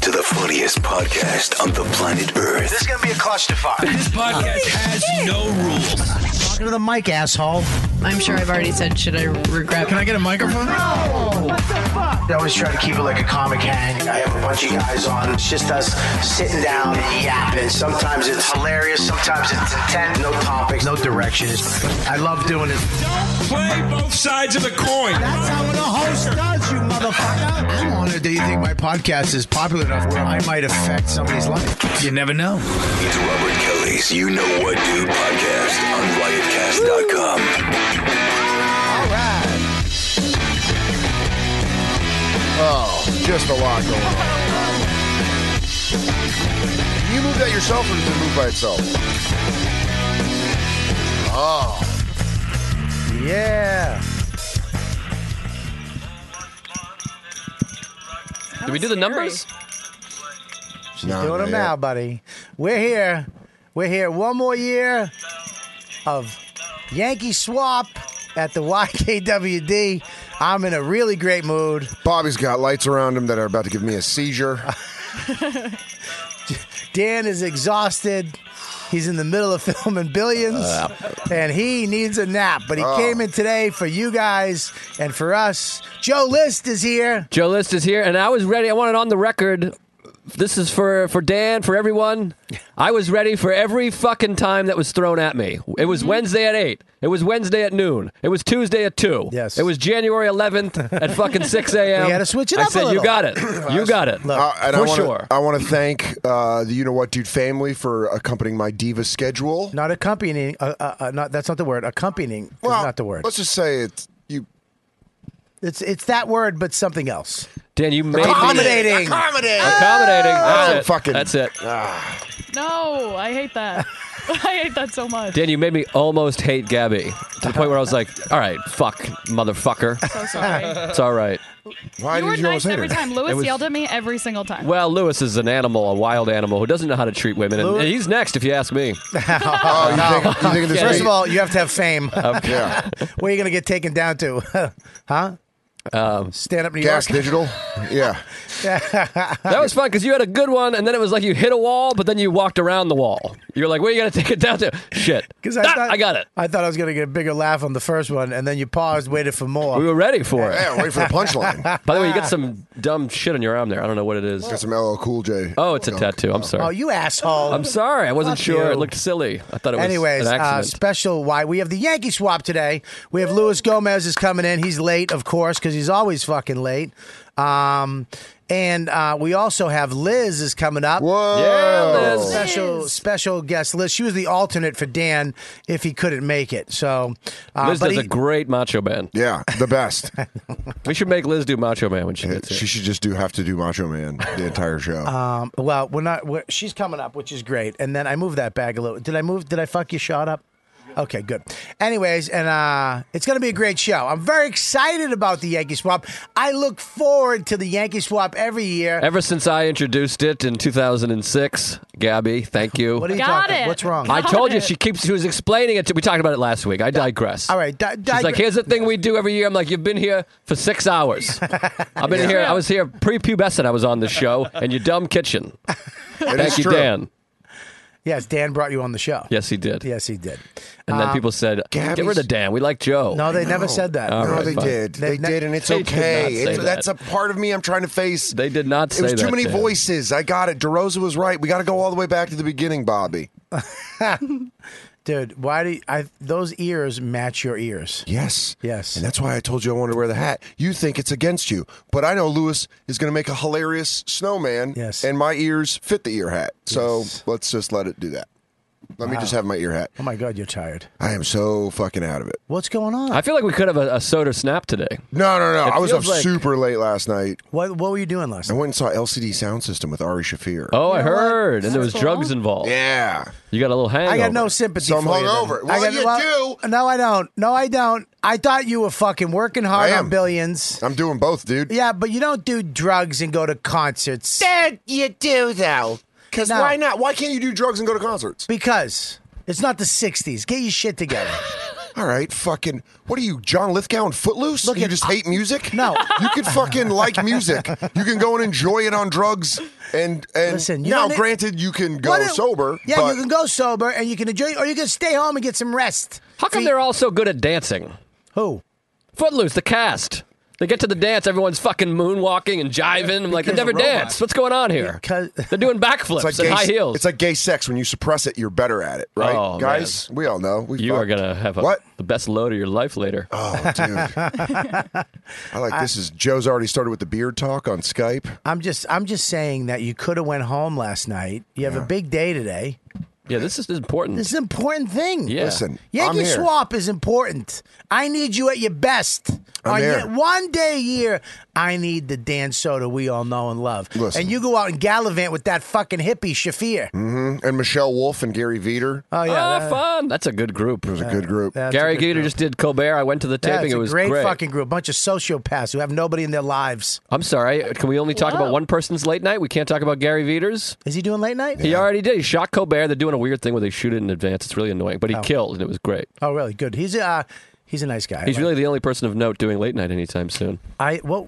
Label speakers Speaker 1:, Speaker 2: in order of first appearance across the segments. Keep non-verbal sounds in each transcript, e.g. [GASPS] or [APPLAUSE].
Speaker 1: to the funniest podcast on the planet Earth.
Speaker 2: This is gonna be a clusterfuck.
Speaker 3: This podcast has no rules.
Speaker 4: Talking to the mic, asshole.
Speaker 5: I'm sure I've already said, should I regret?
Speaker 3: Can I get a microphone?
Speaker 2: I always try to keep it like a comic hang. I have a bunch of guys on. It's just us sitting down and yapping. Sometimes it's hilarious. Sometimes it's intent. No topics. No directions. I love doing it.
Speaker 3: Play both sides of the coin.
Speaker 4: That's how a host does, you motherfucker.
Speaker 2: I'm honored that you think my podcast is popular enough where I might affect somebody's life.
Speaker 3: You never know.
Speaker 1: It's Robert Kelly's You Know What Do podcast on riotcast.com.
Speaker 4: All right.
Speaker 6: Oh, just a lot going on. Can you move that yourself or does it move by itself? Oh.
Speaker 4: Yeah.
Speaker 7: Did we do the numbers?
Speaker 6: She's
Speaker 4: Doing them now, buddy. We're here. We're here one more year of Yankee Swap at the [LAUGHS] YKWD. I'm in a really great mood.
Speaker 6: Bobby's got lights around him that are about to give me a seizure.
Speaker 4: [LAUGHS] Dan is exhausted. He's in the middle of [LAUGHS] filming Billions,
Speaker 6: Uh,
Speaker 4: and he needs a nap. But he
Speaker 6: Oh.
Speaker 4: came in today for you guys and for us. Joe List is here.
Speaker 7: Joe List is here, and I was ready. I want it on the record. This is for for Dan, for everyone. I was ready for every fucking time that was thrown at me. It was Wednesday at eight. It was Wednesday at noon. It was Tuesday at two.
Speaker 4: Yes.
Speaker 7: It was January 11th at fucking
Speaker 4: [LAUGHS]
Speaker 7: 6 a.m.
Speaker 4: We had to switch it
Speaker 7: I
Speaker 4: up a
Speaker 7: said,
Speaker 4: little."
Speaker 7: "You got it.
Speaker 4: [CLEARS THROAT]
Speaker 7: You got it.
Speaker 6: Uh, and I
Speaker 7: for
Speaker 6: wanna,
Speaker 7: sure."
Speaker 6: I want to thank uh, the You Know What Dude family for accompanying my diva schedule.
Speaker 4: Not accompanying. Uh, uh, uh, not, that's not the word. Accompanying
Speaker 6: Well,
Speaker 4: is not the word.
Speaker 6: Let's just say it. You
Speaker 4: It's it's that word, but something else.
Speaker 7: Dan, you made me
Speaker 4: Accommodating. Ah,
Speaker 7: accommodating. That's
Speaker 6: Oh,
Speaker 7: it.
Speaker 6: fucking-
Speaker 7: That's it.
Speaker 5: No, I hate that. [LAUGHS] I hate that so much.
Speaker 7: Dan, you made me almost hate Gabby to the point where I was like, "All right, fuck, motherfucker.
Speaker 5: so
Speaker 7: [LAUGHS]
Speaker 5: sorry.
Speaker 7: It's all right."
Speaker 6: why
Speaker 5: you were
Speaker 6: did you always
Speaker 5: nice
Speaker 6: hate
Speaker 5: every
Speaker 6: her?
Speaker 5: time. Lewis
Speaker 7: It was-
Speaker 5: yelled at me every single time.
Speaker 7: Well, Lewis is an animal, a wild animal who doesn't know how to treat women, and,
Speaker 4: Lew-
Speaker 7: and he's next if you ask me.
Speaker 6: [LAUGHS] Oh, you think, you think this
Speaker 4: First
Speaker 6: is-
Speaker 4: of all, you have to
Speaker 7: [LAUGHS]
Speaker 4: have fame.
Speaker 6: yeah,
Speaker 4: Where are you going to get taken down to? [LAUGHS] huh?
Speaker 7: Ah, Um,
Speaker 4: Stand up New
Speaker 6: Gas
Speaker 4: York.
Speaker 6: Digital. Yeah,
Speaker 7: That was fun because you had a good one, and then it was like you hit a wall, but then you walked around the wall. You're like, "Where you gonna [LAUGHS] take it down to?" Shit,
Speaker 4: Because
Speaker 7: Ah, I, got it.
Speaker 4: I thought I was going to get a bigger laugh on the first one, and then you paused, waited for more.
Speaker 7: We were ready for it.
Speaker 6: yeah. Wait for the punchline.
Speaker 7: By the way, you got some dumb shit on your arm there. I don't know what it is.
Speaker 6: Got some LL Cool J.
Speaker 7: Oh, it's a
Speaker 6: Dunk.
Speaker 7: tattoo. I'm
Speaker 4: [LAUGHS] oh,
Speaker 7: sorry.
Speaker 4: you asshole!
Speaker 7: I'm sorry. I wasn't
Speaker 4: Fuck
Speaker 7: sure.
Speaker 4: you.
Speaker 7: It looked silly. I thought it was
Speaker 4: Anyways,
Speaker 7: an
Speaker 4: uh,
Speaker 7: accident.
Speaker 4: special why we have the Yankee swap today. We have Luis Gomez is coming in. He's late, of course, because he's always fucking late. Um, and uh, we also have Liz is coming up.
Speaker 6: Whoa.
Speaker 7: Yeah, Liz.
Speaker 4: Special special guest Liz. She was the alternate for Dan if he couldn't make it. So uh,
Speaker 7: Liz
Speaker 4: but
Speaker 7: does
Speaker 4: he-
Speaker 7: a great Macho Man.
Speaker 6: Ah, Yeah, the best.
Speaker 7: We should make Liz do Macho Man when she gets
Speaker 6: she
Speaker 7: here.
Speaker 6: should just do have to do Macho Man the entire show.
Speaker 4: Um, Well, we're not. We're, she's coming up, which is great. And then I moved that bag a little. Did I move? Did I fuck your shot up? Okay, good. Anyways, and uh, it's going to be a great show. I'm very excited about the Yankee Swap. I look forward to the Yankee Swap every year.
Speaker 7: Ever since I introduced it in 2006, Gabby, thank you.
Speaker 4: what are you
Speaker 5: Got
Speaker 4: talking?
Speaker 5: it.
Speaker 4: What's wrong?
Speaker 7: I told you
Speaker 5: it. [LAUGHS]
Speaker 7: she keeps. She was explaining it. to We talked about it last week. I digress.
Speaker 4: All right, di-
Speaker 7: She's like,
Speaker 4: digre-
Speaker 7: here's the thing we do every year. I'm like, you've been here for six
Speaker 4: [LAUGHS]
Speaker 7: hours. I've been here. I was here pre-pubescent. I was on this show in your dumb
Speaker 4: [LAUGHS]
Speaker 7: kitchen. Thank you,
Speaker 6: true.
Speaker 7: Dan.
Speaker 4: yes, Dan brought you on the show. [LAUGHS]
Speaker 7: Yes, he did.
Speaker 4: yes, he did. Um,
Speaker 7: And then people said, get rid
Speaker 6: Gabby's-
Speaker 7: of Dan. We like Joe.
Speaker 4: No, they never said that.
Speaker 7: All
Speaker 6: No,
Speaker 7: right,
Speaker 6: they
Speaker 7: fine.
Speaker 6: did. They,
Speaker 4: They-
Speaker 6: did, and it's
Speaker 7: They did
Speaker 6: okay.
Speaker 7: not say
Speaker 6: It's-
Speaker 7: that.
Speaker 6: That's a part of me I'm trying to face.
Speaker 7: They did not
Speaker 6: it was
Speaker 7: say
Speaker 6: too
Speaker 7: that,
Speaker 6: many
Speaker 7: Dan.
Speaker 6: voices. I got it. DeRosa was right. We got to go all the way back to the beginning, Bobby.
Speaker 4: dude. Why do you, I? Those ears match your ears.
Speaker 6: Yes.
Speaker 4: Yes.
Speaker 6: And that's why I told you I wanted to wear the hat. You think it's against you, but I know Lewis is going to make a hilarious snowman.
Speaker 4: Yes.
Speaker 6: And my ears fit the ear hat, so
Speaker 4: Yes.
Speaker 6: let's just let it do that. Let me just have my ear hat.
Speaker 4: Oh my God, you're tired.
Speaker 6: I am so fucking out of it.
Speaker 4: What's going on?
Speaker 7: I feel like we could have a, a soda snap today.
Speaker 6: No, no, no. I was up
Speaker 7: feels like-
Speaker 6: super late last night.
Speaker 4: what What were you doing last
Speaker 6: I
Speaker 4: night?
Speaker 6: went and saw LCD Sound System with Ari Shafir.
Speaker 7: Oh, I heard. And there was
Speaker 5: That's cool.
Speaker 7: drugs involved.
Speaker 6: Yeah.
Speaker 7: You got a little hangover.
Speaker 4: I got no sympathy.
Speaker 6: So I'm
Speaker 4: for you then.
Speaker 6: hungover. Well,
Speaker 4: I got,
Speaker 6: you
Speaker 4: do. No, I don't. No, I don't. I thought you were fucking working hard
Speaker 6: I
Speaker 4: on
Speaker 6: am.
Speaker 4: billions.
Speaker 6: I'm doing both, dude.
Speaker 4: Yeah, but you don't do drugs and go to concerts
Speaker 2: Dad, you do though.
Speaker 6: Because
Speaker 4: No.
Speaker 6: why not? Why can't you do drugs and go to concerts?
Speaker 4: because It's not the 60s. Get your shit together.
Speaker 8: [LAUGHS] All right, fucking. What are you, John Lithgow and Footloose?
Speaker 4: Look
Speaker 8: you
Speaker 4: at-
Speaker 8: just hate music?
Speaker 4: No.
Speaker 8: [LAUGHS] you can fucking like music. You can go and enjoy it on drugs. And and
Speaker 4: Listen, you
Speaker 8: now,
Speaker 4: don't-
Speaker 8: granted, you can go
Speaker 4: What do-
Speaker 8: sober.
Speaker 4: Yeah,
Speaker 8: but
Speaker 4: you can go sober and you can enjoy, or you can stay home and get some rest.
Speaker 7: How come
Speaker 4: See-
Speaker 7: they're all so good at dancing?
Speaker 4: Who?
Speaker 7: Footloose, the cast. They get to the dance, everyone's fucking moonwalking and jiving. I'm like, they
Speaker 4: Because
Speaker 7: never
Speaker 4: of robots.
Speaker 7: dance. What's going on here?
Speaker 4: Because-
Speaker 7: [LAUGHS] They're doing backflips
Speaker 8: It's
Speaker 7: and
Speaker 8: gay,
Speaker 7: high heels.
Speaker 8: It's like gay sex. When you suppress it, you're better at it, right,
Speaker 7: Oh, [LAUGHS]
Speaker 8: guys? We all know. We
Speaker 7: you are
Speaker 8: fucked.
Speaker 7: gonna have a,
Speaker 8: what?
Speaker 7: the best load of your life later. [LAUGHS] Ah,
Speaker 8: Oh, dude. I like this. Is Joe's already started with the beard talk on Skype?
Speaker 4: I'm just, I'm just saying that you could have went home last night. You have a big day today.
Speaker 7: yeah, this is important.
Speaker 4: This is an important thing.
Speaker 7: Yeah.
Speaker 8: Listen,
Speaker 4: Yankee
Speaker 8: I'm here.
Speaker 4: swap is important. I need you at your best.
Speaker 8: I'm
Speaker 4: On
Speaker 8: here.
Speaker 4: your- one day a year, I need the Dan Soda we all know and love.
Speaker 8: Listen.
Speaker 4: And you go out and gallivant with that fucking hippie Shafir.
Speaker 8: Mm-hmm. And Michelle Wolf and Gary Veter.
Speaker 4: Oh yeah,
Speaker 7: Ah,
Speaker 4: that-
Speaker 7: fun. That's a good group.
Speaker 8: It was a good group.
Speaker 4: that's a
Speaker 7: Gary
Speaker 4: good
Speaker 7: Gator
Speaker 4: group.
Speaker 7: just did Colbert. I went to the
Speaker 4: Yeah,
Speaker 7: taping.
Speaker 4: it's
Speaker 7: it
Speaker 4: a
Speaker 7: was
Speaker 4: great, fucking group. A bunch of sociopaths who have nobody in their lives.
Speaker 7: I'm sorry. Can we only talk about
Speaker 5: Wow.
Speaker 7: one person's late night? We can't talk about Gary Veter's.
Speaker 4: Is he doing late night?
Speaker 7: He already did. He shot Colbert. They're doing a weird thing where they shoot it in advance. It's really annoying, but he killed, and it was great.
Speaker 4: Oh, really? Good. He's uh, he's a nice guy.
Speaker 7: He's
Speaker 4: I like-
Speaker 7: really the only person of note doing late night anytime soon.
Speaker 4: I well.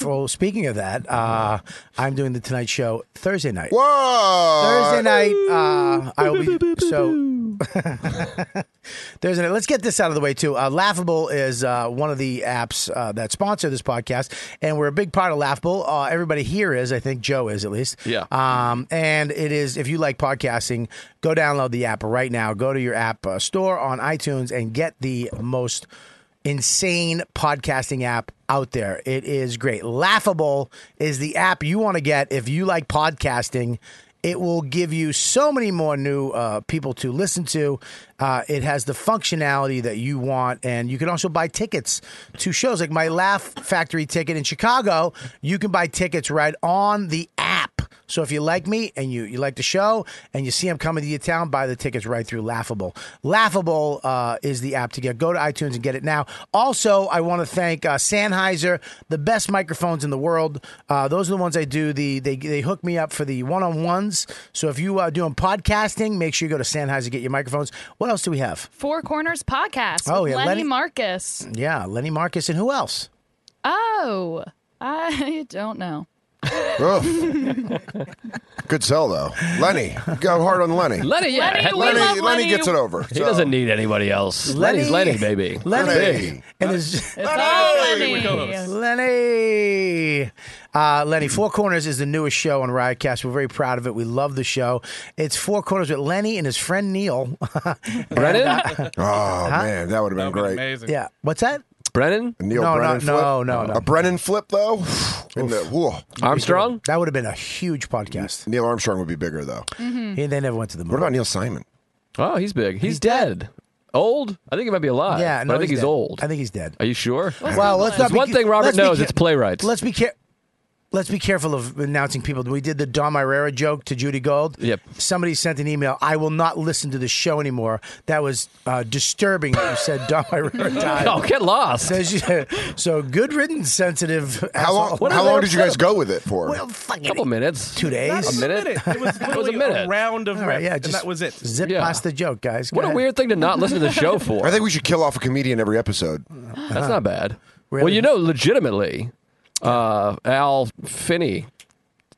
Speaker 4: well, speaking of that, uh, I'm doing the Tonight Show Thursday night.
Speaker 8: Whoa!
Speaker 4: Thursday night, uh, I will be so. Thursday night. Let's get this out of the way too. Uh, Laughable is uh, one of the apps uh, that sponsor this podcast, and we're a big part of Laughable. Uh, everybody here is, I think Joe is at least.
Speaker 7: Yeah.
Speaker 4: Um, and it is if you like podcasting, go download the app right now. Go to your app uh, store on iTunes and get the most insane podcasting app out there. It is great. Laughable is the app you want to get if you like podcasting. It will give you so many more new uh, people to listen to. Uh, it has the functionality that you want, and you can also buy tickets to shows like my Laugh Factory ticket in Chicago. You can buy tickets right on the app. So if you like me and you, you like the show and you see I'm coming to your town, buy the tickets right through Laughable. Laughable uh, is the app to get. Go to iTunes and get it now. Also, I want to thank uh, Sennheiser, the best microphones in the world. Uh, those are the ones I do. The they they hook me up for the one on ones. So if you are doing podcasting, make sure you go to Sennheiser get your microphones. What else do we have?
Speaker 5: Four Corners podcast.
Speaker 4: Oh,
Speaker 5: with
Speaker 4: yeah,
Speaker 5: Lenny,
Speaker 4: Lenny-
Speaker 5: Marcus.
Speaker 4: Yeah, Lenny Marcus and who else?
Speaker 5: Oh, I don't know.
Speaker 8: Ugh. [LAUGHS] Good sell though, Lenny. Go hard on Lenny.
Speaker 7: Lenny, yeah,
Speaker 5: Lenny,
Speaker 7: Heck,
Speaker 5: we
Speaker 7: Lenny,
Speaker 5: love
Speaker 8: Lenny, Lenny
Speaker 5: Lenny.
Speaker 8: gets it over.
Speaker 7: he doesn't need anybody else. Lenny's Lenny, baby.
Speaker 4: Lenny
Speaker 8: Lenny.
Speaker 4: and his.
Speaker 5: It's all Lenny.
Speaker 4: Lenny. Uh, Lenny, Four Corners is the newest show on Riotcast. We're very proud of it. We love the show. It's Four Corners with Lenny and his friend Neil. [LAUGHS]
Speaker 7: Brennan,
Speaker 8: Oh man, that would have been great.
Speaker 9: Amazing.
Speaker 4: yeah. What's that?
Speaker 7: Brennan
Speaker 8: Neil
Speaker 4: No, no,
Speaker 8: Brennan
Speaker 4: no,
Speaker 8: flip.
Speaker 4: no, no.
Speaker 8: A Brennan flip though. In the- whoa.
Speaker 7: Armstrong.
Speaker 4: That would have been a huge podcast. Mm-hmm.
Speaker 8: Neil Armstrong would be bigger though.
Speaker 4: He- They never went to the
Speaker 8: What
Speaker 4: moon.
Speaker 8: about Neil Simon?
Speaker 7: Oh, he's big. He's, dead. Old? I think he might be alive.
Speaker 4: Yeah,
Speaker 7: but
Speaker 4: no,
Speaker 7: I think he's,
Speaker 4: dead.
Speaker 7: old.
Speaker 4: I think he's dead.
Speaker 7: Are you sure?
Speaker 4: Well, let's not
Speaker 7: There's
Speaker 4: be
Speaker 7: one
Speaker 4: ca-
Speaker 7: thing Robert
Speaker 4: let's be
Speaker 7: knows.
Speaker 4: ca-
Speaker 7: It's playwrights.
Speaker 4: Let's be careful. Let's be careful of announcing people. We did the Dom Irera joke to Judy Gold.
Speaker 7: Yep.
Speaker 4: Somebody sent an email. I will not listen to the show anymore. That was uh, disturbing. That you said Dom
Speaker 7: [LAUGHS]
Speaker 4: Irera died.
Speaker 7: Oh, get lost.
Speaker 4: Says you- so good riddance, sensitive.
Speaker 8: How long?
Speaker 7: What are
Speaker 8: How
Speaker 7: they
Speaker 8: long did you guys
Speaker 7: upset
Speaker 8: go with it for?
Speaker 4: Well, fucking
Speaker 7: couple minutes.
Speaker 4: two
Speaker 7: A
Speaker 4: days.
Speaker 7: minute?
Speaker 9: It
Speaker 7: [LAUGHS]
Speaker 9: was
Speaker 7: It was
Speaker 9: literally
Speaker 7: a minute.
Speaker 9: a round of
Speaker 4: All right,
Speaker 9: riffs,
Speaker 4: yeah,
Speaker 9: and
Speaker 4: just
Speaker 9: that was it.
Speaker 4: Zip
Speaker 7: Yeah.
Speaker 4: past the joke, guys. Go
Speaker 7: What a
Speaker 4: ahead.
Speaker 7: weird thing to not listen to the show
Speaker 8: [LAUGHS]
Speaker 7: for.
Speaker 8: I think we should kill off a comedian every episode.
Speaker 7: That's not bad. Well,
Speaker 4: Uh-huh. Really?
Speaker 7: you know, legitimately, uh, Al Finney.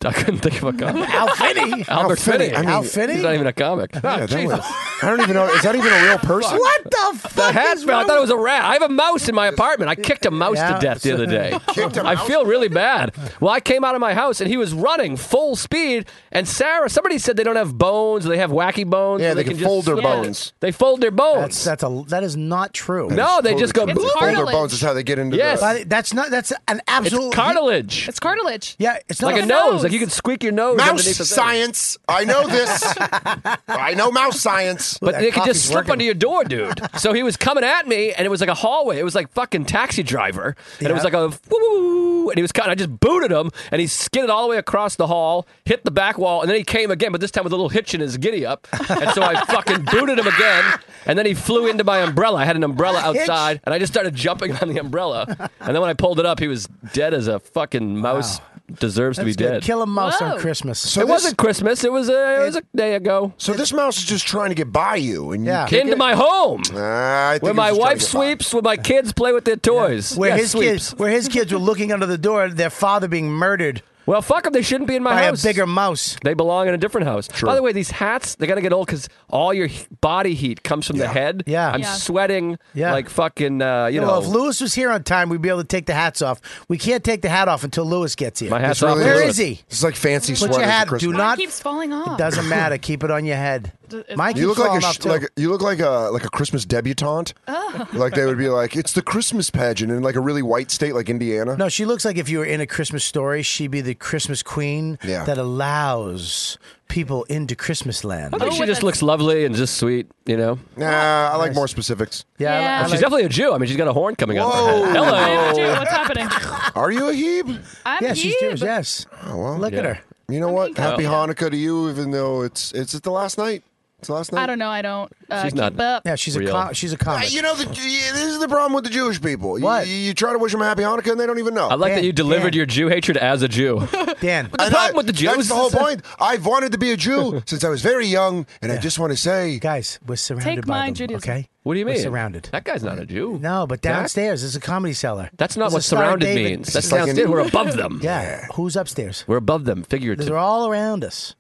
Speaker 7: I couldn't think of a comic.
Speaker 4: [LAUGHS] Al Finney.
Speaker 8: [LAUGHS]
Speaker 7: Albert Finney.
Speaker 8: I mean-
Speaker 4: Al Finney?
Speaker 7: He's not even a comic.
Speaker 8: [LAUGHS]
Speaker 7: [LAUGHS]
Speaker 8: Yeah,
Speaker 7: Ah,
Speaker 8: that
Speaker 7: Jesus.
Speaker 8: was- I don't even know. Is that even a real person?
Speaker 4: What the fuck?
Speaker 7: The hat
Speaker 4: is
Speaker 7: fell. I
Speaker 4: wrong
Speaker 7: thought it
Speaker 4: with-
Speaker 7: was a rat. I have a mouse in my apartment. I kicked a mouse
Speaker 4: Yeah.
Speaker 7: to death the other
Speaker 4: [LAUGHS]
Speaker 7: day.
Speaker 8: Kicked a
Speaker 7: I
Speaker 8: mouse
Speaker 7: feel really bad. Well, I came out of my house and he was running full speed. And Sarah, somebody said they don't have bones. They have wacky bones.
Speaker 8: Yeah,
Speaker 7: where
Speaker 8: they can
Speaker 7: just
Speaker 8: fold their
Speaker 7: swing.
Speaker 8: bones.
Speaker 7: They fold their
Speaker 4: That's
Speaker 7: bones.
Speaker 4: that's a that is not true.
Speaker 7: no, they just go.
Speaker 5: It's
Speaker 7: "Boop."
Speaker 8: Boulder
Speaker 5: Cartilage.
Speaker 8: bones is how they get into.
Speaker 7: Yes.
Speaker 8: The,
Speaker 4: But that's not. That's an absolute
Speaker 7: It's cartilage.
Speaker 5: It's cartilage.
Speaker 4: Yeah, it's not
Speaker 7: like a
Speaker 5: a
Speaker 7: nose.
Speaker 5: nose.
Speaker 7: Like you can squeak your nose.
Speaker 8: mouse
Speaker 7: underneath the thing.
Speaker 8: science. I know this.
Speaker 7: [LAUGHS]
Speaker 8: I know mouse science.
Speaker 7: But
Speaker 4: That
Speaker 7: they could
Speaker 4: coffee's
Speaker 7: just slip
Speaker 4: working.
Speaker 7: under your door, dude. so he was coming at me, and it was like a hallway. It was like fucking taxi driver, and it was
Speaker 4: Yeah.
Speaker 7: like a woo, and he was kind. I just booted him, and he skidded all the way across the hall, hit the back wall, and then he came again, but this time with a little hitch in his giddy up. And so I fucking booted him again, and then he flew into my umbrella. I had an umbrella
Speaker 4: Hitch.
Speaker 7: outside, and I just started jumping on the umbrella, and then when I pulled it up, he was dead as a fucking mouse. deserves to be
Speaker 4: That's good.
Speaker 7: dead.
Speaker 4: Kill a mouse on
Speaker 5: Whoa.
Speaker 4: Christmas.
Speaker 6: So
Speaker 7: it
Speaker 6: this,
Speaker 7: wasn't Christmas. It was a, it was a day ago.
Speaker 6: So this mouse is just trying to get by you, and
Speaker 4: Yeah.
Speaker 6: you kick
Speaker 7: Into
Speaker 6: it?
Speaker 7: my home.
Speaker 6: Uh, I think
Speaker 7: Where
Speaker 6: it
Speaker 7: my wife
Speaker 6: was just trying to get
Speaker 7: sweeps, where my kids play with their toys.
Speaker 4: where
Speaker 7: Yeah,
Speaker 4: his
Speaker 7: sweeps.
Speaker 4: kids, where his kids were looking under the door, their father being murdered
Speaker 7: Well, fuck them. They shouldn't be in my
Speaker 4: by
Speaker 7: house.
Speaker 4: a bigger mouse.
Speaker 7: They belong in a different house. By the way, these hats, they got to get old because all your he- body heat comes from the head.
Speaker 4: Yeah.
Speaker 7: I'm
Speaker 4: Yeah.
Speaker 7: sweating
Speaker 4: Yeah.
Speaker 7: like fucking, uh, you
Speaker 4: Well,
Speaker 7: know.
Speaker 4: if Lewis was here on time, we'd be able to take the hats off. We can't take the hat off until Lewis gets here.
Speaker 7: my
Speaker 6: by.
Speaker 7: hat's
Speaker 6: It's really
Speaker 7: off.
Speaker 4: Where
Speaker 6: good.
Speaker 4: is he?
Speaker 6: It's like fancy
Speaker 4: your
Speaker 6: sweaters. at
Speaker 4: hat- do
Speaker 6: Christmas.
Speaker 5: Mine
Speaker 4: not-
Speaker 5: keeps falling off.
Speaker 4: Doesn't matter. Keep it on your head.
Speaker 5: it's
Speaker 4: Mike,
Speaker 5: fine.
Speaker 6: You look like a
Speaker 4: off
Speaker 6: sh-
Speaker 4: too.
Speaker 6: like a- you look like a like a Christmas debutante.
Speaker 5: Oh.
Speaker 6: Like they would be like, it's the Christmas pageant in like a really white state like Indiana.
Speaker 4: No, she looks like if you were in a Christmas story, she'd be the Christmas queen
Speaker 6: Yeah.
Speaker 4: that allows people into Christmas land.
Speaker 7: I think
Speaker 5: Oh,
Speaker 7: she
Speaker 5: what
Speaker 7: just
Speaker 5: the-
Speaker 7: looks lovely and just sweet, you know.
Speaker 6: Nah, I like more specifics.
Speaker 4: I-
Speaker 5: Yeah.
Speaker 4: I
Speaker 5: She's
Speaker 7: She's
Speaker 4: like-
Speaker 7: definitely a Jew. I mean, she's got a horn coming out.
Speaker 6: Whoa.
Speaker 7: of her head.
Speaker 5: I am
Speaker 7: Hello.
Speaker 6: [LAUGHS]
Speaker 5: too. What's happening?
Speaker 6: Are you a Hebe?
Speaker 5: I'm
Speaker 4: yeah, she's
Speaker 5: here,
Speaker 4: Jewish.
Speaker 5: but-
Speaker 4: Yes. Oh, well, Look at
Speaker 7: Yeah.
Speaker 4: her.
Speaker 6: You know what?
Speaker 5: think
Speaker 6: Happy
Speaker 5: so.
Speaker 6: Hanukkah to you, even though it's it's it the last night. It's the last night.
Speaker 5: I don't know. I don't uh,
Speaker 7: She's
Speaker 5: keep
Speaker 7: not-
Speaker 5: up.
Speaker 4: Yeah, she's
Speaker 7: Real.
Speaker 4: a com- she's a
Speaker 6: Uh,
Speaker 4: comic.
Speaker 6: You know, the, yeah, this is the problem with the Jewish people. You-
Speaker 4: What?
Speaker 6: You, try to wish them a happy Hanukkah and they don't even know.
Speaker 7: I like
Speaker 4: Dan,
Speaker 7: that you delivered
Speaker 4: Dan.
Speaker 7: your Jew hatred as a Jew.
Speaker 4: [LAUGHS] Dan.
Speaker 7: the problem with the Jews
Speaker 6: That's the whole
Speaker 7: is that-
Speaker 6: point. I've wanted to be a
Speaker 4: [LAUGHS]
Speaker 6: Jew since I was very young, and I just want to say,
Speaker 4: Guys, we're surrounded
Speaker 5: Take
Speaker 4: by
Speaker 5: my
Speaker 4: them,
Speaker 5: Judaism.
Speaker 4: okay?
Speaker 7: what do you
Speaker 4: We're
Speaker 7: mean?
Speaker 4: surrounded.
Speaker 7: That guy's not a Jew.
Speaker 4: No, but downstairs is a comedy cellar.
Speaker 7: That's not
Speaker 4: It's
Speaker 7: what
Speaker 4: a Star of
Speaker 7: surrounded
Speaker 4: David.
Speaker 7: means. That's
Speaker 6: like an-
Speaker 7: downstairs. We're above them.
Speaker 4: Yeah. Who's upstairs?
Speaker 7: We're above them,
Speaker 4: These
Speaker 7: figuratively.
Speaker 4: are all around us.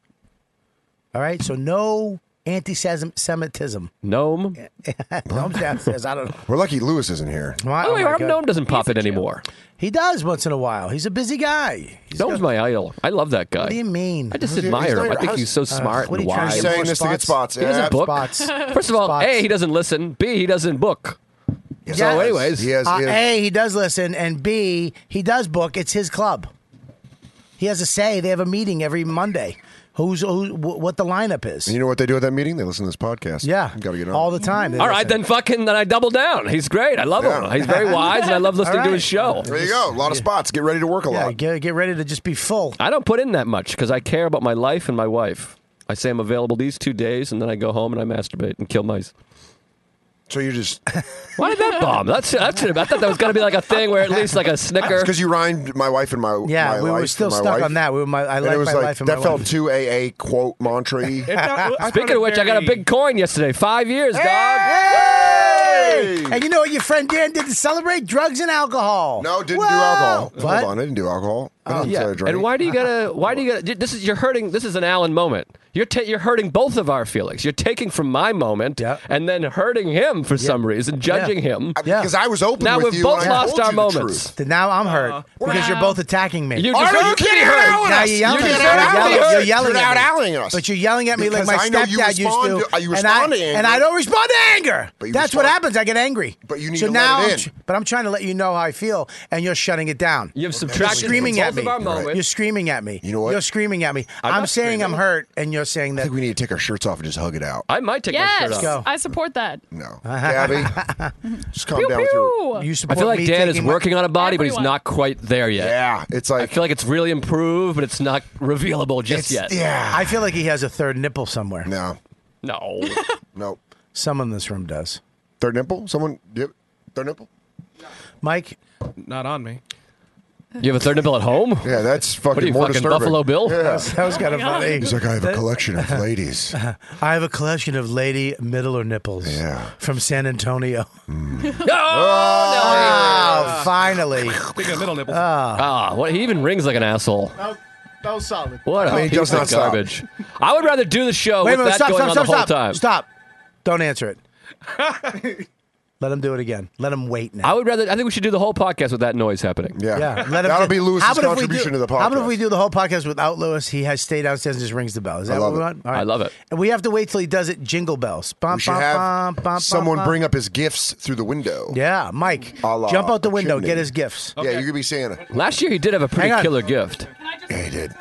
Speaker 4: All right. So no anti-Semitism. [LAUGHS]
Speaker 7: Gnome.
Speaker 4: No, downstairs. I don't know.
Speaker 6: we're lucky Lewis isn't here.
Speaker 4: Why-
Speaker 7: By the
Speaker 4: oh
Speaker 7: way,
Speaker 4: my
Speaker 7: Rob
Speaker 4: God.
Speaker 7: Gnome doesn't pop it anymore.
Speaker 4: He does once in a while. He's a busy guy. He's
Speaker 7: Gnome's my idol. I love that guy.
Speaker 4: What do you mean?
Speaker 7: I just
Speaker 6: He's not
Speaker 7: admire him. I
Speaker 6: your
Speaker 7: think
Speaker 6: house-
Speaker 7: he's so smart
Speaker 4: Uh, what are
Speaker 7: and
Speaker 4: you trying
Speaker 7: wise.
Speaker 4: to get
Speaker 6: Saying
Speaker 4: more
Speaker 6: this to get
Speaker 4: spots?
Speaker 6: spots.
Speaker 7: He doesn't
Speaker 6: Yeah,
Speaker 7: book.
Speaker 4: Spots.
Speaker 7: [LAUGHS] First of all,
Speaker 4: Spots.
Speaker 7: A, he doesn't listen. B, he doesn't book. So,
Speaker 4: Yes.
Speaker 7: anyways,
Speaker 6: He has,
Speaker 4: Uh,
Speaker 6: he has-
Speaker 4: a, he does listen, and B, he does book. It's his club. He has a say. They have a meeting every Monday. Who's who, wh- what the lineup is?
Speaker 6: you know what they do at that meeting? They listen to this podcast.
Speaker 4: yeah,
Speaker 6: Got to get on.
Speaker 4: all the time. They
Speaker 7: all right,
Speaker 4: listen.
Speaker 7: then fucking, then I double down. He's great. I love him.
Speaker 6: Yeah.
Speaker 7: He's very wise, and I
Speaker 6: [LAUGHS]
Speaker 4: [LAUGHS]
Speaker 7: love listening to
Speaker 4: right.
Speaker 7: his show.
Speaker 6: there you go. A lot of spots. Get ready to work a
Speaker 4: Yeah,
Speaker 6: lot.
Speaker 4: get, get ready to just be full.
Speaker 7: I don't put in that much because I care about my life and my wife. I say I'm available these two days, and then I go home and I masturbate and kill mice.
Speaker 6: So you're just
Speaker 7: Why did that bomb? That's, that's I thought that was going to be like a thing where at least
Speaker 6: [LAUGHS]
Speaker 7: like a snicker.
Speaker 6: because you rhymed my wife and my
Speaker 4: Yeah,
Speaker 6: my
Speaker 4: we were
Speaker 6: life
Speaker 4: still
Speaker 6: and my
Speaker 4: stuck
Speaker 6: wife.
Speaker 4: on that. We were my, I
Speaker 6: And it
Speaker 4: like
Speaker 6: was
Speaker 4: my
Speaker 6: like
Speaker 4: life and
Speaker 6: that
Speaker 4: my
Speaker 6: felt
Speaker 4: wife.
Speaker 6: too AA quote mantra.
Speaker 7: [LAUGHS]
Speaker 6: [LAUGHS]
Speaker 7: Speaking of which, I got a big coin yesterday. Five years, dog.
Speaker 4: Hey!
Speaker 6: Hey!
Speaker 4: And you know what your friend Dan did to celebrate? Drugs and alcohol.
Speaker 6: No, didn't
Speaker 4: Whoa!
Speaker 6: do alcohol.
Speaker 4: What?
Speaker 6: Hold on, I didn't do alcohol.
Speaker 4: Oh,
Speaker 6: I didn't say I
Speaker 7: Yeah,
Speaker 6: drank.
Speaker 7: and why do you
Speaker 4: [LAUGHS]
Speaker 7: gotta? Why do you gotta? This is you're hurting. This is an Alan moment. You're ta- you're hurting both of our feelings. You're taking from my moment
Speaker 4: Yeah.
Speaker 7: and then hurting him for some reason, judging him.
Speaker 6: I- because I was open
Speaker 7: now
Speaker 6: with
Speaker 7: we've
Speaker 6: you.
Speaker 7: both
Speaker 6: and I
Speaker 7: lost
Speaker 6: told
Speaker 7: our
Speaker 6: you the
Speaker 7: moments.
Speaker 4: Then Now I'm hurt because you're
Speaker 5: Wow.
Speaker 4: both attacking me.
Speaker 7: You
Speaker 6: Truth.
Speaker 7: deserve
Speaker 6: Are you
Speaker 7: to be
Speaker 6: kidding
Speaker 7: hurt.
Speaker 6: out
Speaker 4: now
Speaker 6: us?
Speaker 4: you're yelling.
Speaker 6: You're
Speaker 4: at
Speaker 6: getting
Speaker 4: me.
Speaker 6: out
Speaker 4: You're
Speaker 6: yelling
Speaker 4: yelling,
Speaker 6: us.
Speaker 4: you're yelling
Speaker 6: You're out
Speaker 4: at me.
Speaker 6: outing us.
Speaker 4: But you're yelling at me like
Speaker 6: Because
Speaker 4: my
Speaker 6: I know you
Speaker 4: stepdad
Speaker 6: respond
Speaker 4: used to.
Speaker 6: to- you
Speaker 4: and,
Speaker 6: respond
Speaker 4: I,
Speaker 6: to
Speaker 4: and
Speaker 6: anger.
Speaker 4: I don't respond to anger.
Speaker 6: But you
Speaker 4: That's what
Speaker 6: respond-
Speaker 4: happens. I get angry.
Speaker 6: But you need
Speaker 4: so
Speaker 6: to let
Speaker 4: now
Speaker 6: it
Speaker 4: I'm
Speaker 6: in.
Speaker 4: tr- but I'm trying to let you know how I feel, and you're shutting it down.
Speaker 7: You've
Speaker 4: You're
Speaker 7: subtracted
Speaker 4: screaming
Speaker 7: both
Speaker 4: at
Speaker 7: of
Speaker 4: me.
Speaker 7: our moments.
Speaker 4: You're screaming at me.
Speaker 6: You know what?
Speaker 4: You're screaming at me.
Speaker 7: I'm
Speaker 4: I'm,
Speaker 7: not
Speaker 4: saying I'm
Speaker 7: screaming.
Speaker 4: hurt, and you're saying
Speaker 6: I
Speaker 4: that.
Speaker 6: think we need to take our shirts off and just hug it out.
Speaker 7: I might take my
Speaker 5: Yes,
Speaker 7: shirt off.
Speaker 4: go.
Speaker 5: I support that.
Speaker 6: No, Gabby, just calm down with your.
Speaker 5: Pew.
Speaker 4: You
Speaker 7: I
Speaker 4: support
Speaker 7: feel like
Speaker 4: me
Speaker 7: Dan is
Speaker 4: taking my-
Speaker 7: working on a body, but he's
Speaker 5: Everyone.
Speaker 7: not quite there yet.
Speaker 6: Yeah, it's
Speaker 7: I
Speaker 6: like
Speaker 7: feel like it's really improved, but it's not revealable just
Speaker 6: it's,
Speaker 7: yet.
Speaker 6: Yeah,
Speaker 4: I feel like he has a third nipple somewhere.
Speaker 6: no,
Speaker 7: No.
Speaker 6: [LAUGHS] no.
Speaker 4: Someone in this room does.
Speaker 6: Third nipple? Someone? Yep. Third nipple?
Speaker 4: Mike,
Speaker 10: Not on me.
Speaker 7: you have a third nipple at home?
Speaker 6: Yeah, that's
Speaker 7: What are
Speaker 6: fucking
Speaker 7: you,
Speaker 6: more
Speaker 7: fucking
Speaker 6: disturbing.
Speaker 7: Buffalo Bill?
Speaker 6: Yeah.
Speaker 4: that was kind of funny.
Speaker 6: He's like, I have a collection of ladies.
Speaker 4: [LAUGHS] I have a collection of lady middle or nipples
Speaker 6: Yeah. Hmm. Oh,
Speaker 4: from San Antonio. [LAUGHS]
Speaker 7: No! Ah,
Speaker 4: Oh, finally. Ah,
Speaker 10: Speaking of middle nipples.
Speaker 7: what, he even rings like an asshole.
Speaker 9: That was solid.
Speaker 7: What a
Speaker 6: mean, he
Speaker 7: piece
Speaker 6: does not
Speaker 7: of
Speaker 6: stop.
Speaker 7: garbage. I would rather do the show
Speaker 4: Wait a
Speaker 7: with
Speaker 4: minute.
Speaker 7: that
Speaker 4: Stop,
Speaker 7: going
Speaker 4: stop,
Speaker 7: on
Speaker 4: stop,
Speaker 7: the whole
Speaker 4: stop.
Speaker 7: time.
Speaker 4: Stop. Don't answer it. Let him do it again. Let him wait now.
Speaker 7: I would rather. I think we should do the whole podcast with that noise happening.
Speaker 6: Yeah.
Speaker 4: yeah, let him
Speaker 6: That'll
Speaker 4: do-
Speaker 6: be Lewis's
Speaker 4: How about if we
Speaker 6: contribution
Speaker 4: do-
Speaker 6: to the podcast.
Speaker 4: How about if we do the whole podcast without Lewis? He has stay downstairs and just rings the bell. Is that
Speaker 6: I
Speaker 4: what
Speaker 6: love
Speaker 4: we
Speaker 6: it.
Speaker 4: want? All
Speaker 7: I love it.
Speaker 4: And we have to wait till he does it. Jingle bells. Bum,
Speaker 6: We should
Speaker 4: bum,
Speaker 6: have
Speaker 4: bum, bum, bum,
Speaker 6: someone
Speaker 4: bum.
Speaker 6: bring up his gifts through the window.
Speaker 4: Yeah, Mike,
Speaker 6: A la
Speaker 4: jump out the window.
Speaker 6: chimney.
Speaker 4: Get his gifts.
Speaker 6: Yeah, you could be Santa.
Speaker 7: Last year he did have a pretty
Speaker 4: Hang on.
Speaker 7: killer gift.
Speaker 6: Yeah, he did.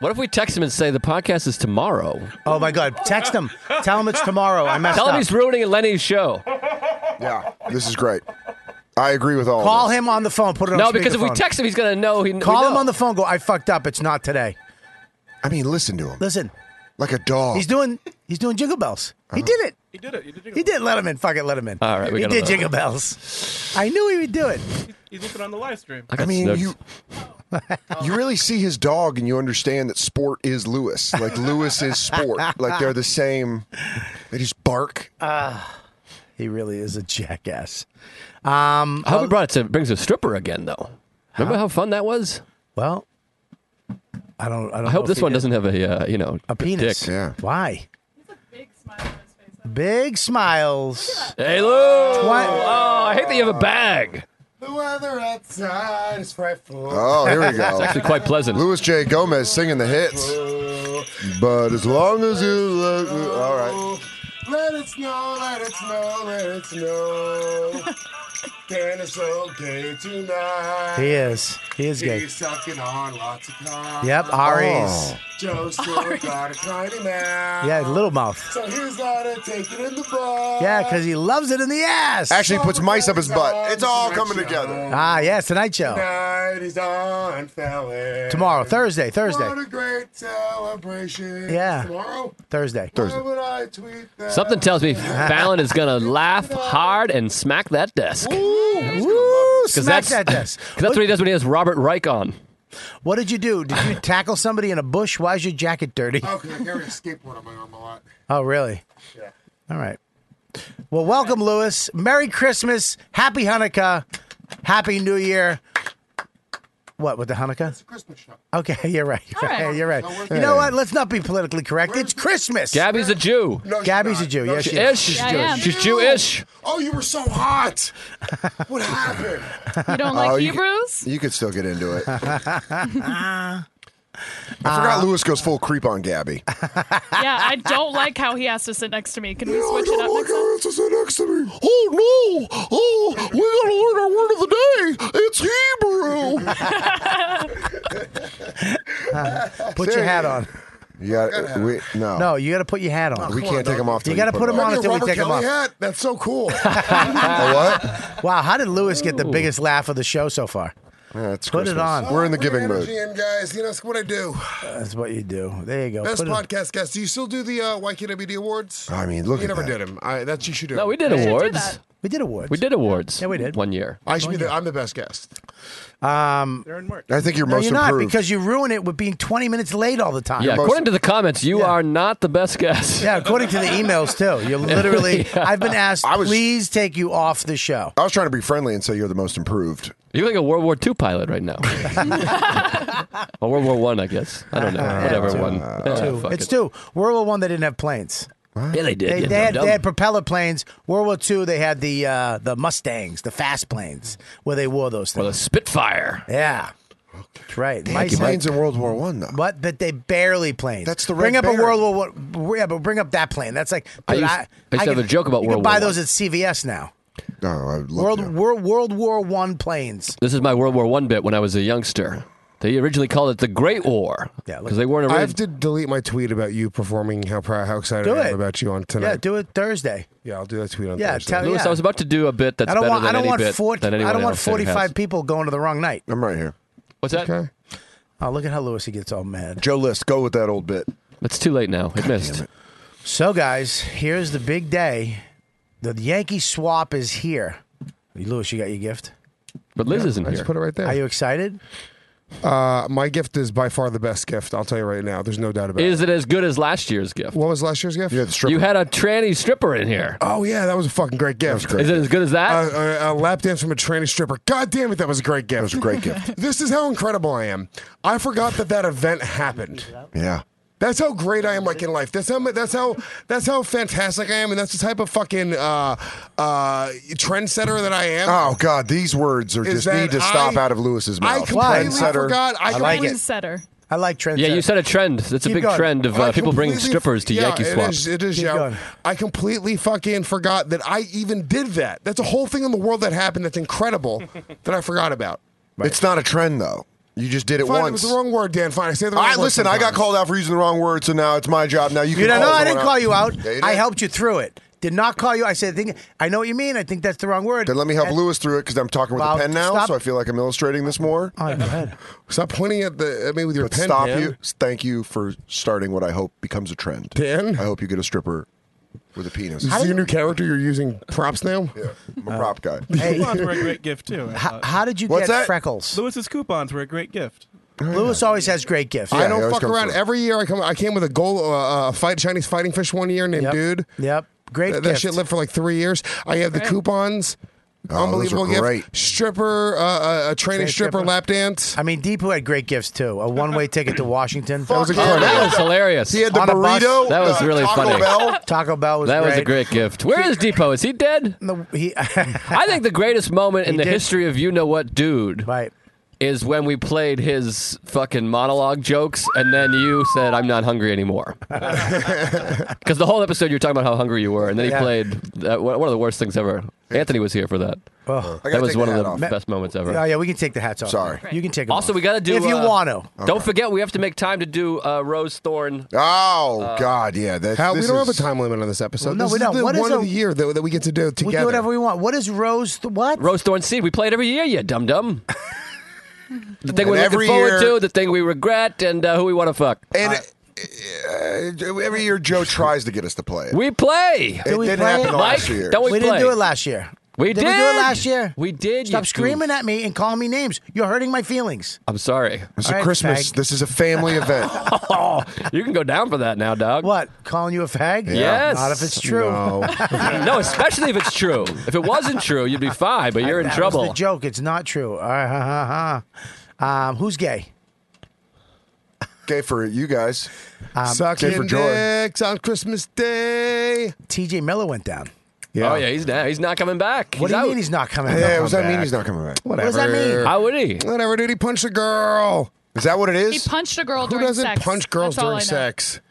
Speaker 7: What if we text him and say the podcast is tomorrow?
Speaker 4: Oh my God! Text him. Tell him it's tomorrow. I messed
Speaker 7: Tell him
Speaker 4: up.
Speaker 7: he's ruining Lenny's show.
Speaker 6: Yeah, this is great. I agree with all.
Speaker 4: Call
Speaker 6: of this.
Speaker 4: him on the phone. Put it on
Speaker 7: No, because if we
Speaker 4: speakerphone.
Speaker 7: text him, he's gonna know. He we
Speaker 4: Call him
Speaker 7: know.
Speaker 4: on the phone. Go. I fucked up. It's not today.
Speaker 6: I mean, listen to him
Speaker 4: Listen,
Speaker 6: like a dog. Uh-huh.
Speaker 4: he's doing he's doing jingle bells. He did it.
Speaker 10: He did it. He did jingle.
Speaker 4: He did Letterman. Fuck it, Letterman.
Speaker 7: All right, we
Speaker 4: he
Speaker 7: gotta
Speaker 4: did
Speaker 7: let-
Speaker 4: Jingle Bells. I knew he would do it.
Speaker 10: He's looking on the live stream.
Speaker 6: I mean,
Speaker 7: snooked.
Speaker 6: you you [LAUGHS] really see his dog, and you understand that sport is Lewis. Like Lewis is sport. Like they're the same. They just bark.
Speaker 4: Ah, He really is a jackass. Um,
Speaker 7: I hope it brought it to brings a stripper again though. Remember how fun that was?
Speaker 4: Well, I don't. I, don't
Speaker 7: I
Speaker 4: know
Speaker 7: hope
Speaker 4: if
Speaker 7: this
Speaker 4: he
Speaker 7: one
Speaker 4: did.
Speaker 7: doesn't have a uh, you know
Speaker 4: a penis.
Speaker 7: Dick.
Speaker 6: Yeah.
Speaker 4: Why?
Speaker 5: Big smile on his face.
Speaker 4: Big smiles.
Speaker 7: Hey Lou.
Speaker 4: What?
Speaker 7: Oh, I hate that you have a bag.
Speaker 1: The weather outside is frightful.
Speaker 6: Oh, here we
Speaker 1: [LAUGHS]
Speaker 6: go.
Speaker 7: Actually, quite pleasant.
Speaker 6: Louis J. Gomez singing the hits. But as long as you look, all right.
Speaker 1: Let it snow, let it snow, let it snow.
Speaker 4: [LAUGHS]
Speaker 1: Dan is okay tonight.
Speaker 4: He is. He is gay.
Speaker 1: He's sucking on lots of cock.
Speaker 4: Yep. Ari's.
Speaker 6: Oh.
Speaker 1: Joe Stewart got a tiny mouth.
Speaker 4: Yeah, little mouth.
Speaker 1: So he's gotta take it in the butt.
Speaker 4: Yeah, because he loves it in the ass.
Speaker 6: Actually, he puts mice up his butt. It's all coming together.
Speaker 4: Ah, yes. Tonight show.
Speaker 1: Tonight he's on, fellas.
Speaker 4: Tomorrow, Thursday. Thursday.
Speaker 1: What a great celebration.
Speaker 4: Yeah.
Speaker 1: Tomorrow?
Speaker 4: Thursday.
Speaker 1: Why would I tweet that?
Speaker 7: Something tells
Speaker 4: [LAUGHS]
Speaker 7: me Fallon is gonna laugh hard and smack that desk.
Speaker 4: Woo! Smack
Speaker 7: that's-
Speaker 4: that desk.
Speaker 7: [LAUGHS] 'Cause that's what he does when he has Robert Reich on.
Speaker 4: What did you do? Did you tackle somebody in a bush? Why is your
Speaker 6: [LAUGHS]
Speaker 4: jacket dirty?
Speaker 1: Okay, I carry a skateboard on my arm a lot.
Speaker 4: Oh, really? Yeah. All right. Well, welcome, Lewis. Merry Christmas. Happy Hanukkah. Happy New Year. What with the Hanukkah?
Speaker 1: It's a Christmas show.
Speaker 4: Okay, [LAUGHS] you're right. You're
Speaker 5: All
Speaker 4: right.
Speaker 5: right.
Speaker 4: You're right. You know what? Let's not be politically correct. It's Christmas.
Speaker 7: Gabby's a Jew.
Speaker 1: No, she's
Speaker 4: Gabby's a
Speaker 1: not.
Speaker 4: Jew.
Speaker 1: No,
Speaker 4: Yes,
Speaker 1: she's
Speaker 4: she
Speaker 7: Ish.
Speaker 4: is.
Speaker 7: She's
Speaker 5: Yeah, I
Speaker 7: Jewish.
Speaker 5: am.
Speaker 7: She's Jewish.
Speaker 1: Oh, you were so hot. [LAUGHS] What happened?
Speaker 5: You don't like
Speaker 6: Oh, you-
Speaker 5: Hebrews?
Speaker 6: You could still get into
Speaker 7: [LAUGHS]
Speaker 6: it. I
Speaker 7: Uh,
Speaker 6: forgot Lewis goes full creep on Gabby.
Speaker 5: yeah, I don't like how he has to sit next to me. Can we switch it up next time?
Speaker 6: to sit next to me. Oh no! Oh, we gotta learn our word of the
Speaker 1: Oh,
Speaker 6: day. It's Hebrew.
Speaker 4: [LAUGHS] Put your hat on.
Speaker 6: You got we, no.
Speaker 4: No, you got to put your
Speaker 1: Oh,
Speaker 4: hat on.
Speaker 6: we can't take them off. till
Speaker 4: You gotta
Speaker 6: put
Speaker 4: put
Speaker 6: 'em
Speaker 4: them on
Speaker 1: Your
Speaker 4: until we
Speaker 1: Robert
Speaker 4: take them
Speaker 1: Kelly
Speaker 4: off.
Speaker 1: hat? That's so
Speaker 4: [LAUGHS]
Speaker 1: cool.
Speaker 6: A what?
Speaker 4: Wow, how did Lewis get the biggest laugh of the show so far?
Speaker 6: Yeah, it's
Speaker 4: Put it
Speaker 6: Christmas.
Speaker 4: on.
Speaker 6: We're in the
Speaker 1: Bring
Speaker 6: giving
Speaker 1: Oh, energy
Speaker 6: mood.
Speaker 1: in, guys. You know, it's what I do.
Speaker 4: That's what you do. There you go.
Speaker 1: Best
Speaker 4: Put it-
Speaker 1: podcast guest. Do you still do the uh, YKWD awards?
Speaker 6: I mean, look
Speaker 1: you
Speaker 6: at
Speaker 1: never
Speaker 6: that.
Speaker 1: did him. I, that's you should do.
Speaker 7: No, we did
Speaker 5: should do
Speaker 7: awards.
Speaker 5: that.
Speaker 4: we did awards.
Speaker 7: We did awards.
Speaker 4: Yeah, we did.
Speaker 7: One year.
Speaker 1: I should be the. I'm the best guest.
Speaker 10: Aaron Mark.
Speaker 6: I think you're
Speaker 4: Um, No,
Speaker 6: most
Speaker 4: you're not
Speaker 6: improved.
Speaker 4: because you ruin it with being 20 minutes late all the time.
Speaker 7: Yeah, according to the comments, you
Speaker 4: Yeah.
Speaker 7: are not the best guest.
Speaker 4: Yeah, according to the emails too.
Speaker 7: [LAUGHS]
Speaker 4: You're literally. I've been asked.
Speaker 6: I was-
Speaker 4: please take you off the show.
Speaker 6: I was trying to be friendly and say you're the most improved.
Speaker 7: You're like a World War II pilot right now. or World War One, I, guess. I don't know. Uh, Whatever
Speaker 4: Uh, two.
Speaker 7: one. Yeah,
Speaker 4: Two.
Speaker 7: fuck
Speaker 4: It's
Speaker 7: it.
Speaker 4: two. World War One. They didn't have planes.
Speaker 7: Yeah, they did.
Speaker 4: They,
Speaker 7: Yeah,
Speaker 4: they, had,
Speaker 7: dumb,
Speaker 4: they had
Speaker 7: dumb.
Speaker 4: propeller planes. World War Two. They had the uh, the Mustangs, the fast planes, where they wore those
Speaker 7: Well, a
Speaker 4: things.
Speaker 7: Spitfire.
Speaker 4: yeah, that's right. Mice had-
Speaker 6: Planes in World War One though.
Speaker 4: But but they barely planes.
Speaker 6: That's the
Speaker 4: bring
Speaker 6: Red
Speaker 4: up a
Speaker 6: Baron.
Speaker 4: World War. War- Yeah, but bring up that plane. That's like
Speaker 7: I
Speaker 4: dude,
Speaker 7: used-
Speaker 4: I,
Speaker 7: I used to have
Speaker 4: can-
Speaker 7: a joke about
Speaker 4: you
Speaker 7: World
Speaker 4: can buy
Speaker 7: War
Speaker 4: those
Speaker 7: One.
Speaker 4: at CVS now.
Speaker 6: No, I love
Speaker 4: World
Speaker 6: you.
Speaker 4: World World War One planes.
Speaker 7: This is my World War One bit when I was a youngster. They originally called it the Great War.
Speaker 4: Yeah, look-
Speaker 7: because they weren't.
Speaker 1: I have
Speaker 7: Orig-
Speaker 1: to delete my tweet about you performing. How proud, how excited
Speaker 4: Do
Speaker 1: I am
Speaker 4: it.
Speaker 1: about you on tonight.
Speaker 4: Yeah, do it Thursday.
Speaker 1: Yeah, I'll do that tweet on
Speaker 4: Yeah,
Speaker 1: Thursday.
Speaker 4: tell-
Speaker 7: Lewis,
Speaker 4: yeah.
Speaker 7: I was about to do a bit that's
Speaker 4: I don't
Speaker 7: better
Speaker 4: want.
Speaker 7: than
Speaker 4: I don't
Speaker 7: any
Speaker 4: want
Speaker 7: bit
Speaker 4: forty.
Speaker 7: than anyone
Speaker 4: I don't want
Speaker 7: else there has.
Speaker 4: forty-five people going to the wrong night.
Speaker 6: I'm right here.
Speaker 7: What's that?
Speaker 1: Okay.
Speaker 4: Oh, look at how Lewis he gets all mad.
Speaker 6: Joe List, go with that old bit.
Speaker 7: It's too late now. It missed.
Speaker 4: So, guys, here's the big day. The Yankee swap is here. Lewis, you got your gift.
Speaker 7: But Liz isn't
Speaker 1: I
Speaker 7: here.
Speaker 1: just put it right
Speaker 4: Are
Speaker 1: there.
Speaker 4: you excited?
Speaker 1: Uh, my gift is by far the best gift. I'll tell you right now. There's no doubt about it.
Speaker 7: Is it as good as last year's gift?
Speaker 1: What was last year's gift?
Speaker 6: Yeah, the stripper.
Speaker 7: You had a tranny stripper in here.
Speaker 1: Oh yeah, that was a fucking great gift.
Speaker 6: great.
Speaker 7: Is it as good as that?
Speaker 1: A, a, a lap dance from a tranny stripper. God damn it, that was a great gift. That was a
Speaker 6: great gift.
Speaker 1: [LAUGHS] this is how incredible I am. I forgot that that event happened.
Speaker 6: Yeah.
Speaker 1: That's how great I am, like in life. That's how that's how that's how fantastic I am, and that's the type of fucking uh, uh, trendsetter that I am.
Speaker 6: Oh God, these words are
Speaker 1: Is
Speaker 6: just
Speaker 1: that
Speaker 6: need to stop
Speaker 1: I-
Speaker 6: out of Lewis's
Speaker 1: I
Speaker 6: mouth.
Speaker 1: completely
Speaker 6: Trendsetter.
Speaker 1: forgot. I,
Speaker 4: I like
Speaker 1: completely-
Speaker 4: it.
Speaker 5: Setter.
Speaker 4: I like trends.
Speaker 7: yeah, you set a trend. It's a
Speaker 4: Keep
Speaker 7: big
Speaker 4: going.
Speaker 7: trend of
Speaker 1: I
Speaker 7: uh, people bringing
Speaker 1: completely-
Speaker 7: strippers to
Speaker 1: yeah,
Speaker 7: Yankee
Speaker 1: it
Speaker 7: swaps.
Speaker 1: is- It is,
Speaker 4: Keep
Speaker 1: yeah.
Speaker 4: going.
Speaker 1: I completely fucking forgot that I even did that. That's a whole thing in the world that happened
Speaker 7: [LAUGHS]
Speaker 1: that's incredible that I forgot about.
Speaker 6: It's not a trend though. You just did it
Speaker 1: Fine, it
Speaker 6: once.
Speaker 1: was the wrong word, Dan. Fine, I say the wrong
Speaker 6: I
Speaker 1: word.
Speaker 6: listen. I got
Speaker 1: sometimes.
Speaker 6: called out for using the wrong word, so now it's my job. Now you can.
Speaker 4: You don't
Speaker 6: call
Speaker 4: know. I
Speaker 6: someone
Speaker 4: didn't call you out.
Speaker 6: Yeah, you
Speaker 4: I
Speaker 6: did.
Speaker 4: helped you through it. Did not call you. I said, I, think, I know what you mean. I think that's the wrong word.
Speaker 6: Then let me help
Speaker 4: And-
Speaker 6: Lewis through it because I'm talking with
Speaker 4: Well,
Speaker 6: a pen now,
Speaker 4: stop.
Speaker 6: so I feel like I'm illustrating this more.
Speaker 4: Oh, go ahead.
Speaker 1: [LAUGHS] Stop pointing at the at me with your
Speaker 6: But
Speaker 1: pen.
Speaker 6: stop
Speaker 1: Dan.
Speaker 6: you. Thank you for starting what I hope becomes a trend.
Speaker 1: Dan?
Speaker 6: I hope you get a stripper with a penis.
Speaker 1: Is this your new character? You're using props [LAUGHS] now?
Speaker 6: Yeah, I'm a prop
Speaker 1: [LAUGHS]
Speaker 6: guy.
Speaker 10: coupons were a great
Speaker 4: [LAUGHS]
Speaker 10: gift too. I
Speaker 4: How,
Speaker 10: thought.
Speaker 4: how did you
Speaker 6: What's
Speaker 4: get
Speaker 6: that?
Speaker 4: freckles?
Speaker 10: Lewis's coupons were a great gift.
Speaker 6: Oh,
Speaker 4: Lewis always has great gifts.
Speaker 1: I
Speaker 6: it
Speaker 1: don't
Speaker 6: always
Speaker 1: fuck
Speaker 6: comes
Speaker 1: around.
Speaker 6: through.
Speaker 1: Every year I come. I came with a goal, uh, uh, fight Chinese fighting fish one year named
Speaker 4: Yep.
Speaker 1: Dude.
Speaker 4: Yep. Great
Speaker 1: That, that
Speaker 4: gift.
Speaker 1: shit lived for like three years. I have the
Speaker 5: Great.
Speaker 1: coupons.
Speaker 6: are
Speaker 1: Unbelievable
Speaker 6: great.
Speaker 1: gift. Stripper, uh, uh, a training
Speaker 4: Train
Speaker 1: stripper,
Speaker 4: stripper.
Speaker 1: lap dance.
Speaker 4: I mean, Deepu had great gifts too. A one-way ticket to Washington.
Speaker 6: That was a
Speaker 7: Oh, that was hilarious.
Speaker 6: He had the
Speaker 4: On a bus.
Speaker 6: burrito.
Speaker 7: That was
Speaker 6: the
Speaker 7: really
Speaker 6: Taco
Speaker 7: funny.
Speaker 6: Bell.
Speaker 4: uh, Taco Bell was
Speaker 7: That
Speaker 4: great.
Speaker 7: was a great gift. Where is Depot? Is he
Speaker 4: [LAUGHS]
Speaker 7: dead?
Speaker 4: The- he-
Speaker 7: [LAUGHS] I think the greatest moment in
Speaker 4: He
Speaker 7: the
Speaker 4: did.
Speaker 7: history of You Know What Dude
Speaker 4: right.
Speaker 7: is when we played his fucking monologue jokes and then you said, I'm not hungry anymore.
Speaker 4: [LAUGHS]
Speaker 7: Because the whole episode you were talking about how hungry you were and then he
Speaker 4: Yeah.
Speaker 7: played uh, one of the worst things ever. Anthony was here for that.
Speaker 4: Oh.
Speaker 6: I gotta
Speaker 7: That was
Speaker 6: take
Speaker 7: one
Speaker 6: the
Speaker 7: of
Speaker 6: hat
Speaker 7: the
Speaker 6: off.
Speaker 7: best moments ever.
Speaker 4: oh yeah, we can take the hats off.
Speaker 6: Sorry.
Speaker 4: you can take. Them
Speaker 7: Also,
Speaker 4: off.
Speaker 7: we got to do.
Speaker 4: if you
Speaker 7: uh,
Speaker 4: want to.
Speaker 7: Don't forget, we have to make time to do uh, Rose Uh, Thorn.
Speaker 6: Oh
Speaker 1: Uh,
Speaker 6: God, yeah. That's,
Speaker 1: How, we
Speaker 6: this
Speaker 1: don't have a
Speaker 6: is-
Speaker 1: time limit on this episode.
Speaker 4: No,
Speaker 1: this
Speaker 4: we
Speaker 1: is
Speaker 4: don't.
Speaker 1: the
Speaker 4: What is
Speaker 1: one of
Speaker 4: a-
Speaker 1: the year that, that we get to do
Speaker 4: We
Speaker 1: together.
Speaker 4: do whatever we want. What is Rose? Th- what?
Speaker 7: Rose Thorn Seed. We play it every year, you dum dum. The thing we're
Speaker 6: And
Speaker 7: looking
Speaker 6: every
Speaker 7: forward
Speaker 6: year-
Speaker 7: to, the thing we regret, and uh, who we want to fuck.
Speaker 6: And uh, uh, every year Joe tries to get us to play it.
Speaker 7: We play.
Speaker 6: it
Speaker 4: we
Speaker 6: didn't
Speaker 4: play
Speaker 6: happen
Speaker 4: it?
Speaker 6: last
Speaker 7: Mike,
Speaker 6: year.
Speaker 7: don't we-
Speaker 4: didn't
Speaker 7: play.
Speaker 4: do it last year.
Speaker 7: We
Speaker 4: did. we do it
Speaker 7: did.
Speaker 4: last year?
Speaker 7: We did, you
Speaker 4: Stop
Speaker 7: goof.
Speaker 4: screaming at me and calling me names. You're hurting my feelings.
Speaker 7: I'm sorry.
Speaker 6: This
Speaker 4: All
Speaker 6: is
Speaker 4: right,
Speaker 6: Christmas.
Speaker 4: fag.
Speaker 6: This is a
Speaker 4: [LAUGHS]
Speaker 6: family event.
Speaker 7: Oh, [LAUGHS] you can go down for that now, dog.
Speaker 4: What? Calling you a fag?
Speaker 7: Yes.
Speaker 4: Not if it's true. [LAUGHS]
Speaker 7: No, especially if it's true. If it wasn't true, you'd be fine, but you're in
Speaker 4: That
Speaker 7: trouble.
Speaker 4: was the joke. It's not true. All right, ha, ha, ha. Um, who's gay?
Speaker 6: okay, for you guys.
Speaker 4: Um,
Speaker 1: Sucking
Speaker 6: Good for joy.
Speaker 1: dicks on Christmas Day.
Speaker 4: T.J. Miller went down.
Speaker 7: Oh yeah, he's not. He's not coming back.
Speaker 4: What
Speaker 7: he's
Speaker 4: do you
Speaker 7: out.
Speaker 4: mean he's not coming?
Speaker 6: Yeah,
Speaker 4: not
Speaker 6: what does that
Speaker 4: coming
Speaker 6: mean
Speaker 4: back?
Speaker 6: he's not coming back?
Speaker 4: What does that mean?
Speaker 7: How would he?
Speaker 1: Whatever, dude. He punched a girl.
Speaker 6: Is that what it
Speaker 5: He
Speaker 6: is?
Speaker 5: punched a girl
Speaker 1: Who
Speaker 5: during
Speaker 1: doesn't
Speaker 5: sex.
Speaker 1: punch girls
Speaker 5: That's all
Speaker 1: during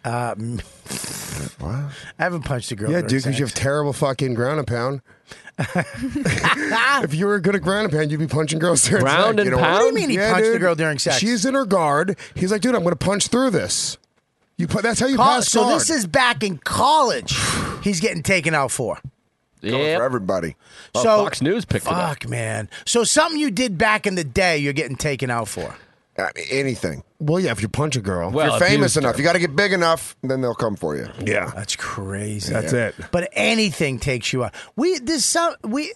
Speaker 5: I know.
Speaker 1: sex?
Speaker 4: Uh, [LAUGHS] I haven't punched a girl.
Speaker 1: Yeah,
Speaker 4: during
Speaker 1: dude, because you have
Speaker 4: sex.
Speaker 1: terrible fucking ground and
Speaker 4: [LAUGHS]
Speaker 1: pound. if you were good at ground and pound, you'd be punching girls during
Speaker 7: Ground
Speaker 1: sex.
Speaker 7: and
Speaker 1: you know?
Speaker 7: pound? What do you mean
Speaker 4: he punched a girl during sex?
Speaker 1: She's in her guard. He's like, dude, I'm going to punch through this. You put that's how you
Speaker 4: Col-
Speaker 1: pass
Speaker 4: Uh, so
Speaker 1: guard.
Speaker 4: this is back in college. [SIGHS] he's getting taken out for.
Speaker 6: For
Speaker 7: Yeah.
Speaker 6: everybody.
Speaker 7: Well,
Speaker 4: so
Speaker 7: Fox News picked it up.
Speaker 4: Fuck, man. So something you did back in the day, you're getting taken out for.
Speaker 6: I mean, anything.
Speaker 1: well, yeah, if you punch a girl,
Speaker 7: Well,
Speaker 6: You're famous
Speaker 7: abused
Speaker 6: enough.
Speaker 7: her.
Speaker 6: You got to get big enough, then they'll come for you.
Speaker 1: yeah,
Speaker 4: That's crazy.
Speaker 1: that's it.
Speaker 4: But anything takes you out. We this some we.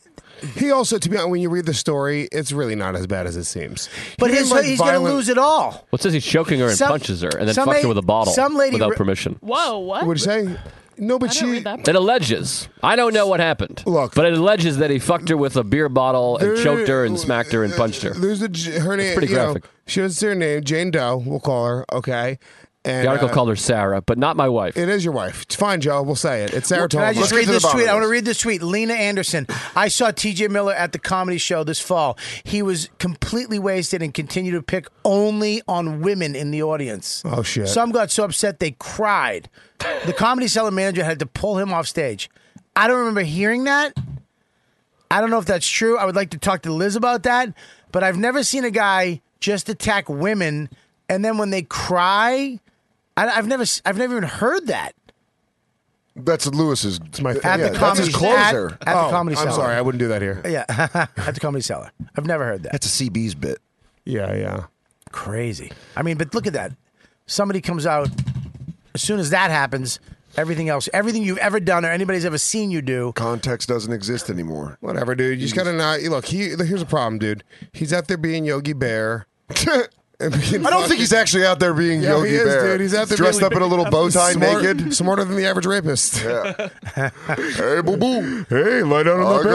Speaker 1: He also, to be honest, when you read the story, it's really not as bad as it seems. He
Speaker 4: But
Speaker 1: didn't
Speaker 4: his,
Speaker 1: like
Speaker 4: he's going to
Speaker 1: violent-
Speaker 4: lose it all.
Speaker 7: What says he's choking her and
Speaker 4: Some-
Speaker 7: punches her and then
Speaker 4: some
Speaker 7: fucks
Speaker 4: lady-
Speaker 7: her with a bottle
Speaker 4: some lady
Speaker 7: without
Speaker 4: re-
Speaker 7: permission.
Speaker 5: Whoa, what?
Speaker 1: What'd you say? No, but
Speaker 5: I
Speaker 1: she.
Speaker 5: didn't read that.
Speaker 7: It alleges. I don't know what happened.
Speaker 1: Look.
Speaker 7: but it alleges that he fucked her with a beer bottle and
Speaker 1: There-
Speaker 7: choked her and smacked her and punched her.
Speaker 1: There's a J- her name.
Speaker 7: pretty
Speaker 1: you know,
Speaker 7: graphic.
Speaker 1: she was her name, Jane Doe. We'll call her. Okay. And
Speaker 7: The article
Speaker 1: uh,
Speaker 7: called her Sarah, but not my wife.
Speaker 1: It is your wife. It's fine, Joe. We'll say it. It's Sarah
Speaker 4: Can I
Speaker 1: Thomas.
Speaker 4: just
Speaker 6: Let's get
Speaker 4: read
Speaker 6: to the
Speaker 4: this
Speaker 6: bottom
Speaker 4: tweet?
Speaker 6: of
Speaker 4: I want to
Speaker 6: this.
Speaker 4: read this tweet. Lena Anderson. I saw TJ Miller at the comedy show this fall. He was completely wasted and continued to pick only on women in the audience.
Speaker 1: Oh, shit.
Speaker 4: Some got so upset they cried. The comedy seller manager had to pull him off stage. I don't remember hearing that. I don't know if that's true. I would like to talk to Liz about that, but I've never seen a guy just attack women and then when they cry, I, I've never, s- I've never even heard that.
Speaker 6: That's Lewis's. It's
Speaker 1: my
Speaker 4: At
Speaker 1: Yeah,
Speaker 4: the
Speaker 1: that's
Speaker 4: comedy
Speaker 6: his closer.
Speaker 4: At, at
Speaker 1: oh,
Speaker 4: the comedy
Speaker 1: I'm
Speaker 4: cellar.
Speaker 1: sorry. I wouldn't do that here.
Speaker 4: Yeah, [LAUGHS] at the comedy cellar. I've never heard that.
Speaker 6: That's a CB's bit.
Speaker 1: Yeah, yeah.
Speaker 4: Crazy. I mean, but look at that. Somebody comes out. As soon as that happens, everything else, everything you've ever done or anybody's ever seen you do,
Speaker 6: Context
Speaker 4: [LAUGHS]
Speaker 6: doesn't exist anymore.
Speaker 1: Whatever, dude. You just gotta not look. He here's a problem, dude. He's out there being Yogi Bear. [LAUGHS]
Speaker 6: I don't think he's actually out there being
Speaker 1: Yeah,
Speaker 6: Yogi
Speaker 1: he is,
Speaker 6: Bear.
Speaker 1: dude. He's out there
Speaker 6: dressed
Speaker 1: being-
Speaker 6: up in a little bow tie,
Speaker 1: Smart-
Speaker 6: naked.
Speaker 1: smarter than the average rapist. [LAUGHS]
Speaker 6: Hey, boo boo.
Speaker 1: Hey, lie down
Speaker 6: I gotta-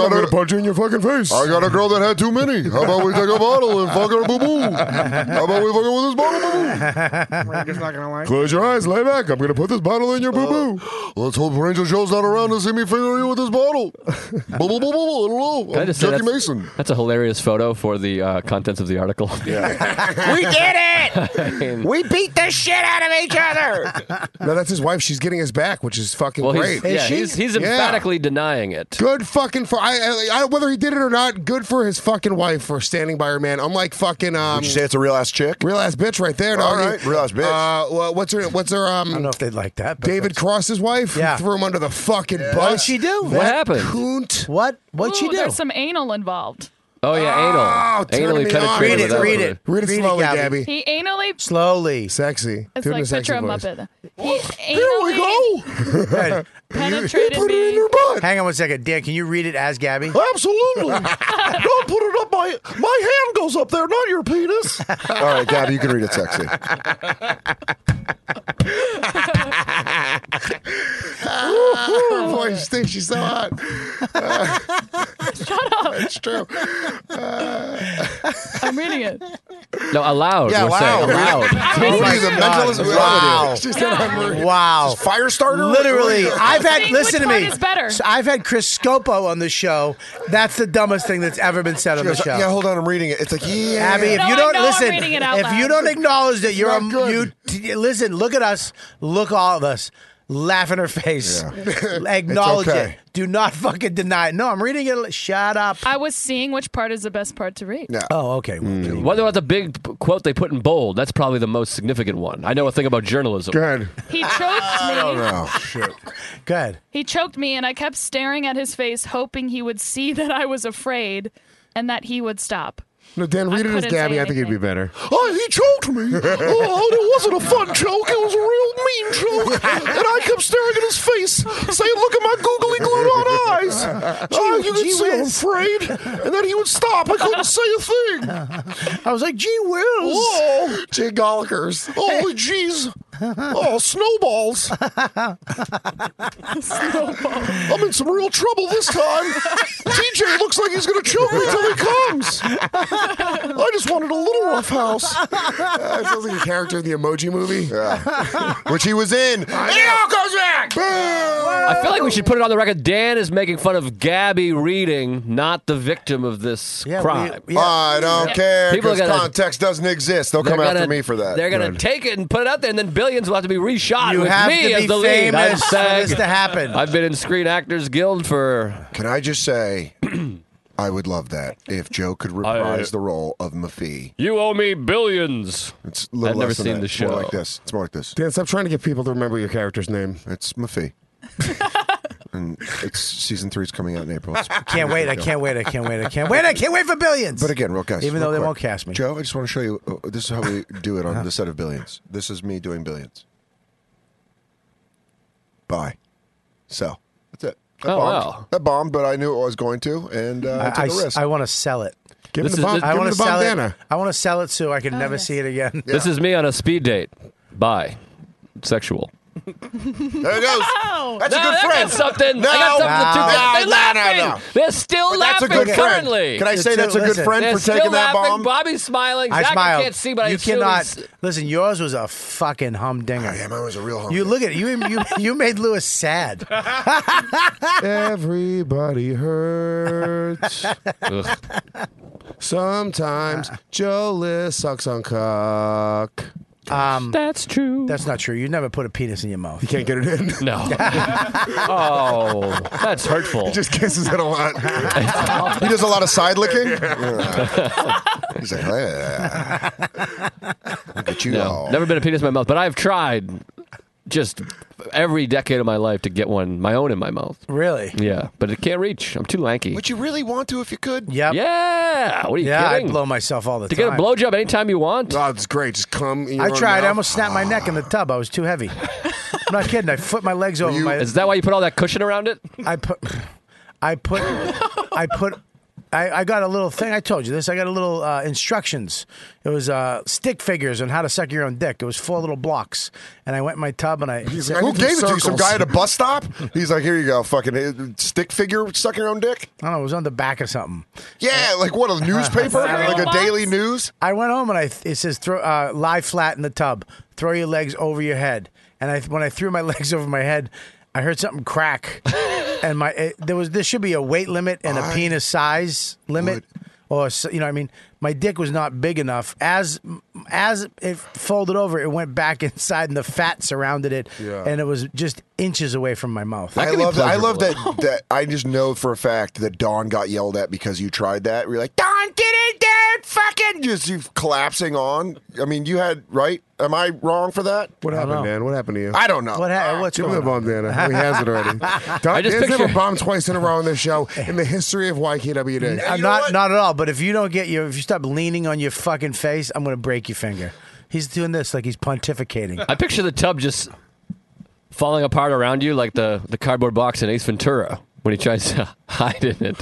Speaker 1: you in your fucking face.
Speaker 6: I got a girl that had too many. How about we take a bottle and fuck her boo
Speaker 4: [LAUGHS]
Speaker 6: boo? How about we fuck her with this bottle boo
Speaker 10: Ranger's not gonna lie.
Speaker 1: [LAUGHS] Close your eyes, lay back. I'm gonna put this bottle in your boo boo.
Speaker 6: boo? Let's hope Ranger Joe's not around to see me finger you with this [LAUGHS] bottle. Boo boo boo boo boo. I don't know.
Speaker 7: Can I
Speaker 6: I'm
Speaker 7: just say
Speaker 6: Jackie
Speaker 7: that's-
Speaker 6: Mason.
Speaker 7: That's a hilarious photo for the uh, contents of the
Speaker 6: [LAUGHS]
Speaker 7: article. [LAUGHS]
Speaker 4: we did it. we beat the shit out of each [LAUGHS] other.
Speaker 1: No, that's his wife. She's getting his back, which is fucking
Speaker 7: well,
Speaker 1: great.
Speaker 7: he's, yeah,
Speaker 4: she?
Speaker 7: he's, he's
Speaker 1: Yeah.
Speaker 7: emphatically denying it.
Speaker 1: Good fucking for I, I, I whether he did it or not. Good for his fucking wife for standing by her man. Unlike fucking um,
Speaker 6: Would you say it's a real ass chick?
Speaker 1: real ass bitch right there.
Speaker 6: All
Speaker 1: dog.
Speaker 6: right, real ass bitch.
Speaker 1: Uh, wha- what's her what's her um?
Speaker 4: I don't know if they'd like that. But
Speaker 1: David Cross's wife who
Speaker 4: Yeah.
Speaker 1: threw him under the fucking bus.
Speaker 4: What'd she do?
Speaker 7: What happened?
Speaker 1: Coont.
Speaker 4: What? What'd she
Speaker 5: Ooh,
Speaker 4: do?
Speaker 5: There's some anal involved.
Speaker 7: Oh yeah, anal. Anally penetrated.
Speaker 4: Read it,
Speaker 7: without
Speaker 4: read
Speaker 7: permission.
Speaker 4: it.
Speaker 1: Read it slowly, Gabby.
Speaker 5: He anally.
Speaker 4: Slowly.
Speaker 1: Sexy.
Speaker 5: It's
Speaker 1: Do it in
Speaker 5: like
Speaker 1: sexy
Speaker 5: picture a
Speaker 1: voice.
Speaker 5: Muppet. He
Speaker 1: [LAUGHS] Here we
Speaker 5: anally
Speaker 1: go.
Speaker 5: [LAUGHS]
Speaker 1: [LAUGHS]
Speaker 4: Good.
Speaker 5: penetrated
Speaker 1: Put it in
Speaker 5: me.
Speaker 1: her butt.
Speaker 4: Hang on one second. Dan, can you read it as Gabby? [LAUGHS]
Speaker 1: Absolutely. Don't put it up my my hand goes up there, not your
Speaker 4: [LAUGHS]
Speaker 1: penis.
Speaker 6: All right, Gabby, you can read it sexy. [LAUGHS]
Speaker 1: [LAUGHS]
Speaker 5: [LAUGHS]
Speaker 1: Her voice thinks she's so hot.
Speaker 5: [LAUGHS]
Speaker 1: Shut up. It's true.
Speaker 5: I'm reading it.
Speaker 7: No, allowed.
Speaker 6: Yeah,
Speaker 7: we're saying
Speaker 6: [LAUGHS] allowed.
Speaker 7: allowed.
Speaker 4: Oh my
Speaker 6: She's a
Speaker 4: God.
Speaker 6: mentalist with
Speaker 4: Wow.
Speaker 6: She said I'm reading.
Speaker 4: [LAUGHS] Wow.
Speaker 6: Fire starter?
Speaker 4: Literally, I've had
Speaker 5: Think
Speaker 4: listen to
Speaker 5: which
Speaker 4: me.
Speaker 5: one is better.
Speaker 4: So I've had Chris Scopo on the show. That's the dumbest thing that's ever been said on the
Speaker 6: Goes,
Speaker 4: show.
Speaker 6: yeah, hold on, I'm reading it. It's like, yeah.
Speaker 4: Abby, if
Speaker 5: No,
Speaker 4: you
Speaker 5: I
Speaker 4: don't
Speaker 5: know I'm
Speaker 4: listen,
Speaker 5: reading it out
Speaker 4: if you
Speaker 5: loud.
Speaker 4: don't acknowledge that you're a
Speaker 6: not good.
Speaker 4: you t- listen, look at us, look all of us, laugh in her face, [LAUGHS] acknowledge
Speaker 6: It's okay.
Speaker 4: it. Do not fucking deny it. No, I'm reading it. Shut up.
Speaker 5: I was seeing which part is the best part to read.
Speaker 6: Yeah. Hmm.
Speaker 4: Oh, okay. Well,
Speaker 7: What about the big p- quote they put in bold? That's probably the most significant one. I know a thing about journalism. [LAUGHS]
Speaker 6: Good.
Speaker 1: [LAUGHS]
Speaker 5: He choked me.
Speaker 6: Oh, shit.
Speaker 4: Good.
Speaker 5: He choked me, and I kept staring at his face, hoping he would see [LAUGHS] that I was afraid and that he would stop.
Speaker 1: No, Dan,
Speaker 5: I
Speaker 1: read it as
Speaker 5: couldn't
Speaker 1: Gabby.
Speaker 5: say
Speaker 1: I think it'd be
Speaker 5: anything.
Speaker 1: better. Oh, he [LAUGHS] choked me.
Speaker 6: [LAUGHS]
Speaker 1: Oh, it wasn't a fun joke. It was a real mean joke. And I kept staring at his face, saying, Look at my googly glued on eyes. oh, you could
Speaker 4: gee
Speaker 1: see I'm
Speaker 4: whiz.
Speaker 1: afraid. And then he would stop. I couldn't say a thing.
Speaker 4: I was like, gee whiz.
Speaker 1: Oh, Jay Gollikers. [LAUGHS] Oh, jeez. Oh, snowballs. I'm in some real trouble this time. TJ looks like he's going to choke me till he comes. I just wanted a little rough house. Uh, it sounds like a character in the emoji movie.
Speaker 6: Which he was in.
Speaker 1: It all goes back. Boom.
Speaker 7: I feel like we should put it on the record. Dan is making fun of Gabby reading, not the victim of this
Speaker 4: Yeah, we-
Speaker 7: crime.
Speaker 4: yeah.
Speaker 6: I don't care
Speaker 7: People are
Speaker 6: because
Speaker 7: gonna-
Speaker 6: context doesn't exist. They'll
Speaker 7: They're
Speaker 6: come after
Speaker 7: gonna-
Speaker 6: me for that.
Speaker 7: They're gonna
Speaker 6: Good.
Speaker 7: take it and put it out there, and then billions will have to be reshot
Speaker 4: you
Speaker 7: with
Speaker 4: have
Speaker 7: me
Speaker 4: to
Speaker 7: as
Speaker 4: be
Speaker 7: the lead. Uh, I'm
Speaker 4: famous for
Speaker 7: saying,
Speaker 4: this
Speaker 7: [LAUGHS]
Speaker 4: to happen.
Speaker 7: I've been in Screen Actors Guild for.
Speaker 6: Can I just say, [CLEARS THROAT] I would love that if Joe could
Speaker 7: uh,
Speaker 6: reprise the role of Mafi.
Speaker 7: You owe me billions.
Speaker 6: It's a little
Speaker 7: I've never
Speaker 6: less than
Speaker 7: seen
Speaker 6: that.
Speaker 7: the
Speaker 6: It's more
Speaker 7: show.
Speaker 6: like this. It's more like this.
Speaker 1: Dan, stop trying to get people to remember your character's name.
Speaker 7: [LAUGHS]
Speaker 6: It's Mafi. and it's season three's coming out in April. It's-
Speaker 4: [LAUGHS] Can't wait. I can't wait. I can't wait. I can't wait. I can't wait for billions.
Speaker 6: But again, real guys.
Speaker 4: Even
Speaker 6: real
Speaker 4: though they
Speaker 6: quick.
Speaker 4: won't cast me. Uh-huh.
Speaker 6: Joe, I just want to show you. uh, This is how we do it on the set of Billions. This is me doing Billions. Bye. So that's it. That
Speaker 7: Oh,
Speaker 6: bombed.
Speaker 7: wow.
Speaker 6: That bombed, but I knew it was going to, and uh, I,
Speaker 4: I,
Speaker 6: took a risk.
Speaker 4: want to sell it.
Speaker 1: Give
Speaker 7: This
Speaker 1: him the
Speaker 7: is-
Speaker 1: bomb.
Speaker 7: this-
Speaker 1: give
Speaker 4: I
Speaker 1: him
Speaker 4: want to
Speaker 1: the bomb
Speaker 4: sell
Speaker 1: Dana.
Speaker 4: it. I want to sell it so I
Speaker 5: Oh,
Speaker 4: can never see it again.
Speaker 7: This is me on a speed date. Bye. Sexual.
Speaker 6: there it goes. That's
Speaker 7: No,
Speaker 6: a good
Speaker 7: that got
Speaker 6: friend.
Speaker 7: something.
Speaker 6: No, Ah,
Speaker 7: I got something to do.
Speaker 6: no,
Speaker 4: no,
Speaker 7: They're
Speaker 6: no,
Speaker 7: laughing.
Speaker 6: no, no.
Speaker 7: They're still
Speaker 6: That's a
Speaker 7: laughing
Speaker 6: good friend.
Speaker 7: currently.
Speaker 6: Can I say
Speaker 4: It's
Speaker 6: that's
Speaker 4: a-
Speaker 6: a good
Speaker 4: listen.
Speaker 6: friend
Speaker 7: They're
Speaker 6: for
Speaker 7: still
Speaker 6: taking that
Speaker 7: laughing.
Speaker 6: bomb?
Speaker 7: Bobby's smiling.
Speaker 4: I
Speaker 7: Zach,
Speaker 4: smiled.
Speaker 7: I can't see, but I
Speaker 4: you
Speaker 7: assume
Speaker 4: cannot
Speaker 7: he's-
Speaker 4: listen. Yours was a fucking
Speaker 1: Ah,
Speaker 4: humdinger.
Speaker 6: Yeah, mine was a real
Speaker 4: You
Speaker 6: hungry.
Speaker 4: look at it, you.
Speaker 1: [LAUGHS]
Speaker 4: You you made Lewis sad.
Speaker 1: Everybody hurts.
Speaker 7: Ugh.
Speaker 1: Sometimes Joe List sucks on cock.
Speaker 7: That's true.
Speaker 4: Um, That's not true. You never put a penis in your mouth.
Speaker 1: Can't get it in.
Speaker 4: [LAUGHS]
Speaker 7: no. oh, that's
Speaker 6: [LAUGHS]
Speaker 7: hurtful. [LAUGHS]
Speaker 1: Just kisses it a lot.
Speaker 6: he does a lot of side
Speaker 4: [LAUGHS]
Speaker 6: licking. He's like, "Ah." look at you
Speaker 7: No,
Speaker 6: all.
Speaker 7: never been a penis in my mouth, but I've tried just every decade of my life to get one my own in my mouth.
Speaker 4: Really?
Speaker 7: Yeah, but it can't reach. I'm too lanky.
Speaker 6: Would you really want to if you could?
Speaker 4: Yep.
Speaker 7: yeah, what are you
Speaker 4: Yeah. I
Speaker 7: kidding?
Speaker 4: blow myself all the
Speaker 7: to
Speaker 4: time.
Speaker 7: get a blowjob anytime you want.
Speaker 1: Oh, it's great. Just come. In your
Speaker 4: I
Speaker 1: own
Speaker 4: tried. I
Speaker 1: mouth.
Speaker 4: almost snapped my neck in
Speaker 6: Ah.
Speaker 4: the tub. I was too heavy. I'm not kidding. I put my legs over my.
Speaker 7: Is that why you put all that cushion around it?
Speaker 4: I put, I put, I put, I, I got a little thing. I told you this. I got a little uh, instructions. It was uh, stick figures on how to suck your own dick. It was four little blocks, and I went in my tub and I.
Speaker 6: He's like, Who gave it to you? Some guy at a bus stop? He's like, here you go, fucking uh, stick figure, suck your own dick.
Speaker 4: I don't know. It was on the back of something.
Speaker 6: Yeah, like
Speaker 4: [LAUGHS]
Speaker 6: what a newspaper,
Speaker 5: Cereal
Speaker 6: like a
Speaker 5: box?
Speaker 6: daily news.
Speaker 4: I went home and I. It says throw uh, lie flat in the tub. Throw your legs over your head. And I when I threw my [LAUGHS] legs over my head, I heard
Speaker 6: [LAUGHS]
Speaker 4: something crack, and my it, there was there should be a weight limit and a
Speaker 6: I
Speaker 4: penis size limit.
Speaker 6: would-
Speaker 4: Or s- you know, what I mean, my dick was not big enough. As as it folded over, it went back [LAUGHS] inside, and the fat surrounded it,
Speaker 6: Yeah.
Speaker 4: and it was just inches away from my mouth.
Speaker 6: I
Speaker 7: could be
Speaker 6: love that. I love that.
Speaker 7: pleasurable.
Speaker 6: That I just know for a fact that Dawn got yelled at because you tried that. We are like, Dawn, get in there,
Speaker 4: it fucking
Speaker 6: just you collapsing on. I mean, you had right. Am I wrong for that?
Speaker 1: What happened, man? What happened to you? Ah,
Speaker 6: I don't know.
Speaker 4: What ha- what's
Speaker 1: Give him the
Speaker 4: going on?
Speaker 1: bomb, Dana. He has it
Speaker 4: [LAUGHS]
Speaker 1: already. Don,
Speaker 7: I just
Speaker 1: Dan's never [LAUGHS]
Speaker 7: picture-
Speaker 1: bombed twice in a row on this
Speaker 7: [LAUGHS]
Speaker 1: show in the history of YKW Day.
Speaker 4: I'm
Speaker 6: you know
Speaker 4: not
Speaker 6: what?
Speaker 4: not at all. But if you don't get your if you stop leaning on your fucking face, I'm gonna break your finger. He's doing this like he's pontificating.
Speaker 7: I picture the tub just falling apart around you like the, the cardboard box in Ace Ventura when he tries to [LAUGHS] hide in it.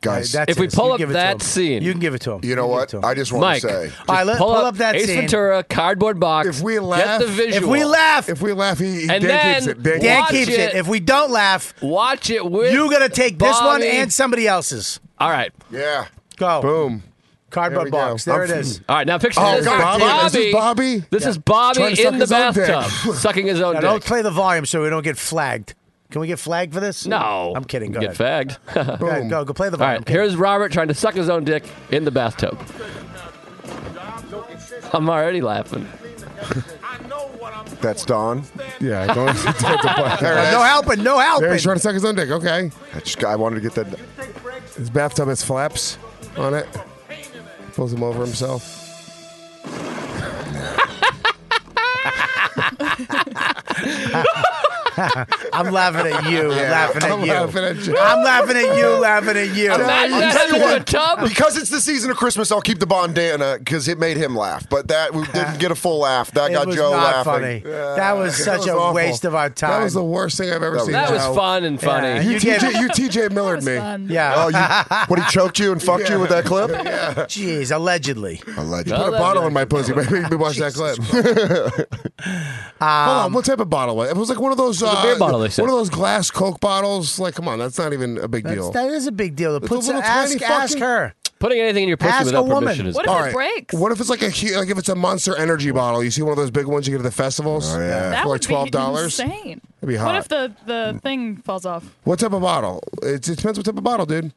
Speaker 6: Guys,
Speaker 4: That's
Speaker 7: If we
Speaker 4: it.
Speaker 7: pull
Speaker 4: You
Speaker 7: up
Speaker 4: give it to
Speaker 7: that
Speaker 4: him.
Speaker 7: scene-
Speaker 4: you can give it to him.
Speaker 6: you know
Speaker 4: can give
Speaker 6: what?
Speaker 4: it to him.
Speaker 6: I just want
Speaker 7: Mike,
Speaker 6: to say.
Speaker 7: just
Speaker 4: All right, let- pull up that
Speaker 7: Ace
Speaker 4: scene.
Speaker 7: Ventura cardboard box.
Speaker 1: If we
Speaker 7: get
Speaker 1: laugh-
Speaker 7: the
Speaker 1: if
Speaker 7: visual.
Speaker 4: if we laugh,
Speaker 1: If we laugh, he, he
Speaker 7: And
Speaker 1: Dan
Speaker 7: then-
Speaker 1: keeps it. Dan,
Speaker 4: Dan
Speaker 7: Watch
Speaker 4: keeps it.
Speaker 7: it.
Speaker 4: If we don't laugh,
Speaker 7: watch it with
Speaker 4: you gotta take this one
Speaker 7: Bobby.
Speaker 4: and somebody else's.
Speaker 7: all right,
Speaker 6: Yeah.
Speaker 4: Go
Speaker 1: boom.
Speaker 4: cardboard
Speaker 1: There we go.
Speaker 4: box. There
Speaker 1: I'm-
Speaker 4: it is.
Speaker 7: all right. Now picture
Speaker 1: Oh,
Speaker 7: this.
Speaker 1: God damn it.
Speaker 7: Bobby,
Speaker 1: This is Bobby?
Speaker 7: This
Speaker 1: Yeah.
Speaker 7: is Bobby
Speaker 1: Trying to suck
Speaker 7: in the
Speaker 1: his own dick.
Speaker 7: bathtub sucking his own
Speaker 4: Now, don't
Speaker 7: dick.
Speaker 4: play the volume so we don't get flagged. Can we get flagged for this?
Speaker 7: No,
Speaker 4: I'm kidding. Go
Speaker 7: Get
Speaker 4: ahead.
Speaker 7: fagged.
Speaker 4: Go, ahead.
Speaker 7: [LAUGHS]
Speaker 4: go go play the
Speaker 7: All
Speaker 4: volume.
Speaker 7: right, here's Robert trying to suck his own dick in the bathtub. I'm already laughing. [LAUGHS]
Speaker 6: That's
Speaker 4: [LAUGHS]
Speaker 6: Don. [LAUGHS]
Speaker 1: Yeah, don't, don't play.
Speaker 6: There it
Speaker 4: no
Speaker 6: is.
Speaker 4: helping. No
Speaker 1: There
Speaker 4: helping.
Speaker 1: he's trying to suck his own dick. Okay.
Speaker 6: I just I wanted to get that.
Speaker 1: His bathtub has flaps on it. Pulls him over himself.
Speaker 4: [LAUGHS] I'm laughing at you. laughing at
Speaker 1: I'm
Speaker 4: you.
Speaker 1: laughing at you.
Speaker 4: I'm laughing at you. Laughing at you.
Speaker 7: Imagine that
Speaker 6: tell you
Speaker 7: happening in a
Speaker 6: what,
Speaker 7: tub.
Speaker 6: Because it's the season of Christmas, I'll keep the Bondana because uh, it made him laugh. But that we didn't get a full laugh. That
Speaker 4: It
Speaker 6: got
Speaker 4: was
Speaker 6: Joe
Speaker 4: not
Speaker 6: laughing.
Speaker 4: funny. That was
Speaker 1: That
Speaker 4: such
Speaker 1: was
Speaker 4: a
Speaker 1: awful.
Speaker 4: waste of our time.
Speaker 1: That was the worst thing I've ever
Speaker 6: That
Speaker 1: seen.
Speaker 7: That was
Speaker 1: Joe.
Speaker 7: fun and funny.
Speaker 4: Yeah.
Speaker 1: You,
Speaker 4: You
Speaker 1: TJ,
Speaker 4: get-
Speaker 1: you TJ
Speaker 4: [LAUGHS]
Speaker 1: Millard me.
Speaker 5: Fun.
Speaker 4: yeah.
Speaker 6: Oh, you, what he choked you and fucked you with
Speaker 7: [LAUGHS]
Speaker 6: that clip?
Speaker 4: Jeez, allegedly.
Speaker 6: Allegedly.
Speaker 1: Put a
Speaker 7: that-
Speaker 1: bottle in my pussy. Make me watch that clip. Hold on, what type of bottle? was it? It was like one of those uh,
Speaker 7: beer bottle, they said.
Speaker 1: one of those glass Coke bottles. Like, come on, that's not even a big
Speaker 4: That's,
Speaker 1: deal.
Speaker 4: that is a big deal. To
Speaker 1: It's
Speaker 4: put
Speaker 1: a little
Speaker 4: ask,
Speaker 1: tiny
Speaker 4: ask
Speaker 1: fucking-
Speaker 4: her.
Speaker 7: Putting anything in your pussy
Speaker 4: Ask a
Speaker 7: without
Speaker 4: woman.
Speaker 7: permission is
Speaker 5: What if
Speaker 7: bad.
Speaker 5: it breaks?
Speaker 1: What if it's like a hu- like if it's a Monster Energy bottle? You see one of those big ones you get at the festivals
Speaker 6: Oh, yeah.
Speaker 1: for
Speaker 5: that
Speaker 1: like
Speaker 5: would
Speaker 1: twelve
Speaker 5: be
Speaker 1: dollars.
Speaker 5: insane.
Speaker 1: It'd be hot.
Speaker 5: What if the, the thing falls off?
Speaker 1: What type of bottle? It's, it depends what type of bottle, dude.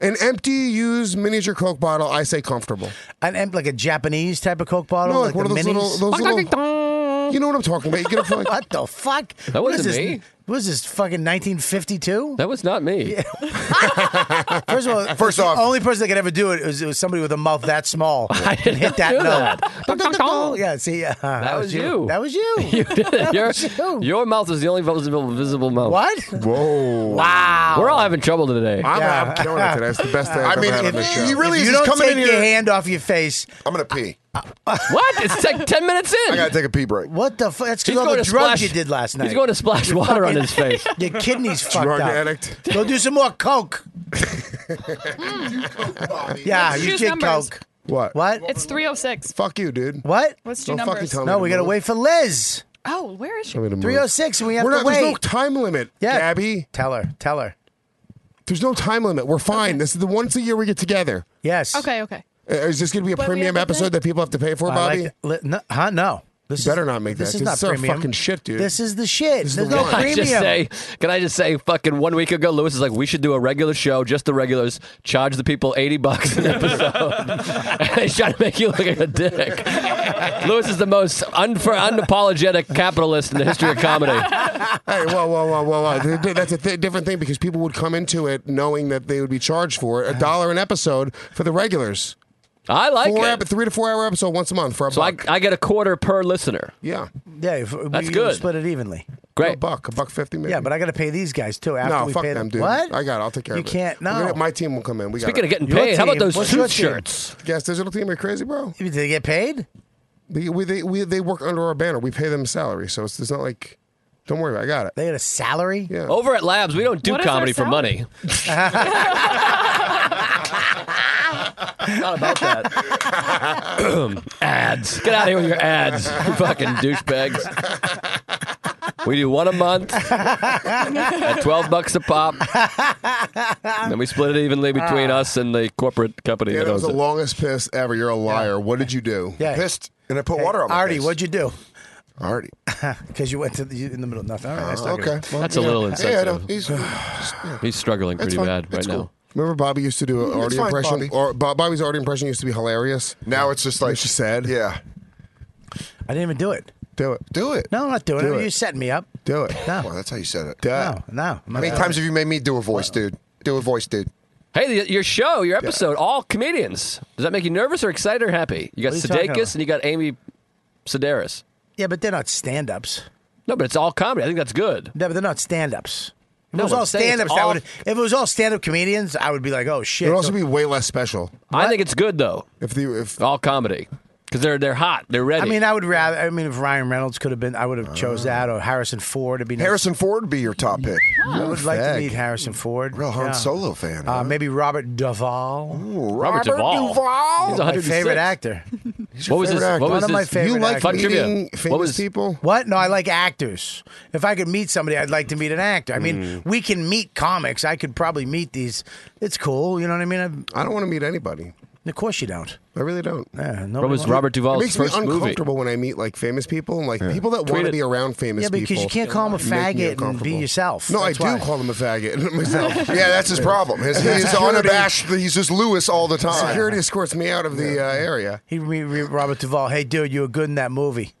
Speaker 1: An empty, used miniature Coke bottle. I say comfortable.
Speaker 4: An em- like a Japanese type of Coke bottle,
Speaker 1: No, like,
Speaker 4: like,
Speaker 1: one
Speaker 4: the
Speaker 1: of those
Speaker 4: minis.
Speaker 1: little, those little. [LAUGHS] You know what I'm talking about? You
Speaker 4: [LAUGHS]
Speaker 1: get it for like
Speaker 4: what the fuck?
Speaker 7: That
Speaker 4: What is
Speaker 7: wasn't
Speaker 4: this?
Speaker 7: me.
Speaker 4: What is this fucking 1952?
Speaker 7: That was not me. [LAUGHS]
Speaker 4: First of all,
Speaker 6: First
Speaker 4: the
Speaker 6: off-
Speaker 4: only person that could ever do it was, was somebody with a mouth that small.
Speaker 7: [LAUGHS] I didn't
Speaker 4: hit that
Speaker 7: do
Speaker 4: [LAUGHS] note.
Speaker 7: that.
Speaker 4: Yeah, see, uh, that,
Speaker 7: was [LAUGHS] you.
Speaker 4: That was you.
Speaker 7: your,
Speaker 4: you.
Speaker 7: your mouth is the only visible visible mouth.
Speaker 4: what?
Speaker 1: whoa.
Speaker 4: Wow.
Speaker 7: We're all having trouble today.
Speaker 1: I'm,
Speaker 4: Yeah.
Speaker 1: I'm killing it today. That's the best day I've
Speaker 6: I
Speaker 1: ever
Speaker 6: mean,
Speaker 1: had on
Speaker 6: if-
Speaker 1: this show.
Speaker 6: you really
Speaker 4: if
Speaker 6: is
Speaker 4: you
Speaker 6: just
Speaker 4: don't
Speaker 6: coming
Speaker 4: take
Speaker 6: in
Speaker 4: your
Speaker 6: here-
Speaker 4: hand off your face. Uh,
Speaker 6: I'm gonna pee.
Speaker 7: [LAUGHS] what? It's like ten minutes in.
Speaker 6: I gotta take a pee break.
Speaker 4: What the fuck? That's
Speaker 7: He's
Speaker 4: because all
Speaker 7: going
Speaker 4: the drugs
Speaker 7: to splash-
Speaker 4: you did last night.
Speaker 7: He's going to splash water on his face.
Speaker 4: [LAUGHS] Your kidneys fucked
Speaker 1: Drug
Speaker 4: up.
Speaker 1: addict.
Speaker 4: Go do some more coke. [LAUGHS]
Speaker 1: [LAUGHS]
Speaker 6: Oh,
Speaker 4: yeah,
Speaker 5: Let's
Speaker 4: you
Speaker 5: choose
Speaker 4: did
Speaker 5: numbers.
Speaker 4: coke.
Speaker 1: What?
Speaker 4: What?
Speaker 5: It's 306.
Speaker 1: Fuck you, dude.
Speaker 4: What?
Speaker 5: What's two
Speaker 1: Don't fucking
Speaker 5: numbers?
Speaker 1: tell me.
Speaker 4: No, we gotta
Speaker 1: move.
Speaker 4: wait for Liz.
Speaker 5: Oh, where is she?
Speaker 1: Tell me to move.
Speaker 4: 306, and we have
Speaker 1: We're
Speaker 4: to
Speaker 1: not.
Speaker 4: wait.
Speaker 1: There's no time limit,
Speaker 4: Yeah.
Speaker 1: Gabby.
Speaker 4: Tell her. Tell her.
Speaker 1: There's no time limit. We're fine. This is the once a year we get together.
Speaker 4: Yes.
Speaker 5: Okay, okay.
Speaker 1: Uh, Is this going to be a
Speaker 5: But we
Speaker 1: premium
Speaker 5: have to
Speaker 1: episode
Speaker 5: think.
Speaker 1: that people have to pay for,
Speaker 4: I
Speaker 1: Bobby?
Speaker 4: like that. Li- no, huh? No. This
Speaker 1: Better not
Speaker 4: [LAUGHS]
Speaker 1: make
Speaker 4: This
Speaker 1: that,
Speaker 4: is
Speaker 1: 'cause
Speaker 4: not
Speaker 1: it's our
Speaker 4: premium.
Speaker 1: fucking shit, dude.
Speaker 4: This is the shit.
Speaker 1: is
Speaker 4: There's
Speaker 1: the
Speaker 4: no
Speaker 1: one.
Speaker 7: Can [LAUGHS] I
Speaker 4: premium.
Speaker 7: just say, can I just say, fucking one week ago, Lewis is like, we should do a regular show, just the regulars, charge the people 80 bucks an episode. [LAUGHS] and he's trying to make you look like a dick. [LAUGHS] Lewis is the most unfor unapologetic capitalist in the history of comedy.
Speaker 1: Hey, whoa, whoa, whoa, whoa, whoa. Th- th- That's a th- different thing because people would come into it knowing that they would be charged for it. A dollar an episode for the regulars.
Speaker 7: I like
Speaker 1: Four
Speaker 7: it.
Speaker 1: ep- three to four hour episode once a month for a
Speaker 7: so I,
Speaker 1: buck.
Speaker 7: I get a quarter per listener.
Speaker 1: yeah.
Speaker 4: yeah, if we-
Speaker 7: That's
Speaker 4: you
Speaker 7: good.
Speaker 4: Split it evenly.
Speaker 1: A
Speaker 7: Great.
Speaker 1: buck, a buck fifty maybe.
Speaker 4: Yeah, but I gotta pay these guys too. After
Speaker 1: no,
Speaker 4: we
Speaker 1: fuck
Speaker 4: pay
Speaker 1: them, dude.
Speaker 4: What?
Speaker 1: I got. it. I'll take care
Speaker 4: You
Speaker 1: of it.
Speaker 4: can't-
Speaker 1: We're gonna-
Speaker 4: no.
Speaker 1: My team will come in. We got
Speaker 7: Speaking
Speaker 1: it.
Speaker 7: of getting
Speaker 4: Your
Speaker 7: paid, how about
Speaker 4: team.
Speaker 7: those
Speaker 4: What's your
Speaker 7: tooth
Speaker 4: team?
Speaker 7: shirts?
Speaker 1: Gas Digital Team, are you crazy, bro?
Speaker 4: Did they get paid?
Speaker 1: They, we, they, we, they work under our banner. We pay them salary, so it's, it's not like. Don't worry, about it. I got it.
Speaker 4: They got a salary?
Speaker 1: Yeah.
Speaker 7: Over
Speaker 4: [LAUGHS]
Speaker 7: at Labs, we don't do
Speaker 5: What is our
Speaker 7: comedy for
Speaker 5: salary?
Speaker 7: money. Not about that.
Speaker 5: [LAUGHS]
Speaker 7: ads. Get out of here with your ads, you fucking douchebags. We do one a month at 12 bucks a pop. And then we split it evenly between us and the corporate company
Speaker 1: Yeah,
Speaker 7: that
Speaker 1: that was
Speaker 7: owns
Speaker 1: the
Speaker 7: it.
Speaker 1: longest piss ever. You're a liar. What did you do?
Speaker 4: Yeah.
Speaker 6: Pissed and I put water on my
Speaker 4: Artie,
Speaker 6: face.
Speaker 4: what'd you do? [LAUGHS]
Speaker 6: Artie.
Speaker 4: Because you went to the, you- in the middle of nothing. All right, that's not good.
Speaker 1: Uh, Okay. Well,
Speaker 7: That's a little
Speaker 6: Yeah, I
Speaker 7: insensitive.
Speaker 6: know. He's, yeah.
Speaker 7: He's struggling pretty
Speaker 6: fine.
Speaker 7: bad
Speaker 6: It's
Speaker 7: right
Speaker 6: cool.
Speaker 1: Remember Bobby used to do an
Speaker 6: It's
Speaker 1: Artie
Speaker 6: fine,
Speaker 1: impression?
Speaker 6: Bobby.
Speaker 1: Or Bob, Bobby's Artie impression used to be hilarious.
Speaker 6: Now it's just like
Speaker 1: What you said.
Speaker 6: Yeah.
Speaker 4: I didn't even do it.
Speaker 1: Do it.
Speaker 6: Do it.
Speaker 4: No, I'm not doing
Speaker 1: Do
Speaker 4: it.
Speaker 1: it.
Speaker 4: You're setting me up.
Speaker 1: Do it.
Speaker 4: No.
Speaker 6: Well, that's how you said it.
Speaker 1: Do it.
Speaker 4: No, no. I'm not
Speaker 6: How many
Speaker 4: doing
Speaker 6: times
Speaker 4: it.
Speaker 6: have you made me do a voice, dude? Do a voice, dude.
Speaker 7: Hey, the, your show, your episode, all comedians. Does that make you nervous or excited or happy? You got
Speaker 4: What are you talking
Speaker 7: Sudeikis
Speaker 4: about?
Speaker 7: and you got Amy Sedaris.
Speaker 4: Yeah, but they're not stand ups.
Speaker 7: No, but it's all comedy. I think that's good.
Speaker 4: No, but they're not stand ups. If
Speaker 7: No,
Speaker 4: it was
Speaker 7: I'm
Speaker 4: all
Speaker 7: saying
Speaker 4: stand ups,
Speaker 7: it's
Speaker 4: that
Speaker 7: all-
Speaker 4: would if it was all stand up comedians, I would be like, oh shit.
Speaker 6: It would also be way less special
Speaker 7: I think it's good though. Oh,
Speaker 6: if the if
Speaker 7: All comedy because they're they're hot. They're ready.
Speaker 4: I mean, I would rather. I mean, if Ryan Reynolds could have been, I would have chose that, or Harrison Ford. It'd be nice.
Speaker 6: Harrison Ford would be your top pick.
Speaker 4: I would like to
Speaker 6: Fag.
Speaker 4: meet Harrison Ford.
Speaker 6: Real Han
Speaker 4: Yeah.
Speaker 6: Solo fan.
Speaker 4: Uh,
Speaker 6: huh?
Speaker 4: maybe Robert Duvall.
Speaker 7: Robert Duvall. He's
Speaker 4: my
Speaker 7: 106.
Speaker 4: favorite [LAUGHS] actor.
Speaker 7: What was his?
Speaker 6: favorite
Speaker 7: What
Speaker 6: actor.
Speaker 4: One
Speaker 7: was
Speaker 4: of my
Speaker 7: his-
Speaker 4: favorite
Speaker 6: you like
Speaker 4: actor.
Speaker 7: Fun trivia.
Speaker 6: meeting
Speaker 7: What
Speaker 6: famous
Speaker 7: was-
Speaker 6: people?
Speaker 4: What? No, I like actors. If I could meet somebody, I'd like to meet an actor. I mean,
Speaker 6: Hmm.
Speaker 4: we can meet comics. I could probably meet these. It's cool. You know what I mean?
Speaker 6: I don't want to meet anybody.
Speaker 4: I, of course you don't.
Speaker 6: I really don't.
Speaker 4: Yeah,
Speaker 7: What
Speaker 4: nobody
Speaker 7: was
Speaker 4: wants-
Speaker 7: Robert
Speaker 6: It
Speaker 7: Duvall's
Speaker 6: makes me
Speaker 7: first movie?
Speaker 6: uncomfortable when I meet like famous people and like people that want
Speaker 7: Tweet it.
Speaker 6: to be around famous
Speaker 4: Yeah, because
Speaker 6: people.
Speaker 4: you can't call them a
Speaker 6: make me
Speaker 4: faggot and be
Speaker 6: uncomfortable.
Speaker 4: yourself.
Speaker 6: No,
Speaker 4: That's
Speaker 6: I do
Speaker 4: why.
Speaker 6: call him a faggot [LAUGHS] myself.
Speaker 4: [LAUGHS]
Speaker 6: yeah, that's his problem. His, he's unabashed. He's just Lewis all the time. Security escorts me out of the uh, area.
Speaker 4: He re- re- Robert Duvall. Hey, dude, you were good in that movie,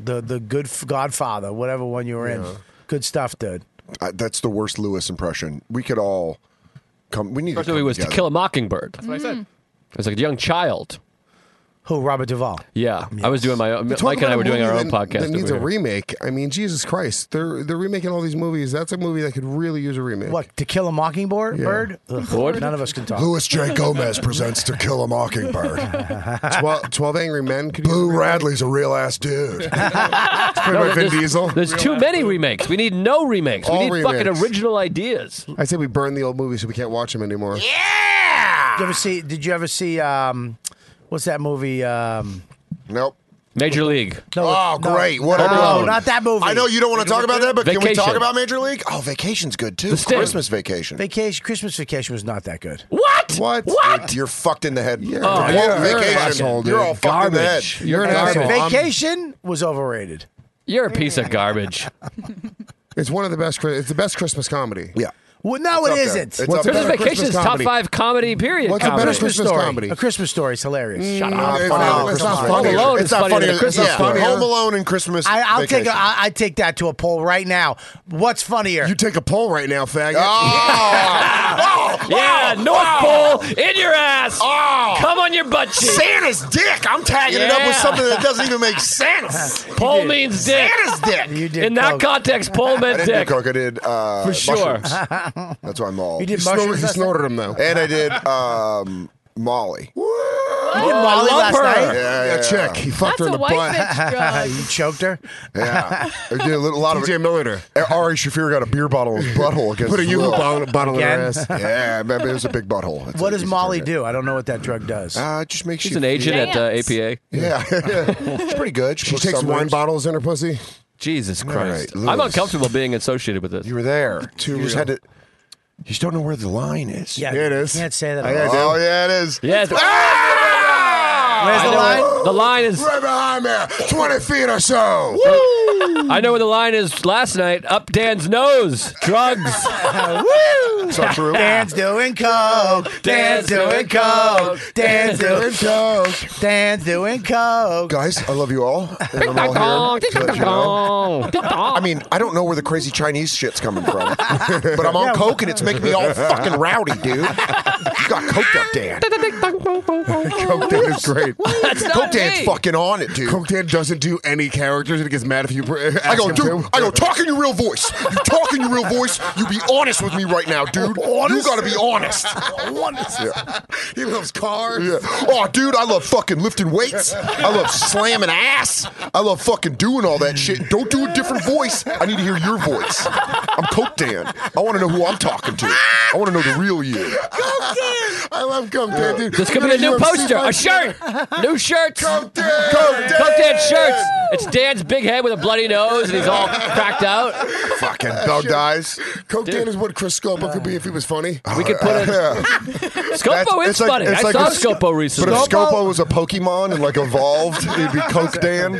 Speaker 4: the the Good F- Godfather, whatever one you were in. Good stuff, dude.
Speaker 6: Uh, that's the worst Lewis impression. We could all come. We need
Speaker 7: First
Speaker 6: to
Speaker 7: movie
Speaker 6: come
Speaker 7: was
Speaker 6: together.
Speaker 7: To Kill a Mockingbird.
Speaker 9: That's what I said.
Speaker 7: It was like a young child.
Speaker 4: Who? Robert Duvall.
Speaker 7: Yeah, I was doing my own.
Speaker 6: Talk
Speaker 7: Mike and
Speaker 6: about
Speaker 7: I
Speaker 6: a
Speaker 7: were doing
Speaker 6: movie
Speaker 7: our own
Speaker 6: that-
Speaker 7: podcast.
Speaker 6: That needs
Speaker 7: over
Speaker 6: a
Speaker 7: here.
Speaker 6: remake. I mean, Jesus Christ, they're they're remaking all these movies. That's a movie that could really use a remake.
Speaker 4: What? To Kill a Mockingbird?
Speaker 6: Yeah.
Speaker 4: Bird? Ugh,
Speaker 7: Bird?
Speaker 4: None of us can talk.
Speaker 6: Louis J. Gomez presents To Kill a Mockingbird. 12, 12 Angry Men. Could Boo Radley's a real ass dude. it's
Speaker 7: [LAUGHS]
Speaker 6: played by Vin Diesel.
Speaker 7: There's too many remakes. We need no remakes.
Speaker 6: All
Speaker 7: we need fucking
Speaker 6: remakes.
Speaker 7: original ideas.
Speaker 6: I say we burn the old movies so we can't watch them anymore. Yeah.
Speaker 4: Did you ever see? Did you ever see? Um, what's that movie? Um,
Speaker 6: Nope.
Speaker 7: Major League.
Speaker 4: no,
Speaker 6: Oh,
Speaker 4: no,
Speaker 6: great. What
Speaker 4: no,
Speaker 6: a blow.
Speaker 4: not that movie.
Speaker 6: I know you don't want to talk about that, but can we
Speaker 7: Vacation.
Speaker 6: talk about Major League? [LAUGHS] Oh, Vacation's good too.
Speaker 7: The Sting.
Speaker 6: Christmas Vacation.
Speaker 4: Vacation, Christmas Vacation was not that good.
Speaker 7: What?
Speaker 6: what?
Speaker 7: What?
Speaker 6: You're fucked in the head. Yeah.
Speaker 7: Oh,
Speaker 6: Well,
Speaker 7: you're- you're an
Speaker 6: vacation.
Speaker 7: asshole, dude.
Speaker 6: You're all fucked in the head.
Speaker 7: Garbage.
Speaker 6: You're an
Speaker 4: And
Speaker 6: asshole. I'm-
Speaker 4: Vacation was overrated.
Speaker 7: You're a piece of garbage.
Speaker 6: [LAUGHS] It's one of the best. Chri- It's the best Christmas comedy. Yeah.
Speaker 4: Well,
Speaker 6: It's
Speaker 4: no,
Speaker 6: up
Speaker 4: it
Speaker 6: there.
Speaker 4: isn't.
Speaker 6: It's up
Speaker 4: What's
Speaker 6: there.
Speaker 7: Christmas
Speaker 6: better
Speaker 7: Vacation is
Speaker 6: Christmas
Speaker 7: top
Speaker 6: comedy.
Speaker 7: five comedy period.
Speaker 6: What's a
Speaker 7: comedy.
Speaker 6: better
Speaker 4: Christmas
Speaker 6: Christmas
Speaker 4: story.
Speaker 6: comedy.
Speaker 4: A Christmas story is hilarious.
Speaker 7: Shut
Speaker 6: No,
Speaker 7: up.
Speaker 6: it's
Speaker 7: Fuck
Speaker 6: not-
Speaker 7: off.
Speaker 6: it's not
Speaker 7: Mm. Home
Speaker 6: funny.
Speaker 7: Alone
Speaker 6: It's
Speaker 7: is
Speaker 6: not
Speaker 7: funnier
Speaker 6: funny.
Speaker 7: than
Speaker 6: It's
Speaker 7: Christmas
Speaker 6: not
Speaker 7: Story.
Speaker 6: funny. Home Alone and Christmas.
Speaker 4: I, I'll take a,
Speaker 6: Vacation.
Speaker 4: I, I take that to a poll right now. What's funnier?
Speaker 6: You take a poll right now, faggot.
Speaker 4: [LAUGHS]
Speaker 6: Oh!
Speaker 7: Yeah, North Pole in your ass. Come on your butt cheek.
Speaker 6: Santa's dick. I'm tagging it up with
Speaker 7: Yeah.
Speaker 6: something that doesn't even [LAUGHS]
Speaker 7: [LAUGHS]
Speaker 6: make sense.
Speaker 7: Pole means dick. [LAUGHS]
Speaker 6: Santa's dick.
Speaker 4: you did
Speaker 7: In that
Speaker 1: Oh.
Speaker 4: coke.
Speaker 7: context, pole meant dick.
Speaker 6: [LAUGHS] I did uh,
Speaker 7: For sure. [LAUGHS]
Speaker 1: [LAUGHS]
Speaker 6: That's why I'm all.
Speaker 4: You did mushrooms
Speaker 6: He
Speaker 4: last night?
Speaker 6: snorted him though. And I did um, Molly.
Speaker 4: You did
Speaker 7: Oh, I
Speaker 4: Molly
Speaker 7: love
Speaker 4: last
Speaker 7: her.
Speaker 4: night.
Speaker 6: Yeah, yeah, chick. He fucked
Speaker 5: That's a
Speaker 6: [LAUGHS]
Speaker 5: white bitch drug.
Speaker 4: You choked her.
Speaker 6: Yeah, I [LAUGHS] did a, little, a lot of TJ Miller. Ari Shafir got a beer bottle in his butthole against. Put a U bottle, bottle
Speaker 4: in her Again? ass.
Speaker 6: ass. [LAUGHS] Yeah, but it was a big butthole. That's
Speaker 4: What
Speaker 6: a-
Speaker 4: does
Speaker 6: it's a
Speaker 4: Molly
Speaker 6: target.
Speaker 4: do? I don't know what that drug does.
Speaker 6: Uh, it just makes
Speaker 7: She's
Speaker 6: you
Speaker 7: an agent at uh,
Speaker 5: Dance.
Speaker 7: APA.
Speaker 6: Yeah,
Speaker 4: [LAUGHS]
Speaker 6: she's pretty good. She, takes wine bottles in her pussy.
Speaker 7: Jesus Christ.
Speaker 6: right,
Speaker 7: I'm
Speaker 6: Lewis.
Speaker 7: uncomfortable being associated with this.
Speaker 6: were there. Two you just had to. You just don't know where the line is.
Speaker 4: Yeah,
Speaker 6: it
Speaker 4: you
Speaker 6: is.
Speaker 4: can't say that.
Speaker 6: Oh yeah, it is. Ah!
Speaker 7: Yeah, it's-
Speaker 6: Oh.
Speaker 4: Where's the
Speaker 7: I know
Speaker 4: line?
Speaker 7: where- the line is.
Speaker 6: Right behind [LAUGHS] there, twenty feet or so.
Speaker 7: I know where the line is. Last night, up Dan's nose,
Speaker 4: [LAUGHS]
Speaker 7: drugs.
Speaker 6: Is that true?
Speaker 4: Dan's doing coke. Dan's doing coke. Dan's doing coke. Dan's doing coke.
Speaker 6: Guys, I love you all. And I'm
Speaker 7: Ding
Speaker 6: all
Speaker 7: dong,
Speaker 6: here
Speaker 7: ding
Speaker 6: to let you know.
Speaker 7: dong, ding dong.
Speaker 6: I mean, I don't know where the crazy Chinese shit's coming from, but I'm on coke and it's making me all fucking rowdy, dude. You got coked up, Dan. Coke Dan is great.
Speaker 7: [LAUGHS] That's not
Speaker 6: Coke Dan's
Speaker 7: me.
Speaker 6: fucking on it, dude. Coke Dan doesn't do any characters and he gets mad if you. I go, dude. I go, talk in your real voice. You talk in your real voice. You be honest with me right now, dude. [LAUGHS] You gotta be honest. [LAUGHS] honest. He loves cars. Oh, dude, I love fucking lifting weights. I love slamming ass. I love fucking doing all that shit. Don't do a different voice. I need to hear your voice. I'm Coke Dan. I want to know who I'm talking to. I want to know the real you. Coke Dan. I love Coke Dan, dude.
Speaker 7: This could be a new poster, a shirt,
Speaker 6: Oh,
Speaker 7: new shirts.
Speaker 6: Coke Dan.
Speaker 7: Coke Dan shirts. It's Dan's big head with a bloody nose, and he's all cracked out.
Speaker 6: Fucking dog eyes. Coke Dan is what Chris Scopo could be if he was funny.
Speaker 7: We could put it-
Speaker 6: [LAUGHS]
Speaker 7: Scopo
Speaker 6: Oh, That's-
Speaker 7: is
Speaker 6: it's
Speaker 7: Oh,
Speaker 6: like-
Speaker 7: funny.
Speaker 6: it's
Speaker 7: I
Speaker 6: like
Speaker 7: saw
Speaker 6: a-
Speaker 7: Scopo recently.
Speaker 6: But if Scopo was a Pokemon and like evolved, he'd be Coke [LAUGHS] Dan.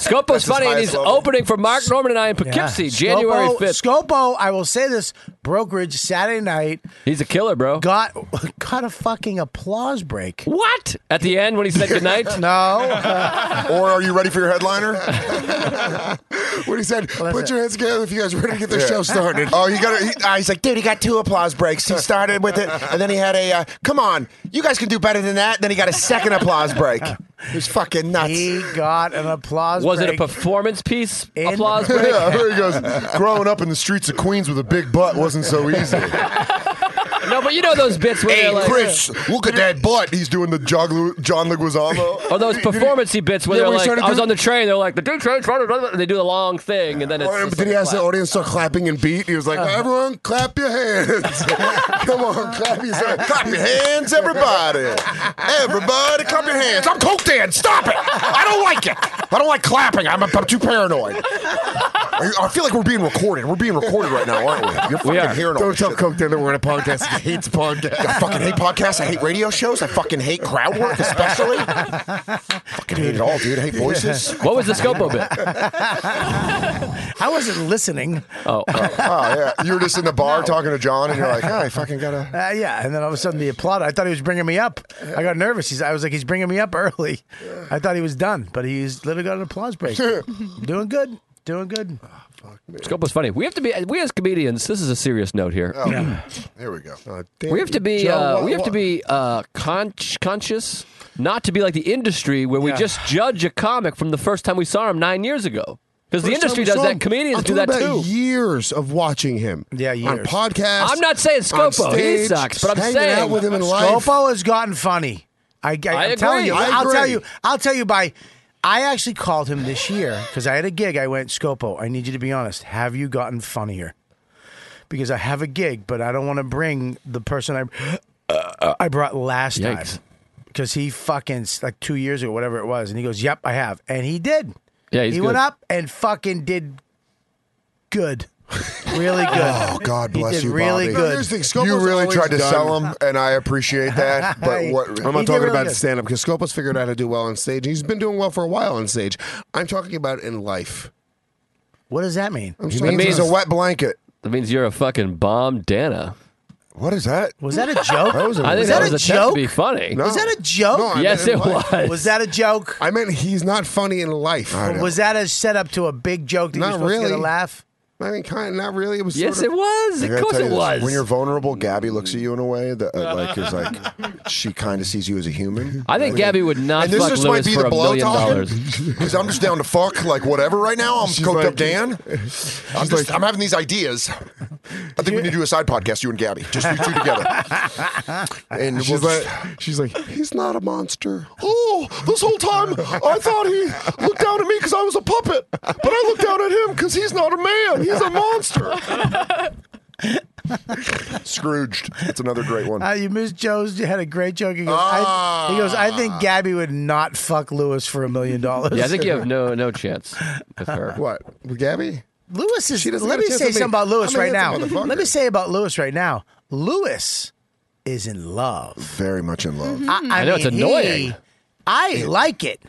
Speaker 7: Scopo's
Speaker 6: his
Speaker 7: funny, and
Speaker 6: highest
Speaker 7: he's
Speaker 6: level.
Speaker 7: opening for Mark Norman and I in
Speaker 4: Yeah.
Speaker 7: Poughkeepsie, January
Speaker 4: Scopo-
Speaker 7: 5th.
Speaker 4: Scopo, I will say this brokerage Saturday night
Speaker 7: He's a killer, bro.
Speaker 4: got [LAUGHS] got got a fucking applause break.
Speaker 7: What? At the end when he said goodnight?
Speaker 6: [LAUGHS]
Speaker 1: [LAUGHS]
Speaker 4: no.
Speaker 6: or are you ready for your [LAUGHS] headliner? what he said, put
Speaker 1: Listen.
Speaker 6: your hands together if you guys are ready to get the
Speaker 1: Yeah.
Speaker 6: show started.
Speaker 1: Oh, he got. A, he, uh, he's like, dude, he got two applause breaks. He started with it, and then he had a. Uh, Come on, you guys can do better than that. Then he got a second applause break. It was fucking nuts.
Speaker 4: He got an applause.
Speaker 7: Was it a
Speaker 4: break.
Speaker 7: performance piece?
Speaker 4: In-
Speaker 7: Applause
Speaker 1: [LAUGHS]
Speaker 7: break?
Speaker 6: yeah, there he goes. Growing up in the streets of Queens with a big butt wasn't so easy.
Speaker 7: No, but you know those bits where they're
Speaker 6: Hey,
Speaker 7: like,
Speaker 6: Chris, look at that butt. He's doing the John, Lu- John Leguizamo.
Speaker 7: Or Oh, those performancey bits where
Speaker 6: Yeah,
Speaker 7: they're
Speaker 6: when he
Speaker 7: like,
Speaker 6: started
Speaker 7: I was
Speaker 6: doing-
Speaker 7: on the train, they're like, the dude train's running, running," and they do the long thing, and then it's.
Speaker 6: Or-
Speaker 7: just
Speaker 6: but then he
Speaker 7: like
Speaker 6: has the
Speaker 7: flat.
Speaker 6: audience start clapping and beat. Oh, He
Speaker 7: [LAUGHS]
Speaker 6: was like,
Speaker 7: Uh-huh.
Speaker 6: "Everyone, clap your hands! [LAUGHS] Come on, [LAUGHS] clap your hands!
Speaker 1: Clap your hands, everybody. Everybody, clap your hands. I'm coke Dan. Stop it. I don't like it. I don't like clapping. I'm, I'm too paranoid.
Speaker 6: I I feel like we're being recorded. We're
Speaker 7: [LAUGHS]
Speaker 6: being recorded right now, aren't we? You're fucking
Speaker 7: We are.
Speaker 6: hearing all
Speaker 1: Don't
Speaker 6: this
Speaker 1: tell
Speaker 6: shit.
Speaker 1: Coke Dan that we're in a podcast. He hates podcasts.
Speaker 6: I fucking hate podcasts. I hate radio shows. I fucking hate
Speaker 7: [LAUGHS]
Speaker 6: crowd work, especially. fucking hate it all, dude. I hate voices.
Speaker 7: What was the Scopo bit?
Speaker 4: I wasn't listening.
Speaker 7: Oh, oh.
Speaker 6: Oh yeah, you were just in the bar talking to John, and you're like, "Oh, I fucking gotta."
Speaker 4: [LAUGHS] Uh, yeah, and then all of a sudden the applaud. I thought he was bringing me up. I got nervous. He's, I was like, he's bringing me up early. I thought he was done, but he's literally got an
Speaker 6: [LAUGHS]
Speaker 4: applause break. doing good, doing good.
Speaker 6: Ah,
Speaker 7: Scopo's funny. We have to be, we as comedians, this is a serious note here.
Speaker 6: Oh, There we go.
Speaker 7: we have to be,
Speaker 6: Uh, Joe,
Speaker 7: uh,
Speaker 6: what-
Speaker 7: we have to
Speaker 6: what-
Speaker 7: be uh, con- conscious not to be like the industry where we just judge a comic from the first time we saw him nine years ago. Because the industry does that. Comedians do that too.
Speaker 1: Years of watching him.
Speaker 4: Yeah,
Speaker 1: on
Speaker 4: years.
Speaker 1: podcasts.
Speaker 7: I'm not saying
Speaker 1: on
Speaker 7: Scopo. He
Speaker 1: stage,
Speaker 7: sucks, but I'm
Speaker 1: hanging
Speaker 7: saying-
Speaker 1: out with him in life.
Speaker 4: Scopo has gotten funny. I, I,
Speaker 7: I
Speaker 4: am telling
Speaker 7: agree.
Speaker 4: you.
Speaker 7: I
Speaker 4: will tell
Speaker 1: agree.
Speaker 4: you. I'll tell you by. I actually called him this year because I had a gig. I went, Scopo, I need you to be honest. Have you gotten funnier? Because I have a gig, but I don't want to bring the person I I brought last
Speaker 7: Yikes.
Speaker 4: time. Because he fucking, like two years ago, whatever it was. And he goes, Yep, I have. And he did.
Speaker 7: Yeah, he's
Speaker 4: he went
Speaker 7: good.
Speaker 4: up and fucking did good. Really good.
Speaker 6: [LAUGHS] Oh God
Speaker 4: He
Speaker 6: bless
Speaker 4: did
Speaker 6: you,
Speaker 4: really
Speaker 6: Bobby.
Speaker 4: good.
Speaker 6: Here's the thing, you really tried to sell him, and I appreciate
Speaker 7: [LAUGHS]
Speaker 6: that. But what
Speaker 1: I'm not
Speaker 4: He did
Speaker 1: talking
Speaker 4: really
Speaker 1: about
Speaker 4: good.
Speaker 1: stand up because Scopo's figured out how to do well on stage. He's been doing well for a while on stage. I'm talking about in life.
Speaker 4: What does that mean?
Speaker 6: He means he's a wet blanket.
Speaker 7: That means you're a fucking bomb Dana.
Speaker 6: What is that?
Speaker 4: Was that
Speaker 6: [LAUGHS]
Speaker 4: a joke?
Speaker 6: That was a-
Speaker 7: I think
Speaker 4: Was
Speaker 7: that, was
Speaker 4: that a
Speaker 7: a test
Speaker 4: joke?
Speaker 7: to be funny.
Speaker 6: No.
Speaker 4: Was that a joke?
Speaker 6: No, I
Speaker 7: yes, it
Speaker 6: meant in
Speaker 7: was.
Speaker 6: life.
Speaker 4: Was that a joke?
Speaker 6: I meant he's not funny in life. I,
Speaker 4: Was that a setup to a big joke that
Speaker 6: Not
Speaker 4: you're supposed to get
Speaker 6: really.
Speaker 4: a laugh?
Speaker 6: mean, kind of, not really. It was.
Speaker 7: Yes,
Speaker 6: sort
Speaker 7: it
Speaker 6: of,
Speaker 7: was.
Speaker 6: I
Speaker 7: Of
Speaker 6: gotta
Speaker 7: course
Speaker 6: tell
Speaker 7: it
Speaker 6: you this,
Speaker 7: was.
Speaker 6: When you're vulnerable, Gabby looks at you in a way that uh, like is [LAUGHS] like she kind of sees you as a human.
Speaker 7: I think Gabby would not
Speaker 6: and this
Speaker 7: fuck
Speaker 6: just
Speaker 7: Lewis
Speaker 6: might be
Speaker 7: for
Speaker 6: the
Speaker 7: a
Speaker 6: blow
Speaker 7: million
Speaker 6: talk [LAUGHS]
Speaker 7: dollars.
Speaker 6: because I'm just down to fuck like whatever right now. I'm
Speaker 1: She's
Speaker 6: coked
Speaker 1: like-
Speaker 6: up, [LAUGHS] Dan. I'm, just, I'm having these ideas. I think we need to do a side podcast, you and Gabby, just you two [LAUGHS] together. And
Speaker 1: [LAUGHS] She's
Speaker 6: we'll
Speaker 1: like,
Speaker 6: just-
Speaker 1: she's like,
Speaker 6: He's not a monster. Oh, this whole time I thought he looked down at me because I was a puppet, but I looked down at him because he's not a man. He's a monster. Scrooged. That's another great one.
Speaker 4: Uh, you missed Joe's. You had a great joke. He goes,
Speaker 6: Ah.
Speaker 4: I, he goes, I think Gabby would not fuck Lewis for a million [LAUGHS] dollars.
Speaker 7: Yeah, I think you have no no chance with her.
Speaker 6: what? With Gabby?
Speaker 4: Lewis is.
Speaker 6: She doesn't
Speaker 4: Let
Speaker 6: get a
Speaker 4: me
Speaker 6: chance
Speaker 4: say
Speaker 6: with me.
Speaker 4: something about Lewis
Speaker 6: I'm a
Speaker 4: right now.
Speaker 6: handsome motherfucker.
Speaker 4: Let me say about Lewis right now. Lewis is in love.
Speaker 6: Very much in love.
Speaker 4: I, I
Speaker 7: know, it's
Speaker 4: mean, he-
Speaker 7: annoying.
Speaker 4: I like it.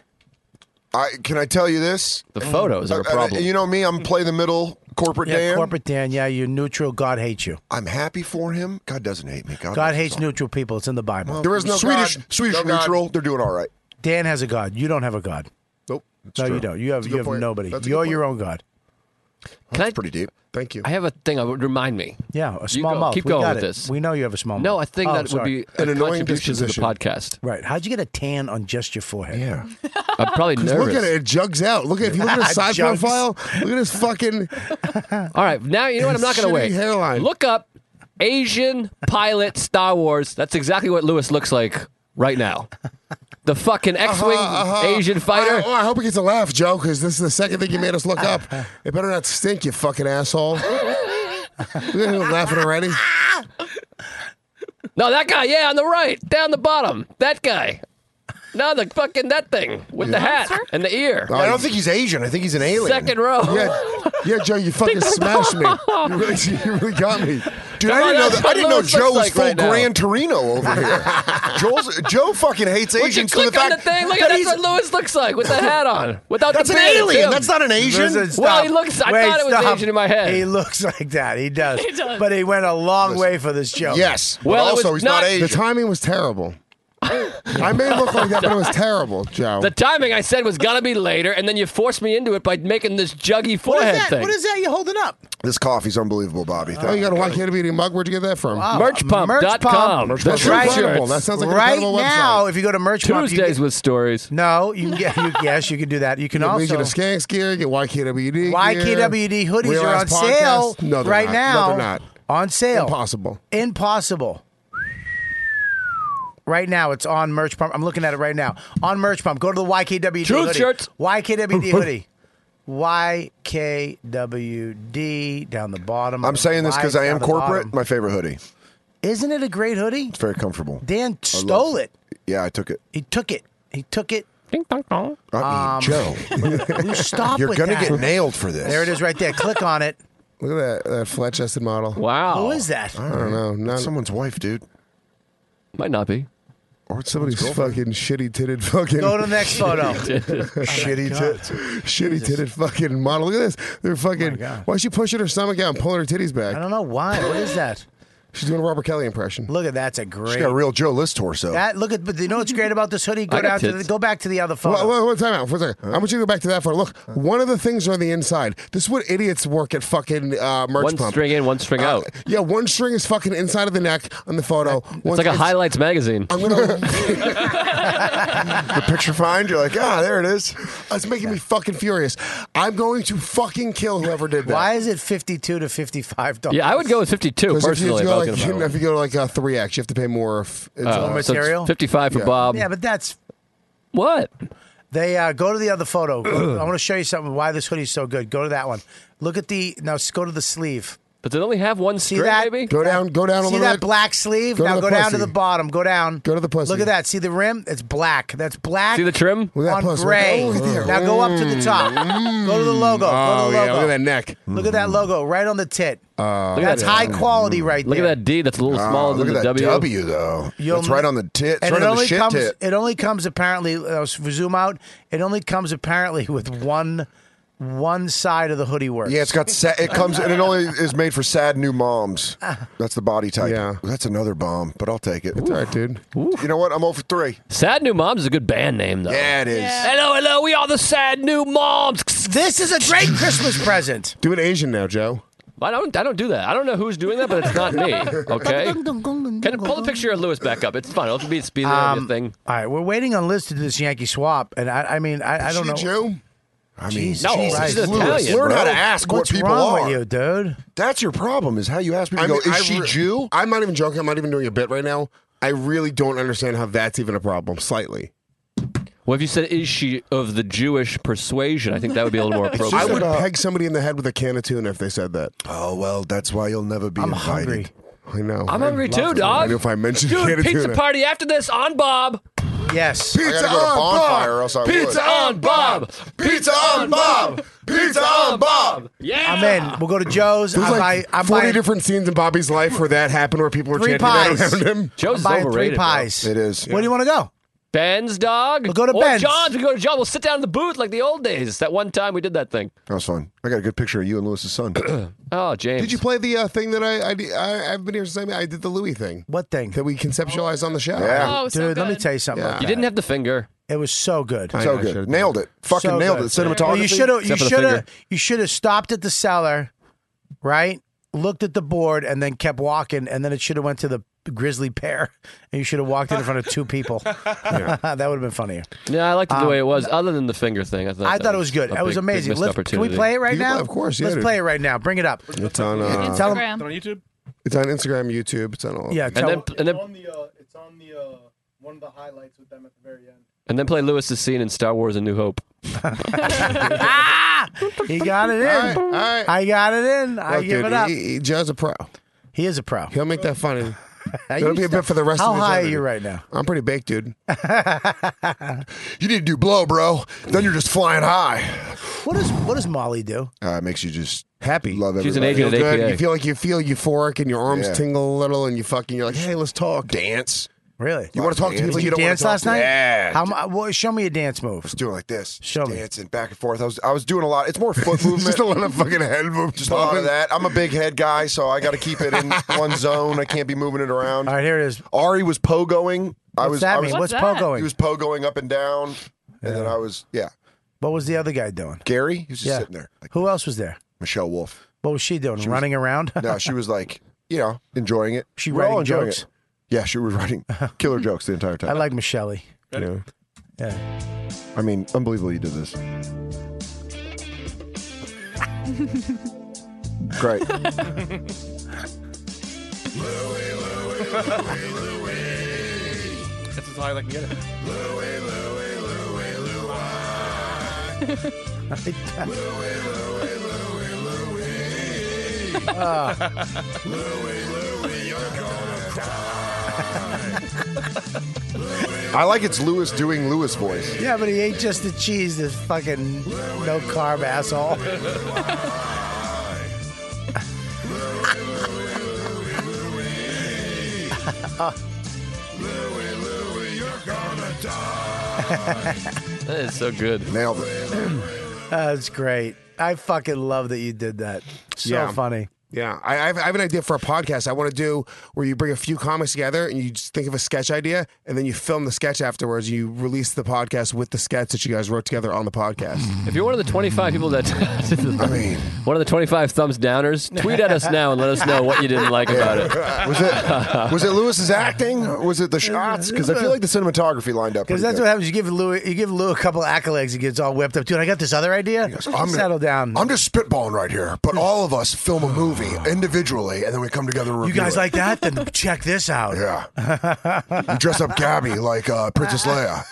Speaker 6: I, can I tell you this?
Speaker 7: The photos are a
Speaker 6: Uh, uh,
Speaker 7: problem.
Speaker 6: you know me, I'm play the middle corporate
Speaker 4: Yeah,
Speaker 6: Dan.
Speaker 4: corporate Dan. Yeah, you're neutral. God hates you.
Speaker 6: I'm happy for him. God doesn't hate me. God,
Speaker 4: God
Speaker 6: loves
Speaker 4: hates
Speaker 6: us all.
Speaker 4: neutral people. It's in the Bible.
Speaker 6: There is no Swedish
Speaker 1: God.
Speaker 6: Swedish
Speaker 1: No God.
Speaker 6: neutral. They're doing all right.
Speaker 4: Dan has a God. You don't have a God.
Speaker 6: Nope. It's
Speaker 4: no,
Speaker 6: true.
Speaker 4: you don't. You have
Speaker 6: That's a
Speaker 4: you
Speaker 6: good
Speaker 4: have
Speaker 6: point.
Speaker 4: nobody.
Speaker 6: That's a good
Speaker 4: You're
Speaker 6: point.
Speaker 4: your own God.
Speaker 7: Can I,
Speaker 6: That's pretty deep. Thank you.
Speaker 7: I have a thing. I would remind me.
Speaker 4: Yeah, a
Speaker 7: You
Speaker 4: small
Speaker 7: go.
Speaker 4: mouth.
Speaker 7: Keep
Speaker 4: we
Speaker 7: going
Speaker 4: got
Speaker 7: with
Speaker 4: it.
Speaker 7: this.
Speaker 4: We know you have a small mouth.
Speaker 7: No, I think
Speaker 4: Oh,
Speaker 7: that
Speaker 4: sorry.
Speaker 7: would be
Speaker 6: An
Speaker 7: a
Speaker 6: annoying
Speaker 7: contribution to the
Speaker 6: disposition.
Speaker 7: podcast.
Speaker 4: right. How'd you get a tan on just your forehead?
Speaker 6: yeah.
Speaker 7: I'm
Speaker 1: [LAUGHS]
Speaker 7: probably nervous.
Speaker 1: look at it. It jugs out. Look at if you look
Speaker 4: [LAUGHS]
Speaker 1: at
Speaker 7: [LAUGHS]
Speaker 1: his side
Speaker 4: Jugs.
Speaker 1: profile. Look at his fucking.
Speaker 7: All right, now you know what? I'm not going to
Speaker 1: Shitty
Speaker 7: wait.
Speaker 1: hairline.
Speaker 7: Look up Asian pilot Star Wars. That's exactly what Lewis looks like right now. The fucking X-wing
Speaker 6: Uh-huh,
Speaker 7: Asian
Speaker 1: I,
Speaker 7: fighter.
Speaker 1: oh, Uh-huh, I hope he gets a laugh, Joe, because this is the second thing you made us look up. It better not stink, you fucking asshole. Look at him laughing already.
Speaker 7: No, that guy. Yeah, on the right, down the bottom. That guy. No, the fucking that thing with the hat and the ear.
Speaker 6: I don't think he's Asian. I think he's an alien.
Speaker 7: Second row.
Speaker 6: Yeah.
Speaker 1: Yeah,
Speaker 7: [LAUGHS]
Speaker 1: Joe, you fucking smashed me. You really, [LAUGHS] you really got me, dude. I
Speaker 6: Come on,
Speaker 1: didn't know
Speaker 6: that's
Speaker 1: that.
Speaker 6: what
Speaker 1: I didn't know
Speaker 6: Lois
Speaker 1: Joe
Speaker 6: looks
Speaker 1: was
Speaker 6: like
Speaker 1: full
Speaker 6: right now.
Speaker 1: Gran Torino
Speaker 7: [LAUGHS]
Speaker 1: over here.
Speaker 6: [LAUGHS]
Speaker 1: Joel's, Joe fucking hates
Speaker 7: Would you
Speaker 1: Asians to the
Speaker 7: click on
Speaker 1: fact
Speaker 7: the thing? Look at that's what Lewis looks like
Speaker 4: [LAUGHS]
Speaker 7: with the hat on, without
Speaker 1: That's
Speaker 7: the
Speaker 1: an
Speaker 7: beard,
Speaker 1: alien.
Speaker 7: too.
Speaker 1: That's not an Asian.
Speaker 4: Listen, stop.
Speaker 7: Well, he looks. I
Speaker 4: Wait,
Speaker 7: thought it was
Speaker 4: stop.
Speaker 7: Asian in my head.
Speaker 4: He looks like that. He does.
Speaker 11: [LAUGHS] He does.
Speaker 4: But he went a long way for this joke.
Speaker 1: Yes.
Speaker 7: Well, it was not-
Speaker 1: The timing was terrible. I made it look like that, but it was terrible, Joe.
Speaker 7: The timing I said was gonna be later, and then you forced me into it by making this juggy
Speaker 4: What
Speaker 7: forehead
Speaker 4: is that?
Speaker 7: thing.
Speaker 4: What is that you're holding up? Uh,
Speaker 1: This coffee's unbelievable, Bobby. Oh, you got a white candy beauty mug? Where'd you get that from? Uh,
Speaker 7: Merchpump.com.
Speaker 4: Merchpump.
Speaker 1: That's
Speaker 4: Right.
Speaker 1: incredible. That sounds like an
Speaker 4: right
Speaker 1: incredible
Speaker 4: now, if you go to merch Pump, you
Speaker 7: Tuesdays
Speaker 4: can-
Speaker 7: with stories.
Speaker 4: no, you can get. You, yes, you can do that. You can
Speaker 1: You can
Speaker 4: also
Speaker 1: get a Skanks gear, you get YKWd.
Speaker 4: YKWd hoodies
Speaker 1: Real
Speaker 4: are on
Speaker 1: Ass Podcast.
Speaker 4: sale
Speaker 1: No, they're
Speaker 4: right
Speaker 1: not.
Speaker 4: now.
Speaker 1: No, they're not.
Speaker 4: On sale.
Speaker 1: Impossible.
Speaker 4: Impossible. Right now, it's on Merch Pump. I'm looking at it right now. On Merch Pump, go to the YKWd
Speaker 7: Truth
Speaker 4: hoodie.
Speaker 7: shirts.
Speaker 4: YKWd hoodie. YKWd down the bottom.
Speaker 6: I'm saying this because I
Speaker 4: Wise
Speaker 6: am
Speaker 4: down the
Speaker 6: corporate.
Speaker 4: bottom.
Speaker 6: My favorite hoodie.
Speaker 4: Isn't it a great hoodie?
Speaker 6: It's very comfortable.
Speaker 4: Dan stole it.
Speaker 6: Yeah, I took it.
Speaker 4: He took it. He took it. Um,
Speaker 7: Ding dong dong.
Speaker 6: I mean, Joe,
Speaker 4: [LAUGHS] You stop
Speaker 6: you're
Speaker 4: with
Speaker 6: gonna
Speaker 4: that.
Speaker 6: get nailed for this.
Speaker 4: There it is, right there. Click on it.
Speaker 1: Look at that, that flat chested model.
Speaker 7: Wow.
Speaker 4: Who is that?
Speaker 1: I don't know. Not,
Speaker 6: That's someone's wife, dude.
Speaker 7: Might not be.
Speaker 6: Or it's
Speaker 1: somebody's
Speaker 6: someone's girlfriend.
Speaker 1: fucking shitty titted fucking.
Speaker 4: Go to the next photo.
Speaker 1: [LAUGHS]
Speaker 6: shitty tits.
Speaker 1: Shitty titted fucking model. Look at this. They're fucking.
Speaker 4: God.
Speaker 1: why is she pushing her stomach out and pulling her titties
Speaker 4: I
Speaker 1: back?
Speaker 4: don't know why. What is that?
Speaker 1: She's doing a Robert Kelly impression.
Speaker 4: Look at that's a
Speaker 6: She
Speaker 4: great.
Speaker 6: got a real Joe List torso.
Speaker 4: That look at, but you know what's great about this hoodie?
Speaker 7: I
Speaker 4: Go
Speaker 7: got
Speaker 4: down to the,
Speaker 7: tits.
Speaker 4: go back to the other photo.
Speaker 1: Well, well, well, time out for a second. I want you to go back to that photo. Look, one of the things on the inside. This is what idiots work at fucking uh, merch
Speaker 7: One
Speaker 1: pump.
Speaker 7: string in, one string out.
Speaker 1: Uh, yeah, one string is fucking inside of the neck on the photo.
Speaker 7: It's like a highlights magazine. [LAUGHS]
Speaker 1: I'm gonna.
Speaker 6: the picture find, you're like, ah, there it is.
Speaker 1: it's making me fucking furious. I'm going to fucking kill whoever did that.
Speaker 4: Why is it fifty-two to fifty-five dollars?
Speaker 7: Yeah, I would go with 52
Speaker 1: Because if you
Speaker 7: personally.
Speaker 1: go like,
Speaker 7: if I was
Speaker 1: you
Speaker 7: gonna
Speaker 1: know,
Speaker 7: buy
Speaker 1: if
Speaker 7: one.
Speaker 1: you go to like uh, three X, you have to pay more. If it's
Speaker 7: Uh,
Speaker 1: uh,
Speaker 7: so it's
Speaker 4: material?
Speaker 7: 55 for
Speaker 1: Yeah.
Speaker 7: Bob.
Speaker 4: Yeah, but that's
Speaker 7: What?
Speaker 4: they uh, go to the
Speaker 7: [CLEARS THROAT]
Speaker 4: other photo. I want to show you something. Why this hoodie's so good? Go to that one. Look at the now. s- Go to the sleeve.
Speaker 7: Does it only have one string,
Speaker 4: that?
Speaker 7: maybe?
Speaker 1: go down, go down a
Speaker 4: See
Speaker 1: little
Speaker 4: that
Speaker 1: bit.
Speaker 4: black sleeve?
Speaker 1: Go to
Speaker 4: now
Speaker 1: the
Speaker 4: go down
Speaker 1: pussy.
Speaker 4: to the bottom. Go down.
Speaker 1: Go to the pussy.
Speaker 4: Look at that. See the rim? It's black. That's black.
Speaker 7: See the trim?
Speaker 1: Look at that
Speaker 4: on
Speaker 1: pussy.
Speaker 4: gray.
Speaker 1: Oh, look at there.
Speaker 4: Now go up to the top. Go to the logo.
Speaker 1: Oh
Speaker 4: go to the logo.
Speaker 1: yeah, look at that neck. Oh.
Speaker 4: Look at that logo right on the tit.
Speaker 7: Look at
Speaker 4: that's
Speaker 7: that.
Speaker 4: high quality right
Speaker 7: Look
Speaker 4: there.
Speaker 7: at that D that's a little smaller
Speaker 6: look
Speaker 7: than
Speaker 6: at
Speaker 7: the
Speaker 6: that
Speaker 7: W.
Speaker 6: W though.
Speaker 4: You'll-
Speaker 6: That's right on the tit. It's
Speaker 4: And
Speaker 6: right
Speaker 4: it
Speaker 6: on the
Speaker 4: only
Speaker 6: shit
Speaker 4: comes.
Speaker 6: tit.
Speaker 4: It only comes apparently. Uh, s- zoom out. It only comes apparently [LAUGHS] with one, one side of the hoodie works.
Speaker 6: Yeah, it's got. Sa- it comes and it only is made for sad new moms.
Speaker 4: Ah.
Speaker 6: That's the body type.
Speaker 1: Yeah.
Speaker 6: that's another bomb, but I'll take it.
Speaker 1: It's all right, dude.
Speaker 6: You know what? I'm over three.
Speaker 7: Sad New Moms is a good band name, though.
Speaker 6: Yeah, it is.
Speaker 7: Hello, hello, we are the Sad New Moms.
Speaker 4: This is a great Christmas present.
Speaker 1: Do an Asian now, Joe.
Speaker 7: I don't, I don't do that. I don't know who's doing that, but it's not
Speaker 4: [LAUGHS]
Speaker 7: me. Okay. Can you pull the picture of Lewis back up? It's fun. It'll be speed um, thing.
Speaker 4: All right, [LAUGHS] we're waiting on Liz to do this Yankee swap, and I, I mean, I, I don't
Speaker 1: She
Speaker 4: know.
Speaker 1: a Jew?
Speaker 6: I mean,
Speaker 4: Jesus
Speaker 7: No,
Speaker 4: Christ.
Speaker 7: she's Italian.
Speaker 6: Lewis, learn how to ask
Speaker 4: What's
Speaker 6: what people
Speaker 4: wrong
Speaker 6: are.
Speaker 4: with you, dude?
Speaker 6: That's your problem. Is how you ask people.
Speaker 1: I
Speaker 6: you go,
Speaker 1: mean,
Speaker 6: is
Speaker 1: I
Speaker 6: she
Speaker 1: re-
Speaker 6: Jew?
Speaker 1: I'm not even joking. I'm not even doing a bit right now. I really don't understand how that's even a problem. Slightly.
Speaker 7: Well, if you said, is she of the Jewish persuasion? I think that would be a
Speaker 1: [LAUGHS]
Speaker 7: little more appropriate.
Speaker 1: I would peg somebody in the head with a can of tuna if they said that.
Speaker 6: Oh well, that's why you'll never be
Speaker 4: I'm
Speaker 6: invited.
Speaker 1: I
Speaker 4: hungry.
Speaker 1: know.
Speaker 7: I'm
Speaker 1: I
Speaker 7: hungry
Speaker 1: love
Speaker 7: too,
Speaker 1: it. I
Speaker 7: dog.
Speaker 1: knew if I mentioned a can
Speaker 7: Dude,
Speaker 1: of
Speaker 7: pizza
Speaker 1: tuna.
Speaker 7: party after this on Bob.
Speaker 4: Yes.
Speaker 1: I
Speaker 6: I
Speaker 1: gotta
Speaker 6: gotta go to bonfire, or else I
Speaker 7: Pizza
Speaker 6: would.
Speaker 7: on Bob.
Speaker 6: Pizza on Bob. Pizza on Bob.
Speaker 7: Yeah.
Speaker 4: I'm in. We'll go to Joe's.
Speaker 1: There's
Speaker 4: I
Speaker 1: like
Speaker 4: buy, I'm
Speaker 1: 40
Speaker 4: buying,
Speaker 1: different scenes in Bobby's life where that happened, where people were
Speaker 4: Three
Speaker 1: chanting that
Speaker 4: pies.
Speaker 1: around him.
Speaker 7: Joe's
Speaker 4: I'm
Speaker 7: is
Speaker 4: buying three
Speaker 7: overrated, bro.
Speaker 4: pies.
Speaker 6: It is.
Speaker 4: Where do you want to go?
Speaker 7: Ben's dog.
Speaker 4: We'll go to
Speaker 7: or
Speaker 4: Ben's.
Speaker 7: John's. We go to John. We'll sit down in the booth like the old days. That one time we did that thing.
Speaker 6: That was fun. I got a good picture of you and
Speaker 7: [CLEARS THROAT]
Speaker 6: Lewis's son.
Speaker 7: Oh, James.
Speaker 1: Did you play the uh, thing that I, I, did- I I've been here since I, I did the Louis thing
Speaker 4: What thing?
Speaker 1: that we conceptualized on the show?
Speaker 6: Yeah.
Speaker 11: Oh,
Speaker 4: Dude,
Speaker 11: so
Speaker 4: let me
Speaker 11: good.
Speaker 4: tell you something.
Speaker 1: Yeah.
Speaker 4: about
Speaker 7: You
Speaker 4: that.
Speaker 7: didn't have the finger.
Speaker 4: It was so good.
Speaker 6: So
Speaker 1: I
Speaker 6: good.
Speaker 1: should've
Speaker 6: Nailed it. Fucking
Speaker 4: So
Speaker 6: nailed
Speaker 4: good.
Speaker 6: it. Cinematography.
Speaker 4: Well, you should have. You
Speaker 7: Except for the
Speaker 4: should have.
Speaker 7: finger.
Speaker 4: You should have stopped at the cellar, right? Looked at the board and then kept walking, and then it should have went to the grizzly pear, and you should have walked in front of two
Speaker 6: [LAUGHS]
Speaker 4: people. [LAUGHS] that would have been funnier.
Speaker 7: Yeah, I liked it the way it was, other than the finger thing. I thought,
Speaker 4: Um, I
Speaker 7: that
Speaker 4: thought it was good.
Speaker 7: a
Speaker 4: It
Speaker 7: big-
Speaker 4: was
Speaker 7: big
Speaker 4: amazing.
Speaker 7: missed
Speaker 4: Let's, can we
Speaker 7: opportunity.
Speaker 4: play it right
Speaker 1: You can
Speaker 4: now?
Speaker 1: play- of course, yeah,
Speaker 4: Let's
Speaker 1: dude.
Speaker 4: play it right now. Bring it up.
Speaker 1: It's on. Uh,
Speaker 4: Tell 'em-
Speaker 9: Is it on YouTube?
Speaker 1: it's on Instagram, YouTube. It's on all.
Speaker 4: [LAUGHS] Yeah.
Speaker 7: And
Speaker 4: Tell,
Speaker 7: then, and then,
Speaker 9: the uh, it's on the uh, one of the highlights with them at the very end.
Speaker 7: and then play Lewis's scene in Star Wars: A New
Speaker 4: [LAUGHS]
Speaker 7: Hope. [LAUGHS]
Speaker 4: he got it
Speaker 1: All right.
Speaker 4: in.
Speaker 1: All right.
Speaker 4: I got it in. I
Speaker 1: Look,
Speaker 4: give
Speaker 1: dude,
Speaker 4: it up.
Speaker 1: he- he- Joe's a pro.
Speaker 4: He is a pro. [LAUGHS]
Speaker 1: He'll make that funny. That'll be a bit for the rest
Speaker 4: How
Speaker 1: of the
Speaker 4: high are
Speaker 1: journey.
Speaker 4: you right now?
Speaker 1: I'm pretty baked, dude. [LAUGHS] you need to do blow, bro. Then you're just flying high.
Speaker 4: What does what does Molly do?
Speaker 1: Uh, it makes you just happy. Love
Speaker 7: She's an
Speaker 1: everybody.
Speaker 7: agent
Speaker 1: Feel
Speaker 7: at
Speaker 1: good.
Speaker 7: APA.
Speaker 1: You feel like you feel euphoric and your arms
Speaker 6: Yeah.
Speaker 1: tingle a little, and you fucking you're like, hey, let's talk, dance.
Speaker 4: Really?
Speaker 1: You want to talk to
Speaker 6: Did
Speaker 1: people
Speaker 4: Did
Speaker 1: you
Speaker 4: you
Speaker 1: don't wanna
Speaker 4: dance
Speaker 1: talk
Speaker 4: last
Speaker 1: to?
Speaker 4: night?
Speaker 1: Yeah.
Speaker 4: How, mu- well, show me a dance move.
Speaker 6: Just doing like this.
Speaker 4: Show me.
Speaker 6: Dancing back and forth. I was I was doing a lot. It's more
Speaker 4: [LAUGHS]
Speaker 6: foot movement.
Speaker 1: Just a lot of fucking head movement.
Speaker 6: Just a lot of that. I'm a big head guy, so I got to keep it
Speaker 4: [LAUGHS]
Speaker 6: in one zone. I can't be moving it around.
Speaker 4: All right, here it is.
Speaker 6: Ari was pogoing. I
Speaker 4: What's
Speaker 6: was.
Speaker 4: that
Speaker 6: I was
Speaker 4: mean? What's
Speaker 5: What's that?
Speaker 4: pogoing?
Speaker 6: He was pogoing up and down, and then I was yeah.
Speaker 4: what was the other guy doing?
Speaker 6: Gary, he was just
Speaker 4: Yeah.
Speaker 6: sitting there. Like
Speaker 4: Who else was there?
Speaker 6: Michelle Wolf.
Speaker 4: What was she doing? Running around?
Speaker 6: No, she was like you know enjoying it.
Speaker 4: She
Speaker 6: We're all
Speaker 4: writing
Speaker 6: enjoying
Speaker 4: jokes?
Speaker 6: it. Yeah, she was writing killer jokes the entire time.
Speaker 4: I like Michelle.
Speaker 6: You know?
Speaker 4: Yeah.
Speaker 6: I mean, unbelievable you did this.
Speaker 4: [LAUGHS]
Speaker 6: Great.
Speaker 7: [LAUGHS] That's as high as I can get it.
Speaker 6: I like it's Lewis doing Lewis voice.
Speaker 4: yeah, but he ate just the cheese, this fucking no carb asshole. [LAUGHS]
Speaker 7: That is so good.
Speaker 6: Nailed it.
Speaker 4: That's great. I fucking love that you did that. So
Speaker 1: Yeah.
Speaker 4: funny.
Speaker 1: Yeah, I, I, have, I have an idea for a podcast I want to do where you bring a few comics together and you just think of a sketch idea and then you film the sketch afterwards. And you release the podcast with the sketch that you guys wrote together on the podcast.
Speaker 7: If you're one of the 25 people that, [LAUGHS] I mean, one of the 25 thumbs downers, tweet at us now and let us know what you didn't like about
Speaker 1: [LAUGHS]
Speaker 7: it.
Speaker 6: [LAUGHS] Was it was it Lewis's acting? Or was it the shots? Because I feel like the cinematography lined
Speaker 4: [LAUGHS]
Speaker 6: up.
Speaker 4: Because that's what happens. You give Lou, you give Lou a couple accolades. He gets all whipped up. Dude, I got this other idea.
Speaker 1: "I'm
Speaker 4: Settle down.
Speaker 1: I'm just spitballing right here, but all of us film a movie individually and then we come together.
Speaker 4: you guys like that? Then check this out.
Speaker 1: Yeah. you dress up Gabby like uh, Princess Leia.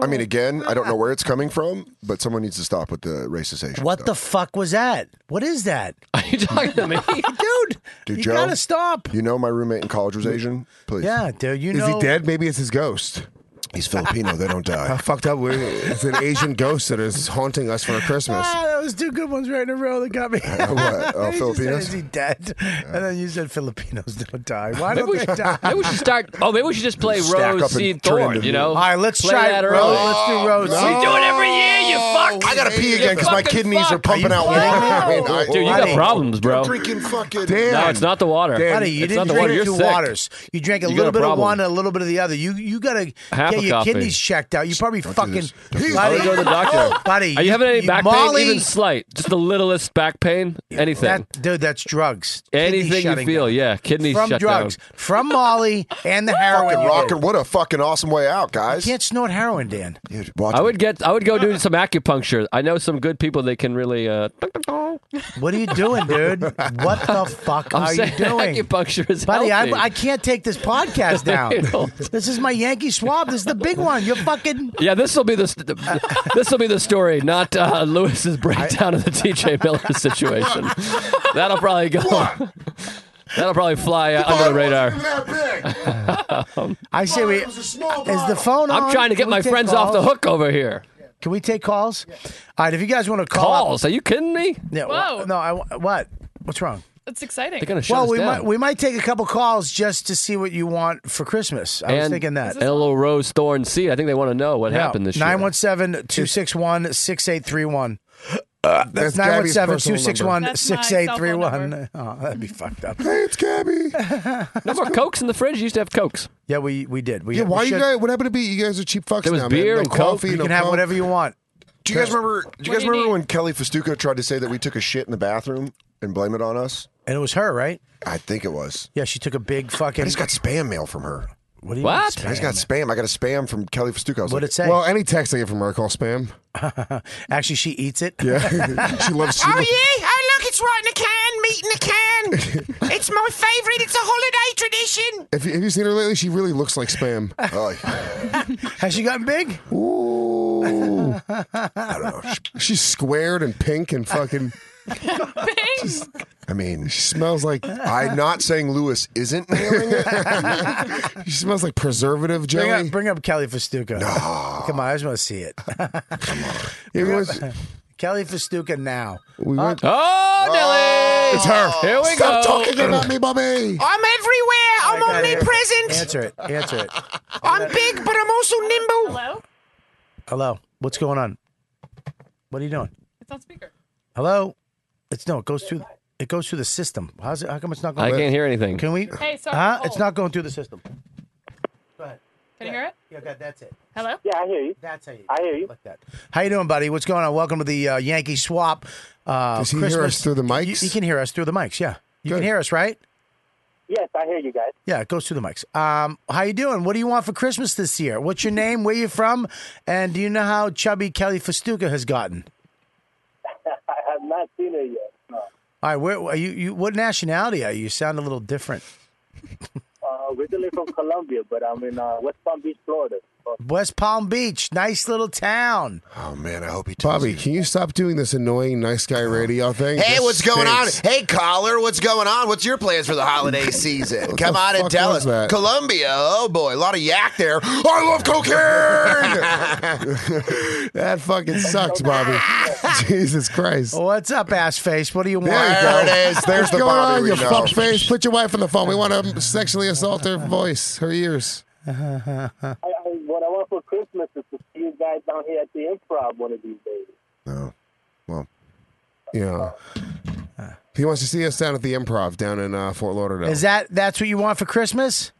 Speaker 6: I mean, again, I don't know where it's coming from, but someone needs to stop with the racist
Speaker 4: What the fuck was that? What
Speaker 6: [LAUGHS]
Speaker 4: is that,
Speaker 7: Are you talking to me?
Speaker 4: dude?
Speaker 6: Dude,
Speaker 4: you
Speaker 6: Joe?
Speaker 4: gotta stop.
Speaker 6: You know my roommate in college was Asian. Please.
Speaker 4: Yeah, dude. You
Speaker 1: Is
Speaker 4: know
Speaker 1: he dead? Maybe it's his ghost.
Speaker 6: He's
Speaker 1: [LAUGHS]
Speaker 6: Filipino. They don't
Speaker 1: How
Speaker 6: die.
Speaker 1: fucked up. we it's an Asian ghost that is haunting us for Christmas.
Speaker 4: Ah, that was two good ones right in a row that got
Speaker 6: [LAUGHS]
Speaker 4: me. [LAUGHS]
Speaker 6: what? Oh,
Speaker 4: He just
Speaker 6: Filipinos?
Speaker 4: said, Is he dead? And then you said Filipinos don't die. Why
Speaker 7: Maybe
Speaker 4: don't
Speaker 7: we,
Speaker 4: they
Speaker 7: should,
Speaker 4: die?
Speaker 7: maybe we should start. Oh, maybe we should just play
Speaker 6: [LAUGHS] Stack up
Speaker 7: Rose
Speaker 6: and
Speaker 7: Seed
Speaker 6: turn
Speaker 7: Thorn.
Speaker 6: into-
Speaker 7: You know.
Speaker 4: All right, let's
Speaker 7: play
Speaker 4: try
Speaker 7: that
Speaker 4: Rose.
Speaker 7: early.
Speaker 4: Let's do Rose.
Speaker 7: We do it every year. You fuck.
Speaker 6: I gotta pee again because my
Speaker 7: fucking
Speaker 6: kidneys are
Speaker 7: fuck.
Speaker 6: pumping out water. I mean, I-
Speaker 7: Dude, you
Speaker 4: Why
Speaker 7: got
Speaker 4: did-
Speaker 7: problems, bro.
Speaker 6: Drinking fucking.
Speaker 7: No, it's not the water.
Speaker 4: Buddy, you
Speaker 7: it's not
Speaker 4: didn't
Speaker 7: the water.
Speaker 4: drink
Speaker 7: You're
Speaker 4: two
Speaker 7: sick.
Speaker 4: waters. You drank a
Speaker 7: You got
Speaker 4: little
Speaker 7: a
Speaker 4: bit of
Speaker 7: problem.
Speaker 4: one and a little bit of the other. You you gotta
Speaker 7: Half
Speaker 4: get
Speaker 7: a
Speaker 4: your
Speaker 7: coffee.
Speaker 4: kidneys checked out. You probably fucking oh,
Speaker 6: this. Don't do this.
Speaker 7: I would go to the doctor.
Speaker 4: buddy.
Speaker 7: Are you having any back
Speaker 4: Molly,
Speaker 7: pain? Even slight. Just the littlest back pain? Anything.
Speaker 4: That, dude, that's drugs. Kidney
Speaker 7: Anything you
Speaker 4: shutting
Speaker 7: feel,
Speaker 4: down.
Speaker 7: yeah. Kidneys
Speaker 4: from
Speaker 7: shut
Speaker 4: drugs,
Speaker 7: down.
Speaker 4: from Molly
Speaker 7: [LAUGHS]
Speaker 4: and the heroin.
Speaker 6: Fucking
Speaker 4: you
Speaker 6: rocker.
Speaker 4: did.
Speaker 6: What a fucking awesome way out,
Speaker 4: You
Speaker 6: guys.
Speaker 4: can't snort heroin, Dan.
Speaker 6: Dude, watch
Speaker 7: I would get. I would go do some acupuncture. I know some good people that can really. Uh,
Speaker 4: What are you doing, dude?
Speaker 7: [LAUGHS]
Speaker 4: What the fuck
Speaker 7: I'm
Speaker 4: are you
Speaker 7: saying
Speaker 4: doing?
Speaker 7: acupuncture is
Speaker 4: Buddy, I,
Speaker 7: healthy.
Speaker 4: I can't take this
Speaker 7: [LAUGHS]
Speaker 4: podcast down. this is my Yankee swab. This is the big one. You're fucking.
Speaker 7: yeah, this will be the st- this will be the story, not uh, Lewis's breakdown of the TJ Miller situation. That'll probably go. That'll probably fly uh, under the radar.
Speaker 4: [LAUGHS] I say we.
Speaker 6: It was a small
Speaker 4: Is the phone on?
Speaker 7: Um, I'm trying to get
Speaker 4: Can we
Speaker 7: my
Speaker 4: take
Speaker 7: friends off the
Speaker 4: calls?
Speaker 7: hook over here.
Speaker 4: Can we take calls? All right, if you guys want to call. up-
Speaker 7: Calls? Are you kidding me?
Speaker 4: Yeah,
Speaker 5: Whoa.
Speaker 4: wha- No, I, what? What's wrong?
Speaker 5: It's exciting.
Speaker 7: They're gonna shut
Speaker 4: well,
Speaker 7: us
Speaker 4: we
Speaker 7: down. [LAUGHS]
Speaker 4: might we might take a couple calls just to see what you want for Christmas. I was thinking that.
Speaker 7: And a little rose thorn seed. I think they want to know what happened this year.
Speaker 4: 917 261 6831. That's
Speaker 1: That's Gabby's
Speaker 4: 917
Speaker 1: personal
Speaker 4: 261
Speaker 1: number.
Speaker 5: That's my cell phone
Speaker 4: 6831. [LAUGHS] Oh, that'd be fucked up.
Speaker 1: Hey, it's Gabby.
Speaker 7: no more cokes in the fridge. You used to have cokes.
Speaker 4: Yeah, we, we did. We,
Speaker 1: Yeah,
Speaker 4: we
Speaker 1: why you
Speaker 4: should-
Speaker 1: guys? What happened to be? You guys are cheap fucks
Speaker 7: There was
Speaker 1: now,
Speaker 7: beer
Speaker 1: man.
Speaker 7: and
Speaker 1: No
Speaker 7: Coke.
Speaker 1: coffee,
Speaker 4: You
Speaker 1: no
Speaker 4: can have
Speaker 1: Coke.
Speaker 4: whatever you want.
Speaker 6: Do you guys remember? Do you
Speaker 5: What
Speaker 6: guys
Speaker 5: do you
Speaker 6: remember
Speaker 5: need?
Speaker 6: when Kelly Festuca tried to say that we took a shit in the bathroom and blame it on us?
Speaker 4: And it was her, right?
Speaker 6: I think it was.
Speaker 4: Yeah, she took a big
Speaker 6: I
Speaker 4: fucking.
Speaker 6: just got spam mail from her.
Speaker 4: what do you
Speaker 7: What?
Speaker 4: mean,
Speaker 6: I just got spam. I got a spam from Kelly Festuca. I was
Speaker 4: What'd
Speaker 6: like,
Speaker 4: it
Speaker 6: [LAUGHS]
Speaker 4: say?
Speaker 1: Well, any text I get from her, I call spam.
Speaker 4: [LAUGHS] Actually, she eats it. [LAUGHS]
Speaker 1: Yeah, she loves. She loves
Speaker 12: yeah? Oh, look, it's right in a can, meat in a can.
Speaker 6: [LAUGHS]
Speaker 12: it's my favourite. It's a holiday tradition.
Speaker 1: have, you, have you seen her lately? She really looks like spam.
Speaker 6: oh,
Speaker 1: [LAUGHS]
Speaker 4: Has she gotten big?
Speaker 1: Ooh, I don't know. She's squared and pink and fucking.
Speaker 5: Bing.
Speaker 1: I I mean, she smells like. I'm not saying Lewis isn't nailing
Speaker 4: [LAUGHS]
Speaker 1: it. she smells like preservative jelly.
Speaker 4: Bring up, bring up Kelly Festuca. Come on, I just want to see it. Come on. [LAUGHS] Kelly Festuca now.
Speaker 7: oh, Nelly!
Speaker 4: It's her.
Speaker 7: Here we
Speaker 4: Stop
Speaker 7: go.
Speaker 4: talking about me,
Speaker 1: Bobby.
Speaker 13: I'm everywhere. I'm
Speaker 4: I got it.
Speaker 13: omnipresent.
Speaker 4: Answer it. Answer it.
Speaker 13: I'm big, but I'm also nimble.
Speaker 5: Hello?
Speaker 4: Hello. What's going on? What are you doing?
Speaker 5: It's on speaker.
Speaker 4: Hello. It's no. It goes through. It goes through the system. How's it? How come it's not going?
Speaker 7: I can't hear anything.
Speaker 4: Can we?
Speaker 5: Hey, sorry.
Speaker 4: Huh?
Speaker 5: Hold.
Speaker 4: It's not going through the system.
Speaker 5: Can you hear it?
Speaker 4: Yeah, that, that's it.
Speaker 5: Hello?
Speaker 14: Yeah, I hear you.
Speaker 4: That's how you.
Speaker 14: I hear you.
Speaker 4: Like that. How you doing, buddy? What's going on? Welcome to the uh, Yankee Swap. Uh,
Speaker 1: Does he hear
Speaker 4: Christmas.
Speaker 1: us through the mics?
Speaker 4: You- He can hear us through the mics. Yeah, you can hear us, right?
Speaker 14: Yes, I hear you guys.
Speaker 4: Yeah, it goes through the mics. Um, how you doing? What do you want for Christmas this year? What's your name? Where you from? And do you know how chubby Kelly Festuca has gotten?
Speaker 14: I have not seen it yet. No.
Speaker 4: All right, where are you? you what nationality are you? You sound a little different.
Speaker 14: [LAUGHS] Uh, originally from Colombia, but I'm in uh, West Palm Beach, Florida. So,
Speaker 4: West Palm Beach, nice little town.
Speaker 1: Oh man, I hope he. Bobby, can you stop doing this annoying nice guy radio thing?
Speaker 15: Hey,
Speaker 1: This
Speaker 15: what's going
Speaker 1: stinks.
Speaker 15: on? Hey, caller, what's going on? What's your plans for the
Speaker 6: [LAUGHS]
Speaker 15: holiday season?
Speaker 1: What
Speaker 15: Come
Speaker 1: the
Speaker 15: on and
Speaker 1: fuck
Speaker 15: tell us.
Speaker 1: was that?
Speaker 15: Colombia, oh boy, a lot of yak there. I love
Speaker 4: [LAUGHS]
Speaker 15: cocaine.
Speaker 1: That fucking sucks, Bobby. Jesus Christ.
Speaker 4: What's up, ass face? What do you want?
Speaker 1: There you go. What's going on, you
Speaker 4: Reno.
Speaker 1: fuck face? Put your wife on the phone. We want to sexually assault her voice, her
Speaker 4: [LAUGHS]
Speaker 1: ears.
Speaker 14: I, I, what I want for Christmas is to see you guys down here at the improv one of these days.
Speaker 1: Yeah. He wants to see us down at the improv down in uh, Fort Lauderdale.
Speaker 4: Is that that's what you want for Christmas?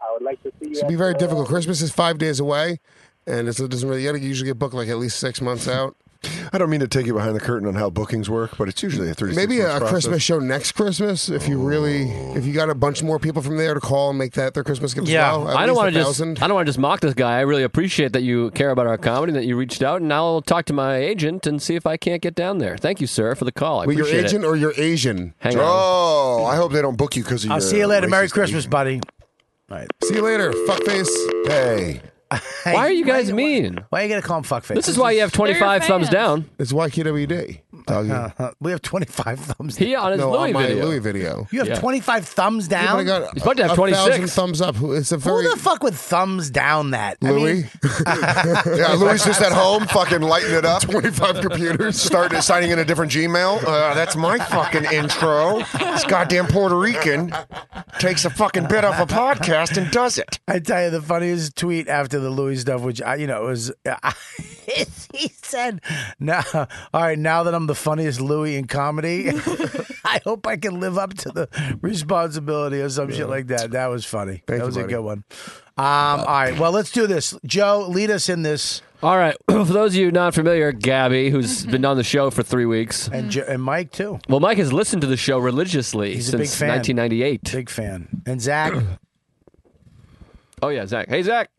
Speaker 14: I would like to see you.
Speaker 1: It's gonna be very difficult. Christmas is five days away, and it's, it doesn't really. You gotta usually get booked like at least six months out.
Speaker 6: [LAUGHS] I don't mean to take you behind the curtain on how bookings work, but it's usually a three.
Speaker 1: Maybe a Christmas show next Christmas if you really if you got a bunch more people from there to call and make that their Christmas gift. as well, at
Speaker 7: I don't
Speaker 1: least
Speaker 7: want to
Speaker 1: a
Speaker 7: just.
Speaker 1: thousand.
Speaker 7: I don't want to just mock this guy. I really appreciate that you care about our comedy, and that you reached out, and I'll talk to my agent and see if I can't get down there. Thank you, sir, for the call. I
Speaker 1: Wait, your
Speaker 7: appreciate
Speaker 1: agent
Speaker 7: it.
Speaker 1: or your Asian?
Speaker 7: Hang on.
Speaker 1: oh, I hope they don't book you because
Speaker 4: I'll see you later. Merry Christmas, buddy. All right.
Speaker 1: See you later, fuckface.
Speaker 4: [LAUGHS]
Speaker 1: Hey.
Speaker 7: why are you guys mean?
Speaker 4: Why you gotta call him fuckface?
Speaker 7: This is why you have
Speaker 4: They're your
Speaker 7: 25 thumbs
Speaker 4: fans.
Speaker 7: down.
Speaker 1: It's YKWd. Doggy.
Speaker 4: Uh, [LAUGHS] we have 25 thumbs
Speaker 7: He
Speaker 4: down.
Speaker 7: on his
Speaker 1: no,
Speaker 7: Louis
Speaker 1: on my
Speaker 7: video.
Speaker 1: Louis video.
Speaker 4: You have
Speaker 7: Yeah.
Speaker 4: 25 thumbs down?
Speaker 1: Yeah, but I got a- a thousand thumbs up. Who- It's a very
Speaker 4: Who the fuck would thumbs down that? I
Speaker 1: [LAUGHS]
Speaker 4: mean- [LAUGHS]
Speaker 1: Louis.
Speaker 6: [LAUGHS] yeah, Louis just at home, fucking lighting
Speaker 15: [LAUGHS]
Speaker 6: it up.
Speaker 1: 25 computers.
Speaker 6: Starting signing in a different Gmail. Uh, that's my fucking intro. This goddamn Puerto Rican takes a fucking bit off a podcast and does it.
Speaker 4: I tell you the funniest tweet after the Louis stuff, which I, you know, it was [LAUGHS] he said, "Now, all right, now that I'm the funniest Louis in comedy, [LAUGHS] I hope I can live up to the responsibility or some shit like that." That was funny. that
Speaker 1: you,
Speaker 4: was a
Speaker 1: buddy.
Speaker 4: good one. Um, all right, well, let's do this. Joe, lead us in this,
Speaker 7: All right. [CLEARS THROAT] For those of you not familiar, Gabby,
Speaker 4: [LAUGHS]
Speaker 7: who's been on the show for three weeks.
Speaker 4: and jo- and Mike too.
Speaker 7: Well, Mike has listened to the show religiously
Speaker 4: He's a big
Speaker 7: since
Speaker 4: fan.
Speaker 7: 1998.
Speaker 4: Big fan.
Speaker 1: [CLEARS THROAT]
Speaker 4: And Zach,
Speaker 7: Oh yeah, Zach. Hey, Zach.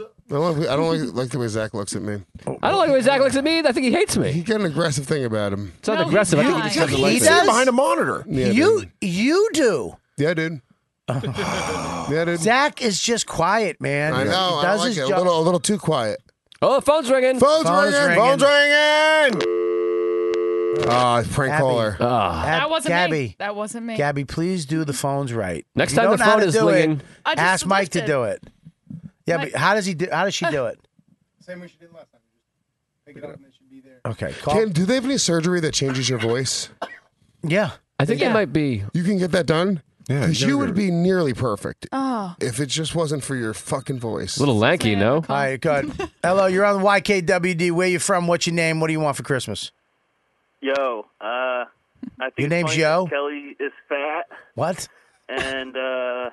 Speaker 1: I don't, like, I don't like, like the way Zach looks at me.
Speaker 7: I don't like the way Zach looks at me. I think he hates me.
Speaker 1: He got an aggressive thing about him.
Speaker 7: It's not
Speaker 5: No,
Speaker 7: aggressive. I think he
Speaker 5: he's
Speaker 7: just
Speaker 5: not.
Speaker 7: doesn't
Speaker 4: He
Speaker 7: like me.
Speaker 4: does?
Speaker 6: Behind a monitor.
Speaker 1: Yeah,
Speaker 4: you
Speaker 1: dude.
Speaker 4: you do.
Speaker 1: Yeah, dude. yeah, dude.
Speaker 4: Zach is just quiet, man.
Speaker 1: I know.
Speaker 4: He
Speaker 1: I
Speaker 4: does
Speaker 1: don't like
Speaker 4: his
Speaker 1: it. A
Speaker 4: job.
Speaker 1: little, a little too quiet.
Speaker 7: Oh, the phone's ringing.
Speaker 1: Phone's,
Speaker 4: Phone's
Speaker 1: ringing.
Speaker 4: ringing.
Speaker 1: Phone's ringing. Ah, it's prank
Speaker 4: Abby.
Speaker 1: caller.
Speaker 7: Ah.
Speaker 4: Ab-
Speaker 5: That wasn't
Speaker 4: Gabby.
Speaker 5: me. That wasn't me.
Speaker 4: Gabby, please do the phones right.
Speaker 7: Next
Speaker 4: If you
Speaker 7: time the
Speaker 4: don't know how
Speaker 7: phone
Speaker 4: to
Speaker 7: is
Speaker 4: do it,
Speaker 7: ringing-
Speaker 5: I just
Speaker 4: ask Mike to
Speaker 5: listened.
Speaker 4: do it. Yeah, but how does he do? How does she do it?
Speaker 9: Same way she did last time. You just pick it up and it should be there.
Speaker 4: [LAUGHS] Okay, call.
Speaker 1: Can, do they have any surgery that changes your voice?
Speaker 4: yeah,
Speaker 7: I think it
Speaker 5: Yeah.
Speaker 7: might be.
Speaker 1: You can get that done?
Speaker 6: Yeah,
Speaker 1: Because you
Speaker 6: younger.
Speaker 1: would be nearly perfect
Speaker 5: Oh.
Speaker 1: if it just wasn't for your [LAUGHS] fucking voice.
Speaker 7: A little lanky, no?
Speaker 4: all right, good. Hello, you're on YKWd. Where you from? What's your name? What do you want for Christmas?
Speaker 14: Yo, uh, I think
Speaker 4: Your name's Yo?
Speaker 14: Kelly is fat,
Speaker 4: What?
Speaker 14: and uh,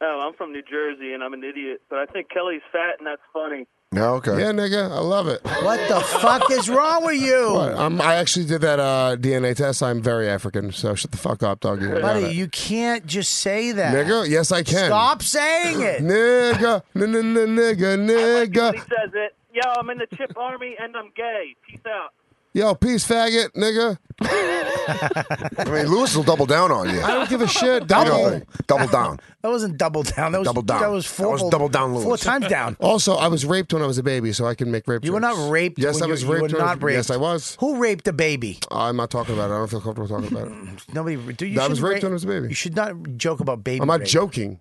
Speaker 14: oh, I'm from New Jersey, and I'm an idiot, but I think Kelly's fat, and that's funny.
Speaker 6: No, okay.
Speaker 1: Yeah, nigga, I love it.
Speaker 4: What the fuck is wrong
Speaker 1: [LAUGHS]
Speaker 4: with you,
Speaker 1: But, um, I actually did that uh, DNA test. I'm very African, so shut the fuck up, doggy. I got
Speaker 4: buddy?
Speaker 1: it.
Speaker 4: You can't just say that.
Speaker 1: nigga, yes, I can.
Speaker 4: Stop saying it.
Speaker 1: Nigga, n- n- n-
Speaker 4: [LAUGHS]
Speaker 1: nigga,
Speaker 14: He
Speaker 1: nigga.
Speaker 14: says it. Yo, I'm in the chip army, and I'm gay. Peace out.
Speaker 1: Yo, peace, faggot, nigga. I mean, Lewis will double down on you.
Speaker 4: I don't give a shit.
Speaker 1: You know,
Speaker 4: Double.
Speaker 1: double down.
Speaker 4: That wasn't double down. That was
Speaker 1: Double down.
Speaker 4: That was four.
Speaker 1: That was double down,
Speaker 4: Four
Speaker 1: Louis.
Speaker 4: times down.
Speaker 1: [LAUGHS] Also, I was raped when I was a baby, so I can make rape.
Speaker 4: You were not
Speaker 1: jokes.
Speaker 4: raped.
Speaker 1: Yes,
Speaker 4: when
Speaker 1: I was
Speaker 4: you,
Speaker 1: raped.
Speaker 4: You
Speaker 1: when
Speaker 4: were
Speaker 1: I
Speaker 4: not raped.
Speaker 1: Yes, I was.
Speaker 4: Who raped a baby?
Speaker 1: I'm not talking about it. I don't feel comfortable talking about it.
Speaker 4: Nobody. Do you?
Speaker 1: I was
Speaker 4: shouldn't
Speaker 1: raped
Speaker 4: ra-
Speaker 1: when I was a baby.
Speaker 4: You should not joke about baby.
Speaker 1: I'm not
Speaker 4: rape.
Speaker 1: joking.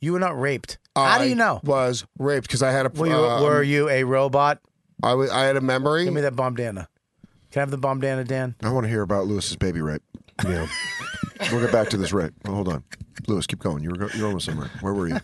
Speaker 4: You were not raped. How do you know?
Speaker 1: Was raped because I had a.
Speaker 4: Were you,
Speaker 1: um,
Speaker 4: were you a robot?
Speaker 1: I was. I had a memory.
Speaker 4: Give me that bomb, Dana. Can I have the bomb, Dana, Dan?
Speaker 6: I want to hear about Lewis's baby rape. Yeah. we'll get back to this rape. Well, hold on. Lewis, keep going. You were go- you're almost somewhere. Where were you?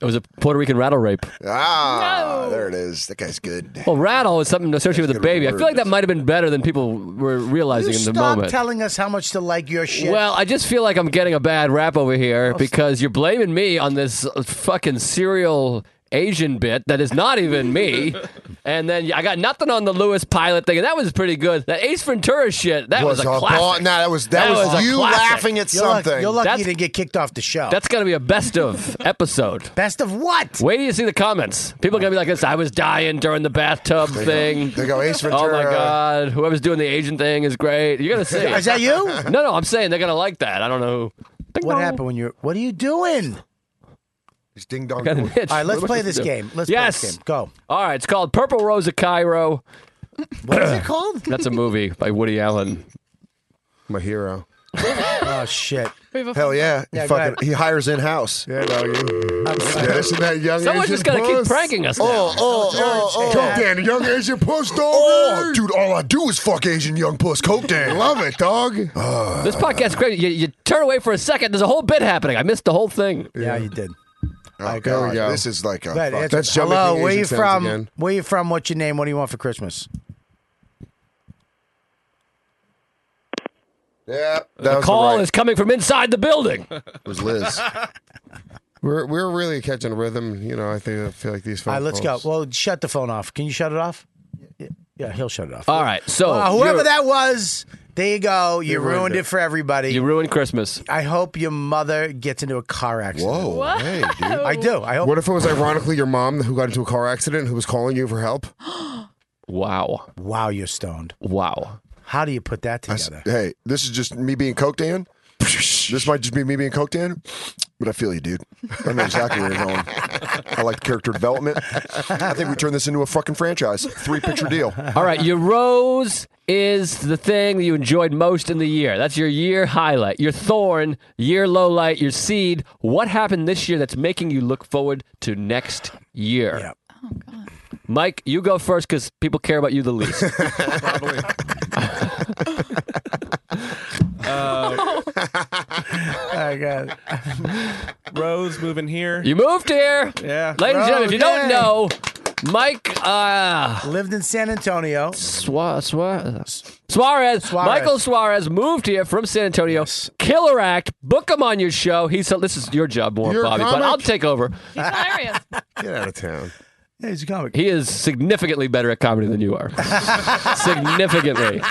Speaker 7: It was a Puerto Rican rattle rape.
Speaker 15: Ah, there it is. That guy's good.
Speaker 7: Well, rattle is something associated with a baby. I feel like that might have been better than people were realizing
Speaker 4: You
Speaker 7: in the
Speaker 4: stop
Speaker 7: moment.
Speaker 4: telling us how much to like your shit.
Speaker 7: Well, I just feel like I'm getting a bad rap over here because you're blaming me on this uh, fucking serial Asian bit that is not
Speaker 15: [LAUGHS]
Speaker 7: even me. and then I got nothing on the Lewis pilot thing, and that was pretty good. That Ace Ventura shit, that was,
Speaker 15: Was
Speaker 7: a
Speaker 15: a
Speaker 7: classic.
Speaker 15: bon- nah, that was- that was
Speaker 7: a
Speaker 15: you
Speaker 7: classic.
Speaker 15: laughing at You're luck- something. you're lucky
Speaker 7: that's,
Speaker 4: you didn't get kicked off the show.
Speaker 7: That's gonna be a
Speaker 15: [LAUGHS]
Speaker 7: best of episode.
Speaker 4: Best of what?
Speaker 7: Wait till you see the comments. People are gonna be like this. I was dying during the bathtub thing.
Speaker 1: they go, "Ace
Speaker 7: Oh my
Speaker 1: Ventura."
Speaker 7: god, whoever's doing the Asian thing is great. You're
Speaker 1: [LAUGHS]
Speaker 7: gonna see.
Speaker 4: Is that you?
Speaker 7: No, no. I'm saying they're gonna like that. I don't know.
Speaker 4: what
Speaker 7: [LAUGHS]
Speaker 4: happened when you're? What are you doing?
Speaker 6: It's ding dong.
Speaker 7: got an itch.
Speaker 4: All right, let's
Speaker 7: What
Speaker 4: play
Speaker 7: am I
Speaker 4: this
Speaker 7: gonna do?
Speaker 4: game. Let's
Speaker 7: yes.
Speaker 4: play this game. Go.
Speaker 7: All right, it's called Purple Rose of Cairo.
Speaker 4: [CLEARS THROAT] What is it called?
Speaker 7: [CLEARS THROAT] That's a movie by Woody Allen.
Speaker 1: My hero.
Speaker 4: oh shit.
Speaker 6: Hell yeah. He,
Speaker 4: Yeah,
Speaker 6: fucking,
Speaker 4: go ahead.
Speaker 6: he hires in house.
Speaker 1: Yeah, doggy.
Speaker 6: Yeah,
Speaker 1: This and that young
Speaker 7: Someone's
Speaker 1: Asian
Speaker 7: just gonna keep
Speaker 1: puss.
Speaker 7: pranking us. Now.
Speaker 6: Oh, oh, oh, oh.
Speaker 1: Coke Dan, young Asian puss, dog.
Speaker 6: Oh, dude, all I do is fuck Asian young puss. Coke Dan.
Speaker 1: Love it, dog.
Speaker 7: This podcast is great. You, you turn away for a second. There's a whole bit happening. I missed the whole thing.
Speaker 4: Yeah, you did.
Speaker 6: Oh,
Speaker 1: There we
Speaker 6: God,
Speaker 1: go.
Speaker 6: This is like a.
Speaker 4: But
Speaker 6: fuck-
Speaker 4: it's-
Speaker 1: that's Jamaican
Speaker 4: hello. Where
Speaker 1: Asian
Speaker 4: you
Speaker 1: sounds
Speaker 4: from?
Speaker 1: again.
Speaker 4: Where you from? What's your name? What do you want for Christmas?
Speaker 6: yeah, that
Speaker 7: The
Speaker 6: was
Speaker 7: call
Speaker 6: the right.
Speaker 7: is coming from inside the building.
Speaker 6: It was Liz.
Speaker 1: We're we're really catching rhythm. You know, I think I feel like these. Phone
Speaker 4: All right, let's go.
Speaker 1: calls-
Speaker 4: Well, shut the phone off. Can you shut it off? Yeah, yeah, he'll shut it off.
Speaker 7: All right, so
Speaker 4: Uh, whoever
Speaker 7: you're-
Speaker 4: that was, there you go. Oh, You, ruined, it. for everybody.
Speaker 7: you ruined Christmas.
Speaker 4: I hope your mother gets into a car accident.
Speaker 6: Whoa. Hey, dude.
Speaker 4: Oh. I do. I
Speaker 1: Oh.
Speaker 4: hope.
Speaker 1: What if it was ironically your mom who got into a car accident who was calling you for help?
Speaker 7: [GASPS] Wow,
Speaker 4: Wow, you're stoned.
Speaker 7: wow.
Speaker 4: How do you put that
Speaker 6: I s-
Speaker 4: together?
Speaker 6: hey, this is just me being Coke Dan. This might just be me being Coke Dan, but I feel you, dude. I know exactly where you're going. I like character development. I think we turn this into a fucking franchise, three picture deal.
Speaker 7: [LAUGHS] All right, your rose is the thing that you enjoyed most in the year. That's your year highlight. Your thorn, year low light, your seed. What happened this year that's making you look forward to next year?
Speaker 4: Yeah.
Speaker 7: Mike, you go first because people care about you the
Speaker 6: [LAUGHS]
Speaker 7: least.
Speaker 4: [LAUGHS] I got it.
Speaker 10: [LAUGHS] Rose moving here.
Speaker 7: [LAUGHS] you moved here.
Speaker 10: Yeah.
Speaker 7: Ladies and gentlemen, if you don't
Speaker 4: Rose,
Speaker 7: know, Mike uh,
Speaker 4: Lived in San Antonio.
Speaker 7: Swa- Swa- Suarez,
Speaker 4: Suarez.
Speaker 7: Michael Suarez moved here from San Antonio. Killer act. Book him on your show. He said, "This is your job, more,
Speaker 1: You're a
Speaker 7: Bobby, but
Speaker 1: comic?
Speaker 7: I'll take over."
Speaker 5: He's hilarious.
Speaker 1: Get out of town.
Speaker 4: Yeah, he's a comic.
Speaker 7: He is significantly better at comedy than
Speaker 4: [LAUGHS]
Speaker 7: you are. significantly.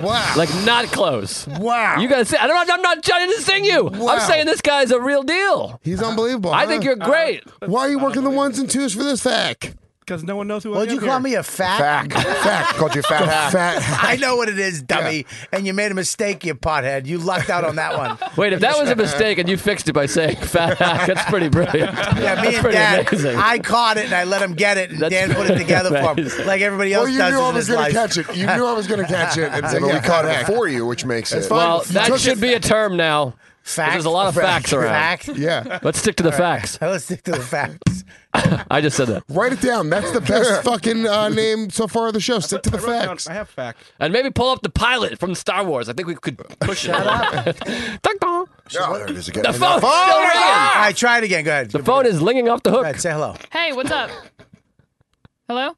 Speaker 1: Wow.
Speaker 7: Like not close.
Speaker 4: [LAUGHS] Wow.
Speaker 7: You gotta say I don't I'm not trying to sing you.
Speaker 1: Wow.
Speaker 7: I'm saying this guy's a real deal.
Speaker 1: He's unbelievable.
Speaker 7: I
Speaker 1: huh? Uh,
Speaker 7: think you're great.
Speaker 1: Why are you working the ones and twos for this fact?
Speaker 10: Because no one knows who I
Speaker 4: What'd
Speaker 10: am
Speaker 4: you call
Speaker 10: here.
Speaker 4: me? A fat?
Speaker 6: Fact. Fact. Called you fat hack.
Speaker 1: Fat.
Speaker 4: [LAUGHS] I know what it is, dummy. And you made a mistake, you pothead. You lucked out on that one.
Speaker 7: Wait, if that
Speaker 4: [LAUGHS]
Speaker 7: was a mistake and you fixed it by saying fat hack, that's pretty brilliant.
Speaker 4: Yeah, me
Speaker 7: that's
Speaker 4: and
Speaker 7: pretty
Speaker 4: Dad,
Speaker 7: amazing.
Speaker 4: I caught it and I let him get it, and
Speaker 7: That's
Speaker 4: Dan put it together for him,
Speaker 7: amazing.
Speaker 4: like everybody
Speaker 1: Well,
Speaker 4: else
Speaker 1: you
Speaker 4: does
Speaker 1: knew I
Speaker 4: in
Speaker 1: was
Speaker 4: his
Speaker 1: going
Speaker 4: life.
Speaker 1: to catch it. You knew I was going to catch
Speaker 6: [LAUGHS]
Speaker 1: it. And
Speaker 6: Yeah,
Speaker 1: say,
Speaker 6: but we
Speaker 1: yeah,
Speaker 6: caught
Speaker 1: heck.
Speaker 6: it for you, which makes
Speaker 1: It's
Speaker 6: it.
Speaker 1: fine.
Speaker 7: well,
Speaker 1: You
Speaker 7: that
Speaker 1: took
Speaker 7: should
Speaker 1: it.
Speaker 7: be a term now. 'cause
Speaker 4: Fact.
Speaker 7: There's a lot of facts around.
Speaker 4: Fact.
Speaker 1: [LAUGHS] Yeah.
Speaker 7: Let's stick to the facts.
Speaker 4: Now [LAUGHS] Let's stick to the facts.
Speaker 7: I just said that.
Speaker 1: Write it down. That's the
Speaker 4: [LAUGHS]
Speaker 1: best fucking uh, name so far of the show. Stick to the
Speaker 10: I wrote down-
Speaker 1: facts.
Speaker 10: I have fact.
Speaker 7: And maybe pull up the pilot from Star Wars. I think we could push it. Dun, dun.
Speaker 6: Oh, there it is again.
Speaker 7: The phone's
Speaker 6: Oh,
Speaker 7: still ringing.
Speaker 4: All right, try it again. Go ahead.
Speaker 7: The phone is linging off the
Speaker 4: Go
Speaker 7: hook.
Speaker 4: ahead, say hello.
Speaker 5: Hey, what's up? Hello?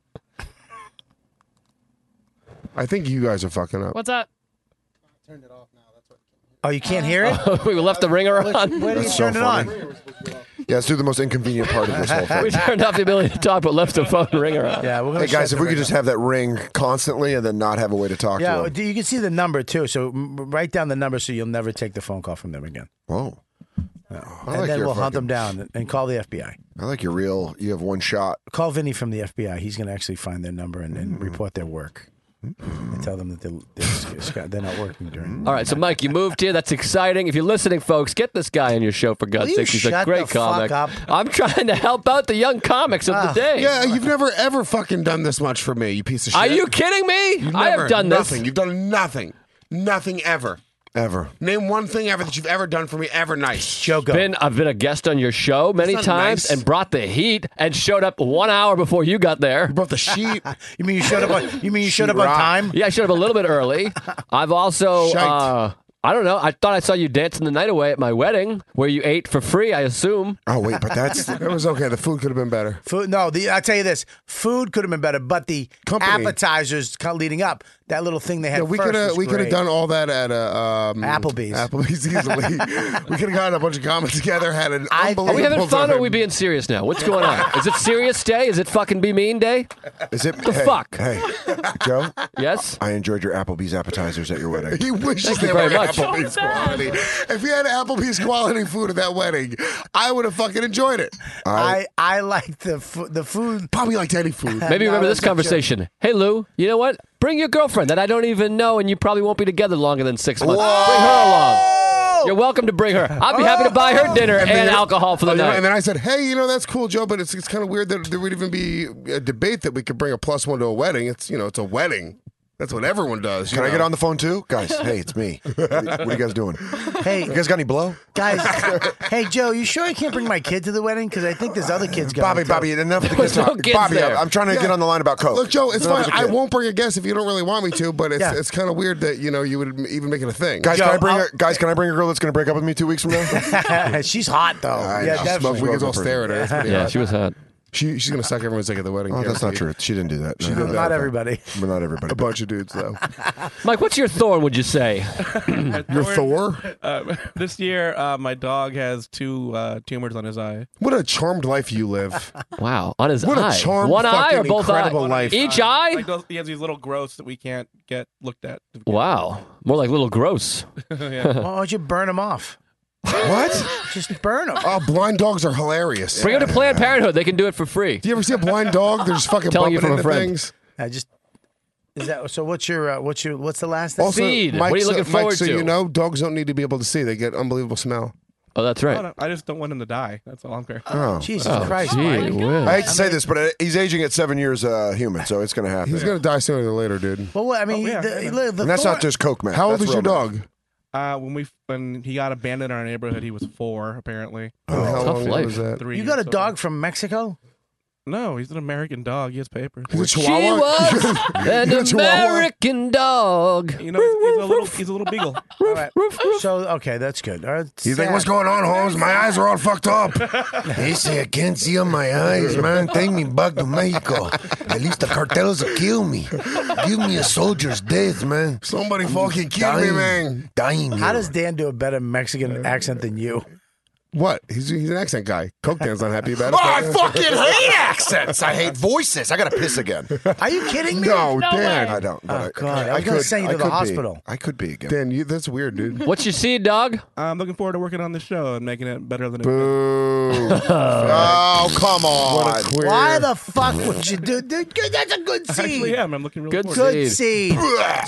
Speaker 1: I think you guys are fucking up.
Speaker 5: What's up?
Speaker 4: Oh, you can't hear
Speaker 7: [LAUGHS]
Speaker 4: it?
Speaker 7: we left the ringer on.
Speaker 4: Where did you
Speaker 6: so
Speaker 4: turn it
Speaker 6: funny.
Speaker 4: on?
Speaker 6: Yeah, let's do the most inconvenient part of this
Speaker 4: [LAUGHS]
Speaker 6: whole
Speaker 7: We
Speaker 6: thing.
Speaker 7: turned off the ability to talk, but left the phone ringer on.
Speaker 4: Yeah, we're gonna
Speaker 6: Hey guys,
Speaker 4: shut
Speaker 6: if we
Speaker 4: the
Speaker 6: could
Speaker 4: ring
Speaker 6: just
Speaker 4: off.
Speaker 6: have that ring constantly and then not have a way to talk
Speaker 4: yeah,
Speaker 6: to him.
Speaker 4: do- you can see the number too. So m- write down the number so you'll never take the phone call from them again.
Speaker 6: Whoa. I
Speaker 4: and
Speaker 6: like
Speaker 4: then
Speaker 6: your
Speaker 4: we'll hunt them
Speaker 6: fucking-
Speaker 4: down and call the FBI.
Speaker 6: I like your real. You have one shot.
Speaker 4: Call Vinny from the FBI. He's going to actually find their number and, and report their work. I tell them that they're, they're, scared- they're not working during.
Speaker 7: All right, so Mike, you moved here. That's exciting. If you're listening, folks, get this guy on your show for
Speaker 4: Will
Speaker 7: God's
Speaker 4: you
Speaker 7: sake. He's a
Speaker 4: shut
Speaker 7: great
Speaker 4: the
Speaker 7: comic.
Speaker 4: fuck up? Ah.
Speaker 7: I'm trying to help out the young comics of
Speaker 1: Ah.
Speaker 7: the day.
Speaker 1: Yeah, you've never ever fucking done this much for me, you piece of shit.
Speaker 7: Are you kidding me?
Speaker 1: You've
Speaker 7: I have
Speaker 1: never-
Speaker 7: done this.
Speaker 1: nothing. You've done nothing. Nothing ever.
Speaker 6: Ever.
Speaker 1: Name one thing ever that you've ever done for me ever nice.
Speaker 4: Jogo.
Speaker 7: Been, I've been a guest on your show many
Speaker 1: Isn't that
Speaker 7: times
Speaker 1: nice?
Speaker 7: and brought the heat and showed up one hour before you got there.
Speaker 1: brought
Speaker 7: [LAUGHS]
Speaker 1: the sheet.
Speaker 4: you mean you showed up on- you mean you showed up on Sheetrock. time?
Speaker 7: Yeah, I showed up a little bit
Speaker 4: [LAUGHS]
Speaker 7: early. I've also.
Speaker 4: Shite.
Speaker 7: Uh, I don't know. I thought I saw you dancing the night away at my wedding, where you ate for free. I assume.
Speaker 1: Oh wait, but
Speaker 7: [LAUGHS]
Speaker 1: that's that was okay. The food could have been better.
Speaker 4: Food? No, the, I tell you this: food could have been better, but the
Speaker 1: Company.
Speaker 4: appetizers co- leading up, that little thing they
Speaker 1: Yeah,
Speaker 4: had.
Speaker 1: we
Speaker 4: first
Speaker 1: could have
Speaker 4: was
Speaker 1: we could have
Speaker 4: great.
Speaker 1: done all that at a um,
Speaker 4: Applebee's.
Speaker 1: Applebee's easily. [LAUGHS] we could have gotten a bunch of comments together, had an unbelievable.
Speaker 7: Are we having fun or
Speaker 1: time.
Speaker 7: are we being serious now? What's going on? Is it serious day? Is it fucking be mean day?
Speaker 6: Is it
Speaker 7: the
Speaker 6: hey,
Speaker 7: fuck?
Speaker 6: Hey, Joe.
Speaker 7: Yes.
Speaker 6: I enjoyed your Applebee's appetizers at your wedding.
Speaker 1: [LAUGHS] He wishes
Speaker 7: Thank you
Speaker 1: they were
Speaker 7: very much.
Speaker 1: Applebee's quality. If we had Applebee's quality food at that wedding, I would have fucking enjoyed it.
Speaker 4: I I liked the fu- the food.
Speaker 1: Probably liked
Speaker 6: [LAUGHS]
Speaker 1: any food.
Speaker 7: Maybe
Speaker 4: No,
Speaker 7: remember this
Speaker 4: that's a joke.
Speaker 7: conversation. Hey Lou, you know what? Bring your girlfriend that I don't even know, and you probably won't be together longer than six months. Bring her along. You're welcome to bring her. I'll be happy to buy
Speaker 6: Oh.
Speaker 7: her dinner and,
Speaker 1: then you're-
Speaker 7: alcohol for the
Speaker 1: Oh, you're right.
Speaker 7: night.
Speaker 1: And then I said, "Hey, you know that's cool, Joe, but it's it's kind of weird that there would even be a debate that we could bring a plus one to a wedding. It's you know it's a wedding. That's what everyone does.
Speaker 6: Can I get on the phone too, guys? Hey, it's me. What are you guys doing?
Speaker 4: Hey,
Speaker 6: You guys got any blow?
Speaker 4: guys. hey, Joe, you sure I can't bring my kid to the wedding? Because I think there's other kids going.
Speaker 6: Bobby,
Speaker 4: too.
Speaker 6: Bobby, enough of the
Speaker 4: There
Speaker 6: kids
Speaker 4: was no
Speaker 6: talk.
Speaker 4: kids
Speaker 6: Bobby,
Speaker 4: there.
Speaker 6: I'm trying to
Speaker 1: Yeah.
Speaker 6: get on the line about Coke.
Speaker 1: Look, Joe, it's
Speaker 6: Enough of
Speaker 1: fine.
Speaker 6: the
Speaker 1: I
Speaker 6: kids.
Speaker 1: won't bring a guest if you don't really want me to, but it's
Speaker 4: Yeah.
Speaker 1: it's kind of weird that you know you would even make it a thing.
Speaker 6: Guys,
Speaker 1: Joe,
Speaker 6: can I bring
Speaker 1: I'll-
Speaker 6: a, guys? Can I bring a girl that's going to break up with me two weeks from now? [LAUGHS]
Speaker 4: She's hot though.
Speaker 6: I
Speaker 4: yeah,
Speaker 6: know.
Speaker 4: definitely.
Speaker 1: We can all stare at her. That's pretty
Speaker 7: yeah,
Speaker 1: hot.
Speaker 7: she was hot.
Speaker 1: She, she's gonna suck everyone's dick at the wedding.
Speaker 6: Oh, that's not
Speaker 1: guaranteed.
Speaker 6: true. She didn't do that.
Speaker 1: She
Speaker 6: No,
Speaker 1: did
Speaker 6: no,
Speaker 1: that.
Speaker 6: no.
Speaker 4: everybody.
Speaker 6: Well, not everybody.
Speaker 1: A bunch of dudes
Speaker 6: [LAUGHS]
Speaker 1: though.
Speaker 7: Mike, what's your thorn? Would you
Speaker 4: [LAUGHS]
Speaker 7: say?
Speaker 1: Your Thor?
Speaker 10: Uh, [LAUGHS] this year, uh, my dog has two uh, tumors on his eye.
Speaker 1: What a charmed life you live.
Speaker 7: Wow, on his
Speaker 1: What a
Speaker 7: eye.
Speaker 1: charmed
Speaker 7: One eye
Speaker 1: fucking
Speaker 7: or both
Speaker 1: incredible
Speaker 7: eye?
Speaker 1: life.
Speaker 7: Each eye.
Speaker 10: Uh, Like those, he has these little growths that we can't get looked at.
Speaker 7: Wow, more like little
Speaker 4: [LAUGHS]
Speaker 7: gross.
Speaker 10: Yeah.
Speaker 4: Why don't you burn them off?
Speaker 1: What?
Speaker 4: Just burn them.
Speaker 1: Oh, blind dogs are
Speaker 7: [LAUGHS]
Speaker 1: hilarious.
Speaker 7: Bring her to Planned Parenthood. They can do it for free.
Speaker 1: Do you ever see a blind dog? They're just fucking
Speaker 7: Telling you from a
Speaker 1: bumping into
Speaker 7: friend.
Speaker 1: things.
Speaker 4: I just is that. So what's your uh, what's your what's the last thing?
Speaker 1: Mike,
Speaker 6: uh,
Speaker 1: so, Mike, so you know, dogs don't need to be able to see. They get unbelievable smell.
Speaker 7: Oh, that's
Speaker 10: I, don't- I just don't want him to die. That's all I'm caring.
Speaker 6: Oh.
Speaker 4: Jesus
Speaker 6: Oh,
Speaker 4: Christ!
Speaker 7: gee
Speaker 4: Mike.
Speaker 7: whiz.
Speaker 6: I hate to say this, but uh, he's aging at seven years uh, human, so it's going to happen.
Speaker 1: He's gonna die sooner than later, dude.
Speaker 4: Well, what, I
Speaker 6: Oh,
Speaker 4: mean, the, the,
Speaker 6: and that's
Speaker 4: thorn-
Speaker 6: not just Coke, man.
Speaker 1: How old
Speaker 6: That's
Speaker 1: is your
Speaker 6: real
Speaker 1: dog?
Speaker 10: Uh, when we when he got abandoned in our neighborhood, he was four apparently.
Speaker 1: Oh,
Speaker 7: Tough
Speaker 1: how long
Speaker 7: life.
Speaker 1: ago was that?
Speaker 10: Three.
Speaker 4: You got a
Speaker 10: so-
Speaker 4: dog from Mexico?
Speaker 10: No, he's an American dog. He has papers.
Speaker 1: He's a
Speaker 7: She
Speaker 1: chihuahua. [LAUGHS]
Speaker 7: was an
Speaker 1: You're a chihuahua?
Speaker 7: American dog.
Speaker 10: You know, he's, he's a little he's a little beagle.
Speaker 4: All right. So okay, that's good. All right.
Speaker 6: He's like,
Speaker 4: Sad.
Speaker 6: what's going on, Holmes? My eyes are all fucked
Speaker 4: [LAUGHS]
Speaker 6: up. they say I can't see on my eyes, man. Take me back to Mexico. At least the cartels will kill me. Give me a soldier's death, man.
Speaker 1: Somebody fucking kill me,
Speaker 6: dying.
Speaker 1: man. Uh,
Speaker 6: Dying.
Speaker 4: How does Dan do a better Mexican accent than you?
Speaker 1: What? He's, he's an accent guy. Coke Dan's not happy about
Speaker 6: Oh,
Speaker 1: it.
Speaker 6: I fucking hate accents. I hate voices. I gotta piss again.
Speaker 4: Are you kidding me?
Speaker 1: No,
Speaker 5: No
Speaker 1: Dan.
Speaker 5: way.
Speaker 6: I don't. but
Speaker 4: Oh, God, I was
Speaker 6: could-
Speaker 4: gonna send you
Speaker 6: I
Speaker 4: to the
Speaker 6: could be.
Speaker 4: hospital.
Speaker 6: I could be again.
Speaker 1: Dan, you, that's weird, dude.
Speaker 7: What's your seed, dog?
Speaker 10: I'm looking forward to working on the show and making it better than it was.
Speaker 5: [LAUGHS]
Speaker 1: Boo.
Speaker 6: Oh, come on.
Speaker 1: What a queer.
Speaker 4: Why the fuck would you do? Dude, good- that's a good
Speaker 10: [LAUGHS] Actually,
Speaker 4: seed.
Speaker 10: am. I'm looking really
Speaker 7: Good
Speaker 10: forward to it.
Speaker 4: Good seed.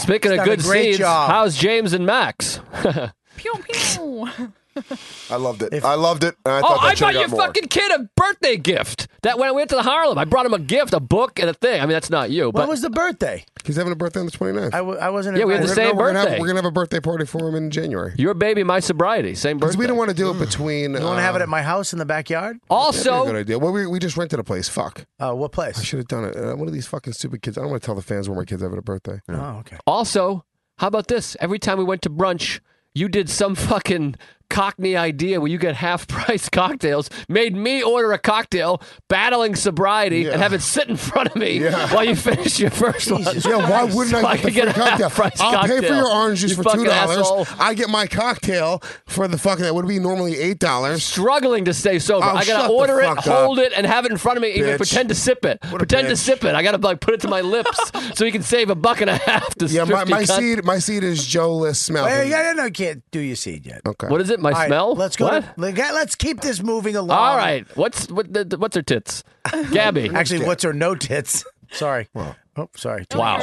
Speaker 7: Speaking
Speaker 4: He's
Speaker 7: of
Speaker 4: done a
Speaker 7: good
Speaker 4: great
Speaker 7: seeds,
Speaker 4: job.
Speaker 7: how's James and Max? [LAUGHS] Oh,
Speaker 5: Pew [LAUGHS] pew.
Speaker 6: I loved it. I loved it. and I
Speaker 7: oh,
Speaker 6: thought that
Speaker 7: I
Speaker 6: should have
Speaker 7: brought your
Speaker 6: got more.
Speaker 7: fucking kid a birthday gift. That when I went to the Harlem, I brought him a gift, a book, and a thing. I mean, that's not you,
Speaker 4: When
Speaker 7: but
Speaker 4: was the birthday?
Speaker 1: He's having a birthday on the 29th.
Speaker 4: I, w- I wasn't.
Speaker 7: Yeah, we had the
Speaker 4: invited.
Speaker 7: same
Speaker 1: we're Gonna
Speaker 7: birthday.
Speaker 1: have, we're going to have a birthday party for him in January.
Speaker 7: your baby, my sobriety, same
Speaker 1: Because
Speaker 7: birthday.
Speaker 1: we don't want to do it between.
Speaker 4: Mm. You want to have it
Speaker 6: uh,
Speaker 4: at my house in the backyard?
Speaker 1: a good
Speaker 7: also,
Speaker 1: idea. Well, we, we just rented a place. Fuck.
Speaker 4: Uh, what
Speaker 1: I
Speaker 4: place?
Speaker 1: should have done it. Uh, one of these fucking stupid kids. I don't want to tell the fans when my kid's having a birthday.
Speaker 4: Oh, okay.
Speaker 7: also, how about this? Every time we went to brunch, you did some fucking cockney idea where you get half price [LAUGHS] cocktails, made me order a cocktail, battling sobriety, and have it sit in front of me while you finish your first one.
Speaker 1: Yeah, why wouldn't
Speaker 7: So
Speaker 1: I
Speaker 7: I
Speaker 1: get
Speaker 7: could get a
Speaker 1: the free cocktail?
Speaker 7: half-price
Speaker 1: I'll pay for
Speaker 7: cocktail.
Speaker 1: your orange juice
Speaker 7: You
Speaker 1: for
Speaker 7: fucking
Speaker 1: two dollars.
Speaker 7: asshole.
Speaker 1: I get my cocktail for the fucking that would be normally eight dollars.
Speaker 7: struggling to stay sober.
Speaker 1: Oh,
Speaker 7: I
Speaker 1: shut
Speaker 7: gotta
Speaker 1: the
Speaker 7: order it,
Speaker 1: fuck up.
Speaker 7: hold it, and have it in front of me, even
Speaker 1: Bitch.
Speaker 7: pretend to sip it. Pretend to
Speaker 1: bitch.
Speaker 7: sip it. I gotta like put it to my
Speaker 1: [LAUGHS]
Speaker 7: lips so you can save a buck and a half to
Speaker 1: Yeah, my,
Speaker 7: thrifty
Speaker 1: my
Speaker 7: cunt.
Speaker 1: seed my seed is Joe List smell.
Speaker 4: Well, you gotta know, you can't do your seed yet.
Speaker 1: Okay.
Speaker 7: What is it? My
Speaker 4: All right,
Speaker 7: smell?
Speaker 4: Let's go.
Speaker 7: What?
Speaker 4: to- let- let's keep this moving along.
Speaker 7: All
Speaker 4: [LAUGHS]
Speaker 7: right. What's what? The, the- what's her tits? Gabby.
Speaker 4: Actually, what's her no tits? [LAUGHS] Sorry. Oh, sorry.
Speaker 7: Wow.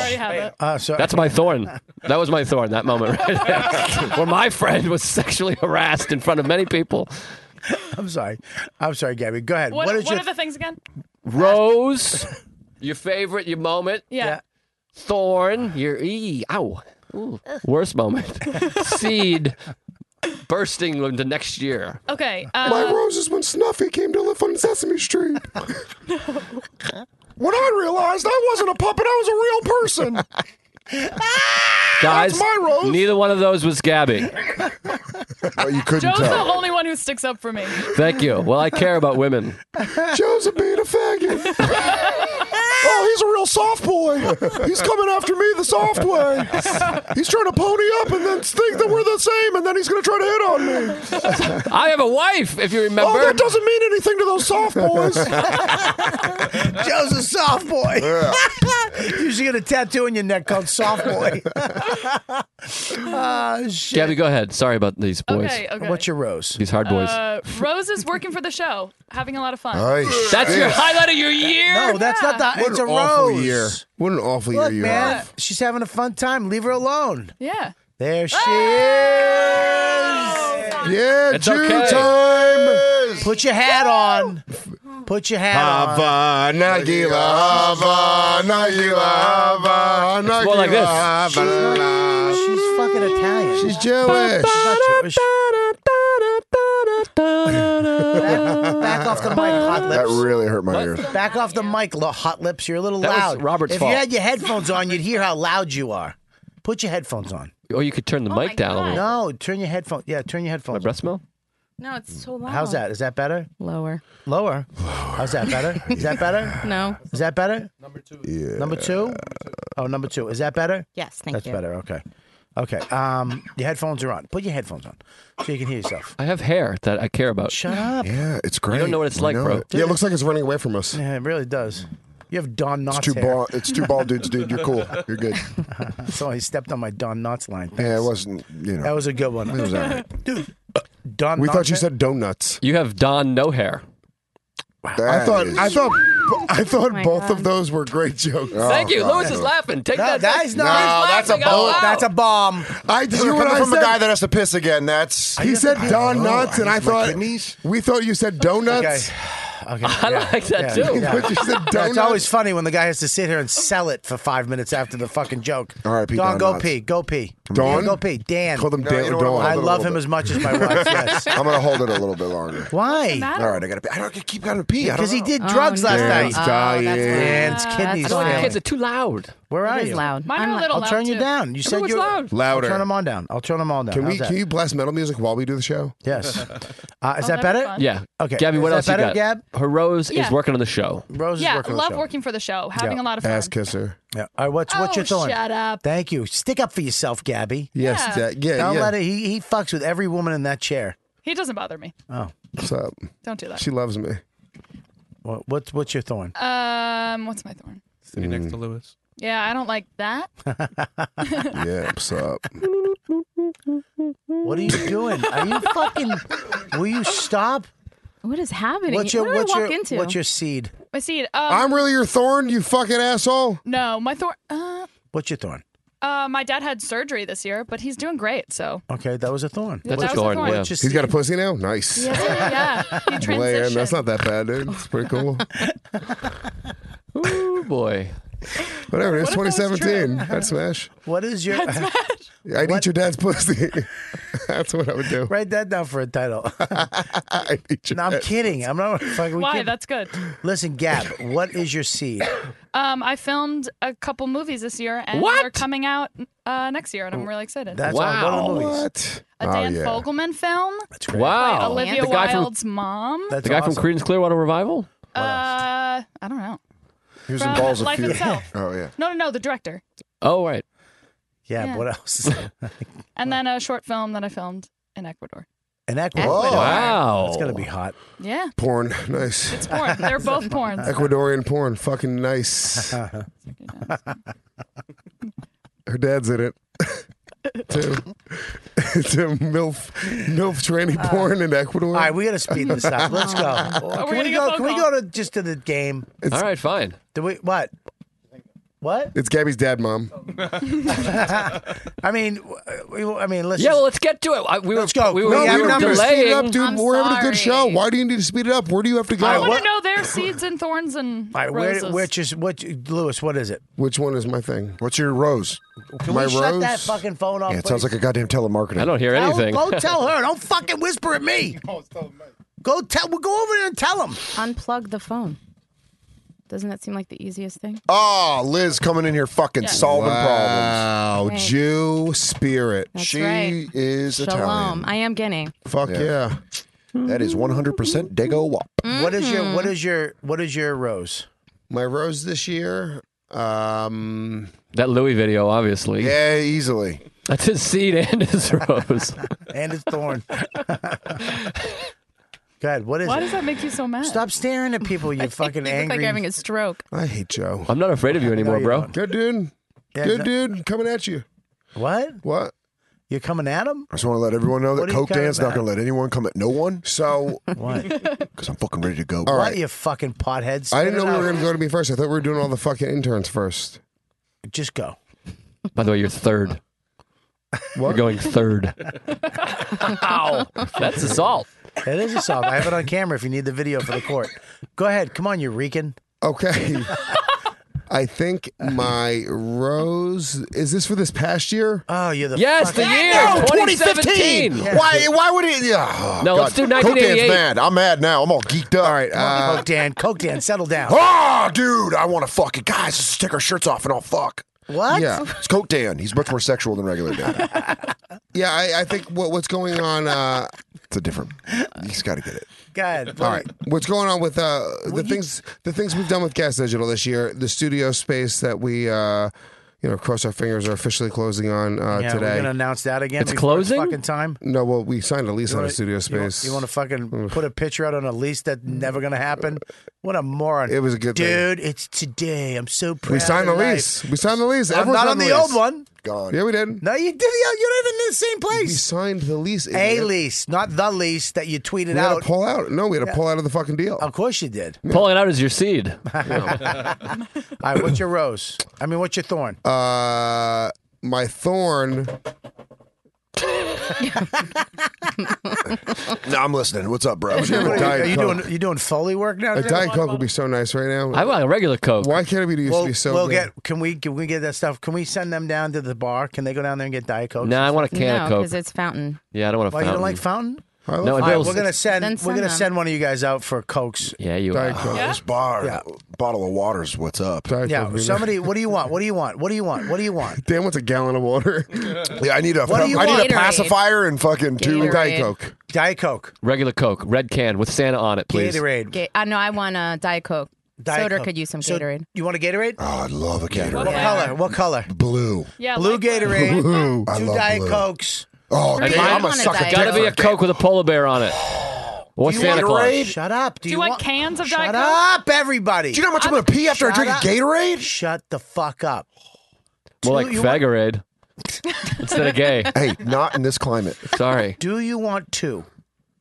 Speaker 4: Uh, sorry.
Speaker 7: That's my thorn. That was my thorn, that moment right
Speaker 4: [LAUGHS]
Speaker 7: there. Where my friend was sexually harassed in front of many people.
Speaker 4: I'm sorry. I'm sorry, Gabby. Go ahead.
Speaker 5: What,
Speaker 4: what
Speaker 5: what,
Speaker 4: is your
Speaker 5: are the things again?
Speaker 7: Rose, your favorite, your moment.
Speaker 5: Yeah.
Speaker 7: Thorn, your ee, ow, Ooh, worst
Speaker 4: [LAUGHS]
Speaker 7: moment. Seed, bursting into next year.
Speaker 5: Okay. Uh,
Speaker 8: My roses when Snuffy came to live on Sesame
Speaker 5: [LAUGHS]
Speaker 8: Street. When I realized I wasn't a puppet, I was a real person.
Speaker 4: Ah,
Speaker 7: Guys,
Speaker 8: my rose.
Speaker 7: neither one of those was Gabby.
Speaker 1: you
Speaker 5: Joe's the only one who sticks up for me.
Speaker 7: Thank you. Well, I care [LAUGHS]
Speaker 1: [LAUGHS]
Speaker 7: about women.
Speaker 8: Joe's a beta faggot. oh, he's a real soft boy. He's coming after me the soft way. He's trying to pony up and then think that we're the same, and then he's going to try to hit on me.
Speaker 7: I have a wife, if you
Speaker 8: Oh,
Speaker 7: remember.
Speaker 8: that doesn't mean anything to those soft boys.
Speaker 4: [LAUGHS] Joe's a soft boy. [LAUGHS] you should get a tattoo on your neck called soft
Speaker 7: [LAUGHS]
Speaker 4: boy. Ah,
Speaker 7: [LAUGHS]
Speaker 4: shit.
Speaker 7: Gabby, go ahead. Sorry about these boys.
Speaker 5: Okay, okay. What's
Speaker 4: your rose?
Speaker 7: These hard boys. [LAUGHS]
Speaker 5: Uh, Rose is working for the show, having a lot of fun.
Speaker 1: Nice.
Speaker 7: That's your highlight of your year.
Speaker 4: No, that's not the.
Speaker 1: What
Speaker 4: it's
Speaker 1: an
Speaker 4: a
Speaker 1: awful
Speaker 4: rose.
Speaker 1: year. What an awful
Speaker 4: Look,
Speaker 1: year you
Speaker 4: man,
Speaker 1: have.
Speaker 4: she's having a fun time. Leave her alone.
Speaker 5: Yeah.
Speaker 4: There she is.
Speaker 1: Yeah,
Speaker 4: it's
Speaker 1: Jew time.
Speaker 4: Put your hat on. Put your hat on.
Speaker 1: Havana, Gila, Havana, Gila, Havana,
Speaker 4: It's more like this.
Speaker 7: Ah,
Speaker 1: Gila, Havana.
Speaker 4: She's fucking Italian.
Speaker 1: She's Jewish.
Speaker 4: She's not Jewish. back, back off the mic, hot
Speaker 1: That
Speaker 4: lips.
Speaker 1: really hurt my ears.
Speaker 4: Back off the mic, lo- hot lips. You're a little
Speaker 7: That was
Speaker 4: loud.
Speaker 7: Robert's
Speaker 4: if
Speaker 7: fault.
Speaker 4: you had your headphones on, you'd hear how loud you are. Put your headphones on.
Speaker 7: Or you could turn
Speaker 5: oh
Speaker 7: the mic down a little.
Speaker 4: No, turn your headphones. Yeah, turn your headphones.
Speaker 7: My breath smell?
Speaker 16: No, it's so long.
Speaker 4: Mm. How's that? Is that better?
Speaker 16: Lower.
Speaker 4: Lower. How's that better? Is that better?
Speaker 16: [LAUGHS] No.
Speaker 4: Is that better? Number two.
Speaker 1: Yeah.
Speaker 4: Number two. Oh, number two. Is that better?
Speaker 16: Yes, thank
Speaker 4: That's
Speaker 16: you.
Speaker 4: better. Okay. Okay. Um, your headphones are on. Put your headphones on so you can hear yourself.
Speaker 7: I have hair that I care about.
Speaker 4: Shut up.
Speaker 1: Yeah, it's great.
Speaker 7: don't know what it's
Speaker 1: We
Speaker 7: like,
Speaker 1: know
Speaker 7: bro.
Speaker 1: it. Yeah, it looks like it's running away from us.
Speaker 4: Yeah, it really does. You have Don Knotts.
Speaker 1: It's two
Speaker 4: hair.
Speaker 1: ball. It's two ball dudes, dude. You're
Speaker 4: [LAUGHS]
Speaker 1: cool. You're good.
Speaker 4: so I stepped on my Don Knotts line.
Speaker 1: Yeah, it wasn't. You know,
Speaker 4: That was a good one.
Speaker 1: it was all
Speaker 4: [LAUGHS]
Speaker 1: right.
Speaker 4: Don
Speaker 1: We thought
Speaker 4: Knotts
Speaker 1: you
Speaker 4: hair?
Speaker 1: said donuts.
Speaker 7: You have Don no hair.
Speaker 1: I thought. I thought. I
Speaker 4: Oh
Speaker 1: thought
Speaker 16: my
Speaker 1: both of
Speaker 16: God.
Speaker 1: those were great jokes.
Speaker 7: Thank you.
Speaker 1: Oh, God.
Speaker 7: Louis is laughing. Take
Speaker 4: No,
Speaker 7: that.
Speaker 4: that
Speaker 7: back.
Speaker 4: is
Speaker 7: He's
Speaker 4: not-
Speaker 15: No, that's a
Speaker 7: laughing out
Speaker 15: bolt.
Speaker 7: loud.
Speaker 4: That's a bomb.
Speaker 1: I did
Speaker 15: You're
Speaker 1: you what
Speaker 15: coming
Speaker 1: I
Speaker 15: from
Speaker 1: said.
Speaker 15: a guy that has to piss again. That's
Speaker 1: he said Don
Speaker 15: Oh,
Speaker 1: Knotts, and
Speaker 15: I
Speaker 1: I
Speaker 15: used my
Speaker 1: thought
Speaker 15: kidneys?
Speaker 1: we thought you said donuts.
Speaker 4: Okay.
Speaker 7: [LAUGHS]
Speaker 4: Okay.
Speaker 7: I like that
Speaker 4: yeah,
Speaker 7: too.
Speaker 4: [LAUGHS] yeah.
Speaker 1: But you said
Speaker 4: Yeah, it's
Speaker 1: donuts.
Speaker 4: always funny when the guy has to sit here and sell it for five minutes after the fucking joke.
Speaker 1: R.I.P. Don
Speaker 4: Don, go
Speaker 1: Knotts.
Speaker 4: pee. Go pee.
Speaker 1: Don?
Speaker 4: Yeah, Go pee. Dan.
Speaker 1: Call them
Speaker 15: No,
Speaker 1: Dan-
Speaker 15: you know what,
Speaker 1: Don.
Speaker 4: I
Speaker 15: a
Speaker 4: love
Speaker 15: little
Speaker 4: him
Speaker 15: bit.
Speaker 4: as much as my
Speaker 1: [LAUGHS]
Speaker 4: wife.
Speaker 5: [LAUGHS]
Speaker 4: Yes.
Speaker 5: Oh,
Speaker 1: I'm gonna hold it a little bit longer.
Speaker 4: Why?
Speaker 1: All right, I gotta. I don't I keep gonna pee. I don't
Speaker 4: Because he
Speaker 1: know.
Speaker 4: did drugs
Speaker 16: Oh, no.
Speaker 4: last
Speaker 1: Dan's
Speaker 4: night.
Speaker 1: dying.
Speaker 4: Dan's
Speaker 16: I
Speaker 4: kidneys
Speaker 16: don't
Speaker 7: The
Speaker 16: like
Speaker 4: failing.
Speaker 7: kids are too loud.
Speaker 4: Where are
Speaker 16: It is
Speaker 4: you?
Speaker 16: loud.
Speaker 5: Mine
Speaker 16: I'm
Speaker 5: are a
Speaker 16: like-
Speaker 5: little
Speaker 4: I'll
Speaker 5: loud
Speaker 4: turn you
Speaker 5: too.
Speaker 4: down. You said
Speaker 7: Everyone's
Speaker 4: you
Speaker 7: loud.
Speaker 1: Louder.
Speaker 4: I'll turn them on down. I'll turn them all down.
Speaker 1: Can we?
Speaker 4: How's that?
Speaker 1: Can you blast metal music while we do the show?
Speaker 4: [LAUGHS] Yes. Uh, is
Speaker 5: Oh,
Speaker 4: that
Speaker 5: that'd be
Speaker 4: better?
Speaker 5: fun.
Speaker 7: Yeah.
Speaker 4: Okay.
Speaker 7: Gabby, what
Speaker 4: Is
Speaker 7: else
Speaker 4: that
Speaker 7: you
Speaker 4: better,
Speaker 7: got?
Speaker 4: Gab?
Speaker 7: Her Rose
Speaker 5: Yeah.
Speaker 7: is working on the show.
Speaker 4: Rose is
Speaker 5: Yeah,
Speaker 4: working on the
Speaker 5: love
Speaker 4: show.
Speaker 5: working for the show, having
Speaker 4: Yeah.
Speaker 5: a lot of fun.
Speaker 1: Ass kisser.
Speaker 4: Yeah. All right, what's what's your
Speaker 5: Oh,
Speaker 4: thought?
Speaker 5: shut up.
Speaker 4: Thank you. Stick up for yourself, Gabby.
Speaker 1: Yes.
Speaker 5: Yeah.
Speaker 1: That, yeah.
Speaker 4: Don't
Speaker 1: yeah.
Speaker 4: let it. He, he fucks with every woman in that chair.
Speaker 5: He doesn't bother me.
Speaker 4: Oh,
Speaker 1: What's up?
Speaker 5: Don't do that.
Speaker 1: She loves me.
Speaker 4: what, what's what's your thorn?
Speaker 5: Um, what's my thorn?
Speaker 10: Sitting next
Speaker 1: Mm.
Speaker 10: to Lewis.
Speaker 5: Yeah, I don't like that.
Speaker 1: [LAUGHS] Yeah. What's up?
Speaker 4: What are you doing? Are you fucking? Will you stop?
Speaker 16: What is happening?
Speaker 4: What's your
Speaker 16: what did
Speaker 4: what's
Speaker 16: I walk
Speaker 4: your
Speaker 16: into?
Speaker 4: what's your seed?
Speaker 5: I see it. Um,
Speaker 1: I'm really your thorn, you fucking asshole.
Speaker 5: no, my thorn. Uh,
Speaker 4: What's your thorn?
Speaker 5: uh, my dad had surgery this year, but he's doing great.
Speaker 4: [LAUGHS]
Speaker 5: So
Speaker 4: Okay, that was a thorn.
Speaker 7: That's
Speaker 5: That was
Speaker 7: a
Speaker 5: the
Speaker 7: thorn.
Speaker 5: thorn.
Speaker 7: Yeah.
Speaker 4: What's your
Speaker 1: He's
Speaker 4: seed?
Speaker 1: got a pussy now. Nice. [LAUGHS]
Speaker 5: yeah, he
Speaker 1: Blaine,
Speaker 5: transitioned.
Speaker 1: that's not that bad, dude. It's pretty
Speaker 5: [LAUGHS]
Speaker 1: cool.
Speaker 7: Ooh, boy.
Speaker 1: Whatever. It's
Speaker 5: What if that was
Speaker 1: 2017. I'd smash.
Speaker 4: What is your? [LAUGHS]
Speaker 1: I'd eat your dad's
Speaker 5: [LAUGHS]
Speaker 1: pussy. that's what I would do.
Speaker 4: write that down for a title.
Speaker 1: [LAUGHS] I'd eat your
Speaker 4: no, I'm
Speaker 1: dad's-
Speaker 4: kidding. I'm not. Fuck, we
Speaker 5: Why?
Speaker 4: can't-
Speaker 5: That's good.
Speaker 4: Listen, Gab. What is your seed?
Speaker 5: Um, I filmed a couple movies this year, and
Speaker 7: What?
Speaker 5: they're coming out uh, next year, and I'm really excited.
Speaker 4: Oh, That's on one of the
Speaker 7: Wow.
Speaker 4: movies.
Speaker 1: What?
Speaker 5: a
Speaker 1: Oh,
Speaker 5: Dan
Speaker 1: yeah.
Speaker 5: Fogelman film. by
Speaker 7: Wow.
Speaker 5: Olivia
Speaker 7: Oh. the guy from
Speaker 5: Wilde's mom.
Speaker 4: That's
Speaker 7: the guy
Speaker 4: awesome.
Speaker 7: from Creedence Clearwater Revival.
Speaker 5: Uh, I don't know.
Speaker 1: He was
Speaker 5: From
Speaker 1: in balls of
Speaker 5: Life
Speaker 1: Fury.
Speaker 4: [LAUGHS]
Speaker 5: Itself.
Speaker 1: Oh yeah.
Speaker 5: No, no, no. The director.
Speaker 7: Oh right.
Speaker 4: Yeah,
Speaker 5: Yeah.
Speaker 4: What else? Is
Speaker 5: And then a short film that I filmed in Ecuador.
Speaker 4: An equity.
Speaker 1: Whoa.
Speaker 7: Wow.
Speaker 4: That's gonna be hot.
Speaker 5: Yeah,
Speaker 1: Porn. Nice.
Speaker 4: [LAUGHS]
Speaker 5: it's porn. They're both porns.
Speaker 1: Ecuadorian porn.
Speaker 7: [LAUGHS]
Speaker 1: Fucking nice. Her dad's in it. [LAUGHS] Too. [LAUGHS] it's a milf milf tranny
Speaker 7: Uh,
Speaker 1: porn in Ecuador.
Speaker 4: All right, we gotta speed this up.
Speaker 7: [LAUGHS]
Speaker 4: Let's go.
Speaker 5: we
Speaker 1: Oh,
Speaker 4: Can
Speaker 5: gonna
Speaker 4: we
Speaker 5: get
Speaker 4: go?
Speaker 5: phone
Speaker 4: Can we
Speaker 5: call?
Speaker 4: go to just to the game?
Speaker 7: All right, fine.
Speaker 4: Do we what?
Speaker 1: [LAUGHS]
Speaker 4: What?
Speaker 1: It's Gabby's dad, mom.
Speaker 4: I mean, w- we, I mean, let's.
Speaker 7: Yeah,
Speaker 4: just-
Speaker 7: well, let's get to it. I- we
Speaker 4: Let's go.
Speaker 7: We were,
Speaker 4: No,
Speaker 7: we
Speaker 4: we
Speaker 7: were
Speaker 4: have numbers.
Speaker 7: delaying.
Speaker 1: Speed it up, dude. we're having a good show. Why do you need to speed it up? Where do you have to go?
Speaker 5: I want to know their seeds and thorns and
Speaker 4: All right,
Speaker 5: roses.
Speaker 4: where, which is what, Lewis? What is it?
Speaker 1: Which one is my thing? What's your rose?
Speaker 4: Can
Speaker 1: my rose?
Speaker 4: we shut that fucking phone off?
Speaker 1: yeah, it sounds like a goddamn telemarketer. I
Speaker 7: don't hear
Speaker 4: Tell- Go
Speaker 6: [LAUGHS]
Speaker 4: tell her. Don't fucking whisper at [LAUGHS] me. Go tell. Well, go over there and tell him.
Speaker 16: Unplug the phone. Doesn't that seem like the easiest thing?
Speaker 6: Oh, Liz coming in here fucking solving
Speaker 1: wow,
Speaker 6: problems.
Speaker 1: Jew spirit.
Speaker 16: That's
Speaker 1: she
Speaker 16: right.
Speaker 1: is
Speaker 16: Shalom. I am Guinea.
Speaker 1: Fuck yeah.
Speaker 6: That is 100% Dago Wop.
Speaker 4: What is your what is your what is your rose?
Speaker 1: My rose this year? Um
Speaker 7: That Louis video, obviously.
Speaker 1: Yeah, easily.
Speaker 7: That's his seed and his rose.
Speaker 4: And it's thorn. [LAUGHS] God, what is
Speaker 5: Why
Speaker 4: it?
Speaker 5: does that make you so mad?
Speaker 4: Stop staring at
Speaker 5: [LAUGHS]
Speaker 4: people, you fucking
Speaker 5: You look
Speaker 4: angry.
Speaker 5: like you're having a stroke.
Speaker 1: [LAUGHS] I hate Joe.
Speaker 7: I'm not afraid of you anymore,
Speaker 4: you
Speaker 7: bro.
Speaker 4: don't.
Speaker 1: Good dude.
Speaker 4: Yeah,
Speaker 1: Good
Speaker 4: no-
Speaker 1: dude coming at you.
Speaker 4: What?
Speaker 1: What?
Speaker 4: You're coming at him?
Speaker 6: I just want to let everyone know
Speaker 4: What
Speaker 6: that
Speaker 4: are you
Speaker 6: Coke
Speaker 4: talking
Speaker 6: Dan's not
Speaker 4: about?
Speaker 6: going to let anyone come at no one
Speaker 1: [LAUGHS] So
Speaker 6: [LAUGHS]
Speaker 4: What?
Speaker 6: because I'm fucking ready to go.
Speaker 1: All
Speaker 4: What,
Speaker 1: right.
Speaker 4: you fucking potheads?
Speaker 1: I didn't know we were going to go to me first. I thought we were doing all the fucking interns first.
Speaker 4: Just go.
Speaker 7: By the way, you're third. You're going
Speaker 4: [LAUGHS]
Speaker 7: third. Ow. That's assault.
Speaker 4: It is assault. I have it on camera if you need the video for the court. Go ahead. Come on, you Rican.
Speaker 1: Okay. I think my rose is this for this past year?
Speaker 4: Oh, you're the
Speaker 7: Yes, the
Speaker 4: fucking-
Speaker 7: year
Speaker 6: No,
Speaker 7: 2017.
Speaker 6: 2015. Why? Why would it? Yeah. Oh,
Speaker 7: No, let's do
Speaker 6: Coke Dan's
Speaker 7: 1988.
Speaker 6: mad. I'm mad now. I'm all geeked up. All right.
Speaker 4: uh, Coke Dan, Coke Dan, settle down.
Speaker 6: Ah, dude, I want to fucking guys. Let's take our shirts off and I'll fuck.
Speaker 4: What?
Speaker 6: Yeah, it's Coke Dan. He's much more sexual than regular
Speaker 7: [LAUGHS]
Speaker 6: Dan.
Speaker 1: Yeah, I, I think what, what's going on. Uh,
Speaker 6: It's a different. He's got to get it.
Speaker 4: God.
Speaker 1: all right, what's going on with uh, the things the things we've done with Gas Digital this year? The studio space that we, uh, you know, cross our fingers are officially closing on uh,
Speaker 4: Yeah, we're
Speaker 1: today.
Speaker 4: gonna announce that again.
Speaker 7: It's
Speaker 4: before
Speaker 7: closing?
Speaker 4: fucking time.
Speaker 1: No, well, we signed a lease on a studio
Speaker 4: You want-
Speaker 1: space. Mm.
Speaker 4: You, want to fucking put a picture out on a lease that's never gonna happen? What a moron!
Speaker 1: It was a good thing.
Speaker 4: dude. It's today. I'm so proud.
Speaker 1: we signed the
Speaker 4: of life.
Speaker 1: lease. We signed the lease.
Speaker 4: I'm
Speaker 1: Everyone
Speaker 4: not
Speaker 1: signed
Speaker 4: on the
Speaker 1: lease.
Speaker 4: old one.
Speaker 6: Gone.
Speaker 1: Yeah, we did.
Speaker 4: No, you did. the- You're not even in the same
Speaker 1: We
Speaker 4: place.
Speaker 1: signed the lease.
Speaker 4: A
Speaker 1: idiot.
Speaker 4: lease, not the lease that you tweeted
Speaker 1: We had
Speaker 4: out.
Speaker 1: to pull out. No, we had to
Speaker 4: Yeah.
Speaker 1: pull out of the fucking deal.
Speaker 4: Of course you did.
Speaker 7: Pulling out is your
Speaker 4: [LAUGHS]
Speaker 7: seed.
Speaker 4: All right, what's your rose? I mean, what's your thorn?
Speaker 1: Uh, my thorn.
Speaker 6: No, I'm listening. What's
Speaker 7: [LAUGHS]
Speaker 6: up, bro?
Speaker 1: should have a
Speaker 4: What [LAUGHS] are you,
Speaker 1: Diet
Speaker 4: are you
Speaker 1: Coke.
Speaker 4: doing? You doing Foley work now?
Speaker 1: A Diet Coke would be so nice right now.
Speaker 7: I want a regular Coke.
Speaker 1: Why can't it be? It used
Speaker 4: We'll,
Speaker 1: to be so
Speaker 4: we'll
Speaker 1: good.
Speaker 4: get. Can we? Can we get that stuff? Can we send them down to the bar? Can they go down there and get Diet Coke?
Speaker 7: No, I want a can
Speaker 16: no,
Speaker 7: of
Speaker 16: because
Speaker 7: Coke.
Speaker 16: it's fountain.
Speaker 7: Yeah, I don't want a
Speaker 4: Why you
Speaker 7: fountain.
Speaker 4: don't like fountain?
Speaker 1: I love
Speaker 7: no,
Speaker 4: All
Speaker 7: it
Speaker 4: right,
Speaker 7: feels.
Speaker 4: we're gonna send.
Speaker 16: Then
Speaker 4: we're
Speaker 16: send
Speaker 6: [LAUGHS]
Speaker 4: gonna
Speaker 16: them.
Speaker 4: send one of you guys out for cokes.
Speaker 7: yeah, you
Speaker 1: Diet
Speaker 7: are.
Speaker 1: Coke.
Speaker 6: This bar,
Speaker 4: Yeah.
Speaker 6: bottle of water's what's up.
Speaker 1: Diet
Speaker 4: Yeah,
Speaker 1: Coke.
Speaker 4: somebody. What do you want? What do you want? What do you want? What do
Speaker 16: [LAUGHS]
Speaker 4: you want?
Speaker 1: Dan wants a gallon
Speaker 7: [LAUGHS]
Speaker 1: of water.
Speaker 6: Yeah, I need a.
Speaker 4: What do you
Speaker 6: I need
Speaker 4: want?
Speaker 6: a pacifier and fucking two.
Speaker 16: Gatorade.
Speaker 1: Diet Coke.
Speaker 4: Diet Coke,
Speaker 7: Regular Coke, red can with Santa on it, please.
Speaker 4: Gatorade,
Speaker 16: Ga- uh, no, I want a Diet Coke.
Speaker 4: Diet
Speaker 16: Soda
Speaker 4: Coke.
Speaker 16: could use some
Speaker 4: So,
Speaker 16: Gatorade.
Speaker 4: you want a Gatorade?
Speaker 6: Oh, I love a Gatorade.
Speaker 4: What color? What color?
Speaker 6: Blue.
Speaker 5: Yeah,
Speaker 4: Blue
Speaker 5: like-
Speaker 4: Gatorade.
Speaker 6: Blue. [LAUGHS] I
Speaker 4: Two
Speaker 6: love
Speaker 4: Diet
Speaker 6: blue.
Speaker 4: Cokes.
Speaker 6: Oh,
Speaker 16: And
Speaker 6: damn,
Speaker 16: mine-
Speaker 6: I'm
Speaker 16: I
Speaker 6: a
Speaker 16: want a
Speaker 6: sucker.
Speaker 16: Diet
Speaker 6: dick
Speaker 7: Gotta be
Speaker 6: for
Speaker 7: a Coke with a polar bear on
Speaker 6: [GASPS]
Speaker 7: it. Or Santa Claus.
Speaker 4: Shut up. Do,
Speaker 5: you want cans of
Speaker 4: Shut
Speaker 5: Diet Coke?
Speaker 4: up, everybody.
Speaker 6: Do you know how much I'm gonna pee after I drink
Speaker 4: Shut
Speaker 6: a
Speaker 4: up.
Speaker 6: Gatorade?
Speaker 4: Shut the fuck up.
Speaker 7: More
Speaker 4: Do
Speaker 7: like
Speaker 4: you want-
Speaker 7: Fagarade. Instead of gay.
Speaker 6: Hey, not in this climate.
Speaker 7: Sorry.
Speaker 4: Do you want two?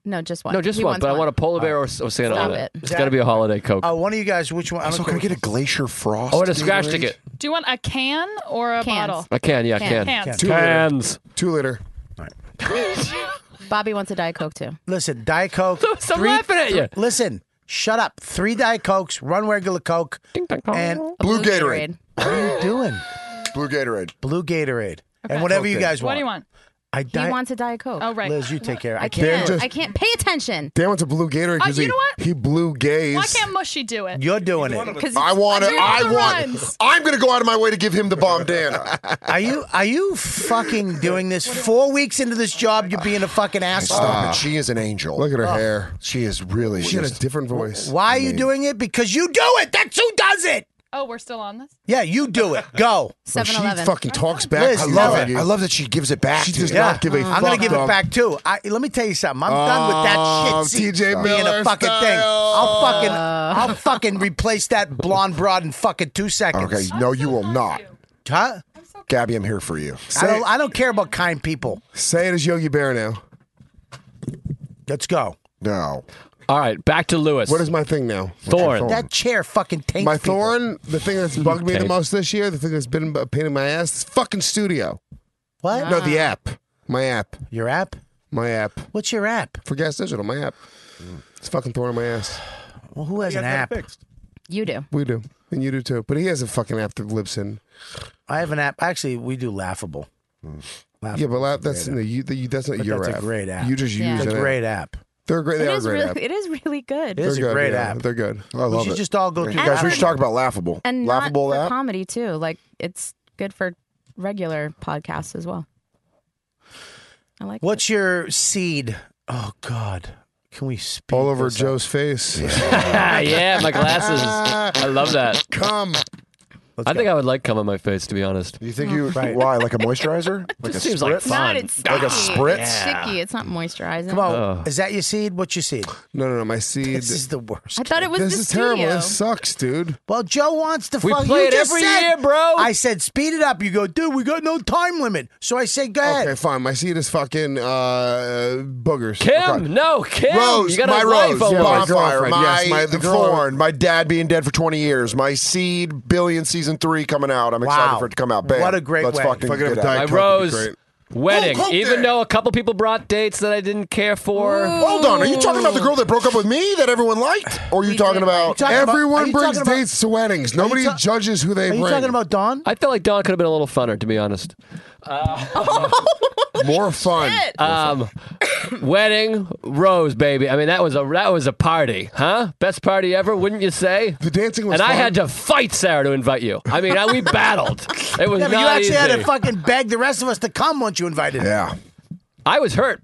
Speaker 16: No, just one.
Speaker 7: No, just
Speaker 16: He
Speaker 7: one,
Speaker 16: wants
Speaker 7: but I want a polar bear or, or Santa
Speaker 16: Stop
Speaker 7: on it.
Speaker 16: it.
Speaker 7: It's got to be a holiday Coke.
Speaker 4: Uh, one of you guys. Which one? I don't
Speaker 6: Also,
Speaker 4: care
Speaker 6: can I
Speaker 4: which-
Speaker 6: get a Glacier Frost?
Speaker 7: oh, and a scratch
Speaker 6: Gatorade?
Speaker 7: ticket.
Speaker 5: Do you want a can or a
Speaker 16: Cans.
Speaker 5: bottle?
Speaker 7: I can, yeah, I
Speaker 16: Can.
Speaker 7: can.
Speaker 5: Cans.
Speaker 1: Two
Speaker 7: Cans.
Speaker 1: Two liter.
Speaker 16: Bobby wants a Diet Coke too.
Speaker 4: Listen, Diet Coke.
Speaker 7: Stop laughing at you.
Speaker 4: Listen, shut up. Three Diet Cokes, one regular Coke. And what
Speaker 16: A
Speaker 6: Blue Gatorade.
Speaker 4: are you doing?
Speaker 6: Blue Gatorade.
Speaker 4: Blue Gatorade. And whatever you
Speaker 6: Okay.
Speaker 4: guys
Speaker 5: What
Speaker 4: want.
Speaker 5: do you want?
Speaker 4: I
Speaker 16: He
Speaker 4: di-
Speaker 16: wants a Diet Coke.
Speaker 5: Oh, right.
Speaker 4: Liz, you take care.
Speaker 16: I
Speaker 4: I can't.
Speaker 16: can't.
Speaker 1: just-
Speaker 16: I can't pay attention.
Speaker 1: Dan wants a blue Gatorade
Speaker 5: Uh,
Speaker 1: because
Speaker 5: you
Speaker 1: he,
Speaker 5: know what?
Speaker 1: he blue gays.
Speaker 5: Why can't Mushy do it?
Speaker 4: You're doing it.
Speaker 16: Because
Speaker 6: I want it.
Speaker 5: You're on
Speaker 6: I
Speaker 5: the
Speaker 6: want.
Speaker 5: runs.
Speaker 6: I'm gonna go out of my way to give him the bomb, Dan.
Speaker 4: Are you are you fucking doing this? Four weeks into this job, you're being a fucking asshole.
Speaker 6: Stop it. She is an angel.
Speaker 1: Look at her hair.
Speaker 6: She is really.
Speaker 1: She had a different voice.
Speaker 4: Why are you doing it? Because you do it. That's who does it.
Speaker 5: Oh, we're still on this?
Speaker 4: Yeah, you do it. Go.
Speaker 1: She
Speaker 16: 7 Eleven.
Speaker 1: fucking talks back.
Speaker 4: Liz,
Speaker 1: to
Speaker 6: I
Speaker 1: you,
Speaker 6: love
Speaker 1: Maggie.
Speaker 6: it. I love that she gives it back.
Speaker 1: She
Speaker 6: to
Speaker 1: does
Speaker 6: you.
Speaker 1: not give a fuck.
Speaker 4: I'm gonna give it
Speaker 1: dog.
Speaker 4: back too. I, let me tell you something. I'm done with
Speaker 1: Oh,
Speaker 4: that shit.
Speaker 1: TJ
Speaker 4: seat being a
Speaker 1: Miller
Speaker 4: fucking thing.
Speaker 1: style.
Speaker 4: I'll fucking I'll fucking replace that blonde broad in fucking two seconds.
Speaker 6: Okay, no, you will not.
Speaker 4: Huh?
Speaker 6: Gabby, I'm here for you.
Speaker 4: I don't I don't care about kind people.
Speaker 1: Say it as Yogi Bear now.
Speaker 4: Let's go.
Speaker 6: No.
Speaker 7: All right, back to Lewis. What is
Speaker 1: my thing now?
Speaker 7: Thorn.
Speaker 4: That chair fucking tanks
Speaker 1: my
Speaker 4: people. Mm,
Speaker 1: thorn, the thing that's bugged me the
Speaker 4: Tape.
Speaker 1: most this year, the thing that's been a pain in my ass, is fucking studio.
Speaker 4: What?
Speaker 1: No, the app. My app.
Speaker 4: Your app?
Speaker 1: My app.
Speaker 4: What's your app?
Speaker 1: For Gas Digital, my app. It's a fucking thorn in my ass.
Speaker 4: Well, who has an app?
Speaker 16: You do.
Speaker 1: We do. And you do too. But he has a fucking app that lives in.
Speaker 4: I have an app. Actually, we do laughable.
Speaker 1: Mm. yeah, but la- that's no, you, the, you, that's not
Speaker 4: But
Speaker 1: your
Speaker 4: that's a
Speaker 1: app.
Speaker 4: great app.
Speaker 1: You just
Speaker 4: Yeah.
Speaker 1: use
Speaker 4: It's a
Speaker 1: an
Speaker 4: great app.
Speaker 1: They're great. They
Speaker 16: It
Speaker 1: are a
Speaker 16: is
Speaker 1: great app.
Speaker 16: really, it is really good.
Speaker 1: They're
Speaker 4: is a
Speaker 1: good,
Speaker 4: great
Speaker 1: yeah.
Speaker 4: app.
Speaker 1: They're good. I
Speaker 4: We
Speaker 1: love
Speaker 4: should
Speaker 1: it.
Speaker 4: just all go through
Speaker 6: Guys, we
Speaker 4: that.
Speaker 6: should talk about laughable.
Speaker 16: and
Speaker 6: laughable
Speaker 16: not for
Speaker 6: app.
Speaker 16: comedy too. Like it's good for regular podcasts as well. I like.
Speaker 4: What's your seed? Oh God, can we speak
Speaker 1: All over Joe's
Speaker 4: [LAUGHS]
Speaker 7: [LAUGHS]
Speaker 1: face.
Speaker 7: yeah, my
Speaker 6: [LAUGHS]
Speaker 7: glasses. I love that.
Speaker 1: Come.
Speaker 7: I think I would like cum on my face, to be honest.
Speaker 6: You think
Speaker 4: Mm.
Speaker 6: you why like a
Speaker 4: [LAUGHS]
Speaker 6: moisturizer? Like a
Speaker 7: Just seems like
Speaker 6: spritz?
Speaker 7: fun. Not
Speaker 16: It's sticky.
Speaker 6: like a spritz?
Speaker 16: It's sticky. It's not moisturizing.
Speaker 4: Come on, is that your seed? What's your seed?
Speaker 1: No, no, no. My seed.
Speaker 4: This is the worst.
Speaker 16: I thought it was
Speaker 1: this
Speaker 16: the
Speaker 1: is terrible.
Speaker 16: studio.
Speaker 1: This sucks, dude.
Speaker 4: Well, Joe wants to
Speaker 1: We
Speaker 4: fuck.
Speaker 1: play
Speaker 4: you
Speaker 1: it
Speaker 4: just
Speaker 1: every
Speaker 4: said-
Speaker 1: year,
Speaker 7: bro.
Speaker 4: I said, speed it up. You go, dude. We got no time limit. So I said, go ahead.
Speaker 1: Okay, fine. My seed is fucking uh, boogers. Okay.
Speaker 7: Kim, no, Kim.
Speaker 6: Rose,
Speaker 7: you got
Speaker 6: my
Speaker 7: a life over
Speaker 6: rose, my
Speaker 7: here.
Speaker 6: bonfire,
Speaker 1: girlfriend,
Speaker 6: my,
Speaker 1: yes, my- the
Speaker 6: the
Speaker 1: girl-
Speaker 6: thorn, my dad being dead for 20 years, my seed billion season three coming out. I'm excited
Speaker 4: Wow.
Speaker 6: for it to come out. Bam.
Speaker 4: What a great
Speaker 6: Let's
Speaker 4: way.
Speaker 6: fucking
Speaker 1: Fucking
Speaker 6: get
Speaker 1: have a
Speaker 6: at it.
Speaker 1: Diet
Speaker 7: My
Speaker 1: Coke would be
Speaker 7: rose
Speaker 1: great.
Speaker 7: wedding.
Speaker 6: Whoa, Coke
Speaker 7: Even though a couple people brought dates that I didn't care for.
Speaker 6: Hold on, are you talking about the girl that broke up with me that everyone liked, or are you talking about
Speaker 4: talking about- are
Speaker 1: Everyone
Speaker 4: you
Speaker 1: brings
Speaker 4: talking about-
Speaker 1: dates to weddings. Nobody
Speaker 4: ta-
Speaker 1: judges who they
Speaker 4: Are you
Speaker 1: bring.
Speaker 4: talking
Speaker 1: [LAUGHS]
Speaker 4: about Dawn?
Speaker 7: I felt like Dawn could have been a little funner, to be
Speaker 6: [LAUGHS]
Speaker 7: honest.
Speaker 1: More fun.
Speaker 7: Um, [COUGHS] wedding, rose, baby. I mean, that was a that was a party, huh? Best party ever, wouldn't you say?
Speaker 1: The dancing was
Speaker 7: And I
Speaker 1: fun.
Speaker 7: had to fight Sarah to invite you. I mean, I, we battled. It was
Speaker 4: Yeah, but
Speaker 7: not
Speaker 4: you actually
Speaker 7: easy.
Speaker 4: had to fucking beg the rest of us to come once you invited. us.
Speaker 6: Yeah.
Speaker 7: I was hurt.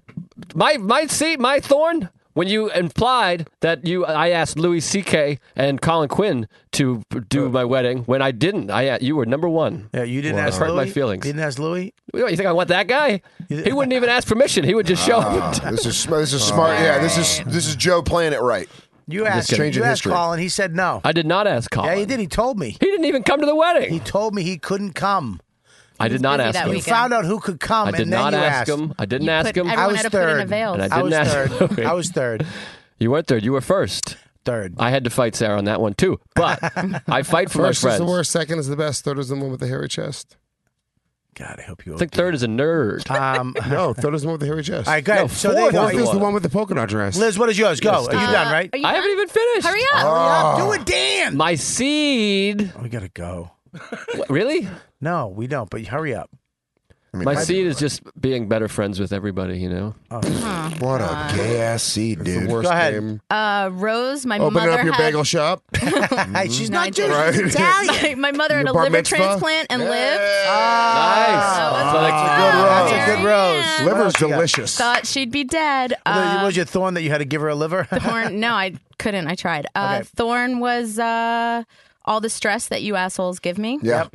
Speaker 7: My my seat, my thorn. When you implied that you, I asked Louis C.K. and Colin Quinn to do my wedding. When I didn't, I you were number one.
Speaker 4: Oh. Yeah, you didn't
Speaker 7: Wow.
Speaker 4: ask
Speaker 7: Hurt my
Speaker 4: Louis?
Speaker 7: feelings.
Speaker 4: Didn't ask Louis.
Speaker 7: What, You think I want that guy? He wouldn't even ask permission. He would just show up.
Speaker 6: Ah, This is sm- this
Speaker 7: [LAUGHS]
Speaker 6: is smart. Yeah, this is this is Joe playing it right.
Speaker 4: You asked.
Speaker 6: kidding.
Speaker 4: You
Speaker 6: Changing
Speaker 4: asked
Speaker 6: history.
Speaker 4: Colin. He said no.
Speaker 7: I did not ask Colin.
Speaker 4: Yeah, he did. He told me.
Speaker 7: He didn't even come to the wedding.
Speaker 4: He told me he couldn't come.
Speaker 7: I did not
Speaker 16: busy
Speaker 7: ask
Speaker 16: that
Speaker 7: him.
Speaker 4: You
Speaker 16: weekend.
Speaker 4: found out who could come,
Speaker 7: I did
Speaker 4: Um, and then
Speaker 7: not
Speaker 4: you
Speaker 7: ask
Speaker 4: asked.
Speaker 7: him. I didn't
Speaker 16: You
Speaker 7: ask
Speaker 16: put
Speaker 7: him.
Speaker 16: everyone
Speaker 4: I was
Speaker 16: had to put in a
Speaker 4: third.
Speaker 16: veil.
Speaker 7: And I
Speaker 4: I
Speaker 7: didn't
Speaker 4: was
Speaker 7: ask [LAUGHS]
Speaker 4: third.
Speaker 7: Louis.
Speaker 4: I was third.
Speaker 7: You weren't third. You were first.
Speaker 4: Third.
Speaker 7: I had to fight Sarah on that one too,
Speaker 1: [LAUGHS]
Speaker 7: but I fight for
Speaker 1: First
Speaker 7: my
Speaker 1: is
Speaker 7: friends.
Speaker 1: the worst. Second is the best. Third is the one with the hairy chest.
Speaker 4: God, I hope you.
Speaker 7: I think third is a nerd. [LAUGHS]
Speaker 4: Um, all
Speaker 1: [LAUGHS] No, third is the one with the hairy chest.
Speaker 4: right, good.
Speaker 7: No,
Speaker 4: so there
Speaker 7: fourth
Speaker 4: you go.
Speaker 1: Fourth
Speaker 7: Wait,
Speaker 1: is the
Speaker 7: what?
Speaker 1: one with the polka dot dress.
Speaker 4: Liz, what is yours? Go.
Speaker 7: Yes,
Speaker 4: Are you
Speaker 7: dude.
Speaker 4: done? Right.
Speaker 16: Are you
Speaker 7: I
Speaker 16: done?
Speaker 7: haven't even finished. Ah.
Speaker 16: Hurry up!
Speaker 4: Do it, Dan.
Speaker 7: My seed.
Speaker 4: We gotta go.
Speaker 7: What, really?
Speaker 4: No, we don't. But hurry up.
Speaker 7: My seed is just being better friends with everybody. You know.
Speaker 4: Oh,
Speaker 6: What a gay ass seed,
Speaker 1: It's the
Speaker 6: dude.
Speaker 1: worst
Speaker 4: Go ahead.
Speaker 1: name.
Speaker 16: [LAUGHS] Uh, Rose, my
Speaker 1: Open
Speaker 16: mother
Speaker 1: up your
Speaker 16: had
Speaker 1: bagel shop.
Speaker 4: Hey, she's
Speaker 16: No, I
Speaker 4: not Jewish.
Speaker 16: didn't.
Speaker 4: She's
Speaker 16: [LAUGHS]
Speaker 4: Italian.
Speaker 16: my, my mother had
Speaker 1: Your
Speaker 16: a
Speaker 1: bar
Speaker 16: liver
Speaker 1: mitzvah?
Speaker 16: transplant and lived. Uh,
Speaker 6: Oh,
Speaker 7: nice. So, like,
Speaker 4: Oh, That's a
Speaker 16: There
Speaker 4: good
Speaker 16: you
Speaker 4: rose.
Speaker 16: am.
Speaker 6: Liver's delicious.
Speaker 16: Thought she'd be dead.
Speaker 4: What
Speaker 16: Uh,
Speaker 4: was [LAUGHS] your thorn that you had to give her a liver? [LAUGHS]
Speaker 16: Thorn. No, I couldn't. I tried. Uh,
Speaker 4: Okay.
Speaker 16: Thorn was uh, all the stress that you assholes give me.
Speaker 6: Yeah.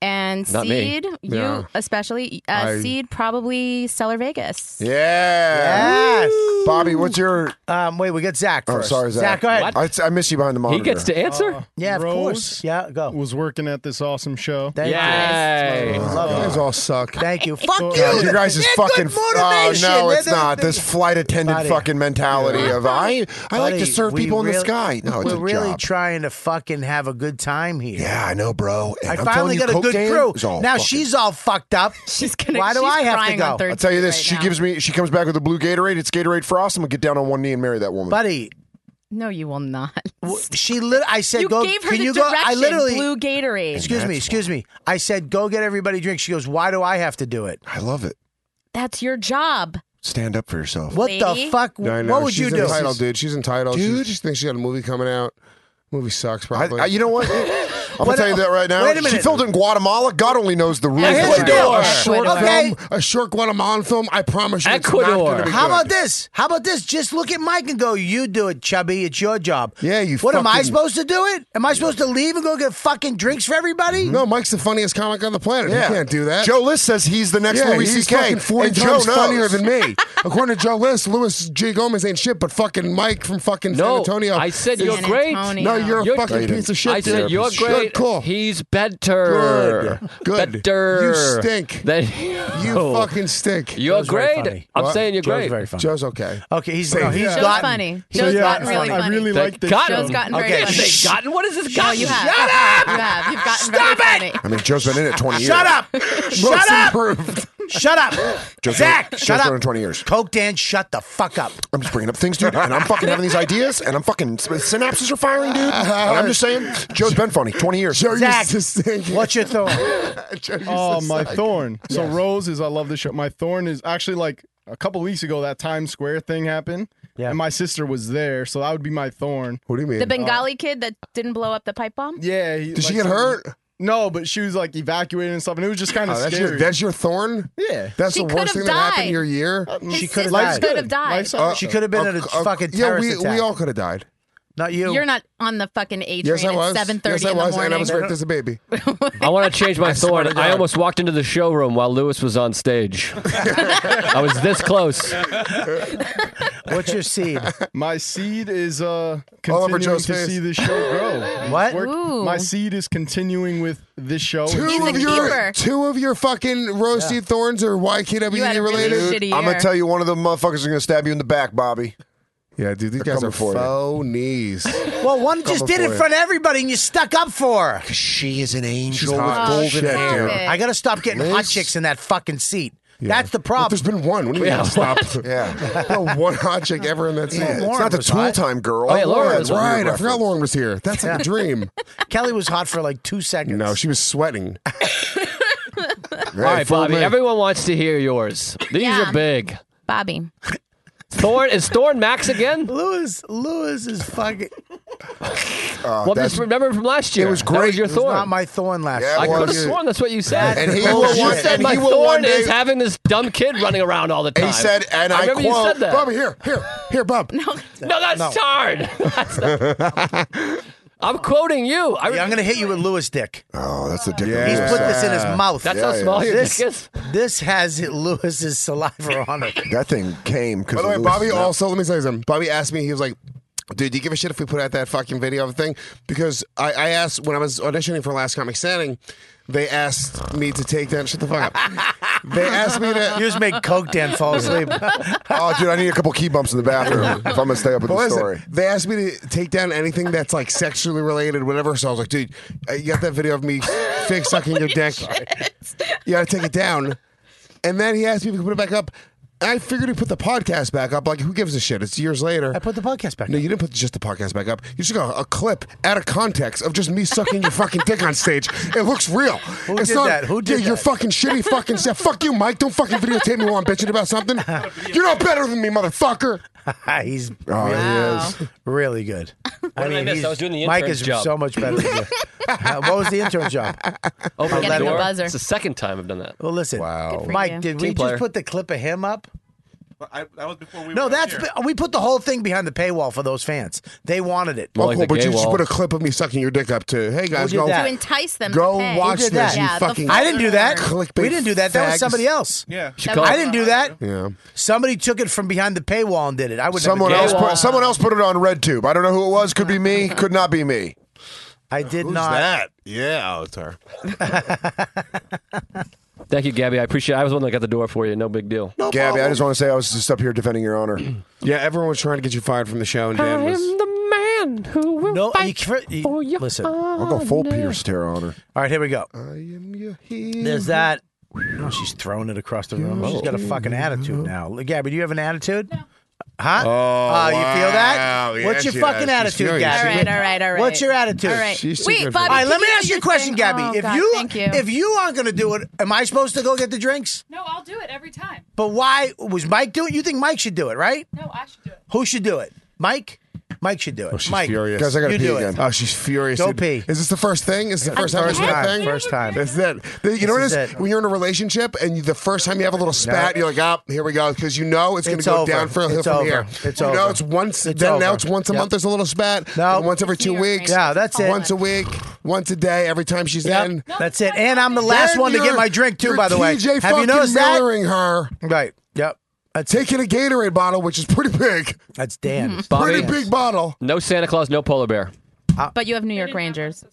Speaker 16: And
Speaker 7: Not me.
Speaker 16: seed, you
Speaker 1: Yeah.
Speaker 16: especially. Uh,
Speaker 1: I-
Speaker 16: Seed probably Cellar Vegas.
Speaker 6: Yeah.
Speaker 4: Yes.
Speaker 6: Bobby, what's your?
Speaker 4: Um, wait, we got Zach
Speaker 6: Oh,
Speaker 4: first.
Speaker 6: sorry, Zach.
Speaker 4: go ahead. Oh.
Speaker 6: I, I miss you behind the
Speaker 7: he
Speaker 6: monitor.
Speaker 7: gets to answer.
Speaker 4: Yeah, of
Speaker 9: Uh, Rose?
Speaker 4: course. Yeah, go.
Speaker 9: Was working at this awesome show.
Speaker 4: Thank
Speaker 7: Yay.
Speaker 1: Oh,
Speaker 4: you.
Speaker 1: You
Speaker 4: Love
Speaker 1: guys
Speaker 4: it.
Speaker 1: all suck.
Speaker 4: Thank you. Fuck you.
Speaker 6: God, you guys is
Speaker 4: They're
Speaker 6: fucking.
Speaker 4: Good
Speaker 6: oh
Speaker 4: motivation.
Speaker 6: no,
Speaker 4: They're
Speaker 6: it's
Speaker 4: the-
Speaker 6: not. This flight attendant
Speaker 4: Buddy.
Speaker 6: fucking mentality of I. I like
Speaker 4: Buddy,
Speaker 6: to serve
Speaker 4: we
Speaker 6: people in the
Speaker 4: really-
Speaker 6: sky. No, it's
Speaker 4: we're
Speaker 6: a
Speaker 4: really
Speaker 6: job.
Speaker 4: trying to fucking have a good time here.
Speaker 6: yeah, I know, bro. And
Speaker 4: I
Speaker 6: I'm telling
Speaker 4: finally
Speaker 6: you,
Speaker 4: got a
Speaker 6: Coke
Speaker 4: good
Speaker 6: Dan
Speaker 4: crew.
Speaker 6: is all
Speaker 4: Now
Speaker 6: fucking-
Speaker 4: she's all fucked up.
Speaker 16: [LAUGHS] She's gonna.
Speaker 7: [LAUGHS]
Speaker 4: Why do
Speaker 16: she's
Speaker 4: I have to
Speaker 16: crying on
Speaker 4: go? I'll
Speaker 6: I'll tell you this:
Speaker 16: right
Speaker 6: she
Speaker 16: now.
Speaker 6: gives me, she comes back with a blue Gatorade. It's Gatorade Frost. I'm gonna get down on one knee and marry that woman.
Speaker 4: buddy.
Speaker 16: No, you will not. [LAUGHS]
Speaker 4: w- She lit. I said,
Speaker 16: you
Speaker 4: "Go."
Speaker 16: gave her
Speaker 4: can
Speaker 16: the
Speaker 4: you go?
Speaker 16: direction.
Speaker 4: I literally.
Speaker 16: blue Gatorade.
Speaker 4: excuse me. Excuse me. I said, "Go get everybody drinks." She goes, "Why do I have to do it?
Speaker 6: I love it.
Speaker 16: That's your job.
Speaker 6: Stand up for yourself.
Speaker 4: What the
Speaker 16: Lady?
Speaker 4: fuck?
Speaker 1: No, I know.
Speaker 4: what would
Speaker 1: She's
Speaker 4: you do?"
Speaker 1: Entitled, dude. She's entitled.
Speaker 6: Dude.
Speaker 1: She, she thinks she got a movie coming out. Movie sucks,
Speaker 6: I,
Speaker 1: probably. uh,
Speaker 6: I, you know
Speaker 1: [LAUGHS]
Speaker 6: what? I'm
Speaker 4: What-
Speaker 6: gonna tell you that right now.
Speaker 4: wait a minute.
Speaker 6: She filmed it in Guatemala. God only knows the rules.
Speaker 4: Now, here's the deal.
Speaker 1: a short
Speaker 4: Ecuador.
Speaker 1: film,
Speaker 4: Okay.
Speaker 1: a short Guatemalan film. I promise you, It's not
Speaker 7: Ecuador.
Speaker 1: gonna be
Speaker 4: How
Speaker 1: good.
Speaker 4: about this? How about this? Just look at Mike and go, "You do it, chubby. It's your job."
Speaker 1: Yeah, you
Speaker 4: What am I
Speaker 1: fucking-
Speaker 4: supposed to do? It? Am I supposed to leave and go get fucking drinks for everybody?
Speaker 1: No, Mike's the funniest comic on the planet. He can't do that.
Speaker 6: Joe List says he's the next
Speaker 1: yeah,
Speaker 6: Louis
Speaker 1: he's
Speaker 6: C.K.
Speaker 1: fucking forty
Speaker 6: and Joe
Speaker 1: times
Speaker 7: [LAUGHS]
Speaker 6: knows.
Speaker 1: funnier than me. According to Joe List, Louis G. Gomez ain't shit, but fucking Mike from fucking San
Speaker 7: No,
Speaker 1: Antonio.
Speaker 7: I said you're
Speaker 1: is-
Speaker 7: great.
Speaker 1: No, you're a fucking piece of shit.
Speaker 7: I said
Speaker 1: therapist.
Speaker 7: you're
Speaker 1: Good
Speaker 7: great.
Speaker 1: call.
Speaker 7: He's better.
Speaker 1: Good. Good.
Speaker 7: Better.
Speaker 1: You stink.
Speaker 7: Than
Speaker 1: You
Speaker 7: No.
Speaker 1: fucking stink.
Speaker 7: You're Joe's very great. funny. I'm saying you're
Speaker 1: Joe's
Speaker 7: great.
Speaker 1: Very funny. Joe's okay.
Speaker 4: Okay, he's
Speaker 1: Thank
Speaker 4: no,
Speaker 1: you.
Speaker 4: he's
Speaker 1: Joe's
Speaker 4: gotten-
Speaker 16: funny.
Speaker 4: he-
Speaker 16: Joe's gotten really funny.
Speaker 4: They've gotten-
Speaker 16: Joe's gotten very
Speaker 4: Okay,
Speaker 16: funny. [LAUGHS]
Speaker 6: [LAUGHS]
Speaker 4: shh.
Speaker 7: gotten? What is this
Speaker 16: No,
Speaker 7: gotten?
Speaker 16: you have.
Speaker 7: Shut up!
Speaker 16: You have. You've gotten Stop very it! funny.
Speaker 1: I mean, Joe's been in it 20 years.
Speaker 16: [LAUGHS]
Speaker 4: Shut up! Shut up!
Speaker 1: Improved.
Speaker 4: Shut [LAUGHS] up!
Speaker 1: Joe's
Speaker 4: Zach,
Speaker 1: been,
Speaker 4: shut
Speaker 1: Joe's been in
Speaker 4: up!
Speaker 1: 20 years.
Speaker 4: Coke Dan, shut the fuck up.
Speaker 6: I'm just bringing up things, dude, and I'm fucking having these ideas, and I'm fucking synapses are firing, dude. And I'm just saying, Joe's been funny 20 years.
Speaker 1: Joe
Speaker 4: Zach,
Speaker 1: used to stink.
Speaker 4: what's
Speaker 6: [LAUGHS]
Speaker 4: your thorn?
Speaker 9: Oh, my thorn. So roses, I love this show. My thorn is actually like a couple weeks ago that Times Square thing happened. Yeah. And my sister was there, so that would be my thorn. Uh,
Speaker 1: What do you mean?
Speaker 16: The Bengali kid that didn't blow up the pipe bomb?
Speaker 9: yeah. He,
Speaker 1: Did she get hurt?
Speaker 9: No, but she was like evacuated and stuff, and it was just kind of
Speaker 1: Oh, that's
Speaker 9: scary.
Speaker 1: your that's your thorn.
Speaker 9: yeah.
Speaker 1: That's
Speaker 16: She
Speaker 1: the
Speaker 16: could've
Speaker 1: worst thing that happened
Speaker 16: died.
Speaker 1: your year.
Speaker 9: Uh,
Speaker 16: His
Speaker 4: She could've
Speaker 16: sister
Speaker 4: died.
Speaker 16: could have died.
Speaker 9: Life's
Speaker 1: Uh,
Speaker 9: not-
Speaker 4: She could have been at a fucking
Speaker 1: yeah.
Speaker 4: terrorist
Speaker 1: We
Speaker 4: attack.
Speaker 1: we all could have died.
Speaker 4: Not you.
Speaker 16: You're not on the fucking A train
Speaker 1: Yes, I was.
Speaker 16: at 7.30
Speaker 1: Yes, I
Speaker 16: in the
Speaker 1: was,
Speaker 16: morning.
Speaker 1: and I was raped as a baby.
Speaker 7: I want to change my
Speaker 1: swear to
Speaker 7: thorn. I
Speaker 1: God.
Speaker 7: almost walked into the showroom while Lewis was on stage. I was this close.
Speaker 4: [LAUGHS] What's your seed?
Speaker 9: My seed is uh
Speaker 1: Oliver
Speaker 9: continuing
Speaker 1: Joe's
Speaker 9: to
Speaker 1: face.
Speaker 9: see this show
Speaker 4: [LAUGHS]
Speaker 9: grow.
Speaker 4: What?
Speaker 9: Work-
Speaker 16: Ooh.
Speaker 9: My seed is continuing with this show.
Speaker 4: Oh,
Speaker 1: Two
Speaker 16: He's
Speaker 1: of
Speaker 16: a
Speaker 1: your
Speaker 16: keeper.
Speaker 1: two of your fucking roasty thorns are YKWd
Speaker 16: You had a really
Speaker 1: E related.
Speaker 16: shitty year.
Speaker 15: I'm gonna tell you, one of the motherfuckers is gonna stab you in the back, Bobby.
Speaker 1: yeah, dude, these guys
Speaker 15: coming
Speaker 1: are
Speaker 15: for you.
Speaker 1: phonies.
Speaker 4: Well, one just did it in
Speaker 1: for
Speaker 4: front of everybody, and you stuck up for her. Oh,
Speaker 15: She is an angel with
Speaker 1: hot.
Speaker 15: golden
Speaker 1: Shit,
Speaker 15: hair.
Speaker 1: dude.
Speaker 4: I gotta [LAUGHS] stop getting hot
Speaker 1: Liz?
Speaker 4: chicks in that fucking seat.
Speaker 1: Yeah.
Speaker 4: That's the
Speaker 1: But
Speaker 4: problem.
Speaker 1: there's been one. What do you mean?
Speaker 7: Yeah,
Speaker 1: Stop.
Speaker 15: Yeah,
Speaker 1: no
Speaker 4: [LAUGHS]
Speaker 1: one hot chick ever in that scene.
Speaker 4: Lauren
Speaker 15: it's not the
Speaker 4: was
Speaker 15: tool
Speaker 4: hot.
Speaker 15: time girl.
Speaker 7: Oh, yeah, Lauren was
Speaker 1: That's
Speaker 7: hot.
Speaker 1: right. I forgot Lauren was here. That's like
Speaker 4: Yeah.
Speaker 1: a [LAUGHS] dream.
Speaker 4: Kelly was hot for like two seconds.
Speaker 1: No, she was sweating.
Speaker 7: All right,
Speaker 1: full
Speaker 7: Bobby.
Speaker 1: man.
Speaker 7: Everyone wants to hear yours. These
Speaker 16: Yeah.
Speaker 7: are big.
Speaker 16: Bobby.
Speaker 7: Thorn is Thorn Max again?
Speaker 4: Lewis, Lewis is fucking.
Speaker 15: Oh,
Speaker 4: Oh,
Speaker 7: well, just remember from last year.
Speaker 1: It was
Speaker 7: That
Speaker 1: great.
Speaker 7: was your
Speaker 1: It was
Speaker 7: thorn.
Speaker 4: not my thorn last.
Speaker 15: Yeah,
Speaker 7: I
Speaker 15: it
Speaker 4: year.
Speaker 15: was.
Speaker 7: could have sworn that's what you said.
Speaker 15: And he
Speaker 1: will
Speaker 7: you
Speaker 1: one-
Speaker 7: said
Speaker 15: and
Speaker 7: my
Speaker 15: he will
Speaker 7: thorn
Speaker 15: one day-
Speaker 7: is having this dumb kid running around all the time.
Speaker 15: He said, and I,
Speaker 7: remember
Speaker 15: quote,
Speaker 7: you said that.
Speaker 1: Bobby, here, here,
Speaker 16: [LAUGHS]
Speaker 1: here, Bob.
Speaker 7: No, that's
Speaker 4: No.
Speaker 7: Tarn. That's
Speaker 15: [LAUGHS]
Speaker 7: not- I'm quoting you. I,
Speaker 4: Yeah, I'm gonna hit you with Lewis dick.
Speaker 15: Oh, that's a dick.
Speaker 1: Yeah.
Speaker 4: He's
Speaker 1: Yeah.
Speaker 4: put this in his mouth.
Speaker 7: that's how small your
Speaker 4: This,
Speaker 7: dick is.
Speaker 4: this has Lewis's saliva on it. [LAUGHS]
Speaker 15: That thing came because.
Speaker 1: By the way, Bobby also, let me tell you something. Bobby asked me, he was like, Dude, do you give a shit if we put out that fucking video of the thing? Because I, I asked when I was auditioning for Last Comic Standing, they asked me to take down. Shut the fuck up. they asked me to.
Speaker 4: You just make Coke Dan
Speaker 1: [LAUGHS]
Speaker 4: fall asleep.
Speaker 15: Oh, dude, I need a couple key bumps in the bathroom if I'm gonna stay up with
Speaker 1: But
Speaker 15: the
Speaker 1: listen,
Speaker 15: story.
Speaker 1: They asked me to take down anything that's like sexually related, whatever. So I was like, dude, uh, you got that video of me
Speaker 15: [LAUGHS]
Speaker 1: fake sucking your dick. You got to take it down. And then he asked me if we could put it back up. I figured he put the podcast back up. Like, who gives a shit? It's years later.
Speaker 4: I put the podcast back.
Speaker 1: No, you didn't put just the podcast back up. You just got a clip out of context of just me sucking your fucking dick on stage. It looks real. Who
Speaker 4: did that? Who did
Speaker 1: yeah, Your
Speaker 4: that?
Speaker 1: fucking shitty
Speaker 4: [LAUGHS]
Speaker 1: fucking stuff. Fuck you, Mike. Don't fucking videotape me while I'm bitching about something. You're not better than me, motherfucker.
Speaker 4: he's
Speaker 15: Oh,
Speaker 4: really,
Speaker 15: he is.
Speaker 4: really good. I
Speaker 7: did I
Speaker 4: mean,
Speaker 7: miss? I
Speaker 4: he's-
Speaker 7: was doing the
Speaker 4: Mike
Speaker 7: intern's
Speaker 4: is
Speaker 7: job.
Speaker 4: so much better [LAUGHS]
Speaker 15: [LAUGHS]
Speaker 4: than you. Uh, what was the intern job?
Speaker 7: Open
Speaker 16: Get him a buzzer.
Speaker 7: It's the second time I've done that.
Speaker 4: Well, listen,
Speaker 1: Wow.
Speaker 16: for
Speaker 4: Oh, Mike,
Speaker 16: you.
Speaker 4: did we
Speaker 7: Team player.
Speaker 4: just put the clip of him up?
Speaker 10: I, that was before we.
Speaker 4: No,
Speaker 10: were
Speaker 4: that's
Speaker 10: here.
Speaker 4: we put the whole thing behind the paywall for those fans. They wanted it.
Speaker 7: Well,
Speaker 1: Oh,
Speaker 7: like
Speaker 1: cool,
Speaker 7: the
Speaker 1: but you
Speaker 7: gay
Speaker 1: just
Speaker 7: wall.
Speaker 1: put a clip of me sucking your dick up too. Hey guys,
Speaker 4: did
Speaker 1: go
Speaker 4: that?
Speaker 16: to entice them
Speaker 1: Go
Speaker 16: to pay.
Speaker 1: watch
Speaker 4: Who
Speaker 1: this.
Speaker 4: did that?
Speaker 1: You
Speaker 16: Yeah, the
Speaker 1: fucking.
Speaker 4: I didn't do that.
Speaker 1: Clickbait
Speaker 4: We didn't do that. That was
Speaker 1: fags.
Speaker 4: somebody else.
Speaker 10: Yeah.
Speaker 7: She
Speaker 16: That
Speaker 7: called-
Speaker 16: was-
Speaker 4: I didn't do that.
Speaker 1: Yeah.
Speaker 4: Somebody took it from behind the paywall and did it. I would. never
Speaker 15: Someone
Speaker 4: do
Speaker 15: else
Speaker 4: that.
Speaker 15: put someone else put it on RedTube. I don't know who it was. Could be me. Could not be me.
Speaker 4: I did not.
Speaker 6: Yeah, oh, it's her.
Speaker 7: Thank you, Gabby. I appreciate it. I was the one that got the door for you. No big deal.
Speaker 15: Gabby, I just want to say I was just up here defending your honor.
Speaker 1: Yeah, everyone was [LAUGHS] trying to get you fired from the show, and Dan was.
Speaker 7: the man who will
Speaker 4: No, you, can't- you-
Speaker 1: Oh,
Speaker 4: listen. All
Speaker 15: I'll go full Peter Cetera on her.
Speaker 4: right, here we go.
Speaker 1: I am your hero.
Speaker 4: There's that. No, she's throwing it across the room. She's got a fucking attitude now. Gabby, do you have an attitude? Huh? Uh,
Speaker 1: Oh,
Speaker 4: you feel that?
Speaker 1: wow. Yeah,
Speaker 4: What's your
Speaker 1: she
Speaker 4: fucking
Speaker 1: does. She's furious.
Speaker 4: attitude, Gabby?
Speaker 16: All right, all right, all right.
Speaker 4: What's your attitude?
Speaker 16: All right.
Speaker 1: She's too
Speaker 16: Wait,
Speaker 1: good for
Speaker 16: Bobby.
Speaker 1: that.
Speaker 4: All right,
Speaker 16: can
Speaker 4: let me
Speaker 16: do
Speaker 4: ask you
Speaker 16: your
Speaker 4: a question,
Speaker 16: thing?
Speaker 4: Gabby.
Speaker 16: Oh,
Speaker 4: if
Speaker 16: God,
Speaker 4: you,
Speaker 16: thank you.
Speaker 4: if you aren't going to do it, am I supposed to go get the drinks?
Speaker 5: No, I'll do it every time.
Speaker 4: But why was Mike doing? You think Mike should do it, right?
Speaker 5: No, I should do it.
Speaker 4: Who should do it? Mike. Mike should do it.
Speaker 1: Oh, she's
Speaker 4: Mike,
Speaker 1: furious.
Speaker 15: Guys, I gotta
Speaker 4: you
Speaker 15: pee
Speaker 4: do
Speaker 15: again.
Speaker 4: It.
Speaker 1: Oh, she's furious.
Speaker 4: Go
Speaker 1: dude.
Speaker 4: pee.
Speaker 1: Is this the first thing? Is this the first time?
Speaker 4: First
Speaker 1: you do that
Speaker 4: time.
Speaker 1: thing?
Speaker 4: First time.
Speaker 1: That's that. The- you know what it
Speaker 4: is
Speaker 1: is?
Speaker 4: it.
Speaker 1: When you're in a relationship and you, the first time you have a little spat, you're like, ah, here we go, because you know it's going to
Speaker 4: It's
Speaker 1: go
Speaker 4: over.
Speaker 1: down for a hill
Speaker 4: It's
Speaker 1: from
Speaker 4: over.
Speaker 1: here.
Speaker 4: It's
Speaker 1: you know
Speaker 4: over.
Speaker 1: it's once.
Speaker 4: It's
Speaker 1: then now
Speaker 4: over.
Speaker 1: it's once a
Speaker 4: Yep.
Speaker 1: month. There's a little spat.
Speaker 4: No.
Speaker 1: then once every two
Speaker 16: You're right.
Speaker 1: weeks.
Speaker 4: Yeah, that's it.
Speaker 1: Once a week. Once a day. Every time she's
Speaker 4: Yep.
Speaker 1: in.
Speaker 4: That's it. And I'm the last
Speaker 1: Then
Speaker 4: one to get
Speaker 1: you're-
Speaker 4: my drink too.
Speaker 1: you're
Speaker 4: By the way,
Speaker 1: TJ
Speaker 4: have you
Speaker 1: fucking
Speaker 4: noticed
Speaker 1: Millering her.
Speaker 4: that? Right. Yep.
Speaker 1: Taking a Gatorade bottle, which is pretty big.
Speaker 4: That's Dan.
Speaker 1: Pretty big bottle.
Speaker 7: No Santa Claus, no polar bear.
Speaker 16: but you have New York Rangers.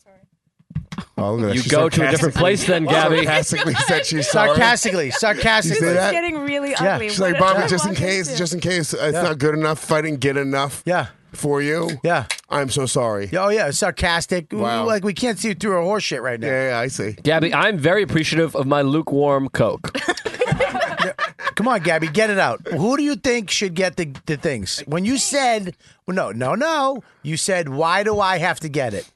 Speaker 1: Oh, look at that.
Speaker 7: You go to a different place then, Gabby.
Speaker 1: Sarcastically said she's
Speaker 16: [LAUGHS]
Speaker 1: sorry.
Speaker 4: sarcastically, sarcastically.
Speaker 1: You say that?
Speaker 16: really
Speaker 1: Yeah. She's like, Barbie, just in case, just in case it's not good enough, if I didn't get enough
Speaker 4: yeah.
Speaker 1: for you,
Speaker 4: yeah,
Speaker 1: I'm so sorry.
Speaker 4: Oh yeah, sarcastic.
Speaker 1: Wow.
Speaker 4: Like we can't see through our horse shit right now.
Speaker 1: Yeah, yeah, I see.
Speaker 7: Gabby,
Speaker 4: Mm.
Speaker 7: I'm very appreciative of my lukewarm
Speaker 4: [LAUGHS]
Speaker 7: Coke.
Speaker 4: Come on, Gabby, get it out. Who do you think should get the, the things? When you said well, no, no, no, you said why do I have to get it?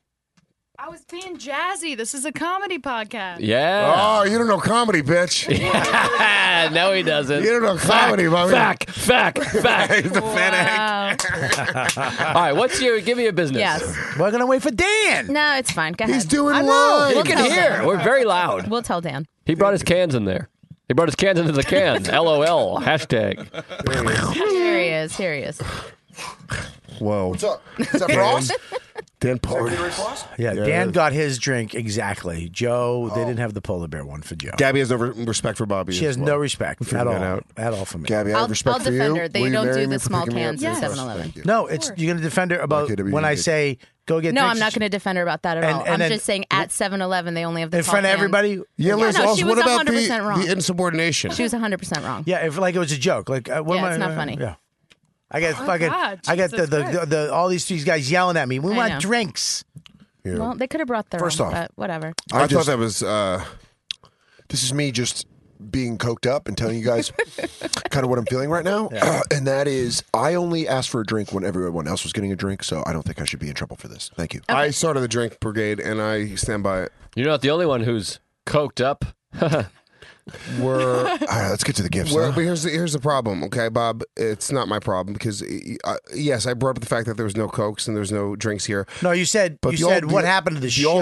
Speaker 5: I was being jazzy. This is a comedy podcast.
Speaker 7: Yeah.
Speaker 1: Oh, you don't know comedy, bitch.
Speaker 7: [LAUGHS] no, he doesn't.
Speaker 1: You don't know comedy, Bobby.
Speaker 7: Fact, fact,
Speaker 4: [LAUGHS]
Speaker 7: fact.
Speaker 1: He's a
Speaker 7: [LAUGHS] All right, what's your give me a business?
Speaker 16: Yes.
Speaker 4: We're gonna wait for Dan.
Speaker 16: No, it's fine. Go ahead.
Speaker 1: He's doing
Speaker 16: I know.
Speaker 1: live.
Speaker 16: We'll
Speaker 7: Look at
Speaker 16: tell
Speaker 7: here.
Speaker 16: Dan.
Speaker 7: We're very loud.
Speaker 16: We'll tell Dan.
Speaker 7: He brought his cans in there. He brought his cans into the
Speaker 16: [LAUGHS]
Speaker 7: cans. LOL. Hashtag.
Speaker 16: Here he is. Here he is.
Speaker 1: Whoa.
Speaker 16: [LAUGHS]
Speaker 1: What's up? Is that
Speaker 4: Dan.
Speaker 1: Ross? Dan Party.
Speaker 4: Yeah, Dan got his drink exactly. Joe,
Speaker 1: Oh.
Speaker 4: they didn't have the polar bear one for Joe.
Speaker 1: Gabby has no re- respect for Bobby.
Speaker 4: She
Speaker 1: as
Speaker 4: has
Speaker 1: well.
Speaker 4: no respect
Speaker 1: Figure
Speaker 4: at all.
Speaker 1: that out.
Speaker 4: At all for me.
Speaker 1: Gabby, I
Speaker 16: I'll-
Speaker 1: have respect
Speaker 16: I'll
Speaker 1: for
Speaker 16: defend
Speaker 1: you.
Speaker 16: her. They
Speaker 1: Will you
Speaker 16: don't
Speaker 1: marry
Speaker 16: do
Speaker 1: me
Speaker 16: the
Speaker 1: for
Speaker 16: small
Speaker 1: picking me up
Speaker 16: cans
Speaker 1: from
Speaker 16: at
Speaker 1: the
Speaker 16: 7-Eleven.
Speaker 1: bus?
Speaker 4: No, it's you're gonna defend her about
Speaker 1: Okay,
Speaker 4: when I
Speaker 1: WD.
Speaker 4: say go get
Speaker 16: No,
Speaker 4: drinks.
Speaker 16: I'm not going to defend her about that at
Speaker 4: And-
Speaker 16: all.
Speaker 4: and
Speaker 16: I'm
Speaker 4: then-
Speaker 16: just saying at 7-Eleven they only have the
Speaker 4: in
Speaker 16: tall
Speaker 4: front of
Speaker 16: cans.
Speaker 4: everybody.
Speaker 1: Yeah, Liz,
Speaker 16: no,
Speaker 1: also,
Speaker 16: she
Speaker 1: what
Speaker 16: was
Speaker 1: about
Speaker 16: 100%
Speaker 1: the,
Speaker 16: wrong.
Speaker 1: the insubordination?
Speaker 16: She was 100% wrong.
Speaker 4: Yeah, if like it was a joke. Like uh, what
Speaker 16: Yeah,
Speaker 4: am
Speaker 16: it's
Speaker 4: I-
Speaker 16: not funny.
Speaker 4: Yeah. I got
Speaker 16: Oh,
Speaker 4: fucking.
Speaker 16: God,
Speaker 4: I got the the,
Speaker 16: Jesus
Speaker 4: the
Speaker 16: Christ.
Speaker 4: the all these these guys yelling at me. We
Speaker 16: I
Speaker 4: want
Speaker 16: know.
Speaker 4: drinks.
Speaker 16: Well, they could have brought their
Speaker 6: First
Speaker 16: own,
Speaker 6: off,
Speaker 16: but whatever.
Speaker 6: I,
Speaker 1: I
Speaker 6: thought
Speaker 1: just-
Speaker 6: that was. Uh,
Speaker 1: this is me just
Speaker 6: being coked up and telling you guys kind of what I'm feeling right now. [CLEARS THROAT] and that is, I only asked for a drink when everyone else was getting a drink, so I don't think I should be in trouble for this. Thank you.
Speaker 1: I started the drink brigade, and I stand by it.
Speaker 7: You're not the only one who's coked up. [LAUGHS]
Speaker 1: We're
Speaker 6: All right, let's get to the gifts.
Speaker 1: Well,
Speaker 6: huh?
Speaker 1: but here's the, here's the problem, okay, Bob. It's not my problem because uh, yes, I brought up the fact that there was no cokes and there's no drinks here.
Speaker 4: No, you said
Speaker 1: But
Speaker 4: you
Speaker 1: the old-
Speaker 4: said what
Speaker 1: the-
Speaker 4: happened to the,
Speaker 1: the
Speaker 4: show.
Speaker 1: old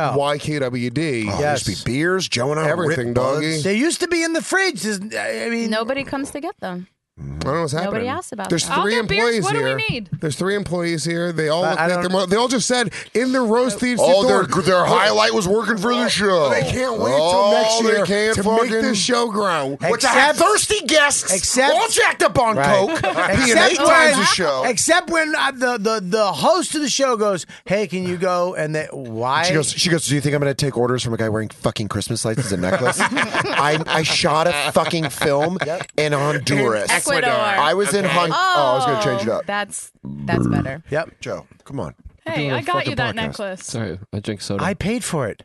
Speaker 6: Oh,
Speaker 1: YKWd.
Speaker 4: Yes.
Speaker 6: there used to be beers, Joe and I were
Speaker 1: Everything,
Speaker 6: Rip
Speaker 1: doggy.
Speaker 6: Buds.
Speaker 4: They used to be in the fridge. There's- I mean,
Speaker 16: Nobody comes to get them.
Speaker 1: I don't know what's happening.
Speaker 16: Nobody asked about
Speaker 1: There's
Speaker 16: that.
Speaker 1: three
Speaker 5: I'll get beers.
Speaker 1: employees
Speaker 5: What do we
Speaker 1: here.
Speaker 5: need?
Speaker 1: There's three employees here. They all
Speaker 4: Uh,
Speaker 1: look
Speaker 4: I
Speaker 1: like
Speaker 4: don't-
Speaker 1: they're mo- they all just said in their rose thieves.
Speaker 6: Oh,
Speaker 1: their
Speaker 6: their, their highlight was working for the show.
Speaker 1: They can't wait
Speaker 6: Oh,
Speaker 1: till next
Speaker 6: they
Speaker 1: year
Speaker 6: can't
Speaker 1: to
Speaker 6: fucking...
Speaker 1: make this show grow.
Speaker 6: Which I have
Speaker 4: Except-
Speaker 6: thirsty guests,
Speaker 4: Except-
Speaker 6: all jacked up on coke, being
Speaker 4: [LAUGHS] Except
Speaker 6: eight times
Speaker 4: when-
Speaker 6: a show.
Speaker 4: Except when uh, the, the the host of the show goes, "Hey, can you go?" And they, why?
Speaker 6: She goes. She goes. Do you think I'm going to take orders from a guy wearing fucking Christmas lights as a necklace? I, I shot a fucking film in Honduras.
Speaker 16: In Ecuador.
Speaker 6: I was in
Speaker 16: Okay.
Speaker 6: Honduras. Oh, I was going to change it up.
Speaker 16: That's that's better.
Speaker 4: Yep.
Speaker 6: Joe, come on.
Speaker 5: Hey,
Speaker 6: Doing a
Speaker 5: I got
Speaker 6: fucking
Speaker 5: you that
Speaker 6: podcast.
Speaker 5: necklace.
Speaker 7: Sorry, I drink soda.
Speaker 4: I paid for it.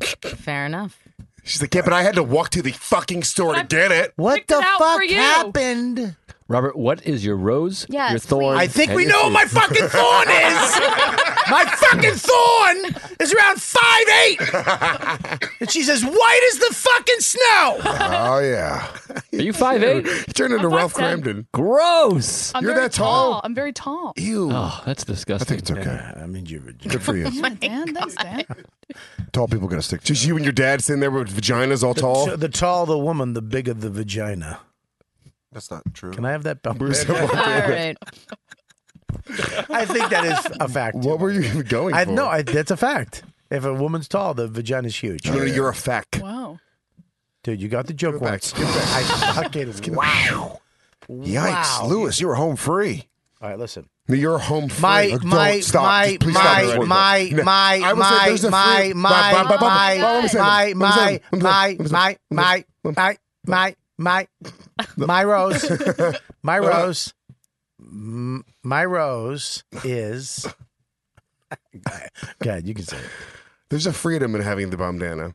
Speaker 16: Fair
Speaker 4: [LAUGHS]
Speaker 16: enough.
Speaker 1: She's like, yeah, but I had to walk to the fucking store to get it.
Speaker 4: What
Speaker 5: Picked
Speaker 4: the
Speaker 5: it out
Speaker 4: fuck
Speaker 5: for you.
Speaker 4: happened?
Speaker 7: Robert, what is your rose?
Speaker 16: Yes,
Speaker 7: your thorn?
Speaker 16: please.
Speaker 4: I think
Speaker 7: and
Speaker 4: we
Speaker 7: your
Speaker 4: know what
Speaker 7: fruit?
Speaker 4: my fucking
Speaker 7: [LAUGHS]
Speaker 4: thorn is. [LAUGHS] my fucking thorn is around five eight,
Speaker 1: [LAUGHS]
Speaker 4: and she's as white as the fucking snow.
Speaker 1: [LAUGHS] Oh yeah,
Speaker 7: [LAUGHS] Are you five eight?
Speaker 1: [LAUGHS] he turned into
Speaker 5: I'm
Speaker 1: Ralph
Speaker 5: 5'10".
Speaker 1: Cramden.
Speaker 7: Gross.
Speaker 5: I'm
Speaker 1: You're
Speaker 5: very
Speaker 1: that tall?
Speaker 5: I'm very tall.
Speaker 1: Ew.
Speaker 7: Oh, that's
Speaker 6: I
Speaker 7: disgusting.
Speaker 6: think it's okay.
Speaker 4: I mean, you.
Speaker 6: Good
Speaker 5: [LAUGHS]
Speaker 6: for
Speaker 5: Oh
Speaker 6: you.
Speaker 5: Dan, thanks, Dan.
Speaker 6: Tall people got to stick to.
Speaker 1: Just you and your dad sitting there with vaginas all tall.
Speaker 4: So the tall the woman, the bigger the vagina.
Speaker 6: That's not true.
Speaker 4: Can I have that bumper?
Speaker 1: Bruce,
Speaker 16: All right.
Speaker 4: I think that is a fact.
Speaker 1: what were you even going
Speaker 4: I
Speaker 1: for?
Speaker 4: no, I, that's a fact. If a woman's tall, the vagina's huge.
Speaker 1: You know, You're a fact.
Speaker 5: Wow.
Speaker 4: Dude, you got the joke
Speaker 1: back,
Speaker 4: once.
Speaker 1: give it [LAUGHS]
Speaker 4: I fucking wow.
Speaker 6: Yikes,
Speaker 4: Wow.
Speaker 6: Lewis, you were home free.
Speaker 4: All right, listen.
Speaker 1: You're a home free.
Speaker 4: My
Speaker 1: Don't
Speaker 4: my
Speaker 1: stop.
Speaker 4: my
Speaker 1: Just please stop
Speaker 4: my
Speaker 1: already.
Speaker 4: my
Speaker 1: No.
Speaker 4: my
Speaker 1: I
Speaker 4: my
Speaker 1: would say there's a
Speaker 4: my my
Speaker 1: free- Bob, Bob, Bob, Bob,
Speaker 4: my
Speaker 1: Bob, let me say
Speaker 4: my
Speaker 1: this. Let me say
Speaker 4: my
Speaker 1: this. Let me say this. Let me
Speaker 4: my my
Speaker 1: say
Speaker 4: my my my my
Speaker 1: [LAUGHS]
Speaker 4: my rose
Speaker 7: [LAUGHS] Uh,
Speaker 4: my rose M- my rose
Speaker 1: [LAUGHS]
Speaker 4: is God, you can say it.
Speaker 1: There's a freedom in having the bomb Dana.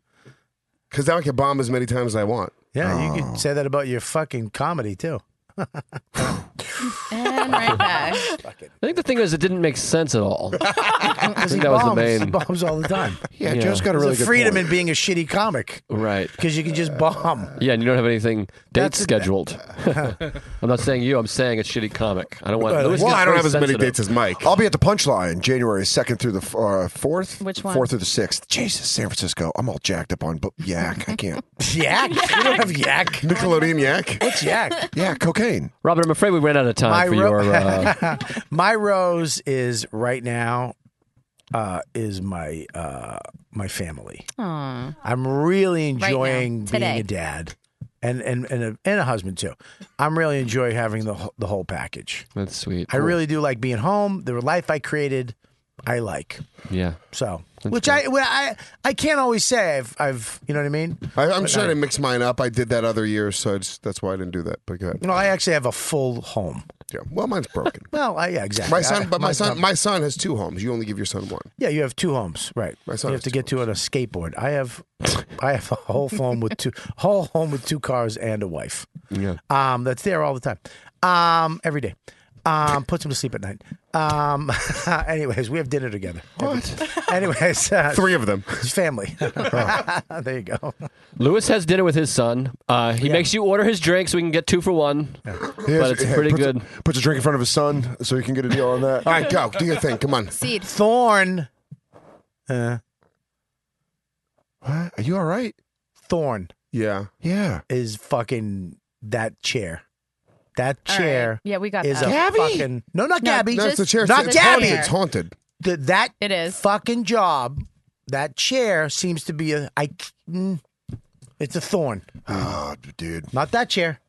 Speaker 1: Because now I can bomb as many times as I want.
Speaker 4: Yeah, you can say that about your fucking
Speaker 1: [LAUGHS]
Speaker 4: comedy too.
Speaker 16: And right back.
Speaker 7: I think the thing is, it didn't make sense at all. I
Speaker 4: Because he
Speaker 7: think that was the
Speaker 4: bombs.
Speaker 7: main.
Speaker 4: He bombs all the time.
Speaker 7: [LAUGHS]
Speaker 6: Yeah,
Speaker 7: Yeah.
Speaker 6: Joe's got a
Speaker 4: There's
Speaker 6: really
Speaker 4: a
Speaker 6: good
Speaker 4: freedom
Speaker 6: point.
Speaker 4: in being a shitty comic
Speaker 7: Right.
Speaker 4: because you can just bomb.
Speaker 7: Yeah, and you don't have anything date
Speaker 4: That's-
Speaker 7: scheduled. I'm not saying you. I'm saying it's shitty comic. I don't want.
Speaker 4: Well,
Speaker 7: Lewis
Speaker 1: Well,
Speaker 7: gets
Speaker 1: I don't
Speaker 7: very
Speaker 1: have as many
Speaker 7: sensitive.
Speaker 1: dates as Mike.
Speaker 6: I'll be at the Punchline January 2nd through the uh, 4th.
Speaker 16: Which one?
Speaker 6: 4th through the 6th. Jesus, San Francisco. I'm all jacked up on but yak. I
Speaker 4: [LAUGHS]
Speaker 6: can't.
Speaker 4: Yak? You don't have yak.
Speaker 1: Nickelodeon Yak.
Speaker 7: [LAUGHS]
Speaker 4: What's yak?
Speaker 6: yeah, cocaine.
Speaker 7: Robert, I'm afraid we ran out of time
Speaker 4: My
Speaker 7: for
Speaker 4: ro-
Speaker 7: your. Uh,
Speaker 4: [LAUGHS] my rose is right now uh, is my uh, my family.
Speaker 16: Aw.
Speaker 4: I'm really
Speaker 16: now,
Speaker 4: enjoying being
Speaker 16: today.
Speaker 4: a dad. and and and a, and a husband too. I'm really enjoy having the wh- the whole package.
Speaker 7: That's sweet.
Speaker 4: I really do like being home. The life I created, I like.
Speaker 7: Yeah.
Speaker 4: So, which I, well, I I can't always say I've, I've you know what I mean.
Speaker 1: I, I'm
Speaker 4: But
Speaker 1: trying
Speaker 4: I-
Speaker 1: to mix mine up. I did that other year, so I just, that's why I didn't do that. But go ahead.
Speaker 4: No, I actually have a full home.
Speaker 1: Yeah. Well, mine's broken.
Speaker 4: Well, I, yeah, [LAUGHS] exactly.
Speaker 1: My son,
Speaker 4: I-
Speaker 1: but my
Speaker 4: mine's
Speaker 1: son,
Speaker 4: not-
Speaker 1: my son has two homes. You only give your son one.
Speaker 4: Yeah, you have two homes, right? you have to get to on a skateboard. I have, I have a whole home with two whole home with two cars and a wife.
Speaker 1: Yeah.
Speaker 4: Um, that's there all the time, um, every day. Um, puts him to sleep at night. Um, [LAUGHS] anyways, we have dinner together. What? Anyways, uh,
Speaker 1: Three of them. Oh.
Speaker 4: It's family. [LAUGHS] there you go.
Speaker 7: Lewis has dinner with his son. Uh, he makes you order his drink so we can get two for one. But it's pretty
Speaker 6: puts
Speaker 7: good.
Speaker 6: A, puts a drink in front of his son so he can get a deal on
Speaker 4: [LAUGHS]
Speaker 6: that.
Speaker 1: All right, go. Do your thing. Come on.
Speaker 16: Seed.
Speaker 4: Thorn. Uh,
Speaker 1: What? Are you all right?
Speaker 4: Thorn.
Speaker 1: Yeah.
Speaker 6: Yeah.
Speaker 4: Is fucking that chair. That chair.
Speaker 16: Yeah, we got
Speaker 4: is
Speaker 16: that.
Speaker 4: a
Speaker 16: Gabby?
Speaker 4: fucking no, not
Speaker 16: No,
Speaker 4: Gabby.
Speaker 16: No, it's the just chair.
Speaker 4: Not
Speaker 16: the
Speaker 4: Gabby.
Speaker 16: chair. It's
Speaker 1: haunted.
Speaker 4: Th- that it is fucking job. That chair seems to be a I. c- mm, it's a thorn. Ah,
Speaker 6: Oh, dude.
Speaker 4: Not that chair.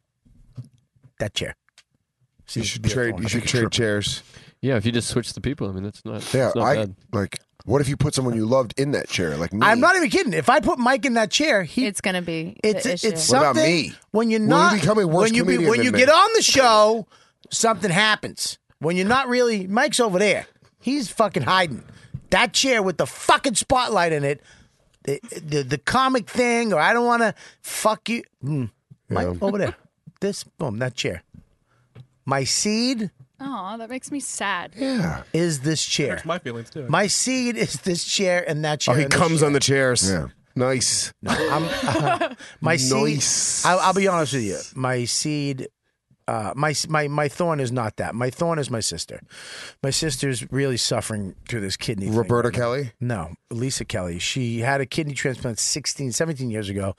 Speaker 4: That chair.
Speaker 1: You should trade. You should trade chairs.
Speaker 7: Yeah, if you just switch the people, I mean, that's not.
Speaker 6: Yeah,
Speaker 7: that's not
Speaker 6: I
Speaker 7: bad.
Speaker 6: like. What if you put someone you loved in that chair? Like me.
Speaker 4: I'm not even kidding. If I put Mike in that chair, he
Speaker 16: it's gonna be
Speaker 4: it's
Speaker 6: issue.
Speaker 4: it's
Speaker 6: What
Speaker 4: something.
Speaker 6: about me?
Speaker 4: When you're
Speaker 6: Will you
Speaker 4: not
Speaker 6: become a worse
Speaker 4: when you be-
Speaker 6: comedian
Speaker 4: when
Speaker 6: than
Speaker 4: you
Speaker 6: me?
Speaker 4: get on the show, something happens. When you're not really Mike's over there, he's fucking hiding. That chair with the fucking spotlight in it, the the, the comic thing, or I don't want to fuck you. Mm. Mike
Speaker 1: Yeah.
Speaker 4: over there, this boom that chair. My seed
Speaker 5: Aw, that makes me sad.
Speaker 1: Yeah.
Speaker 4: is this chair.
Speaker 10: Hurts my feelings too.
Speaker 4: My seed is this chair and that
Speaker 1: Oh,
Speaker 4: chair.
Speaker 1: he
Speaker 4: and this
Speaker 1: comes
Speaker 4: chair.
Speaker 1: on the chairs. Yeah. Nice.
Speaker 4: I'm, [LAUGHS] my seed. I'll, I'll be honest with you. My seed. Uh, my my my thorn is not that. My thorn is my sister. My sister's really suffering through this kidney. thing.
Speaker 1: Roberta Kelly?
Speaker 4: No, Lisa Kelly. She had a kidney transplant 16, 17 years ago,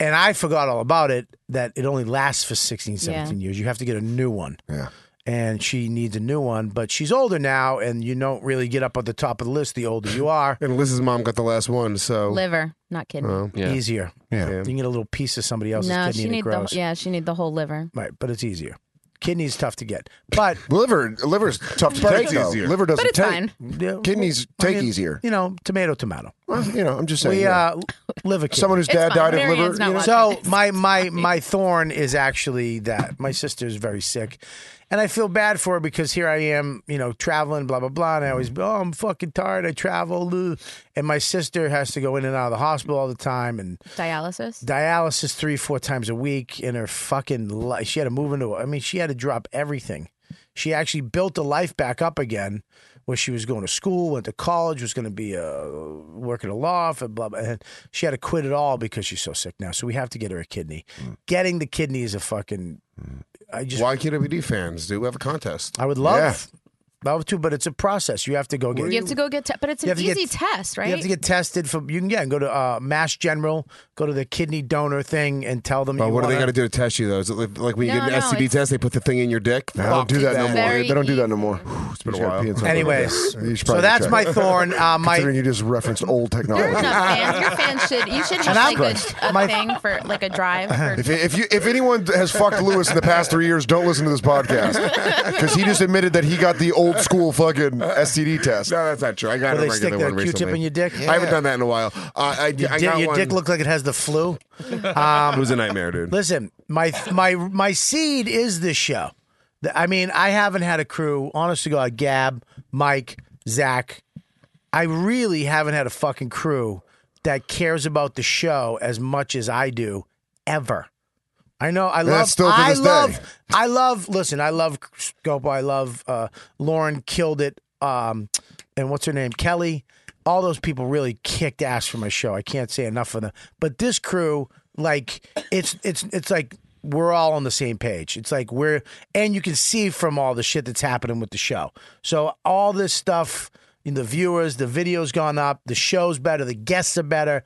Speaker 4: and I forgot all about it. That it only lasts for 16, 17
Speaker 1: Yeah.
Speaker 4: years. You have to get a new one.
Speaker 1: Yeah.
Speaker 4: And she needs a new one, but she's older now, and you don't really get up at the top of the list the older you are.
Speaker 1: [LAUGHS] And Liz's mom got the last one, so
Speaker 16: liver, not kidney.
Speaker 1: Oh.
Speaker 4: Easier.
Speaker 1: Yeah.
Speaker 4: You can get a little piece of somebody else's
Speaker 16: no,
Speaker 4: kidney
Speaker 16: she
Speaker 4: and it
Speaker 16: need the
Speaker 4: grows.
Speaker 16: yeah, she need the whole liver.
Speaker 4: Right, but it's easier. Kidney's tough to get, but
Speaker 6: [LAUGHS] liver liver's tough to
Speaker 4: But
Speaker 6: take
Speaker 4: it's
Speaker 6: though.
Speaker 4: easier.
Speaker 6: Liver
Speaker 4: But
Speaker 6: doesn't
Speaker 4: it's
Speaker 6: take.
Speaker 4: fine.
Speaker 6: Kidneys take easier.
Speaker 4: You know, tomato, tomato.
Speaker 6: Well, you know, I'm just saying.
Speaker 4: we
Speaker 6: yeah.
Speaker 4: uh, live a kidney.
Speaker 6: Someone whose It's dad fine. died of liver, Marianne's not you know?
Speaker 4: So my my my thorn is actually that my sister is very sick, and I feel bad for her because here I am, you know, traveling, blah blah blah, and I
Speaker 6: Mm-hmm.
Speaker 4: always, oh, I'm fucking tired. I travel, ugh." and my sister has to go in and out of the hospital all the time, and
Speaker 16: Dialysis.
Speaker 4: dialysis three four times a week in her fucking life she had to move into i mean she had to drop everything she actually built a life back up again where she was going to school went to college was going to be uh, working a law for blah blah and she had to quit it all because she's so sick now so we have to get her a kidney
Speaker 1: Hmm.
Speaker 4: getting the kidney is a fucking i just
Speaker 1: YKWd fans do have a contest.
Speaker 4: i would love love to but it's a process you have to go get
Speaker 16: You have to go get, te- but it's
Speaker 4: You
Speaker 16: an
Speaker 4: have to get-
Speaker 16: easy test, right?
Speaker 4: You have to get tested for you can yeah, go to uh, Mass General, go to the kidney donor thing, and tell them.
Speaker 1: Oh,
Speaker 4: you
Speaker 1: what do they got
Speaker 4: wanna-
Speaker 1: to do to test you though? Is it like, like when you
Speaker 4: No,
Speaker 1: get
Speaker 4: no,
Speaker 1: an STD
Speaker 4: it's-
Speaker 1: test, they put the thing in your dick?
Speaker 6: They don't do that no more.
Speaker 16: Very
Speaker 6: They don't do that no more. It's
Speaker 1: been a while.
Speaker 4: Anyways, so that's my thorn. Uh,
Speaker 6: [LAUGHS]
Speaker 4: my
Speaker 6: Considering you just referenced
Speaker 4: [LAUGHS]
Speaker 6: old
Speaker 16: You're
Speaker 6: technology.
Speaker 16: enough [LAUGHS] fans. Your fans should. You should
Speaker 6: And
Speaker 16: have
Speaker 6: I'm-
Speaker 16: like
Speaker 6: Christ.
Speaker 16: a, a thing for like a drive.
Speaker 4: [LAUGHS]
Speaker 16: For,
Speaker 6: If, if you if anyone has fucked Lewis in the past three years, don't listen to this podcast because he just admitted that he got the old school fucking STD test.
Speaker 1: No, that's not true. I got
Speaker 4: Will
Speaker 1: a
Speaker 4: they stick
Speaker 1: regular
Speaker 4: their
Speaker 1: one
Speaker 4: Q-tip
Speaker 1: recently.
Speaker 4: in your dick?
Speaker 1: I haven't done that in a while. Uh, I,
Speaker 4: your,
Speaker 1: I
Speaker 4: di-
Speaker 1: got
Speaker 4: your dick
Speaker 1: one-
Speaker 4: Um, look like it has the flu.
Speaker 1: [LAUGHS]
Speaker 4: [LAUGHS]
Speaker 1: it was a nightmare, dude.
Speaker 4: Listen, my my my seed is this show. The- I mean, I haven't had a crew. Honest to God, Gab, Mike, Zach, I really haven't had a fucking crew that cares about the show as much as I do ever. I know. I
Speaker 6: And
Speaker 4: love.
Speaker 6: that's still to
Speaker 4: I
Speaker 6: this day.
Speaker 4: love. I love. Listen, I love Scopo. I love uh, Lauren killed it. Um, and what's her name? Kelly. All those people really kicked ass for my show. I can't say enough of them. But this crew, like, it's it's it's like we're all on the same page. It's like we're and you can see from all the shit that's happening with the show. So all this stuff, in the viewers, the video's gone up, the show's better, the guests are better.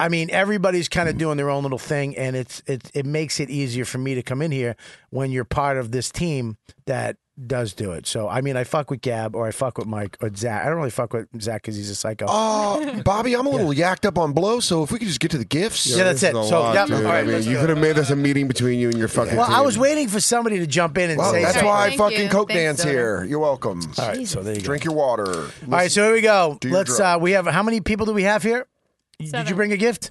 Speaker 4: I mean, everybody's kind of doing their own little thing, and it's it it makes it easier for me to come in here when you're part of this team that does do it. So I mean, I fuck with Gab or I fuck with Mike or Zach. I don't really fuck with Zach because he's a psycho.
Speaker 6: Uh, Bobby, I'm a little yacked up on blow, so if we could just get to the gifts.
Speaker 4: Yeah, that's it. So, yeah, all right,
Speaker 6: I mean,
Speaker 4: let's
Speaker 6: you
Speaker 4: do
Speaker 6: could
Speaker 4: it.
Speaker 6: have made this a meeting between you and your fucking.
Speaker 4: well, I
Speaker 6: team.
Speaker 4: was waiting for somebody to jump in and
Speaker 6: Well,
Speaker 4: say
Speaker 6: that's
Speaker 4: something.
Speaker 6: why I fucking coke dance here. You're welcome.
Speaker 4: All right, so there you go.
Speaker 6: Drink your water.
Speaker 4: All right, so here we go.
Speaker 6: Do your
Speaker 4: Let's.
Speaker 6: drug.
Speaker 4: Uh, we have how many people do we have here? Y- Did you bring a gift?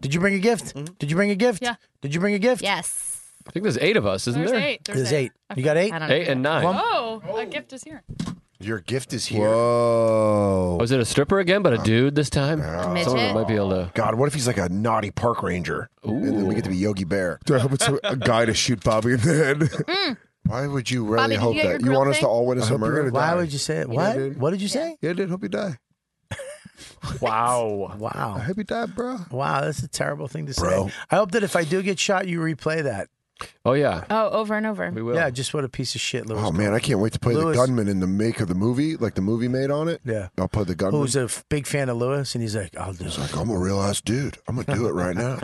Speaker 4: Did you bring a gift?
Speaker 6: Mm-hmm.
Speaker 4: Did you bring a gift? Yeah. Did you bring a gift?
Speaker 16: Yes.
Speaker 7: I think there's eight of us, isn't
Speaker 5: There's
Speaker 7: there?
Speaker 5: eight. There's There's eight. eight. I
Speaker 4: You got eight?
Speaker 7: I don't Eight know. and nine.
Speaker 5: Oh, a gift is here.
Speaker 6: Your gift is here. Whoa.
Speaker 7: Was it a stripper again, but a dude this time? Someone
Speaker 6: Midget?
Speaker 7: might be able to.
Speaker 6: Uh, God, what if he's like a naughty park ranger? And then we get to be Yogi Bear.
Speaker 1: Dude, I hope it's a, a guy to shoot Bobby in the
Speaker 6: [LAUGHS]
Speaker 1: head.
Speaker 6: Why would you
Speaker 1: Mm. Bobby,
Speaker 6: really
Speaker 1: did you
Speaker 6: hope
Speaker 1: get your
Speaker 6: that? You
Speaker 1: grill
Speaker 6: want us
Speaker 1: thing?
Speaker 6: to all witness
Speaker 1: I
Speaker 6: a
Speaker 1: hope you're
Speaker 6: murder?
Speaker 1: gonna die.
Speaker 4: Why would you say it? What? what did you say?
Speaker 1: Yeah, I did. Hope you die.
Speaker 4: Wow. Wow. I
Speaker 1: hope you die, bro.
Speaker 4: Wow, that's a terrible thing to say. I hope that if I do get shot, you replay that.
Speaker 7: Oh yeah.
Speaker 16: Oh, over and over. We
Speaker 7: will.
Speaker 4: Yeah, just what a piece of shit, Louis.
Speaker 6: Oh man, I can't wait to play
Speaker 4: Lewis-
Speaker 6: the gunman in the make of the movie, like the movie made on it.
Speaker 4: Yeah,
Speaker 6: I'll play the
Speaker 16: Oh,
Speaker 6: gunman.
Speaker 4: Who's a f- big fan of Lewis, and he's like, "I'll do it."
Speaker 6: Like, I'm a real ass dude. I'm gonna do it right
Speaker 1: [LAUGHS]
Speaker 6: now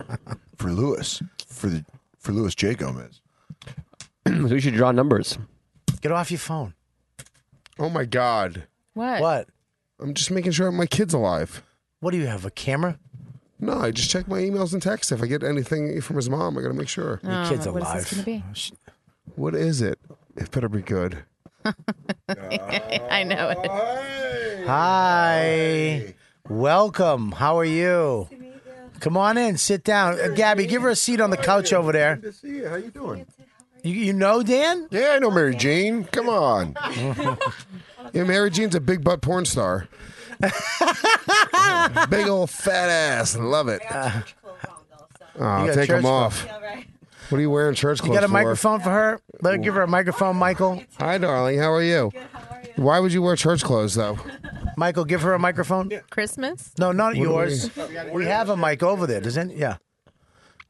Speaker 6: for Lewis, for the for Lewis J Gomez.
Speaker 7: [CLEARS THROAT] we should draw numbers.
Speaker 4: Get off your phone.
Speaker 1: Oh my god.
Speaker 16: What?
Speaker 4: What?
Speaker 1: I'm just making sure my kid's alive.
Speaker 4: What do you have? A camera?
Speaker 1: No, I just check my emails and texts. If I get anything from his mom, I gotta make sure.
Speaker 16: Your Oh, kid's what is this alive. gonna be?
Speaker 1: What is it? It better
Speaker 16: [LAUGHS]
Speaker 1: be good.
Speaker 16: [LAUGHS] I know it.
Speaker 4: Hi. Welcome. How are you? Come on in. Sit down. Uh, Gabby, give her a seat on the couch over there.
Speaker 1: to see you. How you doing?
Speaker 4: You, you know Dan?
Speaker 1: Yeah, I know Mary Jean.
Speaker 17: [LAUGHS]
Speaker 1: Come on. yeah, Mary Jean's a big butt porn
Speaker 4: [LAUGHS]
Speaker 1: star. big old fat ass. Love it.
Speaker 4: You
Speaker 1: Oh,
Speaker 4: got
Speaker 1: take
Speaker 4: church
Speaker 1: them off. What are you wearing church
Speaker 4: You
Speaker 1: clothes
Speaker 4: got a
Speaker 1: for?
Speaker 4: microphone for her? Let her give her a microphone, Michael.
Speaker 1: Hi, darling. How are you? Why would you wear church clothes though?
Speaker 4: Michael, give her a microphone.
Speaker 16: Christmas?
Speaker 4: No,
Speaker 1: What
Speaker 4: not
Speaker 1: do we-
Speaker 4: yours. We have a mic over there, doesn't it? Yeah.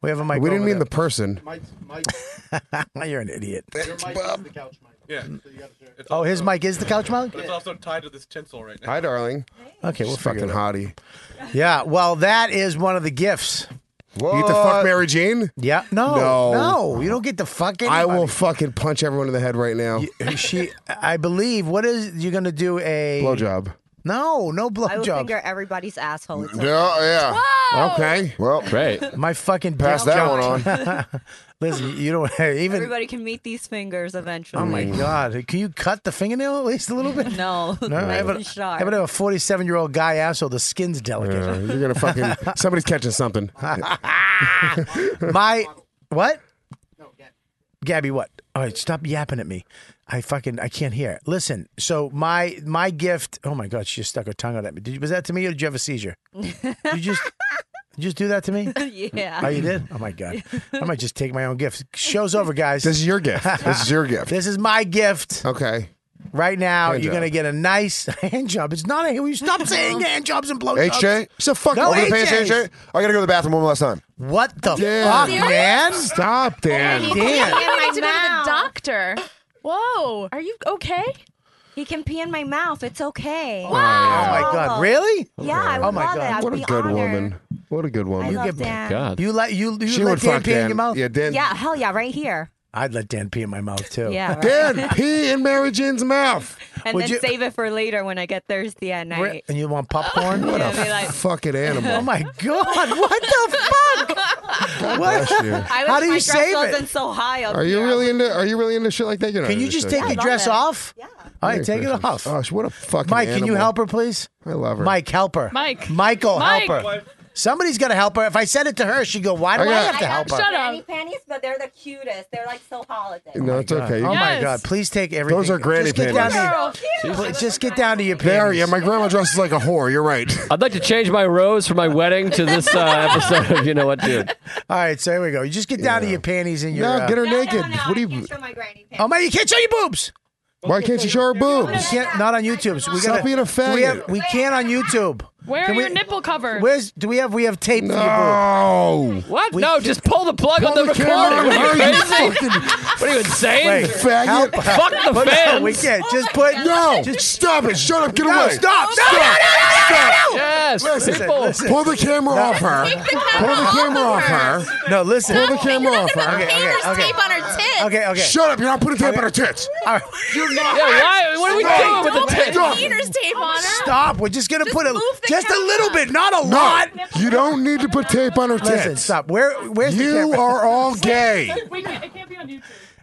Speaker 4: We have a mic
Speaker 1: we didn't
Speaker 4: over
Speaker 1: mean
Speaker 4: there.
Speaker 1: the person.
Speaker 4: [LAUGHS] You're an idiot.
Speaker 1: Bob.
Speaker 10: Yeah.
Speaker 4: Oh, his mic is the couch mic?
Speaker 10: It's also tied to this tinsel right now.
Speaker 1: Hi, darling.
Speaker 4: Okay, we'll
Speaker 1: She's
Speaker 4: figure
Speaker 1: fucking
Speaker 4: it out.
Speaker 1: hottie.
Speaker 4: Yeah, well, that is one of the gifts.
Speaker 1: You get to fuck Mary Jean?
Speaker 4: Yeah. No,
Speaker 1: No.
Speaker 4: no, you don't get to fuck
Speaker 1: I
Speaker 4: anybody.
Speaker 1: will fucking punch everyone in the head right now.
Speaker 4: she, I believe, what is you're gonna do a
Speaker 1: Blowjob.
Speaker 4: No, no
Speaker 17: I will
Speaker 4: blowjob.
Speaker 17: finger everybody's asshole. It's
Speaker 1: yeah.
Speaker 4: Okay.
Speaker 1: Well,
Speaker 7: great.
Speaker 4: My fucking
Speaker 17: Pass
Speaker 4: dick
Speaker 17: that
Speaker 4: jumped.
Speaker 17: one on.
Speaker 4: [LAUGHS] Listen, you don't [LAUGHS] even.
Speaker 17: Everybody can meet these fingers eventually.
Speaker 4: Oh my
Speaker 1: Mm.
Speaker 4: god! Can you cut the fingernail at least a little bit?
Speaker 17: No,
Speaker 4: [LAUGHS] no. I have, a,
Speaker 17: nice and
Speaker 4: I have a 47 year old guy asshole. The skin's delicate.
Speaker 1: Yeah, you're gonna fucking
Speaker 4: [LAUGHS]
Speaker 1: somebody's catching something.
Speaker 4: my what? Gabby, what? All right, stop yapping at me. I fucking I can't hear. Listen, so my my gift. Oh my god, she just stuck her tongue out at me. Did you, was that to me or did you have a
Speaker 17: [LAUGHS]
Speaker 4: seizure? you just you just do that to me?
Speaker 17: yeah.
Speaker 4: Oh, you did? Oh
Speaker 17: [LAUGHS]
Speaker 4: my god, I might just take my own gift. Show's over, guys.
Speaker 1: This is your gift. This is your gift.
Speaker 4: [LAUGHS] This is my gift.
Speaker 1: Okay.
Speaker 4: Right now,
Speaker 1: Hand
Speaker 4: you're
Speaker 1: job.
Speaker 4: gonna get a nice [LAUGHS] hand job. It's not a. Will you
Speaker 17: [LAUGHS]
Speaker 4: stop saying hand jobs and blowjobs?
Speaker 1: HJ, so fuck
Speaker 4: No,
Speaker 1: over the pants,
Speaker 4: HJs.
Speaker 1: HJ. I gotta go to the bathroom one last time.
Speaker 4: What the
Speaker 1: Yeah.
Speaker 4: fuck, man?
Speaker 1: Stop, Dan.
Speaker 4: He Dan.
Speaker 17: in my
Speaker 5: to go to the
Speaker 17: mouth.
Speaker 5: doctor. Whoa. Are you okay?
Speaker 17: He can pee in my mouth. It's okay.
Speaker 4: Oh my god, really?
Speaker 17: Yeah, I would
Speaker 4: Oh my
Speaker 17: love it.
Speaker 4: god.
Speaker 17: I'd
Speaker 1: What a
Speaker 17: be
Speaker 1: good
Speaker 17: honored.
Speaker 1: woman. What a good woman.
Speaker 17: love Dan. God.
Speaker 4: You let you, you
Speaker 1: She
Speaker 4: let
Speaker 1: would
Speaker 4: Dan
Speaker 1: fuck
Speaker 4: pee in
Speaker 1: Dan.
Speaker 4: your mouth?
Speaker 1: Yeah, Dan.
Speaker 17: Yeah, hell yeah, right here.
Speaker 4: I'd let Dan pee in my mouth too.
Speaker 17: Yeah, right. [LAUGHS]
Speaker 1: Dan, pee in Mary Jean's mouth.
Speaker 17: And
Speaker 4: Would
Speaker 17: then
Speaker 4: you-
Speaker 17: save it for later when I get thirsty at night.
Speaker 4: Re- And you want popcorn?
Speaker 17: What
Speaker 1: [LAUGHS]
Speaker 17: Yeah, a be like-
Speaker 1: fucking animal.
Speaker 18: [LAUGHS]
Speaker 4: Oh my god! [LAUGHS] What the fuck? [LAUGHS] What?
Speaker 1: bless
Speaker 17: [LAUGHS]
Speaker 1: you.
Speaker 17: I
Speaker 4: How
Speaker 17: wish
Speaker 4: do
Speaker 17: my
Speaker 4: you
Speaker 17: dress
Speaker 4: save
Speaker 17: wasn't
Speaker 4: it?
Speaker 17: so high up
Speaker 1: Are you
Speaker 17: here.
Speaker 1: really into Are you really into shit like that? You're not
Speaker 4: Can you
Speaker 1: into
Speaker 4: just
Speaker 1: shit.
Speaker 4: take your
Speaker 17: love
Speaker 4: dress
Speaker 17: it.
Speaker 4: off? Yeah. All right,
Speaker 1: Yeah,
Speaker 4: take it
Speaker 1: Christmas.
Speaker 4: off.
Speaker 1: Gosh, what a fucking
Speaker 4: Mike, can you
Speaker 1: animal.
Speaker 4: help her, please?
Speaker 1: I love her.
Speaker 4: Mike, help her.
Speaker 5: Mike.
Speaker 4: Michael,
Speaker 5: Mike.
Speaker 4: help her. Somebody's got to help her. If I said it to her, she'd go, why do I, have to help her?
Speaker 17: Granny panties, but they're the cutest. They're like so holiday.
Speaker 1: No, it's
Speaker 4: God.
Speaker 1: okay.
Speaker 4: Oh my
Speaker 17: Yes.
Speaker 4: God! Please take everything.
Speaker 1: are granny
Speaker 4: just get
Speaker 1: panties.
Speaker 4: Down to,
Speaker 17: Girl.
Speaker 4: Please, just get down to your
Speaker 1: There,
Speaker 4: panties.
Speaker 1: yeah, my grandma dresses like a whore. You're
Speaker 4: [LAUGHS]
Speaker 1: right.
Speaker 7: I'd like to change my rose for my wedding to this uh, episode of You Know What, Dude.
Speaker 4: All right, so here we go. You just get down to your panties and your.
Speaker 1: No,
Speaker 4: uh,
Speaker 1: get her naked. What do you?
Speaker 4: Oh man, you can't show your boobs.
Speaker 1: Why can't you show her
Speaker 4: You
Speaker 1: boobs?
Speaker 4: can't. Not on YouTube. So we
Speaker 1: Stop
Speaker 4: gotta,
Speaker 1: being a
Speaker 4: We,
Speaker 1: faggot.
Speaker 4: we can't on YouTube.
Speaker 5: Where
Speaker 4: Can
Speaker 5: are
Speaker 4: we-
Speaker 5: your nipple covers?
Speaker 4: Where's do we have we have tape?
Speaker 1: No.
Speaker 7: What? No, just pull the plug on the
Speaker 4: Pull
Speaker 7: recording.
Speaker 4: the camera
Speaker 7: What are you
Speaker 4: on, you
Speaker 7: crazy? What are you insane?
Speaker 4: Wait,
Speaker 7: Help. Fuck the
Speaker 4: But
Speaker 7: fans. Oh
Speaker 4: No, we can't. Just put.
Speaker 1: No. stop it. Shut up. Get
Speaker 4: No,
Speaker 1: away.
Speaker 4: stop.
Speaker 1: Stop.
Speaker 4: No, no, no,
Speaker 1: Stop.
Speaker 4: no, no, no.
Speaker 7: Yes.
Speaker 1: Listen,
Speaker 4: people.
Speaker 1: listen. Pull the camera
Speaker 4: No.
Speaker 1: off her.
Speaker 4: Take
Speaker 1: Pull the camera off her.
Speaker 4: No, listen.
Speaker 1: Pull the camera off her.
Speaker 4: Okay, okay, okay.
Speaker 1: on her tits.
Speaker 4: Okay, okay.
Speaker 1: Shut up. You're not putting tape on her tits.
Speaker 4: All right. [LAUGHS]
Speaker 1: You're not.
Speaker 7: Yeah, why- what are we
Speaker 1: Stop.
Speaker 7: doing with the tape?
Speaker 1: Stop.
Speaker 16: tape on her.
Speaker 4: Stop. We're just gonna put a just a little bit, not a
Speaker 1: No,
Speaker 4: lot.
Speaker 1: you don't need to put tape on her tits.
Speaker 4: Listen, stop. Where where's the
Speaker 1: You
Speaker 4: camera?
Speaker 1: are
Speaker 4: [LAUGHS]
Speaker 1: all gay.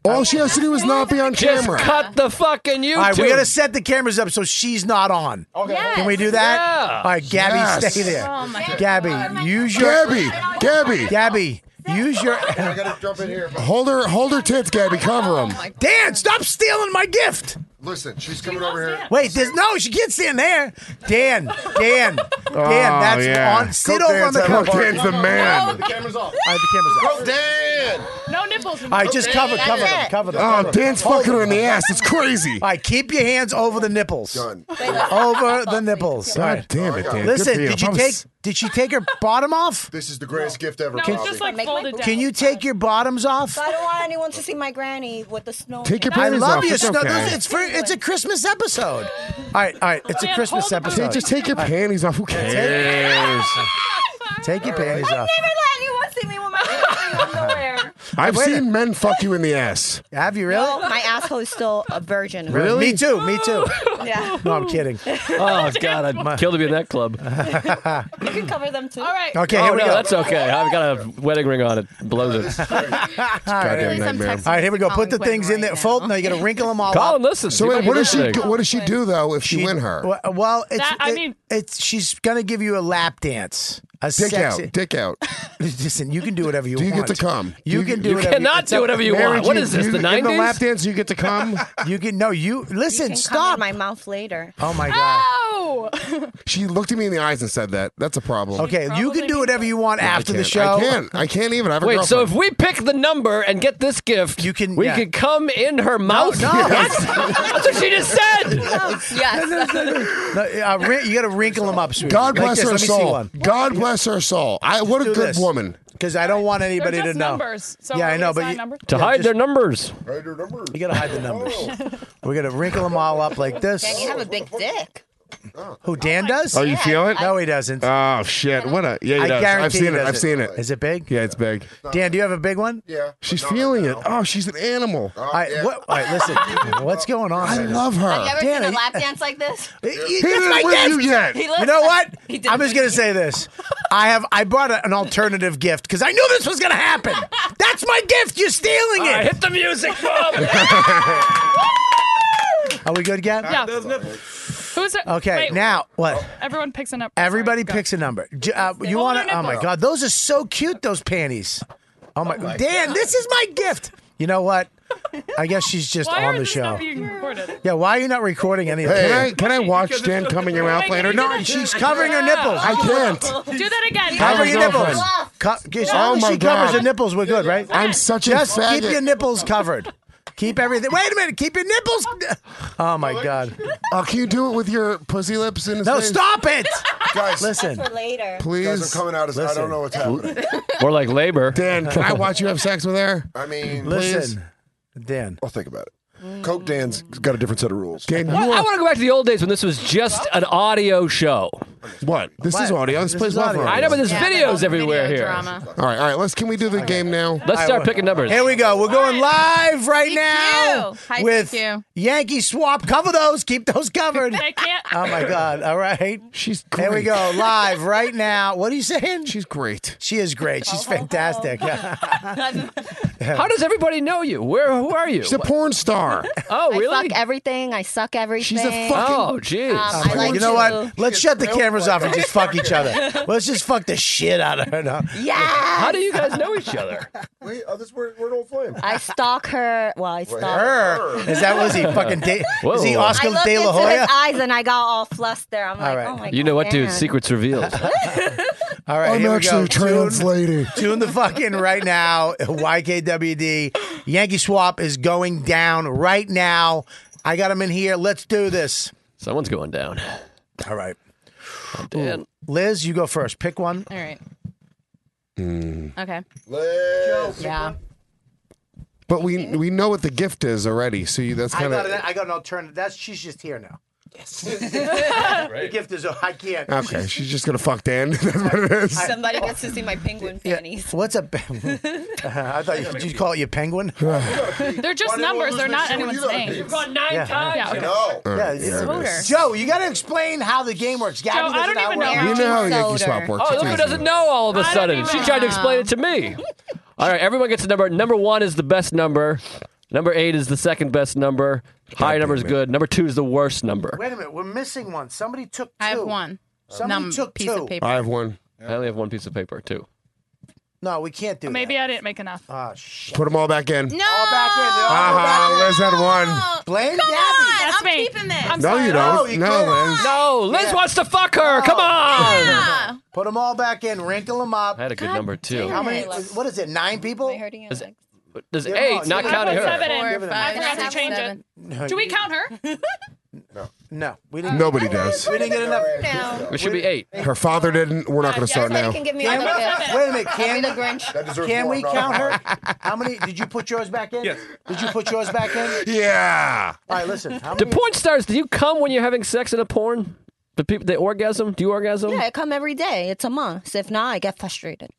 Speaker 1: All she has to do is not be on
Speaker 7: Just
Speaker 1: camera.
Speaker 7: cut the fucking YouTube.
Speaker 4: All right, we gotta set the cameras up so she's not on.
Speaker 1: Okay.
Speaker 4: Can we do that?
Speaker 7: Yeah.
Speaker 4: All right, Gabby,
Speaker 1: Yes.
Speaker 4: stay there.
Speaker 1: Oh,
Speaker 4: Gabby, use your
Speaker 1: Gabby, Gabby,
Speaker 4: Gabby, use
Speaker 1: [LAUGHS]
Speaker 4: your
Speaker 1: Hold her, hold her tits, Gabby. Cover them.
Speaker 4: Dan, stop stealing my gift.
Speaker 6: Oh,
Speaker 1: Listen, she's coming over here.
Speaker 4: Wait, there's no, she can't stand there. Dan, Dan, Dan,
Speaker 1: Oh,
Speaker 4: that's
Speaker 1: yeah.
Speaker 4: on. Sit
Speaker 1: Go
Speaker 4: over on the
Speaker 1: dance, Emma.
Speaker 4: cover.
Speaker 1: Go dance the man.
Speaker 4: All right, the camera's off. All
Speaker 1: Dan.
Speaker 5: No nipples. All
Speaker 4: right, just cover, cover them, cover them.
Speaker 1: Oh,
Speaker 4: cover them.
Speaker 1: Dan's fucking her in the ass. It's crazy.
Speaker 4: All right, keep your hands over the nipples. Over the nipples. All right.
Speaker 1: damn it, Dan. Good
Speaker 4: Listen,
Speaker 1: for you.
Speaker 4: did you
Speaker 1: I was-
Speaker 4: take did she take her bottom off?
Speaker 6: This is the greatest gift ever.
Speaker 5: No, it's just like folded down.
Speaker 4: Can you take your bottoms off?
Speaker 17: So I don't want anyone to see my granny with the snow.
Speaker 1: Take your
Speaker 4: I
Speaker 1: panties
Speaker 4: love
Speaker 1: off.
Speaker 4: you.
Speaker 1: It's
Speaker 4: Snow.
Speaker 1: okay.
Speaker 4: It's for, it's a Christmas episode. All right, all right. It's a
Speaker 5: Man,
Speaker 4: Christmas
Speaker 5: hold the
Speaker 4: episode.
Speaker 1: Dan, just take your panties off. Who cares?
Speaker 4: Take your panties off.
Speaker 17: Never let anyone see me with my underwear.
Speaker 1: I've
Speaker 4: Wait a-
Speaker 1: seen men fuck you in the ass.
Speaker 4: Have you really?
Speaker 17: No, my asshole is still a virgin.
Speaker 1: Really?
Speaker 4: Me too. Me too.
Speaker 17: [LAUGHS] Yeah.
Speaker 4: No, I'm kidding.
Speaker 7: Oh God, I'd kill to be in that club. okay,
Speaker 17: You can cover them too. All right.
Speaker 4: [LAUGHS] Okay,
Speaker 7: oh,
Speaker 4: here we
Speaker 7: no,
Speaker 4: go.
Speaker 7: that's [LAUGHS] okay. I've got a wedding ring on it. Blows it.
Speaker 4: all right,
Speaker 1: Goddamn nightmare.
Speaker 4: all right, here we go. Put the things in there. Fold. No, you got to wrinkle them all
Speaker 7: Colin,
Speaker 4: up.
Speaker 7: listen.
Speaker 1: So
Speaker 7: You
Speaker 1: wait,
Speaker 7: might
Speaker 1: what
Speaker 7: be
Speaker 1: does she?
Speaker 7: listening.
Speaker 1: What does she do though if you win her?
Speaker 4: Wh- Well, it's
Speaker 5: That- I
Speaker 4: it-
Speaker 5: mean-
Speaker 4: it's she's gonna give you a lap dance. A
Speaker 1: Dick
Speaker 4: sexy,
Speaker 1: out, dick out.
Speaker 4: [LAUGHS] Listen, you can do whatever you
Speaker 1: Do you
Speaker 4: want.
Speaker 1: get to come?
Speaker 4: You, can do
Speaker 7: you
Speaker 4: whatever
Speaker 7: cannot
Speaker 4: it's
Speaker 7: do
Speaker 4: up-
Speaker 7: whatever you
Speaker 1: Marriage,
Speaker 7: want. What is this?
Speaker 1: you-
Speaker 7: The
Speaker 1: in the lap
Speaker 7: nineties?
Speaker 1: dance, you get to come. [LAUGHS]
Speaker 4: You can no.
Speaker 5: [LAUGHS]
Speaker 4: You
Speaker 17: You
Speaker 4: listen.
Speaker 17: can Come
Speaker 4: stop.
Speaker 17: in my mouth later.
Speaker 4: oh my god.
Speaker 5: Oh!
Speaker 1: She looked at me in the eyes and said that. That's a problem.
Speaker 4: [LAUGHS] Okay, you can do whatever you want
Speaker 1: No, I
Speaker 4: after the
Speaker 1: can't.
Speaker 4: show.
Speaker 1: I can't. I can't even. I have a
Speaker 7: Wait, so
Speaker 1: girlfriend.
Speaker 7: if we pick the number and get this gift,
Speaker 4: You can-
Speaker 7: we
Speaker 4: yeah.
Speaker 7: can come in her mouth. [LAUGHS]
Speaker 4: no.
Speaker 7: What? That's what she just said.
Speaker 5: Oh,
Speaker 17: Yes.
Speaker 4: [LAUGHS] No, uh, wrin- you got to wrinkle them up, sweetie.
Speaker 1: God bless her
Speaker 4: like this. Let me see
Speaker 1: soul.
Speaker 4: one.
Speaker 1: God bless her soul. I what a
Speaker 4: Do
Speaker 1: good
Speaker 4: this.
Speaker 1: woman.
Speaker 4: Because I don't want
Speaker 5: They're
Speaker 4: anybody
Speaker 5: just
Speaker 4: to know.
Speaker 5: numbers. So
Speaker 4: yeah,
Speaker 5: are
Speaker 4: I
Speaker 5: we
Speaker 4: know, but
Speaker 5: assigning
Speaker 4: you,
Speaker 5: numbers?
Speaker 7: To
Speaker 4: yeah,
Speaker 7: hide
Speaker 4: just-
Speaker 7: their numbers.
Speaker 4: you gotta hide the numbers.
Speaker 17: Oh.
Speaker 4: We're gonna wrinkle them all up like this.
Speaker 17: And you have a big dick.
Speaker 4: Who Dan does?
Speaker 1: Oh, you feel it?
Speaker 4: no, he doesn't.
Speaker 1: Oh shit! What a yeah. He
Speaker 4: I
Speaker 1: does.
Speaker 4: guarantee
Speaker 1: I've seen
Speaker 4: he
Speaker 1: it. I've
Speaker 4: doesn't.
Speaker 1: seen it.
Speaker 4: Is it big?
Speaker 1: Yeah, it's big.
Speaker 4: Dan, do you have a big one?
Speaker 6: Yeah.
Speaker 1: She's feeling it. Oh, she's an animal.
Speaker 4: All right, what, all
Speaker 1: [LAUGHS]
Speaker 4: right, listen. What's going on?
Speaker 1: I love her.
Speaker 17: ever
Speaker 4: Dan,
Speaker 17: seen
Speaker 4: are
Speaker 17: a
Speaker 4: you-
Speaker 17: lap dance like this?
Speaker 4: [LAUGHS] He
Speaker 1: didn't
Speaker 4: my
Speaker 1: win
Speaker 4: gift.
Speaker 1: you yet. He
Speaker 4: You
Speaker 17: looked
Speaker 4: know what?
Speaker 17: like- [LAUGHS] he didn't
Speaker 4: I'm just
Speaker 17: win
Speaker 4: gonna say this. I have I brought a- an alternative gift because I knew this was
Speaker 17: [LAUGHS]
Speaker 4: gonna happen. That's my gift. You're stealing
Speaker 7: All right,
Speaker 4: it.
Speaker 7: hit the music, Bob.
Speaker 4: Are we good, Gab?
Speaker 5: Yeah. Who's it?
Speaker 4: Okay,
Speaker 5: wait,
Speaker 4: now what?
Speaker 5: Everyone picks an up.
Speaker 4: Everybody
Speaker 5: Sorry, go.
Speaker 4: picks a number. J- uh, you
Speaker 5: Hold
Speaker 4: want
Speaker 5: their
Speaker 4: to? Oh my
Speaker 5: nipples.
Speaker 4: God, those are so cute. Those panties. Oh my, Dan, this is my gift. You know what? I guess she's just
Speaker 5: Why
Speaker 4: on
Speaker 5: are
Speaker 4: the
Speaker 5: this
Speaker 4: show.
Speaker 5: not being recorded?
Speaker 4: yeah, why are you not recording anything?
Speaker 1: Can I can I watch Dan coming in your mouth later? No,
Speaker 4: No, she's covering her nipples.
Speaker 1: I can't.
Speaker 5: Oh. Do that again.
Speaker 4: Cover
Speaker 1: Kyle's
Speaker 4: your nipples.
Speaker 1: girlfriend.
Speaker 4: Co- as long
Speaker 1: Oh
Speaker 4: as
Speaker 1: my
Speaker 4: she covers
Speaker 1: God.
Speaker 4: her nipples, we're good, right?
Speaker 1: [LAUGHS] I'm such a
Speaker 4: Just keep
Speaker 1: faggot.
Speaker 4: your nipples covered. Keep everything. Wait a minute. Keep your
Speaker 5: [LAUGHS]
Speaker 4: nipples. Oh my God.
Speaker 1: Oh, can you do it with your pussy lips in his
Speaker 4: No,
Speaker 1: face?
Speaker 4: stop it.
Speaker 6: Guys,
Speaker 4: Listen.
Speaker 17: For
Speaker 1: [LAUGHS]
Speaker 17: later.
Speaker 6: guys,
Speaker 1: please.
Speaker 6: I'm coming out as I don't know what's happening.
Speaker 7: More like labor.
Speaker 1: Dan, can
Speaker 7: [LAUGHS]
Speaker 1: I watch you have sex with her?
Speaker 6: I mean,
Speaker 4: Listen, Dan.
Speaker 6: I'll think about it. Coke Dan's got a different set of rules.
Speaker 1: Dan, you
Speaker 7: I,
Speaker 1: are
Speaker 7: want to go back to the old days when this was just an audio show.
Speaker 1: what? This is
Speaker 4: What?
Speaker 1: audio. This,
Speaker 4: This
Speaker 1: plays
Speaker 4: is
Speaker 1: well
Speaker 4: audio.
Speaker 1: for
Speaker 7: I know, but there's
Speaker 16: Yeah, the
Speaker 7: videos
Speaker 16: whole
Speaker 7: everywhere
Speaker 16: video
Speaker 7: here.
Speaker 16: Drama.
Speaker 1: All right, all right. Let's can we do the game now?
Speaker 7: Let's start picking numbers.
Speaker 4: Here we go. We're going live right
Speaker 16: CQ.
Speaker 4: now
Speaker 16: Hi,
Speaker 4: with
Speaker 16: CQ.
Speaker 4: Yankee Swap. Cover those. Keep
Speaker 17: [LAUGHS]
Speaker 4: those covered.
Speaker 5: I can't.
Speaker 4: Oh my God! All right,
Speaker 1: She's great.
Speaker 4: here we go. Live right now. What are you saying?
Speaker 1: She's great.
Speaker 4: She is great. She's
Speaker 17: Oh, [LAUGHS]
Speaker 4: fantastic. [LAUGHS]
Speaker 7: How does everybody know you? Where? Who are you?
Speaker 1: She's a
Speaker 17: [LAUGHS]
Speaker 1: porn star.
Speaker 7: oh,
Speaker 17: I
Speaker 7: really?
Speaker 17: fuck everything. I suck everything.
Speaker 1: She's a fucking-
Speaker 7: Oh, jeez.
Speaker 17: Um, I like
Speaker 4: you know
Speaker 17: to-
Speaker 4: what? Let's shut the cameras off and just fuck each other.
Speaker 17: [LAUGHS]
Speaker 4: Let's just fuck the shit out of her. No.
Speaker 17: Yeah.
Speaker 7: How do you guys know each
Speaker 1: [LAUGHS]
Speaker 7: other?
Speaker 6: Wait, oh, this we're we're an old flame.
Speaker 17: I stalk her. Well, I stalk
Speaker 4: Her is that? Was he fucking? Da- is he
Speaker 17: [LAUGHS]
Speaker 7: Whoa.
Speaker 17: I
Speaker 4: Oscar
Speaker 17: looked
Speaker 4: De La
Speaker 17: into
Speaker 4: Hoya?
Speaker 17: his eyes and I got all flustered. I'm like,
Speaker 4: right.
Speaker 17: oh my
Speaker 7: You know
Speaker 17: God,
Speaker 7: what, dude?
Speaker 17: man.
Speaker 7: Secrets revealed.
Speaker 4: All right,
Speaker 1: I'm
Speaker 4: here we
Speaker 1: actually
Speaker 4: go.
Speaker 1: translating.
Speaker 4: [LAUGHS] Tune the fucking right now. YKWd Yankee Swap is going down right now. I got him in here. Let's do this.
Speaker 7: Someone's going down.
Speaker 4: All right. Ooh. Liz, you go first. Pick one.
Speaker 16: All right.
Speaker 1: Mm.
Speaker 16: Okay.
Speaker 1: Liz.
Speaker 16: Yeah.
Speaker 1: But we we know what the gift is already, so you, that's kind
Speaker 4: I got
Speaker 1: of
Speaker 4: an, I got an alternative. That's she's just here now. Yes. [LAUGHS] The gift is. I can't.
Speaker 1: okay. She's just gonna fuck Dan. [LAUGHS] that's what it is.
Speaker 18: Somebody gets to see my penguin panties.
Speaker 4: What's a? [LAUGHS] I thought you, did you call it
Speaker 1: [LAUGHS]
Speaker 4: your penguin. [LAUGHS]
Speaker 5: They're just numbers. They're not anyone's names. You've gone nine
Speaker 4: times.
Speaker 5: Yeah, okay.
Speaker 4: Yeah,
Speaker 1: Alright,
Speaker 4: it's-
Speaker 1: yeah, Oh, it
Speaker 4: Voter.
Speaker 1: is.
Speaker 4: Joe, you got to explain how the game works. Gabby
Speaker 5: Joe, I
Speaker 4: doesn't
Speaker 5: don't even know.
Speaker 1: You know how Yankee Swap works.
Speaker 7: Oh,
Speaker 1: It's
Speaker 7: look who
Speaker 1: easy.
Speaker 7: doesn't know all of a sudden. She tried to explain it to me. [LAUGHS] All right, everyone gets a number. Number one is the best number. Number eight is the second best number. High number is good. Number two is the worst number.
Speaker 4: Wait a minute, we're missing one. Somebody took two.
Speaker 16: I have one.
Speaker 4: Somebody
Speaker 16: Num-
Speaker 4: took
Speaker 16: piece
Speaker 4: two.
Speaker 16: of paper.
Speaker 1: I have one.
Speaker 7: I only have one piece of paper too.
Speaker 4: No, we can't do
Speaker 5: Maybe I didn't make enough.
Speaker 4: Ah, shit.
Speaker 1: Put them all back in.
Speaker 16: No.
Speaker 4: All back in. They're all
Speaker 1: Aha,
Speaker 7: Uh-huh.
Speaker 4: back
Speaker 1: Liz had one.
Speaker 4: in. Blame Gabby.
Speaker 5: That's me. I'm
Speaker 1: no,
Speaker 5: sorry.
Speaker 1: you
Speaker 4: No,
Speaker 1: don't.
Speaker 4: you
Speaker 1: No,
Speaker 4: can't.
Speaker 1: Liz.
Speaker 7: No, Liz wants to fuck her.
Speaker 4: Oh.
Speaker 7: Come on.
Speaker 4: Put them all back in. Wrinkle them up.
Speaker 7: I had a good God number, too. damn
Speaker 4: How many?
Speaker 7: it.
Speaker 4: What is it? Nine people?
Speaker 7: Does, does
Speaker 4: Yeah,
Speaker 7: eight
Speaker 4: no,
Speaker 7: not
Speaker 4: yeah.
Speaker 7: count
Speaker 4: I
Speaker 7: her?
Speaker 4: put
Speaker 5: seven in.
Speaker 4: Give it a
Speaker 5: I
Speaker 4: minute.
Speaker 5: forgot to change
Speaker 16: seven.
Speaker 4: No,
Speaker 5: it. Do we count her?
Speaker 4: No, we didn't.
Speaker 1: Nobody does.
Speaker 4: We didn't get enough.
Speaker 7: It should be eight.
Speaker 1: Her father didn't. We're not going to start now.
Speaker 18: can give me
Speaker 4: Can
Speaker 18: all the
Speaker 4: we,
Speaker 18: gifts.
Speaker 4: wait a minute.
Speaker 18: I'll be
Speaker 4: Can
Speaker 18: the
Speaker 4: we,
Speaker 18: Grinch.
Speaker 4: can we count her? [LAUGHS] How many? Did you put yours back in? Yes. Did you put yours back [LAUGHS] in?
Speaker 1: Yeah.
Speaker 4: All right, listen. How
Speaker 7: Do
Speaker 4: many?
Speaker 7: porn stars? Do you come when you're having sex in a porn? The people, they orgasm. Do you orgasm?
Speaker 18: Yeah, I come every day. It's a must. If not, I get frustrated.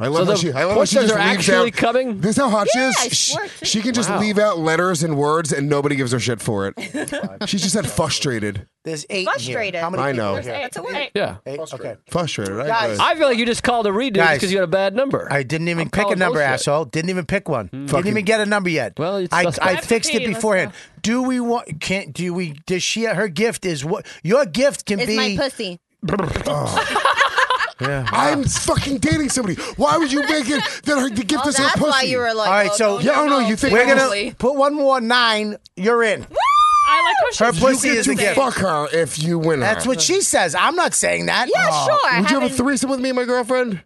Speaker 1: I love
Speaker 7: So
Speaker 1: how
Speaker 7: the
Speaker 1: she. I love how
Speaker 7: porn
Speaker 1: she just
Speaker 7: stars are
Speaker 1: leaves
Speaker 7: actually
Speaker 1: out.
Speaker 7: coming?
Speaker 1: This is how hot
Speaker 18: Yeah,
Speaker 1: she
Speaker 18: I
Speaker 1: is. Sh-
Speaker 18: swear to-
Speaker 1: She can just leave out letters and words, and nobody gives her
Speaker 7: [LAUGHS]
Speaker 1: shit for it. She's just said frustrated.
Speaker 4: There's eight. in here.
Speaker 18: Frustrated.
Speaker 4: How many?
Speaker 1: I
Speaker 4: people
Speaker 1: know.
Speaker 4: are here?
Speaker 18: That's a word.
Speaker 7: Yeah.
Speaker 4: Eight? Okay.
Speaker 1: Frustrated. I
Speaker 4: Guys,
Speaker 1: agree.
Speaker 7: I feel like you just called a redo
Speaker 4: Guys.
Speaker 7: because you had a bad number.
Speaker 4: I didn't even
Speaker 7: I'm
Speaker 4: pick a
Speaker 7: calling
Speaker 4: number,
Speaker 7: bullshit.
Speaker 4: asshole. Didn't even pick one. Didn't
Speaker 1: Fucking-
Speaker 4: even get a number yet.
Speaker 7: Well, it's
Speaker 4: I,
Speaker 7: suspect.
Speaker 4: I
Speaker 7: Have
Speaker 5: to
Speaker 4: fixed
Speaker 5: pee,
Speaker 4: it
Speaker 5: let's
Speaker 4: beforehand.
Speaker 5: go.
Speaker 4: Do we want? Can't? Do we? Does she? Her gift is what? Your gift can
Speaker 18: It's
Speaker 4: be.
Speaker 18: my pussy.
Speaker 4: [LAUGHS]
Speaker 18: [LAUGHS]
Speaker 4: Yeah. Ah.
Speaker 1: I'm fucking dating somebody. Why would you make it that her, the gift
Speaker 18: Oh,
Speaker 1: is her
Speaker 18: that's
Speaker 1: pussy?
Speaker 18: why you were like,
Speaker 4: All right,
Speaker 18: oh,
Speaker 4: so-
Speaker 18: no,
Speaker 1: yeah,
Speaker 18: no,
Speaker 1: oh no, you think
Speaker 4: We're gonna
Speaker 18: Honestly.
Speaker 4: put one more nine. You're in.
Speaker 5: I like how she's
Speaker 4: Her pussy
Speaker 1: you
Speaker 4: is
Speaker 1: get
Speaker 4: the
Speaker 1: to
Speaker 4: gift.
Speaker 1: fuck her if you win her?
Speaker 4: That's what she says. I'm not saying that.
Speaker 18: Yeah, sure. I
Speaker 1: Would you have a
Speaker 18: haven't-
Speaker 1: threesome with me, and my girlfriend?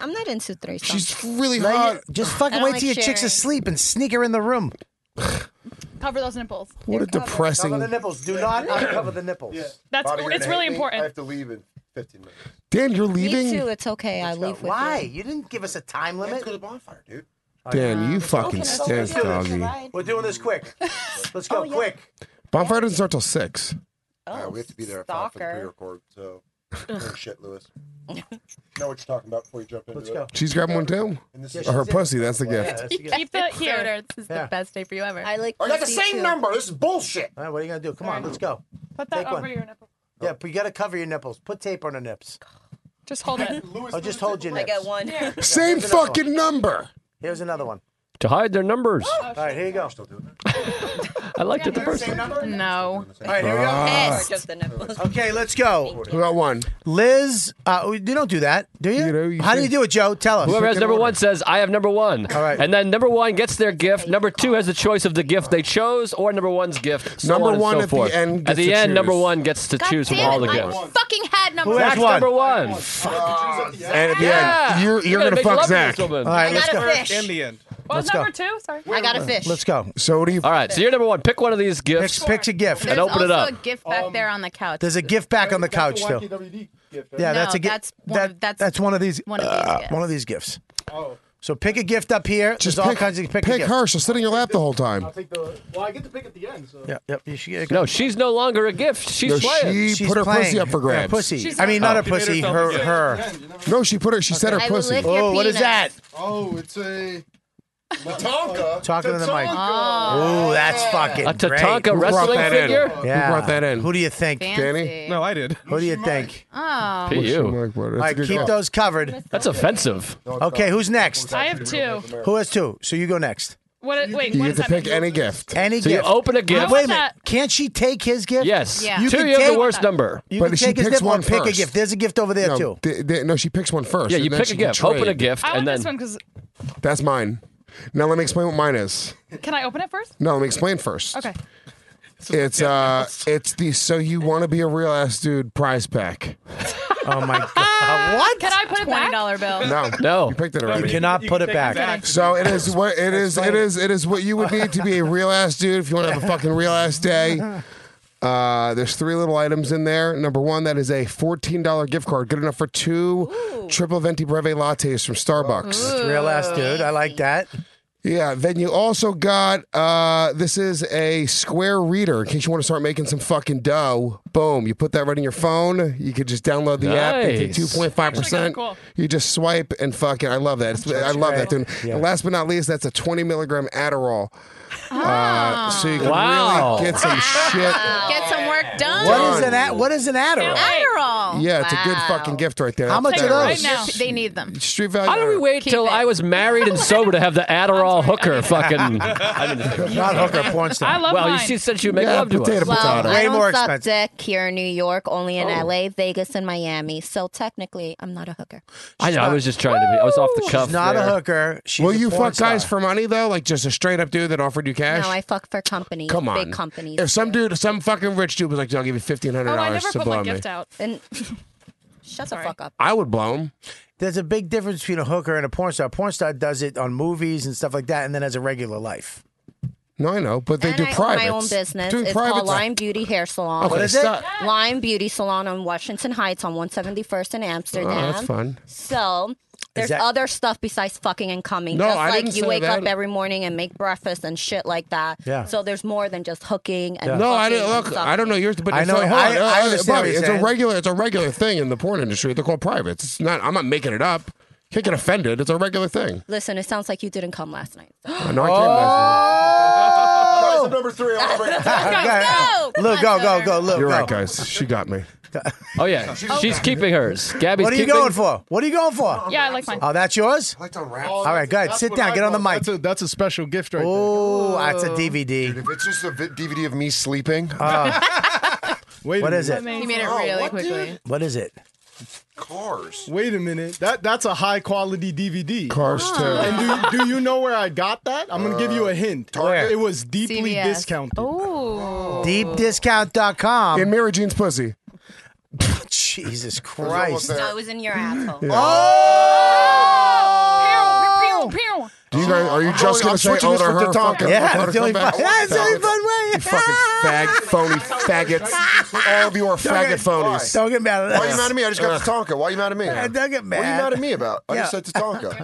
Speaker 18: I'm not into threesomes.
Speaker 1: She's really
Speaker 4: Let
Speaker 1: hot.
Speaker 4: you-
Speaker 1: [SIGHS]
Speaker 4: just
Speaker 18: I
Speaker 4: fucking
Speaker 18: don't
Speaker 4: wait
Speaker 18: like
Speaker 4: till your chick's
Speaker 18: sharing.
Speaker 4: asleep and sneak her in the room.
Speaker 5: Cover those nipples.
Speaker 1: What a
Speaker 4: Cover the
Speaker 1: depressing.
Speaker 4: nipples. Do not uncover the nipples.
Speaker 5: That's it's really important.
Speaker 2: to leave in 15 minutes.
Speaker 1: Dan, you're
Speaker 18: Me
Speaker 1: leaving.
Speaker 18: too. It's okay. I leave with
Speaker 4: Why?
Speaker 18: you.
Speaker 4: You didn't give us a time limit.
Speaker 2: bonfire, dude.
Speaker 1: Dan,
Speaker 7: uh,
Speaker 1: you fucking stink, doggy.
Speaker 4: We're doing this
Speaker 5: [LAUGHS]
Speaker 4: quick. Let's
Speaker 5: Oh,
Speaker 4: go quick.
Speaker 1: Bonfire doesn't start till six.
Speaker 2: All
Speaker 4: Oh,
Speaker 2: right, we have to be there at five for the
Speaker 18: stalker.
Speaker 2: pre-record.
Speaker 4: [LAUGHS]
Speaker 2: So, Oh, shit, Lewis. know what you're talking about before you jump into
Speaker 4: Let's
Speaker 2: it.
Speaker 4: go.
Speaker 1: She's grabbing one too.
Speaker 2: And this
Speaker 4: Yeah,
Speaker 2: is-
Speaker 1: Or her
Speaker 4: she's in.
Speaker 1: pussy. That's the gift.
Speaker 4: Yeah, that's good.
Speaker 5: Keep the here.
Speaker 16: Soda, This is
Speaker 4: Yeah.
Speaker 16: the best day for you ever.
Speaker 18: I like.
Speaker 2: I got the
Speaker 18: pussy,
Speaker 2: same
Speaker 18: too.
Speaker 2: number. This is bullshit.
Speaker 4: All right, what are you gonna do? Come on, let's go.
Speaker 5: Put that
Speaker 4: Take
Speaker 5: over
Speaker 4: one.
Speaker 5: your nipple.
Speaker 4: Yeah, but you gotta cover your nipples. Put tape on her nips.
Speaker 5: Just hold it.
Speaker 4: Oh, just hold your
Speaker 18: I
Speaker 4: nips.
Speaker 18: got one.
Speaker 1: Same fucking number.
Speaker 4: Here's another one.
Speaker 7: to hide their numbers.
Speaker 16: Oh,
Speaker 4: All right, here you go.
Speaker 7: I liked it the first
Speaker 4: Oh. Same
Speaker 7: time.
Speaker 4: number.
Speaker 16: No.
Speaker 4: All right, here we go.
Speaker 18: Yes. Just the nipples.
Speaker 4: Okay, let's go.
Speaker 1: We got one.
Speaker 4: Liz, uh, you don't do that, do you?
Speaker 1: You know, you
Speaker 4: How do you
Speaker 1: think-
Speaker 4: do it, Joe? Tell us.
Speaker 7: Whoever has number one says, I have number one. All
Speaker 4: right.
Speaker 7: And then number one gets their gift. Number two has the choice of the gift they chose or number one's gift. So
Speaker 1: Number
Speaker 7: on and
Speaker 1: one
Speaker 7: so
Speaker 1: at the
Speaker 7: forth.
Speaker 1: end
Speaker 7: At
Speaker 1: gets
Speaker 7: the
Speaker 1: to
Speaker 7: end,
Speaker 1: choose.
Speaker 7: number one gets to
Speaker 16: God
Speaker 7: choose from
Speaker 16: damn
Speaker 7: all
Speaker 16: it,
Speaker 7: the gifts.
Speaker 16: I fucking had number
Speaker 4: Who
Speaker 16: one.
Speaker 4: has
Speaker 7: Zach's
Speaker 4: one? Oh,
Speaker 7: number one.
Speaker 1: And at the
Speaker 7: Yeah.
Speaker 1: end, you're, you're
Speaker 7: gotta
Speaker 1: going to
Speaker 7: make
Speaker 1: fuck
Speaker 7: love to this
Speaker 1: Zach.
Speaker 7: woman.
Speaker 4: All right, let's
Speaker 18: I
Speaker 4: go.
Speaker 18: got a fish.
Speaker 10: In the end.
Speaker 5: What was
Speaker 4: Let's go.
Speaker 5: number two? Sorry.
Speaker 18: I got a fish.
Speaker 4: Uh, Let's go.
Speaker 1: So what do you?
Speaker 7: All right, so you're number one. Pick one of these
Speaker 4: Pick,
Speaker 7: gifts.
Speaker 4: pick a gift.
Speaker 16: There's
Speaker 7: open it
Speaker 16: also
Speaker 7: up.
Speaker 16: a gift back there on the couch.
Speaker 4: There's a gift back on the couch, too. Yeah, that's a
Speaker 16: No,
Speaker 4: gift.
Speaker 16: that's one of- that's
Speaker 4: one of these. uh,
Speaker 16: one of these gifts.
Speaker 4: one of these gifts. Oh. So pick a gift up here. Just
Speaker 1: Just
Speaker 4: There's all
Speaker 1: pick,
Speaker 4: kinds of pick, a
Speaker 1: pick
Speaker 4: gift.
Speaker 1: her. She'll sit in your lap the whole time.
Speaker 8: Take the, well, I get to pick at the end, so.
Speaker 4: Yep, yep. You should get a
Speaker 7: No, she's no longer a gift. She's
Speaker 1: No,
Speaker 7: playing.
Speaker 1: she
Speaker 4: She's
Speaker 1: put her
Speaker 4: playing.
Speaker 1: pussy up for
Speaker 4: Yeah,
Speaker 1: grabs.
Speaker 4: pussy. I mean, not
Speaker 7: Oh.
Speaker 4: a pussy.
Speaker 10: She made
Speaker 4: Her,
Speaker 10: herself
Speaker 4: her.
Speaker 1: No, she put her. She said her
Speaker 18: I will
Speaker 1: pussy.
Speaker 18: lick your
Speaker 4: Oh, what is
Speaker 18: penis.
Speaker 4: that?
Speaker 8: Oh, it's a.
Speaker 2: Tonka.
Speaker 4: Talking to the mic.
Speaker 1: Ah.
Speaker 16: Oh,
Speaker 4: Oh, that's fucking
Speaker 7: A
Speaker 4: great.
Speaker 7: Tatanka
Speaker 1: Who brought
Speaker 7: wrestling
Speaker 1: that
Speaker 7: figure?
Speaker 1: in?
Speaker 4: Yeah.
Speaker 1: Who brought that in?
Speaker 4: Who do you think?
Speaker 16: fancy.
Speaker 1: Danny?
Speaker 10: No, I did.
Speaker 4: Who do you think?
Speaker 16: Oh.
Speaker 7: P you.
Speaker 1: Mike, what? That's
Speaker 4: All
Speaker 1: a
Speaker 4: right,
Speaker 1: good
Speaker 4: keep
Speaker 1: call.
Speaker 4: those covered.
Speaker 7: That's offensive.
Speaker 4: Okay, who's next?
Speaker 5: I have two.
Speaker 4: Who has two? So you go next.
Speaker 5: What? Wait.
Speaker 1: You get
Speaker 5: What does
Speaker 1: to
Speaker 5: that mean?
Speaker 1: pick any gift.
Speaker 4: Any
Speaker 7: So you
Speaker 4: gift.
Speaker 7: open a gift.
Speaker 4: Wait a
Speaker 5: want
Speaker 4: minute.
Speaker 5: that.
Speaker 4: Can't she take his gift?
Speaker 7: Yes.
Speaker 16: Yeah.
Speaker 4: You
Speaker 7: Two,
Speaker 4: can
Speaker 7: you have
Speaker 4: take-
Speaker 7: the worst number.
Speaker 4: You
Speaker 1: But
Speaker 4: can
Speaker 1: she
Speaker 4: take his
Speaker 1: picks
Speaker 4: nipple
Speaker 1: one
Speaker 4: and pick a
Speaker 1: first.
Speaker 4: gift. There's a gift over there
Speaker 1: No,
Speaker 4: too.
Speaker 1: th- th- no, she picks one first.
Speaker 7: Yeah,
Speaker 1: and
Speaker 7: you
Speaker 1: then
Speaker 7: pick
Speaker 1: she
Speaker 7: a
Speaker 1: can
Speaker 7: gift. Open a
Speaker 1: trade.
Speaker 7: gift,
Speaker 5: I want
Speaker 7: and
Speaker 5: this one
Speaker 7: then
Speaker 5: because
Speaker 1: That's mine. Now let me explain what mine is.
Speaker 5: can I open it first?
Speaker 1: No, let me explain first.
Speaker 5: Okay.
Speaker 1: It's uh, it's the so you want to be a real ass dude prize pack.
Speaker 4: Oh my
Speaker 1: [LAUGHS]
Speaker 4: god! What?
Speaker 5: Can I put it
Speaker 16: Twenty
Speaker 5: back?
Speaker 16: dollar bill.
Speaker 1: No,
Speaker 7: No.
Speaker 1: you picked it
Speaker 4: You
Speaker 1: already.
Speaker 4: cannot put it
Speaker 10: take it
Speaker 4: back.
Speaker 10: back.
Speaker 1: So it is what it is. It is it is what you would need to be a real ass dude if you want to have a fucking real ass day. Uh, there's three little items in there. Number one, that is a $14 gift card, good enough for two triple venti breve lattes from Starbucks.
Speaker 4: That's real ass dude. I like that.
Speaker 1: Yeah. Then you also got uh, this is a square reader in case you want to start making some fucking dough. Boom. You put that right in your phone. You could just download the app. They
Speaker 4: Nice.
Speaker 1: take 2.5%. You just swipe and fucking. I love that. It's- I love that, dude. And last but not least, that's a 20 milligram Adderall. Uh, so you can
Speaker 4: Wow.
Speaker 1: really
Speaker 16: [LAUGHS]
Speaker 1: get
Speaker 4: [LAUGHS]
Speaker 1: some shit.
Speaker 16: Oh. Get some work done.
Speaker 4: What is an ad- what is an Adderall?
Speaker 16: Adderall.
Speaker 1: Yeah, it's a good fucking gift right there. That's better.
Speaker 16: They need them.
Speaker 1: Street value.
Speaker 7: How do we wait till I was married and sober to have the
Speaker 16: [LAUGHS]
Speaker 7: Adderall hooker fucking? I mean,
Speaker 4: [LAUGHS] Not hooker, porn star. I love
Speaker 7: Well,
Speaker 4: mine.
Speaker 7: she said she would make
Speaker 4: Yeah,
Speaker 7: love to
Speaker 4: potato,
Speaker 7: us.
Speaker 18: Well, I
Speaker 4: Way
Speaker 18: don't
Speaker 4: more
Speaker 18: suck
Speaker 4: expensive.
Speaker 18: dick here in New York, only
Speaker 1: Oh.
Speaker 18: in LA, Vegas, and Miami. So technically, I'm not a hooker.
Speaker 7: I know. I was just trying to be. I was off the cuff.
Speaker 1: not a
Speaker 7: there.
Speaker 1: hooker. Will you fuck guys for money though? Like just a straight up dude that offered you cash?
Speaker 18: No, I fuck for companies,
Speaker 1: Come on,
Speaker 18: big companies. Oh,
Speaker 1: If some dude, some fucking rich dude was like, "Dude, "I'll give you fifteen hundred dollars to blow me,"
Speaker 18: out. And [LAUGHS] shut the fuck up.
Speaker 1: I would blow him.
Speaker 4: There's a big difference between a hooker and a porn star. A porn star does it on movies and stuff like that, and then has a regular life.
Speaker 1: No, I know, but they
Speaker 18: and
Speaker 1: do
Speaker 18: I
Speaker 1: private.
Speaker 18: own my own business.
Speaker 1: Doing
Speaker 18: it's
Speaker 1: privates-
Speaker 18: called Lime Beauty Hair Salon.
Speaker 1: Okay, What is it? stop.
Speaker 18: Lime Beauty Salon on Washington Heights on 171st in Amsterdam.
Speaker 1: Oh, that's fun.
Speaker 18: So there's
Speaker 1: that-
Speaker 18: other stuff besides fucking and coming.
Speaker 1: No,
Speaker 18: just
Speaker 1: I
Speaker 18: like
Speaker 1: didn't
Speaker 18: you
Speaker 1: say
Speaker 18: wake
Speaker 1: that.
Speaker 18: up every morning and make breakfast and shit like that.
Speaker 1: Yeah.
Speaker 18: So there's more than just hooking and
Speaker 1: No, I
Speaker 18: fucking
Speaker 1: didn't
Speaker 18: and
Speaker 1: look. I don't know yours, but
Speaker 4: I
Speaker 1: it's
Speaker 4: know-
Speaker 1: like- hold
Speaker 4: I-
Speaker 1: on, uh,
Speaker 4: I understand
Speaker 1: Bobby,
Speaker 4: what you're
Speaker 1: it's
Speaker 4: saying.
Speaker 1: a regular. It's a regular thing in the porn industry. They're called privates. It's not. I'm not making it up. Can't get offended. It's a
Speaker 18: [GASPS]
Speaker 1: regular thing.
Speaker 18: Listen, it sounds like you didn't come last night.
Speaker 1: I know I can't
Speaker 6: [LAUGHS]
Speaker 18: Oh!
Speaker 1: Guys, I'm number three. I'm bring
Speaker 18: Let's go.
Speaker 4: Luke, go, go, go, Luke.
Speaker 1: You're
Speaker 4: go.
Speaker 1: right, guys. She got me.
Speaker 7: Oh yeah, she's keeping hers. Gabby's
Speaker 4: What are you
Speaker 7: keeping-
Speaker 4: going for? What are you going for?
Speaker 5: Yeah, I like mine.
Speaker 4: Oh, that's yours.
Speaker 7: Oh,
Speaker 4: All right, go ahead.
Speaker 6: that's
Speaker 4: Sit
Speaker 6: what
Speaker 4: down.
Speaker 6: I
Speaker 4: Get on the
Speaker 6: want.
Speaker 4: mic.
Speaker 6: That's a, that's a special gift right
Speaker 4: oh, that's a DVD.
Speaker 6: If it's just a vi- DVD of me sleeping. [LAUGHS]
Speaker 9: Wait
Speaker 4: What
Speaker 9: a
Speaker 4: is it?
Speaker 9: minute.
Speaker 16: He made it really quickly.
Speaker 4: What is it?
Speaker 6: Cars.
Speaker 9: Wait a minute. That that's a high quality DVD.
Speaker 1: Cars too.
Speaker 9: And do, do you know where I got that? I'm gonna give
Speaker 16: Uh,
Speaker 9: you a hint.
Speaker 4: Where?
Speaker 9: It was deeply
Speaker 16: CVS.
Speaker 9: discounted.
Speaker 16: Ooh.
Speaker 4: Deepdiscount.com.
Speaker 1: In Mary Jean's pussy.
Speaker 4: [LAUGHS]
Speaker 1: [LAUGHS]
Speaker 4: Jesus Christ.
Speaker 18: So it was in your asshole.
Speaker 5: Oh! Pew, pew, pew.
Speaker 1: Do you guys, are
Speaker 4: Oh,
Speaker 1: you
Speaker 6: going-
Speaker 1: just going
Speaker 6: I'm
Speaker 1: to say
Speaker 6: switching this
Speaker 1: odor
Speaker 6: for
Speaker 1: her?
Speaker 6: Tatanka.
Speaker 1: Fucking-
Speaker 6: Yeah,
Speaker 1: her
Speaker 6: that's the only
Speaker 1: come back.
Speaker 6: fun- that's the only fun
Speaker 4: way.
Speaker 1: You fucking fag, phony faggots. All of you
Speaker 4: [LAUGHS]
Speaker 1: are
Speaker 6: Don't
Speaker 1: faggot
Speaker 6: get-
Speaker 1: phonies.
Speaker 4: Don't get mad at us. Uh.
Speaker 6: Why are you mad at me? I just got Tatanka. Why are you mad at me?
Speaker 4: Yeah, don't get
Speaker 6: What are you
Speaker 4: mad.
Speaker 6: mad at me about? I just
Speaker 4: Yeah.
Speaker 6: said Tatanka.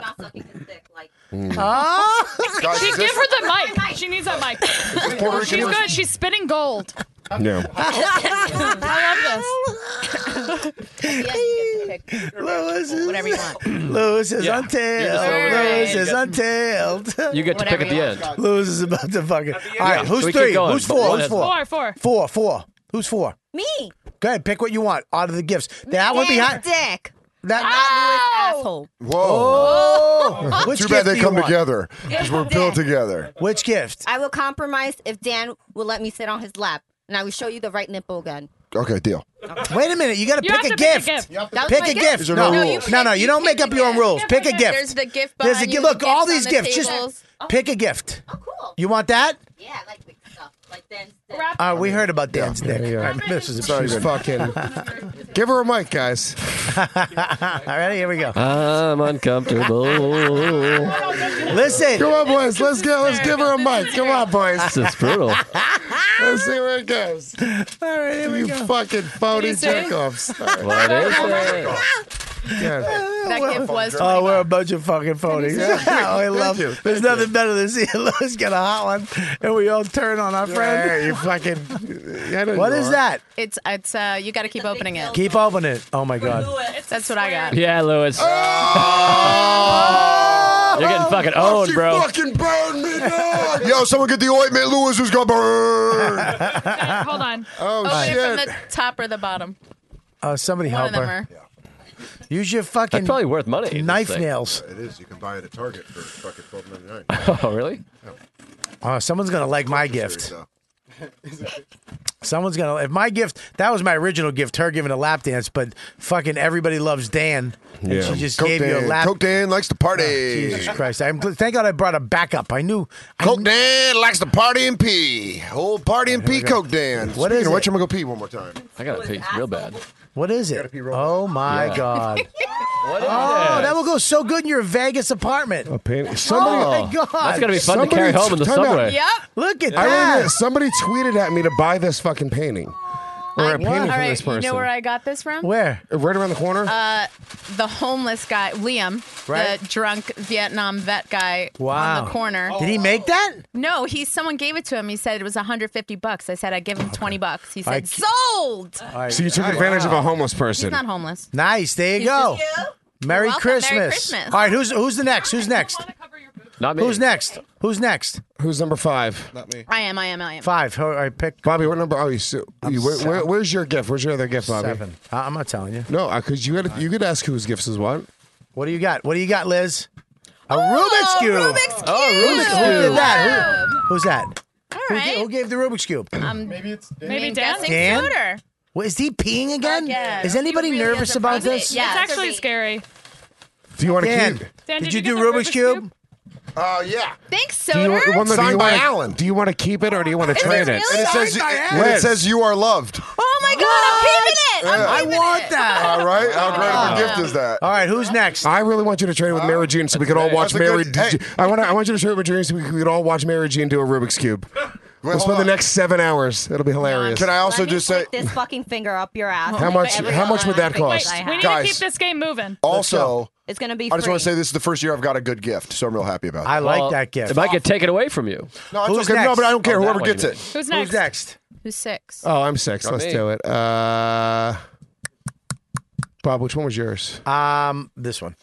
Speaker 1: Hmm.
Speaker 4: Oh.
Speaker 6: Guys,
Speaker 5: She,
Speaker 6: is
Speaker 5: give
Speaker 6: this-
Speaker 5: her the mic. She needs that mic.
Speaker 6: Puerto Rican
Speaker 5: She's
Speaker 6: version?
Speaker 5: good. She's
Speaker 4: [LAUGHS]
Speaker 5: spitting gold.
Speaker 1: No.
Speaker 5: I love this.
Speaker 4: Lewis is, Whatever
Speaker 18: you want.
Speaker 4: Lewis is
Speaker 7: Yeah. You
Speaker 4: untailed.
Speaker 7: just own it.
Speaker 4: Lewis
Speaker 7: You
Speaker 4: is
Speaker 7: get-
Speaker 4: untailed.
Speaker 7: [LAUGHS] You get to pick at the end.
Speaker 4: [LAUGHS] Lewis is about to fucking. All right,
Speaker 7: Yeah,
Speaker 4: who's
Speaker 7: we keep
Speaker 4: three?
Speaker 7: going,
Speaker 4: Who's
Speaker 7: but
Speaker 4: four?
Speaker 7: one
Speaker 4: Who's
Speaker 7: has-
Speaker 4: four?
Speaker 5: Four, four.
Speaker 4: Four, four. Who's four?
Speaker 18: Me.
Speaker 4: Go ahead, pick what you want out of the gifts. That one
Speaker 18: Dick,
Speaker 4: behind.
Speaker 18: Dick.
Speaker 4: That
Speaker 18: asshole.
Speaker 4: Oh, which
Speaker 6: Too bad
Speaker 4: gift do
Speaker 6: they
Speaker 4: you
Speaker 6: come
Speaker 4: want?
Speaker 6: together because we're built together.
Speaker 4: Which gift?
Speaker 18: I will compromise if Dan will let me sit on his lap, and I will show you the right nipple gun.
Speaker 6: Okay, deal.
Speaker 4: Wait a minute, you got to
Speaker 18: You
Speaker 4: pick
Speaker 18: have
Speaker 4: a
Speaker 18: to pick a
Speaker 4: gift.
Speaker 18: gift. You have to
Speaker 4: Pick,
Speaker 18: pick
Speaker 4: a
Speaker 18: a
Speaker 4: gift.
Speaker 18: gift. These are no rules.
Speaker 4: no, no, you don't make up your own rules. Pick a gift.
Speaker 16: There's the gift
Speaker 4: There's a
Speaker 16: behind
Speaker 4: gi-
Speaker 16: you, the
Speaker 4: Look, all
Speaker 16: gifts
Speaker 4: these
Speaker 16: on the
Speaker 4: gifts.
Speaker 16: tables.
Speaker 4: Just pick a gift. Oh, cool. You want that?
Speaker 18: Yeah, I like big stuff. Like Dan's dick.
Speaker 4: Uh, we heard about Dan's dick. All right, this is
Speaker 1: Sorry,
Speaker 4: she's
Speaker 1: fucking. [LAUGHS] Give her a mic, guys.
Speaker 4: [LAUGHS] All right, here we go.
Speaker 7: I'm uncomfortable.
Speaker 4: Listen.
Speaker 1: Come on, boys. Let's go. Let's give her a mic. Come on, boys.
Speaker 7: This is brutal.
Speaker 1: [LAUGHS] Let's see where it goes. All
Speaker 4: right, here we
Speaker 1: you
Speaker 4: go.
Speaker 1: fucking phony
Speaker 4: you say?
Speaker 16: [LAUGHS]
Speaker 1: jerk-offs.
Speaker 7: What
Speaker 1: [LAUGHS]
Speaker 7: is it?
Speaker 16: That gift was.
Speaker 4: Oh, we're a bunch of fucking phonies. [LAUGHS] oh, I love
Speaker 1: you.
Speaker 4: you. There's nothing better than seeing [LAUGHS] Lewis get a hot one and we all turn on our friend.
Speaker 1: Yeah, you fucking. Yeah, I know
Speaker 4: What
Speaker 1: you
Speaker 4: is
Speaker 1: are.
Speaker 4: that?
Speaker 16: It's it's uh you got to keep opening it.
Speaker 4: Keep opening it. Oh, my God. Uh,
Speaker 16: That's what I got.
Speaker 7: Yeah, Lewis. You're getting fucking
Speaker 6: Oh,
Speaker 7: owned,
Speaker 6: she
Speaker 7: bro.
Speaker 6: fucking burned me dog. Yo, someone get the ointment. Lewis was gonna burn.
Speaker 5: [LAUGHS] Hold on.
Speaker 6: Oh,
Speaker 16: Open it from
Speaker 6: shit.
Speaker 16: the top or the bottom.
Speaker 4: Oh, somebody
Speaker 16: One of
Speaker 4: help
Speaker 16: them
Speaker 4: her.
Speaker 16: are.
Speaker 4: Use your fucking.
Speaker 7: That's probably worth money, this
Speaker 4: Knife
Speaker 7: thing.
Speaker 4: nails.
Speaker 6: It is. You can buy it at Target for fucking twelve ninety nine.
Speaker 7: [LAUGHS] Oh, really?
Speaker 4: Oh, someone's gonna like my gift.
Speaker 15: [LAUGHS]
Speaker 4: Someone's gonna. If my gift, that was my original gift, her giving a lap dance, but fucking everybody loves Dan, and she just
Speaker 6: Coke
Speaker 4: gave you a
Speaker 6: Dan-
Speaker 4: lap. Oh,
Speaker 6: Coke Dan likes to party.
Speaker 4: Jesus Christ! I'm gl- thank God I brought a backup. I knew.
Speaker 6: Coke Dan likes to party and pee. Old party and pee, Coke Dan. What
Speaker 4: is
Speaker 6: Which
Speaker 4: it?
Speaker 6: I'm gonna go pee one more time.
Speaker 7: I gotta pee real bad.
Speaker 4: What is it? Oh my
Speaker 7: Yeah.
Speaker 4: God!
Speaker 7: [LAUGHS] What is
Speaker 4: Oh,
Speaker 7: that?
Speaker 4: that will go so good in your Vegas apartment.
Speaker 1: A pain. Somebody.
Speaker 4: Oh my God!
Speaker 7: That's gonna be fun to carry
Speaker 1: Somebody-
Speaker 7: home in the
Speaker 1: time out.
Speaker 7: subway.
Speaker 16: Yep.
Speaker 4: Look at
Speaker 1: I remember
Speaker 4: that.
Speaker 1: somebody tweeted at me to buy this fucking painting. Or a painting
Speaker 16: All
Speaker 1: from
Speaker 16: right,
Speaker 1: this person.
Speaker 16: you know where I got this from?
Speaker 1: Where? Right around the corner?
Speaker 16: Uh, the homeless guy, Liam,
Speaker 1: Right.
Speaker 16: the drunk Vietnam vet guy on
Speaker 4: Wow.
Speaker 16: the corner.
Speaker 4: Did he make that?
Speaker 16: No, he. Someone gave it to him. He said it was 150 bucks. I said I give him 20 bucks. He said
Speaker 1: I c-
Speaker 16: sold.
Speaker 1: So you took advantage of a homeless
Speaker 16: He's
Speaker 1: person.
Speaker 16: not homeless.
Speaker 4: Nice. There you go. Merry
Speaker 16: welcome. Merry
Speaker 4: Christmas.
Speaker 16: Christmas.
Speaker 4: All right, who's who's the next? Who's next?
Speaker 1: Not
Speaker 4: Who's next? Who's next?
Speaker 1: Who's number five?
Speaker 9: Not me.
Speaker 16: I am. I am. I am.
Speaker 4: Five. All right, pick.
Speaker 1: Bobby, what number? Oh, you, so,
Speaker 4: I'm
Speaker 1: you where,
Speaker 4: seven.
Speaker 1: where, where's your gift? Where's your other gift, Bobby?
Speaker 4: Seven. I- I'm not telling you.
Speaker 1: No, because you had, you could ask whose gifts is what.
Speaker 4: What do you got? What do you got, Liz? A Rubik's cube.
Speaker 16: Rubik's
Speaker 4: Oh,
Speaker 16: cube.
Speaker 4: Rubik's cube. Who did that? Who- who's that?
Speaker 16: All right.
Speaker 4: Who gave the Rubik's cube?
Speaker 16: Um, maybe it's Dan. Maybe
Speaker 5: Dan?
Speaker 16: guessing
Speaker 4: Dan?
Speaker 16: Scooter.
Speaker 4: What, is he peeing again?
Speaker 16: yeah.
Speaker 4: Is
Speaker 16: He
Speaker 4: anybody
Speaker 16: really
Speaker 4: nervous
Speaker 16: is a
Speaker 4: about
Speaker 16: president.
Speaker 4: this?
Speaker 16: Yeah,
Speaker 5: it's actually scary.
Speaker 1: Do you want to
Speaker 4: Dan,
Speaker 1: cube?
Speaker 5: Dan,
Speaker 4: did,
Speaker 5: did
Speaker 4: you,
Speaker 5: you get
Speaker 4: do
Speaker 5: the
Speaker 4: Rubik's
Speaker 5: Rubik's
Speaker 4: cube?
Speaker 15: Oh yeah.
Speaker 16: Thanks,
Speaker 1: Do
Speaker 16: Soder.
Speaker 1: you, well, no, do
Speaker 15: Signed
Speaker 1: you
Speaker 15: by
Speaker 1: wanna-
Speaker 15: Alan.
Speaker 1: Do you want to keep it or do you want to
Speaker 15: Is it
Speaker 1: trade it?
Speaker 15: And it says, and it
Speaker 1: Liz.
Speaker 15: says you are loved.
Speaker 16: Oh my God!
Speaker 15: Yeah.
Speaker 16: I'm keeping it. I'm keeping it.
Speaker 4: that.
Speaker 15: All
Speaker 16: [LAUGHS]
Speaker 15: right. How great of a gift is that?
Speaker 4: All right, who's next?
Speaker 1: Oh. I really want you to trade it with Mary Jean so we could all
Speaker 15: great.
Speaker 1: watch
Speaker 15: That's a
Speaker 1: Mary.
Speaker 15: good-
Speaker 1: Jean-
Speaker 15: hey.
Speaker 1: I want. I want you to trade it with Jean so we could all watch Mary Jean do a Rubik's cube. We'll
Speaker 15: hold
Speaker 1: spend the
Speaker 15: on.
Speaker 1: next seven hours. It'll be hilarious.
Speaker 15: Can I also
Speaker 17: Let me
Speaker 15: just say,
Speaker 17: stick this fucking finger up your ass.
Speaker 1: How much-
Speaker 17: Every
Speaker 1: how much would
Speaker 17: other
Speaker 1: that cost?
Speaker 17: finger I
Speaker 5: We need
Speaker 17: have.
Speaker 5: to keep
Speaker 15: guys?
Speaker 5: this game moving.
Speaker 15: Also,
Speaker 17: It's gonna be.
Speaker 15: I just want to
Speaker 17: free.
Speaker 15: say this is the first year I've got a good gift, so I'm real happy about it.
Speaker 4: I like that gift.
Speaker 7: It might get taken away from you.
Speaker 15: No, it's
Speaker 4: Who's
Speaker 15: okay. No,
Speaker 4: next?
Speaker 15: but I don't care.
Speaker 7: Oh, that
Speaker 15: Whoever
Speaker 7: one you
Speaker 15: gets
Speaker 7: mean.
Speaker 15: it.
Speaker 5: Who's next?
Speaker 4: Who's next?
Speaker 16: Who's six?
Speaker 1: Oh, I'm six.
Speaker 7: Not
Speaker 1: Let's
Speaker 7: me.
Speaker 1: do it. Uh, Bob, which one was yours?
Speaker 4: Um, this one.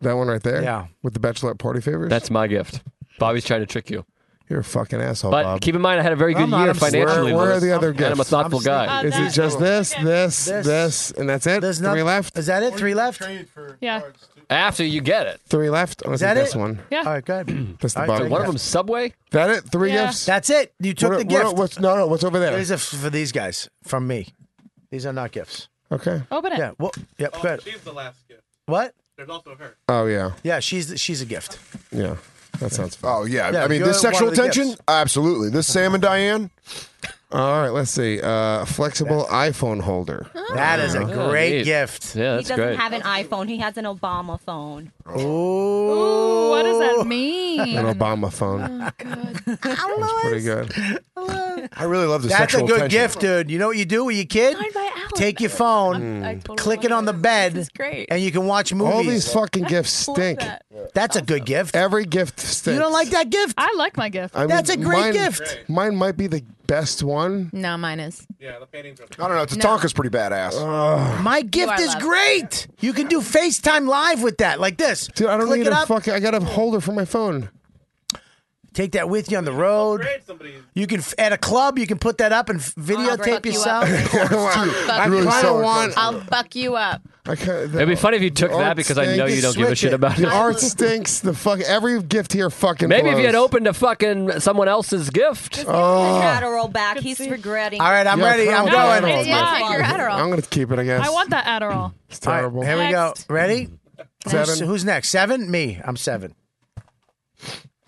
Speaker 1: That one right there.
Speaker 4: Yeah.
Speaker 1: With the bachelorette party favors.
Speaker 7: That's my gift. Bobby's trying to trick you.
Speaker 1: You're a fucking asshole,
Speaker 7: But
Speaker 1: Bob.
Speaker 7: keep in mind, I had a very
Speaker 4: I'm
Speaker 7: good
Speaker 4: not-
Speaker 7: year
Speaker 4: I'm sleeping.
Speaker 7: financially.
Speaker 1: Where, where are
Speaker 7: Liz.
Speaker 1: the other gifts?
Speaker 7: And I'm a thoughtful
Speaker 4: I'm sleeping.
Speaker 7: guy.
Speaker 5: Uh,
Speaker 1: Is it
Speaker 5: that-
Speaker 1: just this, this,
Speaker 4: This.
Speaker 1: this, and that's it?
Speaker 4: There's
Speaker 1: Three
Speaker 4: noth-
Speaker 1: left.
Speaker 4: Is that it? Three left?
Speaker 5: Yeah.
Speaker 4: Uh,
Speaker 7: After you get it.
Speaker 1: Three left. I'm gonna
Speaker 4: Is that
Speaker 1: take this
Speaker 4: it?
Speaker 1: one.
Speaker 5: Yeah.
Speaker 4: All right, go ahead.
Speaker 1: [CLEARS THROAT] That's the
Speaker 4: All right,
Speaker 1: bottom.
Speaker 4: take
Speaker 7: One
Speaker 4: that.
Speaker 7: of them Subway.
Speaker 1: That it? Three
Speaker 5: Yeah.
Speaker 1: gifts.
Speaker 4: That's it. You took
Speaker 1: What-
Speaker 4: the
Speaker 1: what-
Speaker 4: gift.
Speaker 1: what's no, no? What's over there?
Speaker 4: These are f- for these guys from me. These are not gifts.
Speaker 1: Okay.
Speaker 5: Open it.
Speaker 4: Yeah. Well, yep. Go ahead.
Speaker 10: She's the last gift.
Speaker 4: What?
Speaker 10: There's also her.
Speaker 1: Oh yeah,
Speaker 4: Yeah, she's she's a gift.
Speaker 1: yeah. That
Speaker 4: [LAUGHS]
Speaker 1: sounds. Fun.
Speaker 15: Oh yeah.
Speaker 4: Yeah,
Speaker 15: I mean,
Speaker 4: you're
Speaker 15: this sexual
Speaker 4: one of the
Speaker 15: tension,
Speaker 4: gifts.
Speaker 15: absolutely. This Sam and Diane,
Speaker 1: All right. Let's see. Uh, flexible iPhone holder.
Speaker 4: That is a
Speaker 7: Oh,
Speaker 4: great
Speaker 7: neat.
Speaker 4: gift.
Speaker 7: Yeah,
Speaker 17: He
Speaker 7: that's
Speaker 17: doesn't
Speaker 7: great.
Speaker 17: have an iPhone. He has an Obama phone.
Speaker 4: Ooh.
Speaker 5: Ooh, what does that
Speaker 1: An
Speaker 5: mean?
Speaker 1: Obama phone. That's pretty good.
Speaker 15: I really love this
Speaker 4: That's a
Speaker 15: sexual
Speaker 4: good
Speaker 15: tension.
Speaker 4: gift, dude. You know what you do with your kid?
Speaker 16: Signed by Alan.
Speaker 4: Take your phone,
Speaker 16: I totally
Speaker 4: click it
Speaker 16: love
Speaker 4: on the
Speaker 16: this.
Speaker 4: bed,
Speaker 16: This is great.
Speaker 4: and you can watch movies.
Speaker 1: All these fucking gifts stink.
Speaker 16: that.
Speaker 4: That's a good gift.
Speaker 1: Every gift stinks.
Speaker 4: You don't like that gift?
Speaker 5: I like my gift.
Speaker 1: I mean,
Speaker 4: That's a great
Speaker 1: mine-
Speaker 4: gift.
Speaker 1: Mine might be the best one.
Speaker 16: No, mine is.
Speaker 10: Yeah,
Speaker 1: [LAUGHS]
Speaker 10: the painting's up.
Speaker 15: I don't know. Tatanka's pretty badass.
Speaker 4: My gift
Speaker 16: are
Speaker 4: is
Speaker 16: loved.
Speaker 4: great. You can do FaceTime live with that, like this.
Speaker 1: Dude, I don't
Speaker 4: click
Speaker 1: need
Speaker 4: it
Speaker 1: a
Speaker 4: up.
Speaker 1: fucking. I got a holder for my phone.
Speaker 4: Take that with you on the road. You can f- at a club. You can put that up and f- videotape
Speaker 16: break you
Speaker 4: yourself.
Speaker 16: up.
Speaker 4: [LAUGHS]
Speaker 1: I
Speaker 16: Really
Speaker 1: kinda
Speaker 15: selling
Speaker 1: want.
Speaker 16: I'll buck you up.
Speaker 1: I kinda,
Speaker 7: It'd be funny if you took
Speaker 1: the
Speaker 7: that
Speaker 1: art
Speaker 7: because I know
Speaker 1: stinks.
Speaker 7: you don't give a
Speaker 1: Switch
Speaker 7: shit about
Speaker 1: The
Speaker 7: it.
Speaker 1: art stinks. The fuck. Every gift here fucking. Oh.
Speaker 7: Maybe if you had
Speaker 1: blows.
Speaker 7: opened a fucking someone else's gift.
Speaker 17: The Adderall back. He's regretting.
Speaker 4: All right, I'm
Speaker 1: Yeah,
Speaker 4: ready.
Speaker 1: come
Speaker 4: I'm
Speaker 1: on,
Speaker 4: going.
Speaker 1: come on,
Speaker 5: it's
Speaker 1: man.
Speaker 5: mine.
Speaker 16: Take your Adderall.
Speaker 1: I'm gonna keep it. I guess.
Speaker 5: I want that Adderall.
Speaker 1: It's
Speaker 4: All right,
Speaker 1: terrible.
Speaker 4: here we go.
Speaker 5: Next.
Speaker 4: Ready? Who's,
Speaker 1: Seven.
Speaker 4: who's next? Seven? Me. I'm seven.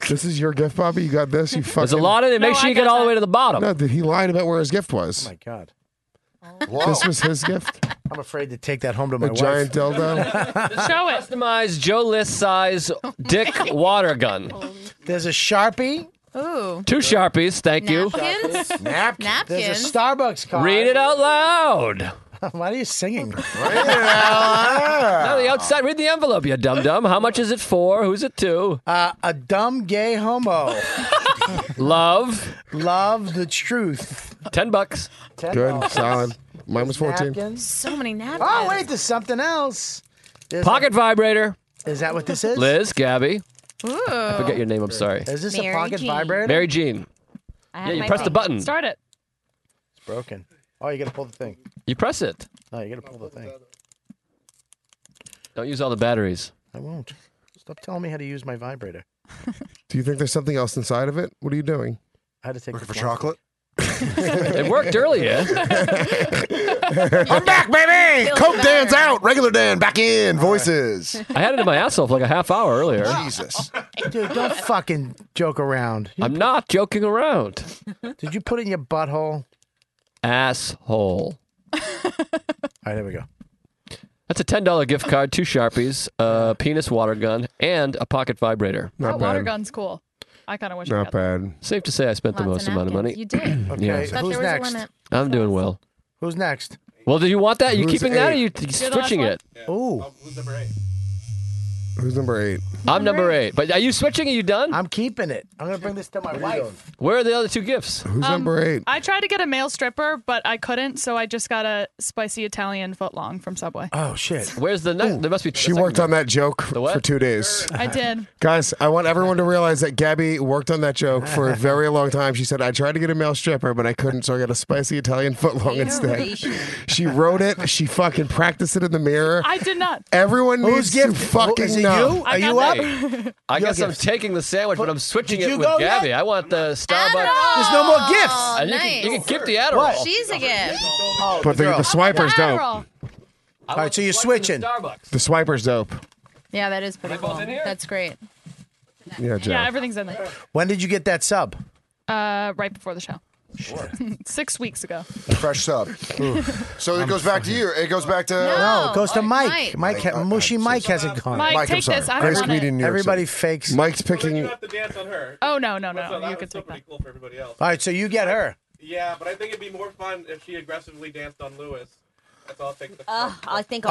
Speaker 1: This is your gift, Bobby. You got this. You fucking.
Speaker 7: There's a lot in it. Make
Speaker 5: No,
Speaker 7: sure
Speaker 5: I
Speaker 7: you get
Speaker 5: got
Speaker 7: all the
Speaker 5: that.
Speaker 7: way to the bottom.
Speaker 1: No, dude, he lied about where his gift was.
Speaker 4: Oh my God.
Speaker 1: This was his gift.
Speaker 4: I'm afraid to take that home to my
Speaker 1: A
Speaker 4: wife.
Speaker 1: giant
Speaker 4: [LAUGHS]
Speaker 1: dildo.
Speaker 5: Show it.
Speaker 7: Customized Joe List size dick water gun.
Speaker 4: There's a Sharpie.
Speaker 16: Ooh.
Speaker 7: Two Sharpies, thank
Speaker 4: [LAUGHS]
Speaker 7: you.
Speaker 16: Napkins?
Speaker 15: Napkin.
Speaker 4: There's a
Speaker 16: Napkins?
Speaker 4: Starbucks card.
Speaker 7: Read it out loud.
Speaker 4: [LAUGHS] Why are you singing? [LAUGHS]
Speaker 7: No, the outside. Read the envelope, you dum dum. How much is it for? Who's it to?
Speaker 4: Uh, a dumb gay homo.
Speaker 7: [LAUGHS] Love.
Speaker 4: Love the truth.
Speaker 7: Ten bucks.
Speaker 4: Ten
Speaker 1: Good,
Speaker 4: dollars.
Speaker 1: solid. Mine was 14.
Speaker 4: Napkins.
Speaker 16: So many napkins.
Speaker 4: Oh wait, there's something else. There's
Speaker 7: Pocket vibrator.
Speaker 4: a- is that what this is?
Speaker 7: Liz, Gabby.
Speaker 17: Oh.
Speaker 16: Ooh.
Speaker 7: Forget your name. I'm sorry.
Speaker 4: Is this
Speaker 17: Mary
Speaker 4: a pocket
Speaker 17: Jean.
Speaker 4: vibrator?
Speaker 7: Mary Jean.
Speaker 17: I have
Speaker 7: Yeah, you
Speaker 17: my
Speaker 7: press the
Speaker 17: phone.
Speaker 7: button.
Speaker 5: Start it.
Speaker 4: It's broken. Oh, you gotta pull the thing.
Speaker 7: You press it.
Speaker 4: No, you gotta pull the thing.
Speaker 7: Don't use all the batteries.
Speaker 4: I won't. Stop telling me how to use my vibrator.
Speaker 1: Do you think there's something else inside of it? What are you doing?
Speaker 4: I had to take
Speaker 15: Looking
Speaker 4: the
Speaker 15: for
Speaker 4: plug.
Speaker 15: chocolate.
Speaker 7: It worked earlier.
Speaker 15: I'm back,
Speaker 4: [LAUGHS]
Speaker 15: baby. Coke Dan's out. Regular Dan back in. Voices.
Speaker 7: I had it in my asshole for like a half hour earlier.
Speaker 15: Jesus.
Speaker 4: [LAUGHS] Dude, don't fucking joke around.
Speaker 7: I'm not joking around.
Speaker 4: [LAUGHS] Did you put it in your butthole?
Speaker 7: Asshole.
Speaker 4: All right, there we go.
Speaker 7: That's a ten dollar gift card, two sharpies, a penis water gun, and a pocket vibrator.
Speaker 1: Not
Speaker 5: that Oh, water
Speaker 1: bad.
Speaker 5: gun's cool. I kind of wish. I
Speaker 7: Not
Speaker 5: got that.
Speaker 7: bad. Safe to say, I spent the most amount of money.
Speaker 5: You did.
Speaker 4: Okay,
Speaker 7: Yeah.
Speaker 4: who's next?
Speaker 7: I'm doing well.
Speaker 4: Who's next?
Speaker 7: Well, do you want that? Are you
Speaker 4: Who's
Speaker 7: keeping that, or are you
Speaker 4: eight?
Speaker 7: t-
Speaker 4: You're the
Speaker 7: switching
Speaker 4: last
Speaker 7: it?
Speaker 4: Ooh.
Speaker 1: Who's number eight?
Speaker 7: I'm number eight. But are you switching? Are you done?
Speaker 4: I'm keeping it. I'm gonna bring this to my wife.
Speaker 7: Where are the other two gifts?
Speaker 1: Who's
Speaker 5: Um, I tried to get a male stripper, but I couldn't, so I just got a spicy Italian footlong from
Speaker 1: [LAUGHS]
Speaker 5: Subway.
Speaker 4: Oh shit!
Speaker 7: Where's the next? There must be.
Speaker 1: She worked on that joke
Speaker 7: what?
Speaker 1: for two days.
Speaker 5: I did.
Speaker 1: Guys, I want everyone to realize that Gabby worked on that joke for a very long time. She said, I tried to get a male stripper, but I couldn't, so I got a spicy Italian footlong instead. [LAUGHS] She wrote it. She fucking prpracticed it in the mirror.
Speaker 5: I did not.
Speaker 1: Everyone needs to fucking know.
Speaker 5: I got that.
Speaker 7: I
Speaker 1: Your
Speaker 7: guess I'm
Speaker 1: gifts.
Speaker 7: taking the sandwich, but I'm switching
Speaker 1: Did
Speaker 7: it
Speaker 1: you
Speaker 7: with
Speaker 1: go
Speaker 7: Gabby.
Speaker 1: yet?
Speaker 7: I want the Starbucks.
Speaker 4: There's no more gifts. Oh,
Speaker 7: And you, can, you can keep the Adderall.
Speaker 18: She's a gift.
Speaker 1: But the, the swipers
Speaker 18: Adderall.
Speaker 1: dope.
Speaker 7: All
Speaker 4: right, so you're switching.
Speaker 1: The swipers dope.
Speaker 16: Yeah, that is pretty cool. That's great.
Speaker 1: Yeah, Jeff.
Speaker 5: Yeah, everything's in there.
Speaker 4: When did you get that sub?
Speaker 5: Uh, right before the show. [LAUGHS] Six weeks ago.
Speaker 15: Fresh sub.
Speaker 4: [LAUGHS]
Speaker 15: so it goes back to you. It goes back to
Speaker 4: No, it goes to Mike. Mike,
Speaker 15: Mike,
Speaker 4: ha- mushy Mike has it gone.
Speaker 5: Mike, Mike, I'm take sorry. this. I don't Greatest want comedian it. in New York
Speaker 4: Everybody
Speaker 5: City.
Speaker 4: fakes.
Speaker 1: Mike's picking. All
Speaker 10: The dance on her.
Speaker 5: Oh no, no, no.
Speaker 10: So that
Speaker 5: you
Speaker 10: was
Speaker 5: could
Speaker 10: still
Speaker 5: take that.
Speaker 10: pretty cool for everybody else.
Speaker 4: right, so you get her.
Speaker 10: Yeah, but I think it'd be more fun if she aggressively danced on Lewis. That's all I think.
Speaker 18: Ugh, I think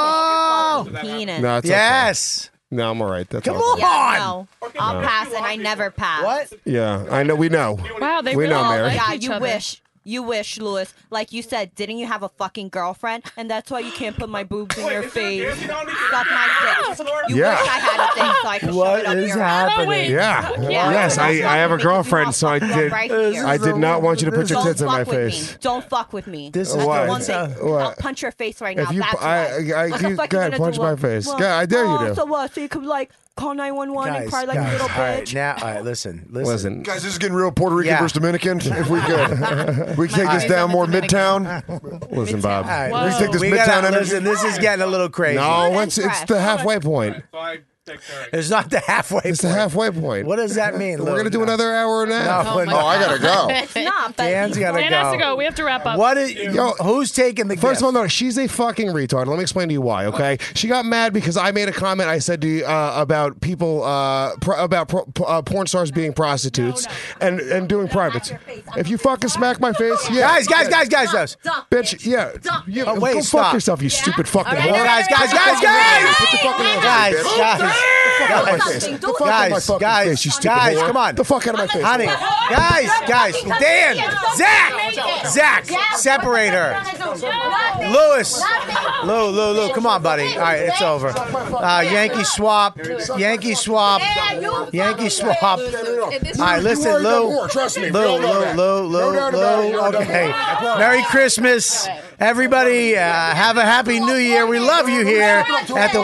Speaker 4: I'll
Speaker 18: punch his fucking penis.
Speaker 1: No, it's
Speaker 4: yes.
Speaker 1: No, I'm all right. That's
Speaker 18: Come
Speaker 1: all good.
Speaker 18: Yeah, no. I'll pass and I never pass. What?
Speaker 1: Yeah, I know. We know.
Speaker 5: Wow,
Speaker 1: they We really know, all Mary. like
Speaker 18: Yeah,
Speaker 5: each
Speaker 18: you
Speaker 5: other.
Speaker 18: wish. You wish, Lewis. Like you said, didn't you have a fucking girlfriend? And that's why you can't put my boobs in your face. Suck my dick. You
Speaker 1: Yeah.
Speaker 18: wish I had a dick so
Speaker 1: [LAUGHS]
Speaker 18: I could
Speaker 4: What
Speaker 18: shove it up
Speaker 7: Oh,
Speaker 4: is
Speaker 18: your ass.
Speaker 4: happening? wait.
Speaker 1: Yeah.
Speaker 4: Yeah.
Speaker 1: Yes, I, I have a girlfriend, so I did.
Speaker 18: Right here.
Speaker 1: I did not want you to put your
Speaker 18: Don't
Speaker 1: tits in
Speaker 18: fuck
Speaker 1: my
Speaker 18: with me.
Speaker 1: face.
Speaker 18: Don't fuck with me.
Speaker 1: This
Speaker 18: That's
Speaker 1: is
Speaker 18: the
Speaker 1: what?
Speaker 18: one thing.
Speaker 1: Uh,
Speaker 18: I'll
Speaker 1: what?
Speaker 18: punch your face right
Speaker 1: If
Speaker 18: now.
Speaker 1: you-
Speaker 18: that's
Speaker 1: I-
Speaker 18: why.
Speaker 1: I- I-
Speaker 18: What
Speaker 1: you-
Speaker 18: the fuck
Speaker 1: go
Speaker 18: you
Speaker 1: ahead,
Speaker 18: gonna
Speaker 1: punch
Speaker 18: do?
Speaker 1: my
Speaker 18: Well,
Speaker 1: face.
Speaker 18: well,
Speaker 1: God, I dare you
Speaker 18: oh,
Speaker 1: to.
Speaker 18: So what? So you could like call 911 and cry like a little
Speaker 4: all right,
Speaker 18: bitch.
Speaker 4: now, all
Speaker 1: [LAUGHS]
Speaker 4: right, listen, listen.
Speaker 1: Listen.
Speaker 15: Guys, this is getting real Puerto Rican
Speaker 4: Yeah.
Speaker 15: versus
Speaker 4: [LAUGHS]
Speaker 15: Dominican. If we could, we could take
Speaker 4: My
Speaker 15: this
Speaker 4: eyes
Speaker 15: down
Speaker 4: on
Speaker 15: more
Speaker 4: the Dominican.
Speaker 15: Midtown.
Speaker 18: [LAUGHS]
Speaker 1: Listen, Bob.
Speaker 4: All right,
Speaker 15: We
Speaker 4: listen.
Speaker 15: take this
Speaker 4: we
Speaker 15: Midtown
Speaker 4: gotta,
Speaker 15: energy.
Speaker 4: listen, this is getting a little crazy.
Speaker 1: No, it's it's the halfway point.
Speaker 4: It's not the halfway
Speaker 1: It's the halfway point.
Speaker 4: What does that mean?
Speaker 1: We're gonna do another hour and a half.
Speaker 4: No, we're not.
Speaker 5: [LAUGHS] It's not.
Speaker 4: Dan's gotta
Speaker 5: Dan has to
Speaker 1: go.
Speaker 5: go. We have to wrap up.
Speaker 4: What is yo? Who's taking the
Speaker 1: First
Speaker 4: gift?
Speaker 1: of all, no, she's a fucking retard. Let me explain to you why. Okay, she got mad because I made a comment. I said to you uh, about people uh, pro- about pro- p- uh, porn stars being prostitutes and and doing privates. If you fucking smack my face, yeah,
Speaker 4: Guys, guys, guys, guys, guys.
Speaker 1: bitch, yeah, you,
Speaker 4: Oh, wait,
Speaker 1: go
Speaker 4: stop.
Speaker 1: fuck yourself, you stupid fucking
Speaker 4: Guys,
Speaker 1: whore.
Speaker 4: guys, guys, guys, guys!
Speaker 1: Put the fucking hands
Speaker 4: Guys,
Speaker 1: on me, bitch.
Speaker 4: guys,
Speaker 1: Get the fuck out of my face.
Speaker 4: guys,
Speaker 1: Get the fuck out of my
Speaker 4: guys,
Speaker 1: fucking
Speaker 4: guys,
Speaker 1: face, you stupid
Speaker 4: guys,
Speaker 1: whore.
Speaker 4: come on.
Speaker 1: the fuck out of my face,
Speaker 4: Honey, guys, guys, Dan, Zach, Zach, separate her. Lewis, Lou, Lou, Lou, come on, buddy. All right, it's over. Uh, Yankee swap, Yankee swap, Yankee swap. All right, listen, Lou,
Speaker 1: Trust me.
Speaker 4: Lou, Lou, Lou, Lou, Lou. Okay, Merry Christmas. Everybody, uh, have a happy new year. We love you here at the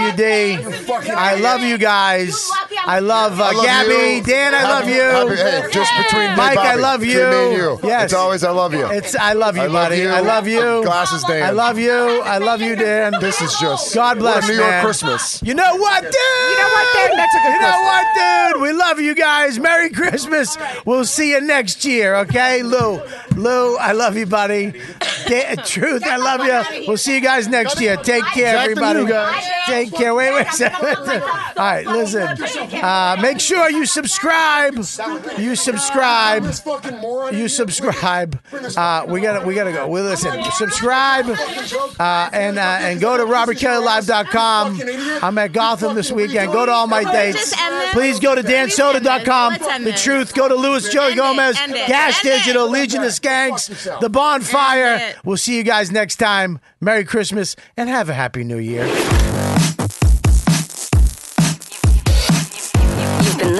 Speaker 4: YKWD. I love you guys. I love uh,
Speaker 15: I love
Speaker 4: Gabby.
Speaker 15: you.
Speaker 4: Dan, I love
Speaker 15: Happy-
Speaker 4: you.
Speaker 15: happy- hey, just between me and
Speaker 4: Mike, I
Speaker 15: Bobby,
Speaker 4: love you.
Speaker 15: between me and you.
Speaker 4: Yes.
Speaker 15: It's always I love you.
Speaker 4: It's I love you,
Speaker 15: I love
Speaker 4: buddy.
Speaker 15: you.
Speaker 4: I love you.
Speaker 15: Glasses, Dan.
Speaker 4: I love you. I love you, Dan.
Speaker 15: This is just
Speaker 4: God bless,
Speaker 15: what a New York
Speaker 4: man.
Speaker 15: Christmas.
Speaker 4: You know what, dude? You know what, dude?
Speaker 15: That's a good
Speaker 4: You know
Speaker 15: question.
Speaker 4: what, dude? We love you guys. Merry Christmas. We'll see you next year, okay? Lou, Lou, I love you, buddy. Da- Truth, I love you. We'll see you guys next year. Take care,
Speaker 1: Back to
Speaker 4: everybody.
Speaker 1: you guys.
Speaker 4: Take care. Wait, wait a second. All right, listen. Uh, make sure you subscribe. You subscribe. Oh, You subscribe. Uh, we gotta, we gotta go. We listen. Subscribe uh, and uh, and go to robertkellylive.com. I'm at Gotham this weekend. Go to all my dates. Please go to dansoda.com. The truth. Go to Louis Joey Gomez. Cash Digital. Legion of Skanks. The Bonfire. We'll see you guys next time. Merry Christmas and have a happy New Year.
Speaker 19: You've been